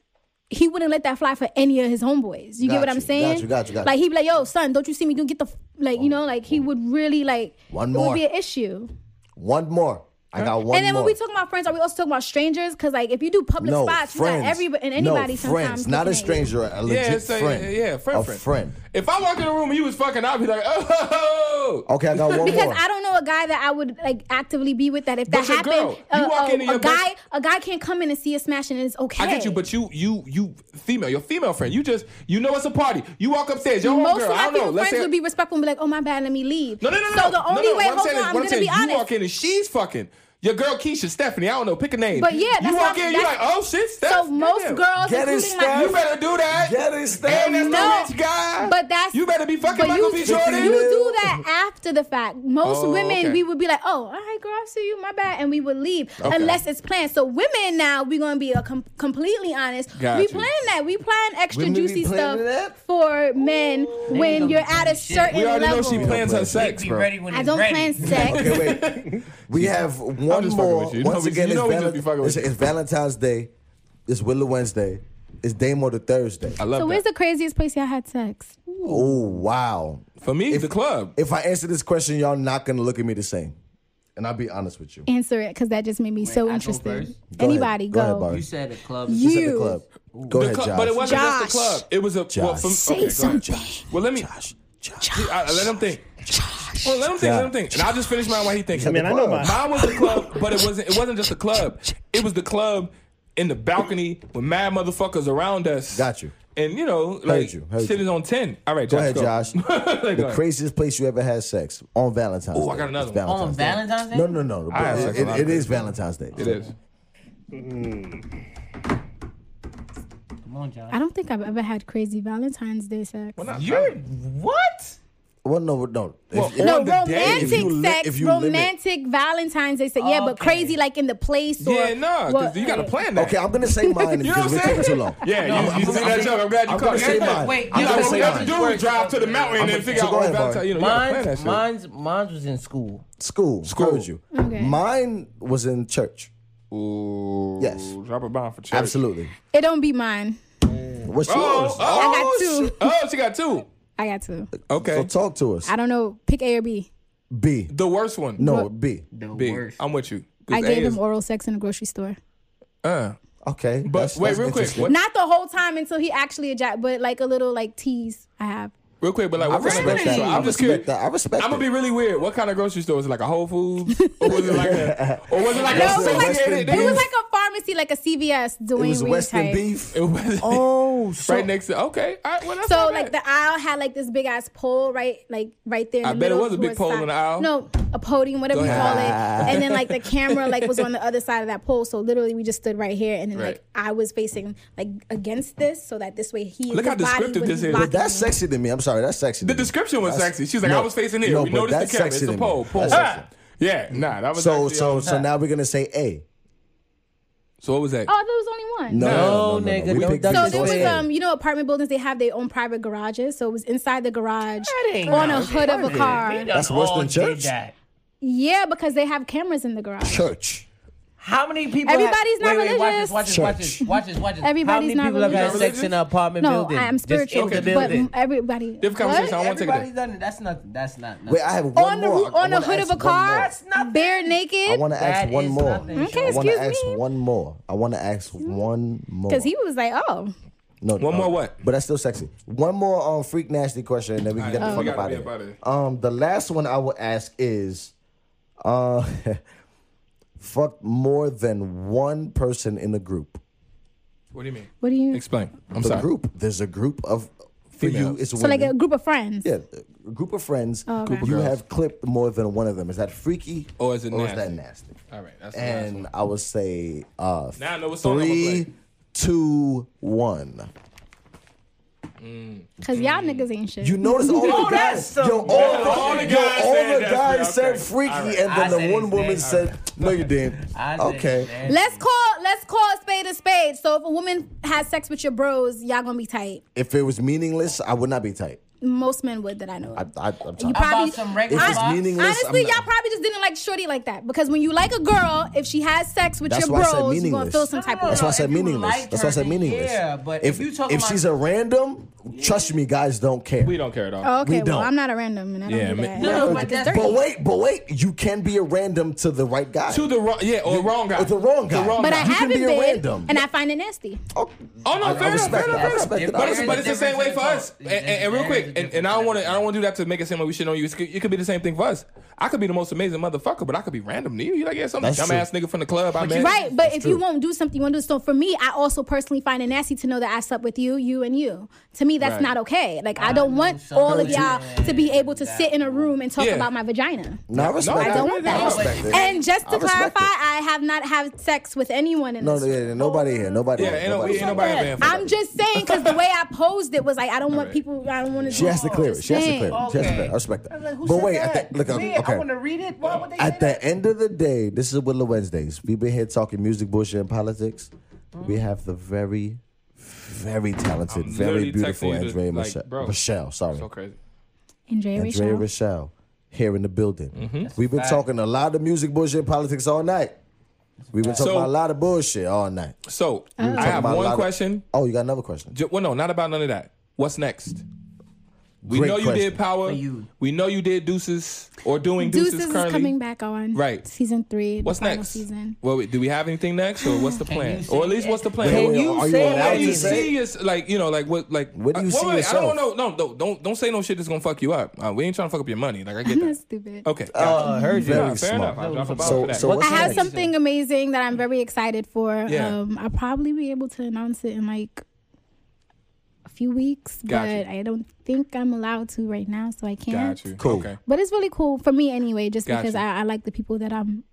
C: he wouldn't let that fly for any of his homeboys. You
A: Got
C: get what I'm
A: you,
C: saying?
A: got you, got you, got you.
C: Like he'd be like, "Yo, son, don't you see me? Don't get the f-" like, you know, like he would really like
A: One
C: it
A: more.
C: would be an issue."
A: One more. I got one
C: and then
A: more.
C: when we talk about friends, are we also talking about strangers? Because like if you do public
A: no,
C: spots,
A: friends.
C: you got everybody and
A: no,
C: anybody
A: friends.
C: sometimes.
A: Not a
C: looking at you.
A: stranger. A legit
B: yeah, it's a,
A: friend.
B: yeah, yeah, friend,
A: A
B: friend.
A: friend.
B: If I walk in the room and you was fucking, I'd be like, oh.
A: Okay, I got one
C: Because
A: more.
C: I don't know a guy that I would like actively be with that if
B: But
C: that
B: your
C: happened,
B: girl, you
C: uh,
B: walk
C: uh,
B: into your
C: a
B: best-
C: guy a guy can't come in and see us smashing and it's okay.
B: I get you, but you, you, you, female, your female friend. You just, you know, it's a party. You walk upstairs, your
C: most
B: own girl.
C: of
B: I
C: my
B: don't know.
C: female
B: Let's
C: friends
B: say,
C: would be respectful and be like, "Oh my bad, let me leave."
B: no, no, no, no.
C: So
B: no,
C: the only
B: no, no.
C: way,
B: What I'm
C: hold
B: saying
C: on,
B: is-
C: I'm
B: what
C: gonna
B: saying
C: be
B: is You walk
C: honest.
B: in and she's fucking. Your girl Keisha, Stephanie. I don't know. Pick a name.
C: But yeah, that's
B: you
C: what
B: walk
C: I'm-
B: in, you like,
C: that's-
B: oh shit, Steph.
C: So most
B: goddamn.
C: girls,
A: Get it,
C: including
B: You
A: Steph.
C: my
B: better do that.
A: Get it, Steph.
B: And that's
C: No,
B: the rich guy.
C: but that's
B: you better be fucking
C: but
B: Michael B.
C: you,
B: Jordan.
C: You do that after the fact. Most
B: Oh,
C: women,
B: okay.
C: we would be like, "Oh, all right, girl, I see you. My bad," and we would leave
B: Okay.
C: unless it's planned. So women now, we're gonna be a com- completely honest.
B: Got
C: we
B: you.
C: plan that. We plan extra
A: Women be
C: juicy
A: planning that?
C: stuff for men when
E: don't
C: you're
E: be
C: at a
E: planning shit.
C: certain
B: we already know
C: level.
B: she plans her sex,
E: be
B: bro.
E: ready when
C: I
E: it's
C: don't
E: ready.
C: plan sex.
A: Okay, wait. We have one
B: just fucking
A: more.
B: with you. You know
A: Once
B: we-
A: again,
B: you
A: it's,
B: know we
A: Valen-
B: just be fucking with
A: it's-
B: you.
A: it's Valentine's Day. It's Willow Wednesday. It's Damo the Thursday.
B: I love
C: So where's
B: that.
C: the craziest place y'all had sex?
A: Oh wow!
B: For me, the club.
A: If I answer this question, y'all not gonna look at me the same, and I'll be honest with you.
C: Answer it, because that just made me so
E: I go
C: interested.
E: first?
A: Go ahead.
C: Anybody
A: Go
C: go?
A: ahead, Barry.
E: You said a club.
C: You-
A: It's at the club. Go
B: The
A: ahead,
B: club-
A: Josh.
B: but it wasn't
C: Josh.
B: just the club. It was a well,
A: Josh.
B: from,
A: Say
B: okay, go
C: something.
B: ahead. Well, let me
A: Josh. Josh.
B: I, I let him think. Well, let him think. Let him think. And I'll just finish mine while he thinks.
D: I mean, I know my.
B: Mine was a club, but it wasn't. It wasn't just a club. It was the club in the balcony with mad motherfuckers around us.
A: Got you.
B: And you know, like
A: you, heard
B: shit
A: you.
B: is on ten. All right,
A: Go
B: Josh,
A: ahead, Josh.
B: Like,
A: the
B: go ahead.
A: craziest place you ever had sex on Valentine's.
B: Ooh, I
A: Day.
B: got another
A: It's
B: one.
E: on
A: Day.
E: Valentine's Day.
A: No, no, no. no.
B: I have
A: It-
B: sex a
A: it-
B: lot of
A: it is Valentine's Day.
B: It is.
E: Come Come on, John.
C: I don't think I've ever had crazy Valentine's Day sex.
E: You're what?
A: Well, no, no. If-
B: Well,
A: if-
B: on
C: no
B: the day, if
C: romantic
A: you li-
C: sex,
A: if you limit-
C: romantic Valentine's Day sex. Yeah, but
E: Okay.
C: crazy like in the place. Or,
B: yeah, no,
C: well,
B: because you got to plan that.
A: Okay, I'm gonna say mine
B: You know
A: because
B: what
A: we're
B: I'm saying?
A: taking too long.
B: Yeah, you, you see that joke. I'm glad you
A: I'm
B: caught
A: gonna
B: it.
A: say
B: Yeah,
A: mine.
E: wait,
A: I'm
E: you
B: Like,
A: gonna
B: what
E: gotta
B: we
A: say
E: wait.
B: have to
A: mine.
B: do is drive to the mountain
A: I'm
B: and
A: a-
B: figure
A: so
B: out
A: go
B: what
A: ahead,
B: Valentine.
A: Barry.
B: You know, you gotta plan that
E: Mine's,
B: shit.
E: mine's, mine's was in school.
A: School,
B: School.
A: heard you.
C: Okay.
A: Mine was in church.
B: Ooh,
A: Yes.
B: Drop a bomb for church.
A: Absolutely.
C: It don't be mine.
A: What's yours?
B: Oh, oh,
C: I got
B: sh-
C: two.
B: Oh, she got two.
C: I got to.
A: So
B: Okay.
A: talk to us.
C: I don't know. Pick A or B.
A: B.
B: The worst one.
A: No, B.
E: The
B: Big.
E: worst.
B: I'm with you. 'Cause
C: I
B: A
C: gave
B: is-
C: him oral sex in a grocery store.
B: Uh,
A: Okay.
B: but wait, real quick.
A: interesting.
B: What,
C: Not the whole time until he actually ejaculated, but like a little like tease I have.
B: real quick, but like, what
A: I
B: kind of
A: respect
B: grocery
A: that.
B: store?
A: I
B: I'm
A: respect
B: just curious.
A: that. I respect
B: I'm gonna be
A: it.
B: really weird. What kind of grocery store was it? Like a Whole Foods, or was it like a, or was it like
C: No,
B: a
C: it was like,
B: associated?
C: it
B: They-
C: was like a pharmacy, like a CVS,
A: It
C: Dwayne
A: was
C: Reed
A: Western
C: type.
A: beef.
B: It was
A: Oh, so
B: right next to. Okay, all right. Well, that's
C: So
B: not
C: like
B: bad.
C: the aisle had like this big ass pole right like right there. In
B: I
C: the
B: bet it
C: middle
B: was a big
C: towards
B: pole
C: side.
B: in the aisle.
C: No, a podium, whatever you
B: ahead.
C: call it. And then like the camera like was on the other side of that pole. So literally we just stood right here, and then
B: Right.
C: like I was facing like against this, so that this way he
B: Look
C: his
B: how descriptive
C: body was
B: this is.
C: blocking
A: But that's
C: me.
A: sexy to me. I'm sorry. That's sexy.
B: The description was sexy. She's like, I was facing here.
A: No,
B: we
A: but
B: noticed the
A: that's
B: camera.
A: sexy
B: It's a
A: to me.
B: pole. Pole.
A: That's sexy.
B: Ah! Yeah, nah, that was
A: So,
B: actually- uh,
A: so, so now we're gonna say A.
B: so what was that?
C: Oh, there was only one.
A: No, no,
E: No,
A: no,
E: nigga,
A: We
E: no
A: picked
E: duck
A: B.
C: So
E: That's
C: there was
E: it.
C: um, you know, apartment buildings. They have their own private garages. So it was inside the garage
E: ain't
C: on a
E: no
C: hood of a
E: private.
C: car.
E: We done
A: That's worse
E: all
A: than
E: did
A: church?
E: that.
C: Yeah, because they have cameras in the garage.
A: church.
E: How many people?
C: Everybody's
E: have,
C: not
E: wait, wait, watch
C: religious.
E: this, watch this, watch this,
A: Church.
E: watch this, watch this. How
C: Everybody's
E: many
C: not
E: people have had
C: religious.
E: sex in an apartment
C: No,
E: building?
C: I am
E: Just in
C: spiritual,
E: the
C: but
E: building.
C: m- everybody.
B: Different
C: What?
B: conversation. I want to take
E: Everybody's
B: that.
E: done it. That's not. That's not.
A: Wait, I have one
C: on the
A: more.
C: roo-
A: I- I
C: on the
A: wanna
C: hood
A: ask
C: of a
A: one more.
C: car,
E: nothing.
C: bare
A: I
C: naked.
A: want to ask
E: That
A: one
E: is
A: more.
E: nothing, Okay,
A: I want to
C: excuse
A: ask
C: me.
A: one more. I want to ask one more.
C: Because he was like, "Oh,
A: no,
B: One more what?
A: But that's still sexy. One more um freak nasty question, and then we can get the
B: Alright, we
A: fuck up
B: gotta
A: out
B: be
A: of
B: up outta
A: here.
B: here.
A: Um, the last one I will ask is, uh, fuck more than one person in a group.
B: What do you mean?
C: what do you?"
B: Explain. I'm
A: The
B: sorry.
A: group. There's a group of for you.
B: Females.
A: It's
C: So like
A: women.
C: a group of friends.
A: Yeah, a group of friends.
E: Oh,
C: okay. Group of
A: you
B: girls.
A: have clipped more than one of them. Is that freaky
B: Or is it nasty?
A: that nasty?
B: All right, that's the last
A: And I would say uh,
B: Now I know what song I'm gonna
A: three,
B: play.
A: two, one.
C: Cause y'all niggas ain't shit.
A: You notice all the guys,
E: Oh, that's so-
A: yo, all, the,
B: All the
A: yo,
B: guys
A: all
B: said
A: the
B: that's
A: guys
B: right,
A: said
B: okay.
A: freaky,
B: All right.
A: and then
E: I
A: the
E: said
A: one
E: his
A: woman
E: name,
A: said, "No, you didn't."
E: I did,
A: Okay,
E: man.
C: let's call let's call a spade a spade. So if a woman has sex with your bros, y'all gonna be tight.
A: if it was meaningless, I would not be tight.
C: Most men would that I know.
A: I,
C: of.
A: I, I'm sorry.
C: you probably
E: About some regular.
A: If it's
E: box?
A: meaningless- I'm
C: honestly
A: not-
C: y'all probably just didn't like shorty like that because when you like a girl, if she has sex with
A: That's
C: your
A: why I said
C: bros, you gonna
A: meaningless.
C: feel some type
E: No,
C: of
A: That's why I
E: if
A: said
E: you
A: meaningless.
E: liked
A: That's why I
E: her,
A: said
E: then
A: meaningless.
E: yeah, but if you talking
A: if
E: about-
A: she's a random, trust me, guys don't care.
B: We don't care at all.
C: Oh, okay,
A: We
C: well
A: don't.
C: I'm not a random and I don't
B: Yeah,
C: do
B: me-
C: that.
E: No, but that's
A: But wait, but wait, you can be a random to the right guy.
B: To the wrong, yeah, or wrong guy.
A: Or the wrong guy.
C: But I
A: You can
C: haven't
A: be a
C: been,
A: random.
C: and I find it nasty.
A: oh,
B: Oh
A: I- I
B: no, fair enough,
A: respect
B: fair
A: that. I
B: enough, fair enough.
A: respect that.
B: But
A: I
B: it's,
A: respect
B: but it's the same way for us. And, and, and real quick, and, and I don't want to, I don't want to do that to make it seem like we shit on you. It's- It could be the same thing for us. I could be the most amazing motherfucker, but I could be random to you. You're like, yeah, some
A: That's
B: dumbass
A: true.
B: nigga from the club. I met.
C: Right, but if you
A: true.
C: won't do something, you won't do so. For me, I also personally find it nasty to know that I slept with you, you, and you. To me, that's
B: Right.
C: not okay. Like I, don't
E: know
C: want
E: some
C: all of
E: girls
C: y'all
E: who-
C: to be able to sit in a room and talk
B: Yeah.
C: about my vagina.
A: No, I respect
B: I
A: that.
C: don't want that.
A: I respect that.
C: And just to
A: I respect
C: clarify,
A: it.
C: I have not had sex with anyone in
A: No,
C: this.
A: no, yeah, yeah, nobody here. Nobody.
B: Yeah,
A: here,
B: ain't, no, we- ain't
A: here.
B: nobody paying for that.
C: I'm just saying because the way I posed it was like I don't want people. I don't want to.
A: She has to clear it. She has to clear it. She has to
E: Okay.
A: clear it. I respect that.
E: I was like, who
A: but
E: said
A: wait,
E: that?
A: at the, look,
E: Man,
A: okay.
E: I want to read it. Why would they
A: at
E: say
A: the end of the day, this is Willow Wednesdays. We've been here talking music, bullshit, and politics.
E: Mm-hmm.
A: We have the very, very talented,
B: I'm
A: very
B: literally
A: beautiful
B: texting you to,
A: Andrea
B: like,
A: Michelle.
B: bro.
A: Michelle, sorry.
B: so crazy.
C: Andrea
A: Andrea
C: Rachel.
A: Rochelle here in the building.
B: Mm-hmm.
A: We've been talking a lot of music, bullshit, and politics all night. We've been talking
B: So-
A: about a lot of bullshit all night.
B: So I
A: Talking
B: have
A: about a lot
B: one
A: of-
B: question.
A: oh, you got another question?
B: Ju- Well, no, not about none of that. What's next? We
A: Great
B: know you did
A: question.
B: power.
E: For you.
B: We know you did deuces or doing deuces,
C: Deuces is
B: currently.
C: coming back on.
B: Right.
C: Season three. the
B: What's
C: final
B: next?
C: Season.
B: Well, wait, do we have anything next, or what's the plan,
E: you
B: or at
E: say
B: least what's the plan?
A: Wait,
E: Can
A: wait,
E: you
A: are
E: say
A: allowed
E: that
B: Where do you
A: to say-
B: see us? Like, you know, like what, like.
A: Where do you
B: uh,
A: see
B: wait, I
A: yourself?
B: don't know. No, no, don't don't say no shit that's gonna fuck you up. Uh, we ain't trying to fuck up your money. Like I get
C: That's
B: that.
C: stupid.
B: Okay.
A: Oh, I heard you.
B: Yeah,
A: Very
B: fair
A: smart.
B: enough. I'll drop a bomb
A: So-
B: for that.
A: so what's
C: I have
A: next?
C: something amazing that I'm very excited for.
B: Yeah.
C: Um, I'll probably be able to announce it in like a few weeks, but
B: Gotcha.
C: I don't think I'm allowed to right now, so I can't.
B: Got you.
A: Cool.
B: Okay.
C: But it's really cool for me anyway, just
B: Gotcha.
C: because I, I like the people that I'm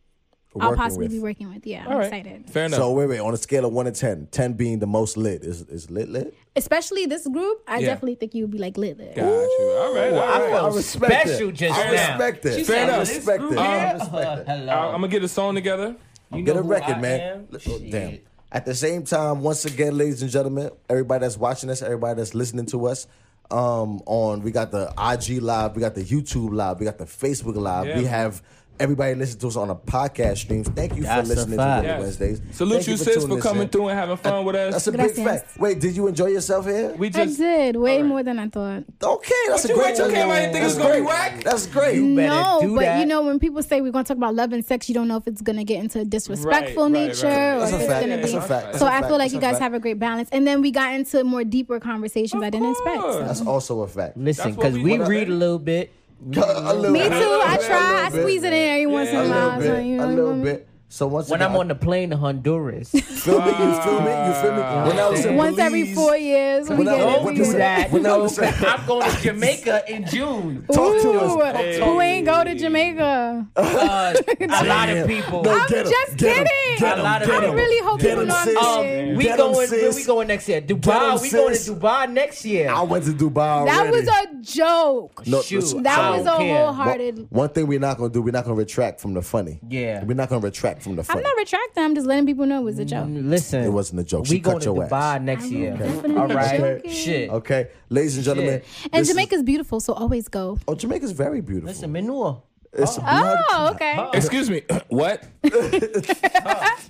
C: I'll
A: working
C: possibly
A: with.
C: be working with. Yeah, I'm
B: All right.
C: excited.
B: Fair enough.
A: So wait, wait. On a scale of one to 10, 10 being the most lit, is is lit lit?
C: Especially this group, I
B: Yeah.
C: definitely think you'd be like lit. lit.
B: Got you. All right. All right.
A: I, I respect
E: special
A: it.
E: just
A: I
E: now.
A: respect it.
E: She
B: Fair
E: said,
B: enough.
E: "This
A: Respect
E: group
A: it.
E: here?
A: I respect it.
E: Um, Hello.
B: I'm gonna get a song together.
E: You
A: Get
E: know
A: a
E: who
A: record,
E: I
A: man.
E: am?
A: Oh,
E: Shit.
A: damn. At the same time, once again, ladies and gentlemen, everybody that's watching us, everybody that's listening to us, um, on we got the IG live, we got the YouTube live, we got the Facebook live,
B: Yeah.
A: we have everybody listening to us on a podcast stream. Thank you
E: That's
A: for
E: a
A: listening to
E: fact.
A: Little
B: Yes.
A: Wednesdays.
B: Salute
A: Thank
B: you,
A: for
B: sis,
A: tuning
B: for
A: this
B: coming
A: in.
B: through and having fun with us.
A: That's a big
C: Gracias.
A: fact. Wait, did you enjoy yourself here?
B: we
C: I
B: just
C: did way more than I thought.
A: Okay, that's
B: What
A: a
B: you-
A: great
B: what you came out here thinking
A: That's
B: it's gonna be
A: great.
B: whack?
A: That's great.
E: better
C: no,
E: do
C: but
E: that.
C: you know when people say we're gonna talk about love and sex, you don't know if it's gonna get into a disrespectful
B: Right, right,
C: nature
B: right.
C: or
A: That's
C: if
A: a
C: it's
A: fact.
C: gonna
A: That's
C: be.
A: a fact.
C: So
A: That's a
C: I
A: fact.
C: feel like
A: That's
C: you
A: a
C: guys
A: fact.
C: have a great balance, and then we got into more deeper conversations I didn't expect.
B: course.
C: so.
A: That's also a fact.
E: Listen,
B: That's what
E: because
B: we
E: we
B: want.
E: read a little bit. We read a
A: A little
E: bit.
C: Me
A: bit.
C: too. I
A: A
C: try. I
A: little bit.
C: squeeze it in every once in
A: A
C: a
A: little
C: while. so,
A: bit.
C: you know,
A: A little
C: you know what I mean?
A: bit. So once
E: When
A: again,
E: I'm on the plane to Honduras,
A: Feel me? You feel me? You feel me? When I was in
C: Once every
A: Belize-
C: four years, we
A: When I-
C: get
A: when
C: it.
E: don't
A: What
C: we
A: you
E: do
A: say?
C: get it.
E: that.
A: What
E: You
A: you
E: know,
A: say?
E: I'm going to Jamaica in June.
A: Talk to us.
C: Ooh,
A: Talk to
C: Who ain't go to Jamaica?
E: Uh, a lot of people. Um,
A: No,
C: I'm
A: get 'em,
C: just
A: get 'em,
C: kidding.
A: get 'em,
E: A lot of
A: get
E: people.
A: 'em.
E: I really
C: hope
A: Get
C: people
A: 'em,
C: know I'm
A: sis. Oh,
C: saying.
E: we
A: Get 'em,
E: going. Where
A: sis.
E: we going next year?
A: Get 'em,
E: Dubai. We going to
A: sis.
E: Dubai next year.
A: I went to Dubai.
C: That
A: already.
C: was a joke.
A: No,
E: Shoot,
A: listen,
C: That
E: I
C: was a
E: don't care.
A: One-
C: wholehearted.
A: One thing we're not gonna do, we're not gonna retract from the funny.
E: Yeah.
A: We're not gonna retract from the funny.
C: I'm not retracting. I'm just letting people know it was a joke.
E: Mm,
A: Mm-hmm.
E: Listen,
A: It wasn't a joke.
E: We
A: She
E: going
A: cut
E: to
A: your
E: Dubai
A: ass.
E: next
C: I'm
E: year.
C: definitely
E: All right,
C: joking.
E: shit.
A: okay, ladies and gentlemen. this
C: And
A: is-
C: Jamaica's beautiful, so always go.
A: oh, Jamaica's very beautiful.
E: Listen, manure.
A: it's a blood-
C: Oh, okay.
B: excuse me. what?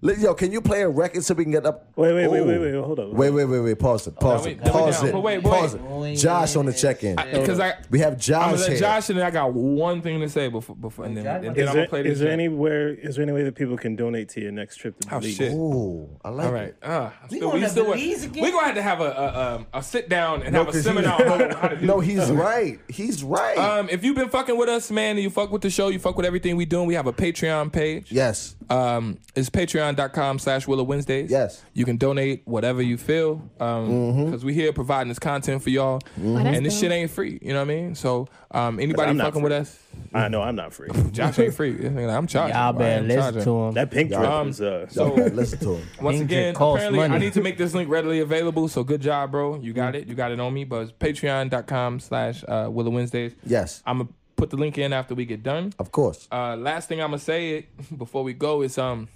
A: Li- Yo, can you play a record so we can get up?
D: Wait, wait, wait,
A: Ooh.
D: wait, wait, hold up.
A: Wait, wait, wait, wait. Pause it.
E: Oh,
A: Pause
B: we-
A: it.
B: now we
A: Pause
B: down.
A: it.
B: But wait,
A: Pause
B: wait.
A: it. Josh on the check-in.
B: Because I
A: we have
B: I'm
A: Josh
B: gonna let
A: here.
B: Josh and I got one thing to say before before and then, and then I'm
E: Is
D: Is
B: gonna
D: there,
B: play this.
D: is there
B: joint.
D: anywhere? Is there any way that people can donate to your next trip to
B: Oh
D: Belize?
B: shit.
A: Ooh, I like it.
B: All right. Uh, I'm still,
E: going
B: we
E: to
B: still work.
E: Belize again?
B: We're gonna have to have a a, um, a sit down and have a
A: 'Cause
B: seminar.
A: he's-
B: on how to do
A: no,
B: this.
A: he's right. He's right.
B: Um, if you've been fucking with us, man, and you fuck with the show, you fuck with everything we doing. We have a Patreon page.
A: yes.
B: Um, it's patreon.com slash Willow Wednesdays.
A: Yes. Mm-hmm.
B: You can donate whatever you feel. Um, because we here providing this content for y'all.
C: that's
B: And this
C: dope.
B: shit ain't free. You know what I mean? So um anybody
D: Mm-hmm. I'm not
B: fucking with us,
D: I know I'm not free.
B: Josh ain't free. I'm charging.
E: Y'all
B: bro.
E: better
B: I'm
E: listen
B: charging.
E: to him.
D: That pink drip
B: Um,
D: was uh,
B: so-
A: Y'all better listen to him.
B: Once
E: Danger
B: again,
E: costs
B: apparently I
E: money. Mm.
B: need to make this link readily available. So good job, bro. You got it. You got it on me. But it's patreon.com slash uh, Willow Wednesdays.
A: Yes.
B: I'm going to put the link in after we get done.
A: Of course.
B: Uh, last thing I'm going to say before we go is um,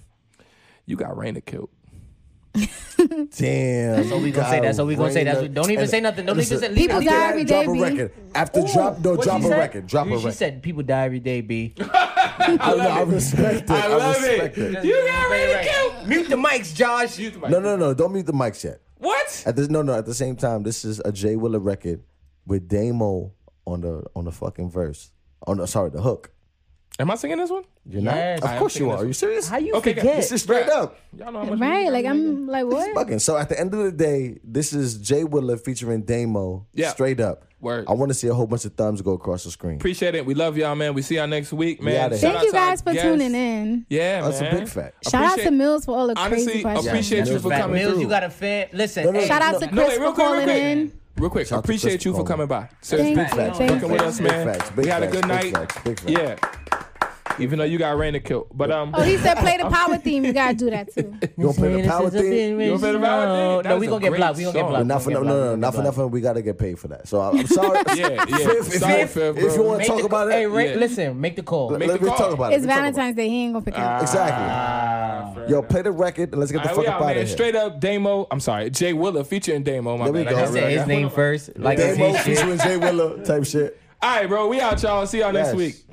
B: you got Raina killed.
A: Damn. That's all
E: we gonna say. That's all we gonna say. That's what- don't even say nothing. Don't even say- leave
C: People
E: it.
C: die
E: After
C: every day,
A: drop
C: B.
A: a record. After drop, no,
E: What'd
A: drop
E: she
A: a
E: say?
A: record. Drop a
E: She
A: record.
E: said people die every day, B.
A: I, no, I respect it. I,
B: I love
A: respect
B: it.
A: it.
B: You got Raina killed.
E: Mute the mics, Josh.
B: Mute the mic.
A: No, no, no. Don't mute the mics yet.
B: What?
A: At this, no, no. At the same time, this is a Jay Willer record with Damo on the on the fucking verse. On the sorry, the hook.
B: Am I singing this one?
A: You're
E: Yes.
A: not. Of
E: I am
A: course you
B: singing
A: are.
B: this
A: Are you serious?
E: How you
B: Okay, guys,
E: forget?
A: This is straight up.
B: Y'all know how Oh, much.
C: Right? Like I'm like what?
A: Fucking. So at the end of the day, this is Jay Willer featuring Damo.
B: Yeah.
A: Straight up.
B: Word.
A: I want to see a whole bunch of thumbs go across the screen.
B: Appreciate it. We love y'all, man. We see y'all next week, man.
A: outta here.
B: Shout
C: Thank you
B: out to our
C: guys for
B: guests.
C: tuning in.
B: Yeah,
A: That's a
B: man.
A: big fact.
C: Shout out to
B: Appreciate-
C: Mills for all the
B: Honestly,
C: crazy questions.
B: appreciate you
A: That's
B: for
A: a fact.
B: coming
E: Mills,
B: through.
E: you got a fan. Listen,
A: No, no,
E: hey,
A: no.
C: Shout out to
B: No,
C: Chris
B: wait,
C: for
B: real quick, real
C: calling
B: quick.
C: in.
B: Real quick,
A: Shout out to
B: appreciate
A: Chris
B: you
A: for
B: for coming
A: calling.
B: by.
C: Thank
B: Seriously,
C: you,
A: Facts.
C: thank
B: fucking
C: you.
B: with us,
A: Big
B: man.
A: facts, big
B: we had a
A: facts,
B: good
A: big
B: night.
A: facts, big facts.
B: Yeah. Even though you got rain to kill, but um,
C: Oh, he said play the power theme. You gotta do that too.
A: You gonna play the power thing?
B: You gonna play the power
E: No,
B: thing? That
E: No,
B: is
E: we
B: a
E: gonna get
B: great
E: blocked. We gonna
B: song.
E: get blocked.
A: Not for
E: We
A: no,
E: gonna
A: no,
E: get
A: no, not
E: blocked.
A: for nothing. We gotta get paid for that. So I'm, I'm sorry.
B: yeah, yeah.
A: If, if,
B: Sorry,
A: if,
B: Phil,
A: if you
B: bro.
A: want to
E: Make
A: talk
E: the-
A: about
E: Hey,
A: it,
E: Ray,
B: Yeah.
E: listen, make the call.
B: Make
A: let,
B: the
A: me
B: call.
A: talk about it.
C: It's
A: Let me talk about
C: Valentine's Day. He ain't gonna pick
B: Ah.
A: it.
C: up.
A: Exactly. Yo, play the record and let's get the
B: All right,
A: fuck
B: we
A: up
B: out,
A: out
B: man.
A: of here.
B: Straight up, Damo. I'm sorry, Jay Willer featuring Damo. My
A: There we
B: bad. I
A: go.
B: got
A: Say
B: rid
E: Say
B: of
E: his
B: that.
E: name first. Like,
A: Damo
E: it's his shit.
A: featuring Jay Willer type shit.
B: All right, bro. We out, y'all. See y'all
A: Yes.
B: next week.